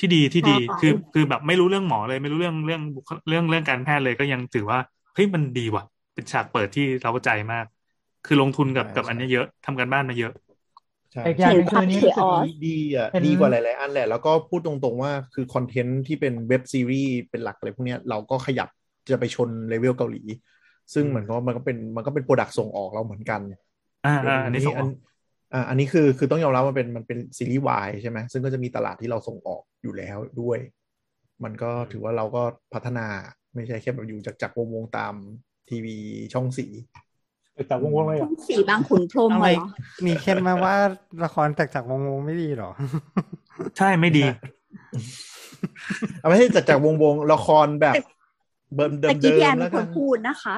Speaker 10: ที่ดีที่ดี
Speaker 2: ค่ะ
Speaker 10: คือคือแบบไม่รู้เรื่องหมอเลยไม่รู้เรื่องเรื่องบุคเรื่องเรื่องการแพทย์เลยก็ยังถือว่าเฮ้ยมันดีว่ะ เป็นฉากเปิดที่เราใจมาก คือลงทุนกับกับอันเนี้ยเยอะทำกันบ้านมาเยอะ
Speaker 3: ใช่
Speaker 4: อีกอย่างหนึ่งคืออันนี้รู้สึก
Speaker 3: ดีดีอ่ะ
Speaker 4: เป็น
Speaker 3: ดีกว่าหลายๆอันแหละ แล้วก็พูดตรงๆว่าคือคอนเทนต์ที่เป็นเว็บซีรีส์เป็นหลักอะไรพวกเนี้ยเราก็ขยับจะไปชนเลเวลเกาหลี ซึ่งเหมือนก็มันก็เป็นมันก็เป็นโปรดักต์ส่งออกเราเหมือนกัน
Speaker 10: อ่าอ่าอันนี้ส่งออก
Speaker 3: อ่าอันนี้คือคือต้องยอมรับว่าเป็นมันเป็นซีรีส์วายใช่ไหมซึ่งก็จะมีตลาดที่เราส่งออกอยู่แล้วด้วย มันก็ถือว่าเราก็พัฒนาไม่ใช่แค่แบบอยู่จากจากวงวงๆตามทีวีช่องสี
Speaker 4: จากวงวงเลย
Speaker 5: ต้องสีบางขุนพรหม
Speaker 2: ทำไม
Speaker 5: เหรอ
Speaker 2: มีเคล็ดมาว่าละครจากจากวงวงไม่ดีเหรอ
Speaker 10: ใช่ไม่ดี
Speaker 3: เอาไม่ใช่จากจากวงวงๆละครแบบเดิม
Speaker 5: แต่
Speaker 3: เดิ
Speaker 5: กี้
Speaker 3: ม
Speaker 5: พี่แอน
Speaker 3: ๆ
Speaker 5: เป็
Speaker 3: แล้ว
Speaker 5: นค
Speaker 3: กัน น
Speaker 5: พูดนะคะ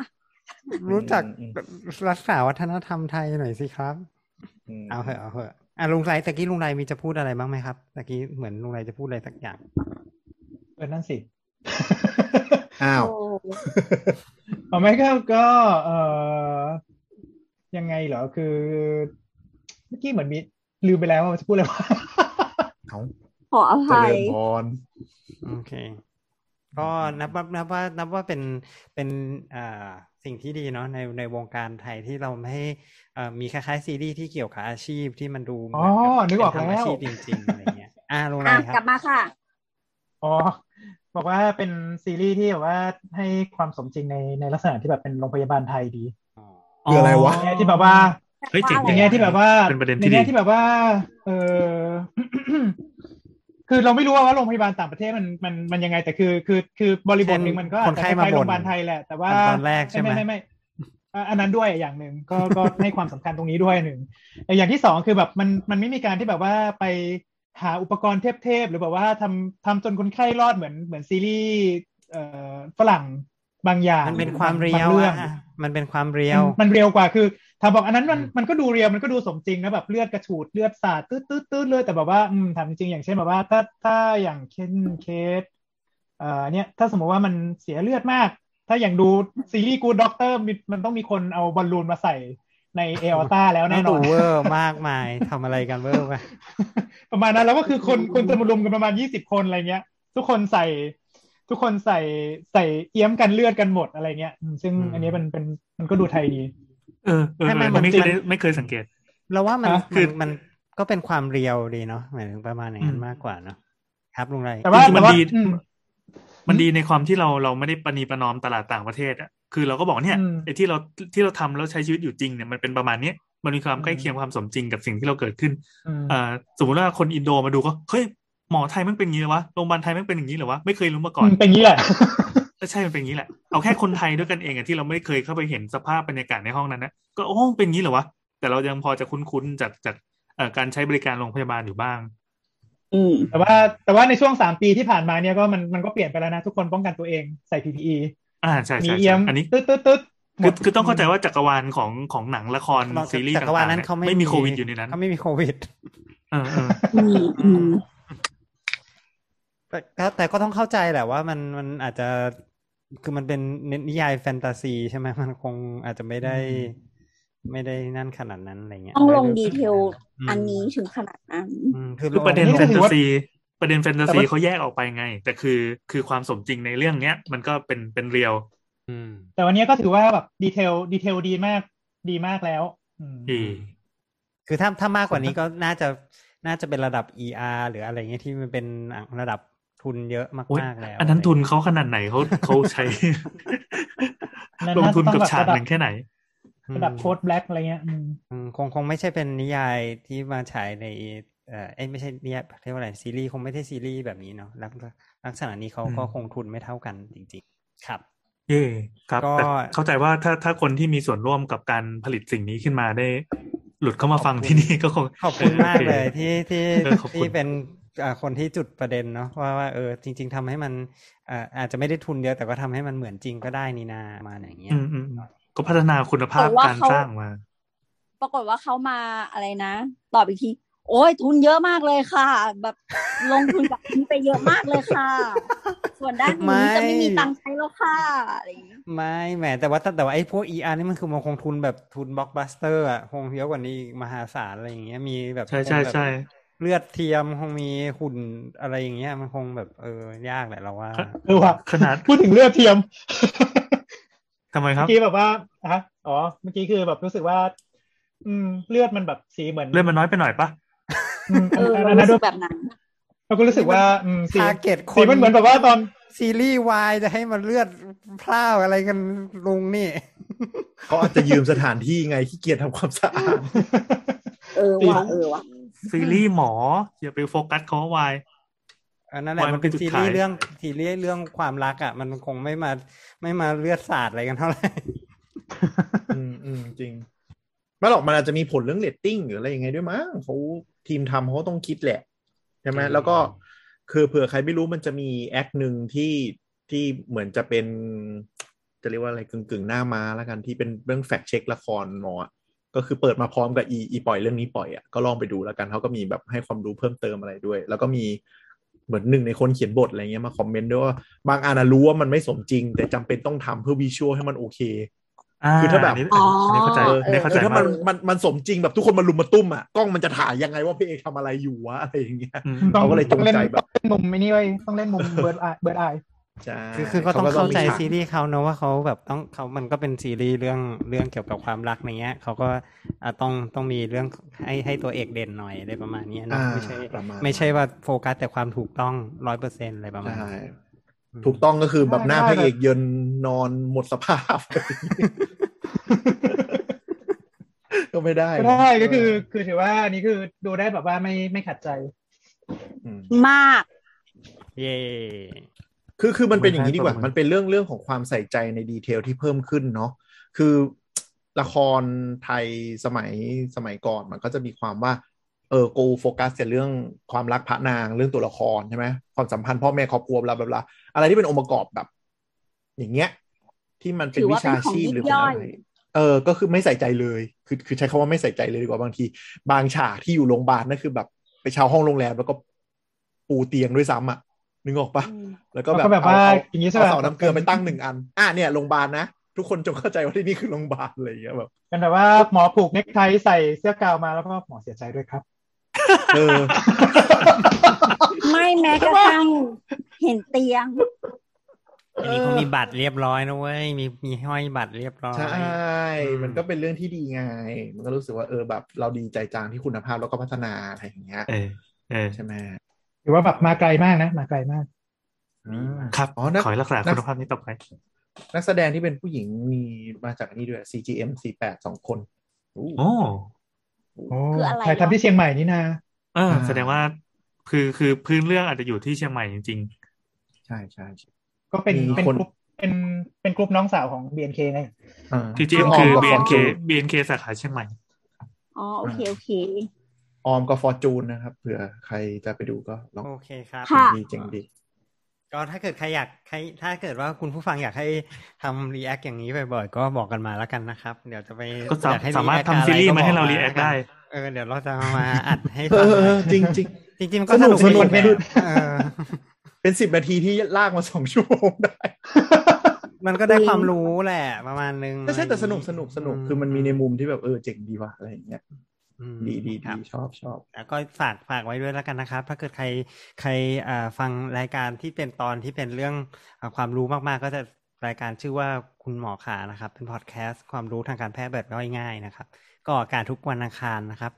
Speaker 2: รู้จักรักษาวัฒนธรรมไทยหน่อยสิครับ เอาเหอะเอาเหอะอ่ะลุงไรตะกี้ลุงไรมีจะพูดอะไรบ้างไหมครับตะกี้เหมือนลุงไรจะพูดอะไรสักอย่าง
Speaker 4: เออนั่นสิ <laughs>
Speaker 3: อ้าว
Speaker 4: เอาไหมครับก็เออยังไงเหรอคือ เมื่อกี้เหมือนมีลืมไปแล้วว่าจะพูดอะไรวะ
Speaker 3: เอา
Speaker 5: ขออ
Speaker 3: เจะ
Speaker 5: ภัย
Speaker 3: เริ่มบอล
Speaker 2: โอเค ก็นับว่านับว่านับว่าเป็นเป็นอ่าสิ่งที่ดีเนาะในในวงการไทยที่เราไม่ให้เอ่อมีคล้ายๆซีรีส์ที่เกี่ยวกับอาชีพที่มันดูเหมือน
Speaker 4: อ๋
Speaker 2: กั
Speaker 4: อบ นึกออก
Speaker 2: เป็ทำ
Speaker 4: แล้ว
Speaker 2: ชีพจริงๆอะไรเงี้ยอ่ะลุงไรค
Speaker 5: อ่ะกลั
Speaker 2: รั
Speaker 5: บบ มาค่ะ
Speaker 4: อ๋อบอกว่าเป็นซีรีส์ที่แบบว่าให้ความสมจริงในในลักษณะที่แบบเป็นโรงพยาบาลไทยดี
Speaker 3: คืออะไรวะ
Speaker 4: ในแง่ที่แบบว่า
Speaker 10: เฮ้ยเจ๋ง
Speaker 4: อ
Speaker 10: จั
Speaker 4: ย่าง งเงี้ยที่แบบว่า
Speaker 10: เป็นประเด็น
Speaker 4: ใน
Speaker 10: ที่ดี
Speaker 4: แง่ที่แบบว่า เออ <coughs> คือเราไม่รู้ว่าว่าโรงพยาบาลต่างประเทศมันมันมันยังไง แต่คือ คือคือบริบทหนึ่งมันก็อาจจะ
Speaker 2: คนไข้
Speaker 4: คล้าย
Speaker 2: มาบ่
Speaker 4: ๆโร
Speaker 2: น
Speaker 4: งพยาบาลไทยแหละ แต่ว่า
Speaker 2: ตอนแรกใช่ไหม
Speaker 4: ไม่ไม่ไม่อ่ะอันนั้นด้วยอย่างหนึ่งก็ก็ ให้ความสำคัญตรงนี้ด้วยหนึ่งแต่อย่างที่สองคือแบบมันมันไม่มีการที่แบบว่าไปหาอุปกรณ์เทพๆหรือแบบว่าทำทำจนคนไข้รอดเหมือนเหมือนซีรีส์เอ่อฝรั่งบางอย่าง
Speaker 2: มันเป็นความเรียว
Speaker 4: บงรื่อง
Speaker 2: อ่ะมันเป็นความเรียว
Speaker 4: มันมันเรียวกว่าคือถามบอกอันนั้นมันมันก็ดูเรียวมันก็ดูสมจริงนะแบบเลือดกระฉูดเลือดสาดตืดตืดตืดเลยแต่แบบว่าอืมถามจริงๆอย่างเช่นแบบว่า ถ้าถ้าอย่างเช่นเคสเอ่อเนี่ยถ้าสมมติว่ามันเสียเลือดมาก ถ้าอย่างดูซีรีส์กูด็อกเตอร์มันต้องมีคนเอาบอลลูนมาใส่ในเอลต้าแล้วแน่นอน
Speaker 2: ดูเวอร์มากมายทำอะไรกันเวอ <laughs> ร์ไป
Speaker 4: ประมาณนั้นแล้วก็คือคนคนจะมารวมกันประมาณยี่สิบคนอะไรเงี้ย ทุกคนใส่ ทุกคนใส่ใส่เอี้ยมกันเลือดกันหมดอะไรเงี้ยอืมซึ่ง
Speaker 2: อืม
Speaker 4: อันนี้มันเป็นมันก็ดูไทยดี
Speaker 10: เออเออ
Speaker 2: ให้มัน
Speaker 10: เออไม่เคย
Speaker 2: มัน
Speaker 10: ได้ไม่เคยสังเกต
Speaker 2: เราว่ามัน
Speaker 4: ฮะ
Speaker 2: มันมันก็เป็นความเรียวดีเนาะหมายถึงประมาณอย่างนั้นมากกว่าเนาะครับลุงไร
Speaker 4: แต่ว่า
Speaker 10: จริงๆ
Speaker 4: แต่
Speaker 10: มั
Speaker 4: ว่า
Speaker 10: นดี
Speaker 4: อืม
Speaker 10: มันดีในความที่เราเราไม่ได้ประนีประนอมตลาดต่างประเทศอ่ะคือเราก็บอกเนี่ย
Speaker 4: อืม
Speaker 10: ไอ้ที่เราที่เราทำแล้วใช้ชีวิตอยู่จริงเนี่ยมันเป็นประมาณเนี้ยมันมีความ
Speaker 4: อืม
Speaker 10: ใกล้เคียงความสมจริงกับสิ่งที่เราเกิดขึ้น
Speaker 4: อืม
Speaker 10: เอ่อสมมติว่าคนอินโดมาดูก็เฮ้ยหมอไทยมันเป็นอย่างนี้เหรอวะโรงพยาบาลไทยมันเป็นอย่างนี้เหรอวะไม่เคยรู้มาก่อน
Speaker 4: อืมเป็นงี้แหละ
Speaker 10: ก็ใช่มันเป็นอย่างนี้แหละ เอาแค่คนไทยด้วยกันเองอะที่เราไม่เคยเข้าไปเห็นสภาพบรรยากาศในห้องนั้นนะก็โอ้เป็นอย่างนี้เหรอวะ แต่เรายังพอจะคุ้นๆจากจากเอ่อการใช้บริการโรงพยาบาลอยู่บ้าง
Speaker 5: อืม
Speaker 4: แต่ว่าแต่ว่าในช่วงสามปีที่ผ่านมาเนี่ยก็มันมันก็เปลี่ยนไปแล้วนะ ทุกคนป้องกันตัวเองใส่ PPE
Speaker 10: อ่าใช่
Speaker 4: มี
Speaker 10: ใช่
Speaker 4: เอีย
Speaker 10: ใช่
Speaker 4: ม
Speaker 10: อันนี้
Speaker 4: ตึ๊ดตึ๊ดตึ๊ดหม
Speaker 10: คือ
Speaker 4: ด
Speaker 10: คือต้องเข้าใจว่าจักรวาลของของหนังละคร
Speaker 2: เราจะ
Speaker 10: ซีรีส์
Speaker 2: จักรวาล
Speaker 10: ต่างๆ
Speaker 2: นั้น
Speaker 10: เย
Speaker 2: เขาไม่
Speaker 10: ไม่มี
Speaker 2: มี
Speaker 10: โควิดอยู่ในนั้น
Speaker 2: เขาไม่มีโควิด
Speaker 10: เออเออ
Speaker 5: อืมอืม
Speaker 2: แต่ก็แต่ก็ต้องเข้าใจแหละว่ามันมันอาจจะคือมันเป็นนิยายแฟนตาซีใช่ไหม <laughs> มันคงอาจจะไม่ได้ ไม่ได้นั่นขนาดนั้นอะไรเงี้ย
Speaker 5: ต้องลง
Speaker 2: ไม่
Speaker 5: ดี
Speaker 2: ไ
Speaker 5: เทล
Speaker 2: ม
Speaker 5: อันนี้ถึงขนาดนั้น
Speaker 2: อืมคือ
Speaker 10: คือประเด็น
Speaker 2: ลง
Speaker 10: แฟนตาซีประเด็นแฟนตา
Speaker 4: แต่
Speaker 10: ซี
Speaker 4: ว่า
Speaker 10: เขาแยกออกไปไง แต่คือคือความสมจริงในเรื่องเนี้ย มันก็เป็นเป็นเรียว
Speaker 2: อืม
Speaker 4: แต่วันนี้ก็ถือว่าแบบดีเทลดีเทลดีมากดีมากแล้วอืม
Speaker 10: ดี
Speaker 2: คือถ้าถ้ามากกว่านี้ก็น่าจะน่าจะเป็นระดับ ER หรืออะไรเงี้ยที่มันเป็นระดับทุนเยอะ
Speaker 10: โอ๊ย
Speaker 2: มากๆแล้ว
Speaker 10: อันนั้นทุนเขาขนาดไหนเขาเขาใช้ ลงทุนกับฉากหนึ่งแค่ไหน
Speaker 4: ระดับโค้ดแบล็กอะไรเงี้ยอืม
Speaker 2: อืมคงคงไม่ใช่เป็นนิยายที่มาฉายในเอ่อเอ้ยไม่ใช่นิยายเรียกว่าอะไรซีรีส์คงไม่ใช่ซีรีส์แบบนี้เนาะลักษณะลักษณะนี้เขา
Speaker 10: อืม
Speaker 2: ก็คงทุนไม่เท่ากันจริงๆ ครับ
Speaker 10: เย่ครับ
Speaker 2: ก็
Speaker 10: แต่เข้าใจว่าถ้าถ้าคนที่มีส่วนร่วมกับการผลิตสิ่งนี้ขึ้นมาได้ หลุดเข้ามาฟังที่นี่ก็คง
Speaker 2: ขอบคุณมาก
Speaker 10: ออโอ
Speaker 2: เลยที่ที่
Speaker 10: เออขอบคุณ
Speaker 2: ที่เป็น อ่าคนที่จุดประเด็นเนาะว่าว่าเออจริง ๆทำให้มันอ่าอาจจะไม่ได้ทุนเยอะแต่ก็ทำให้มันเหมือนจริงก็ได้นี่นามาอย่างเงี้ย
Speaker 10: อืมอืมอืมก็พัฒนาคุณภาพ
Speaker 5: แต่ว่า
Speaker 10: การ
Speaker 5: เขา
Speaker 10: สร้างมา
Speaker 5: ปรากฏว่าเขามาอะไรนะ ตอบอีกที โอ้ยทุนเยอะมากเลยค่ะ แบบลงทุนกับทิ้งไปเยอะมากเลยค่ะ ส่วนด้านนี้จะไม่มีตังค์ใช้แล้วค่ะอะไรอย่างเงี้ย
Speaker 2: ไม่แหมแต่ว่าแต่แต่ว่าไอ้พวก ER นี่มันคือมันคงทุนแบบทุนบล็อกบัสเตอร์อ่ะคงเยอะกว่านี้อีกมหาศาลอะไรอย่างเงี้ยมีแบบ
Speaker 10: ใช่ใช่
Speaker 2: คงแบบ
Speaker 10: ใช่
Speaker 2: เลือดเทียมคงมีหุ่นอะไรอย่างเงี้ยมันคงแบบเออยากแหละเราว่า
Speaker 4: เออว่ะ
Speaker 10: ขนาด
Speaker 4: พูดถึงเลือดเทียม
Speaker 10: ทำไมค
Speaker 4: เมื่
Speaker 10: รับ
Speaker 4: อกี้แบบว่าฮะอ๋อ เมื่อกี้คือแบบรู้สึกว่า อืม เลือดมันแบบสีเหมือน
Speaker 10: เล่นมันน้อยไปหน่อยปะ
Speaker 4: อืม
Speaker 5: เออ
Speaker 4: อั
Speaker 5: เรา
Speaker 4: นนั้นด้
Speaker 5: รู้สึ
Speaker 4: วย
Speaker 5: กแบบนั้น
Speaker 4: เราก็รู้สึกว่า อืมสี
Speaker 2: target คน
Speaker 4: สีมันเหมือนแบบว่าตอน <laughs>
Speaker 2: ซีรีส์วายจะให้มันเลือดพร่าวอะไรกันลุงนี่
Speaker 3: เขาอาจจะยืมสถานที่ไงขี้เกียจทำความสะอาด
Speaker 5: เออว่ะเออว่ะ
Speaker 10: ซีรีส์หมออย่าไปโฟกัสเขาว่าวาย
Speaker 2: อันนั้นแหละ
Speaker 10: วายมั
Speaker 2: มัน
Speaker 10: น
Speaker 2: เป็น
Speaker 10: คือจุด
Speaker 2: ซีรี
Speaker 10: ขาย
Speaker 2: ส์เรื่องซีรีส์เรื่องความรักอ่ะมันคงไม่มาไม่มาเลือดสาดอะไรกันเท่าไหร่
Speaker 3: อืมอืมจริงไม่หรอกมันอาจจะมีผลเรื่องเรตติ้งหรืออะไรยังไงด้วยมั้งเขาทีมทำเขาต้องคิดแหละใช่ไหม
Speaker 2: อืม
Speaker 3: แล้วก็คือเผื่อใครไม่รู้มันจะมีแอคหนึ่งที่ที่เหมือนจะเป็น จะเรียกว่าอะไรกึ่งกึ่งๆหน้ามาแล้วกันที่เป็นเรื่องแฟกเช็คละครหมออะก็คือเปิดมาพร้อมกับอีอีปล่อยเรื่องนี้ปล่อยอ่ะก็ลองไปดูแล้วกันเขาก็มีแบบให้ความรู้เพิ่มเติมอะไรด้วย แล้วก็มีเหมือนหนึ่งในคนเขียนบทอะไรเงี้ยมาคอมเมนต์ด้วยว่าบางอันอะรู้ว่ามันไม่สมจริง แต่จำเป็นต้องทำเพื่อวิชวลให้มันโอเค คือถ้าแบบ
Speaker 10: นนี้อันนี้เข้าใจ
Speaker 5: อ๋อ
Speaker 10: อันนี้เข้าใจ
Speaker 3: คือถ้า
Speaker 10: มา
Speaker 3: มั
Speaker 10: ก
Speaker 3: นมันมันสมจริงแบบทุกคนมารุมมาตุ้มอ่ะกล้องมันจะถ่ายยังไงว่าพี่เอกทำอะไรอยู่วะอะไรอย่างเงี้ย
Speaker 10: อืม
Speaker 4: ต้อง
Speaker 3: เขาก็เลยจง
Speaker 4: ต้องเล่น
Speaker 3: ใจแบบ
Speaker 4: ต้องเล่นมุมไอ้นี่ไว้ยต้องเล่นมุมเบิร์ดไอเบิร์ดไอ
Speaker 3: ใช่
Speaker 2: คือคือก็ต้องเข้าใจ
Speaker 3: มีฉก
Speaker 2: ซีรีส์เขาเนอะว่าเขาแบบต้องเขามันก็เป็นซีรีส์เรื่องเรื่องเกี่ยวกับความรักในเงี้ยเขาก็อ่ะต้องต้องมีเรื่องให้ให้ตัวเอกเด่นหน่อยอะไรประมาณเนี้ยเน
Speaker 3: อ่า
Speaker 2: อะไม่ใช่
Speaker 3: ประาณ
Speaker 2: ไม่ใช่ว่าโฟกัสแต่ความถูกต้องร้อยเปอร์เซ็นอะไรประมาณ
Speaker 3: ใช่
Speaker 2: นั้นม
Speaker 3: ถูกต้องก็คือแบบหน้าพระเอกเยินนอนหมดสภา
Speaker 4: <laughs>
Speaker 3: พ ก็ไม่ได้
Speaker 4: ก็ได้ก็คือ คือถือว่าอันนี้คือดูได้แบบว่าไม่ไม่ขัดใจ
Speaker 3: ม
Speaker 5: มาก
Speaker 2: เย่
Speaker 3: คือคือมันเป็น
Speaker 10: มั
Speaker 3: อน ย่างนี้ดีกว่า
Speaker 10: ให้ประมาณ
Speaker 3: มันเป็นเรื่องเรื่องของความใส่ใจในดีเทลที่เพิ่มขึ้นเนาะ คือ ละครไทยสมัยสมัยก่อนมันก็จะมีความว่า เออ กูโฟกัสแต่เรื่องความรักพระนางเรื่องตัวละครใช่ไหมความสัมพันธ์พ่อแม่ครอบครัวบลาบลาบลาอะไรที่เป็นองค์ประกอบแบบ อย่างเงี้ย ที่มันเป็น
Speaker 5: ถือ
Speaker 3: วิ
Speaker 5: ว่าเป็
Speaker 3: ชาน
Speaker 5: ของ
Speaker 3: ชีพ
Speaker 5: ยิ
Speaker 3: หรือบ เป็น
Speaker 5: ย่อ
Speaker 3: อะ
Speaker 5: ย
Speaker 3: ไร เออ ก็คือไม่ใส่ใจเลย คือ คือใช้คำว่าไม่ใส่ใจเลยดีกว่าบางที บางฉากที่อยู่โรงพยาบาลนั่นคือแบบ ไปเช่าห้องโรงแรมแล้วก็ปูเตียงด้วยซ้ำอ่ะ นึกออกปะ แล้วก็แบบ
Speaker 4: แล้วก็แบบว่า
Speaker 3: เ
Speaker 4: อย่างนี้ใช่
Speaker 3: เอ
Speaker 4: ปะ
Speaker 3: เสาน้ำเกลือไปตั้งหนึ่งอัน อ่ะเนี่ยโรงพยาบาลนะ ทุกคนจงเข้าใจว่าที่นี่คือโรงพยาบาลอะไรอย่างเงี้ยแบบ
Speaker 4: กันแบบว่าหมอผูกเนคไทใส่เสื้อกาวมาแล้วก็หมอเสียใจด้วยครับ
Speaker 3: เออ
Speaker 5: ไม่แม้กระทั่งเห็นเตียง
Speaker 2: อันนี้เขามีบัตรเรียบร้อยนะเว้ยมีมีห้อยบัตรเรียบร้อย
Speaker 3: ใช่
Speaker 2: อืม
Speaker 3: มันก็เป็นเรื่องที่ดีไง มันก็รู้สึกว่าเออแบบเราดีใจจังที่คุณภาพแล้วก็พัฒนาอะไรอย่างเงี้ย
Speaker 10: เออเออ
Speaker 3: ใช่ไหม
Speaker 4: ถือว่าแบบมาไกลมากนะ มาไกลมาก
Speaker 3: อืม
Speaker 10: ครับ
Speaker 3: อ๋อนัก
Speaker 10: ขอให้รักษาคุณภาพนี้ต่อไป
Speaker 3: นักแสดงที่เป็นผู้หญิงมีมาจากนี่ด้วย CGM 48สองคนอู้
Speaker 10: โอ้
Speaker 4: โอ้
Speaker 5: คืออะไร
Speaker 4: ถ่ายทำที่เชียงใหม่นี่นา
Speaker 10: เออแสดงว่า คือคือพื้นเรื่องอาจจะอยู่ที่เชียงใหม่จริง
Speaker 3: ใช่ใช่ใช่
Speaker 4: ก็เป็น
Speaker 3: มี
Speaker 4: เป็น
Speaker 3: คน
Speaker 4: กลุ่มเป็นเป็นกลุ่มน้องสาวของ BNK ไง
Speaker 3: อ่า
Speaker 10: ๆที่จริงคือ
Speaker 3: มกับ
Speaker 10: BNK
Speaker 3: Fortune
Speaker 10: BNK สาขาเชียงใหม่
Speaker 5: อ๋อโอเคโอเค
Speaker 3: ออมกับฟอร์จูนนะครับเผื่อใครจะไปดูก็ลอง
Speaker 2: โอเคครับ
Speaker 5: ค่ะ
Speaker 3: ดีเจ๋งดี
Speaker 2: ก็ถ้าเกิดใครอยากใครถ้าเกิดว่าคุณผู้ฟังอยากให้ทำรีแอคอย่างนี้บ่อยๆก็บอกกันมาแล้วกันนะครับ เดี๋ยวจะไป
Speaker 10: ก็สา
Speaker 2: อยกให้
Speaker 10: สามารถ
Speaker 2: react
Speaker 10: ทำซีรีส์มาให้เรา
Speaker 2: อะ
Speaker 10: รี
Speaker 2: ก็
Speaker 10: แอ
Speaker 2: บอก
Speaker 10: ค
Speaker 2: มแล้วน
Speaker 10: ได้
Speaker 2: เออเดี๋ยวเราจะเอามาอัดให้
Speaker 3: เอ
Speaker 2: ฟัง
Speaker 3: อเอ
Speaker 2: หน่อ
Speaker 3: อ
Speaker 2: ย
Speaker 3: จริงจริง
Speaker 2: จริงๆมันก็ส
Speaker 3: ส
Speaker 2: นุ
Speaker 3: นุ
Speaker 2: ก
Speaker 3: กสนุก
Speaker 2: ดี
Speaker 3: สนุก
Speaker 2: เออ
Speaker 3: <laughs> เป็นสิบนาทีที่ลากมาสองชั่วโมงได้
Speaker 2: มันก็ได้ความรู้แหละประมาณนึง
Speaker 3: ไม่ใช่แต่สนุกสนุกสนุกคือมันมีใน
Speaker 2: ม
Speaker 3: มุมที่แบบเออเจ๋งดีว่ะอะไรอย่างเงี้ย
Speaker 2: อืม
Speaker 3: ดีดี
Speaker 2: ครั
Speaker 3: ดี
Speaker 2: บ
Speaker 3: ชอบชอบ
Speaker 2: แล้วก็ฝากฝากไว้ด้วยแล้วกันนะครับ ถ้าเกิดใครใครอ่าฟังรายการที่เป็นตอนที่เป็นเรื่องอาความรู้มากๆ ก็จะรายการชื่อว่าคุณหมอขานะครับ เป็นพอดแคสต์ความรู้ทางการแพทย์แบบย่อยง่ายนะครับ ก็ออกอากาศทุกวันอังคารนะครับ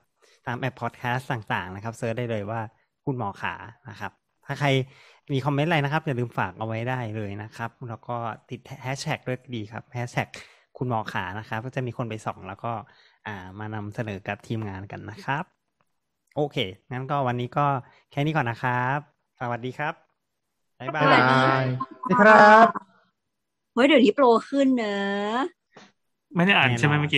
Speaker 2: ตามแอปพอดแคสต์ต่างๆนะครับเซิร์ชได้เลยว่าคุณหมอขานะครับ ถ้าใครมีคอมเมนต์อะไรนะครับ อย่าลืมฝากเอาไว้ได้เลยนะครับ แล้วก็ติดแฮชแท็กด้วยก็ดีครับแฮชแท็กคุณหมอขานะครับ ก็จะมีคนไปส่องแล้วก็อ่ามานำเสนอกับทีมงานกันนะครับ โอเค งั้นก็วันนี้ก็แค่นี้ก่อนนะครับ สวัสดีครับ บ๊ายบา
Speaker 3: บ๊าย
Speaker 2: ย
Speaker 3: บาย
Speaker 4: สวัสดีครับ
Speaker 5: เฮ้ยเดี๋ยวนี้โปรขึ้นเนอะ
Speaker 10: ไม่ได้อ่านใช่ไหม
Speaker 2: แน่นอน
Speaker 10: เมื่อกี้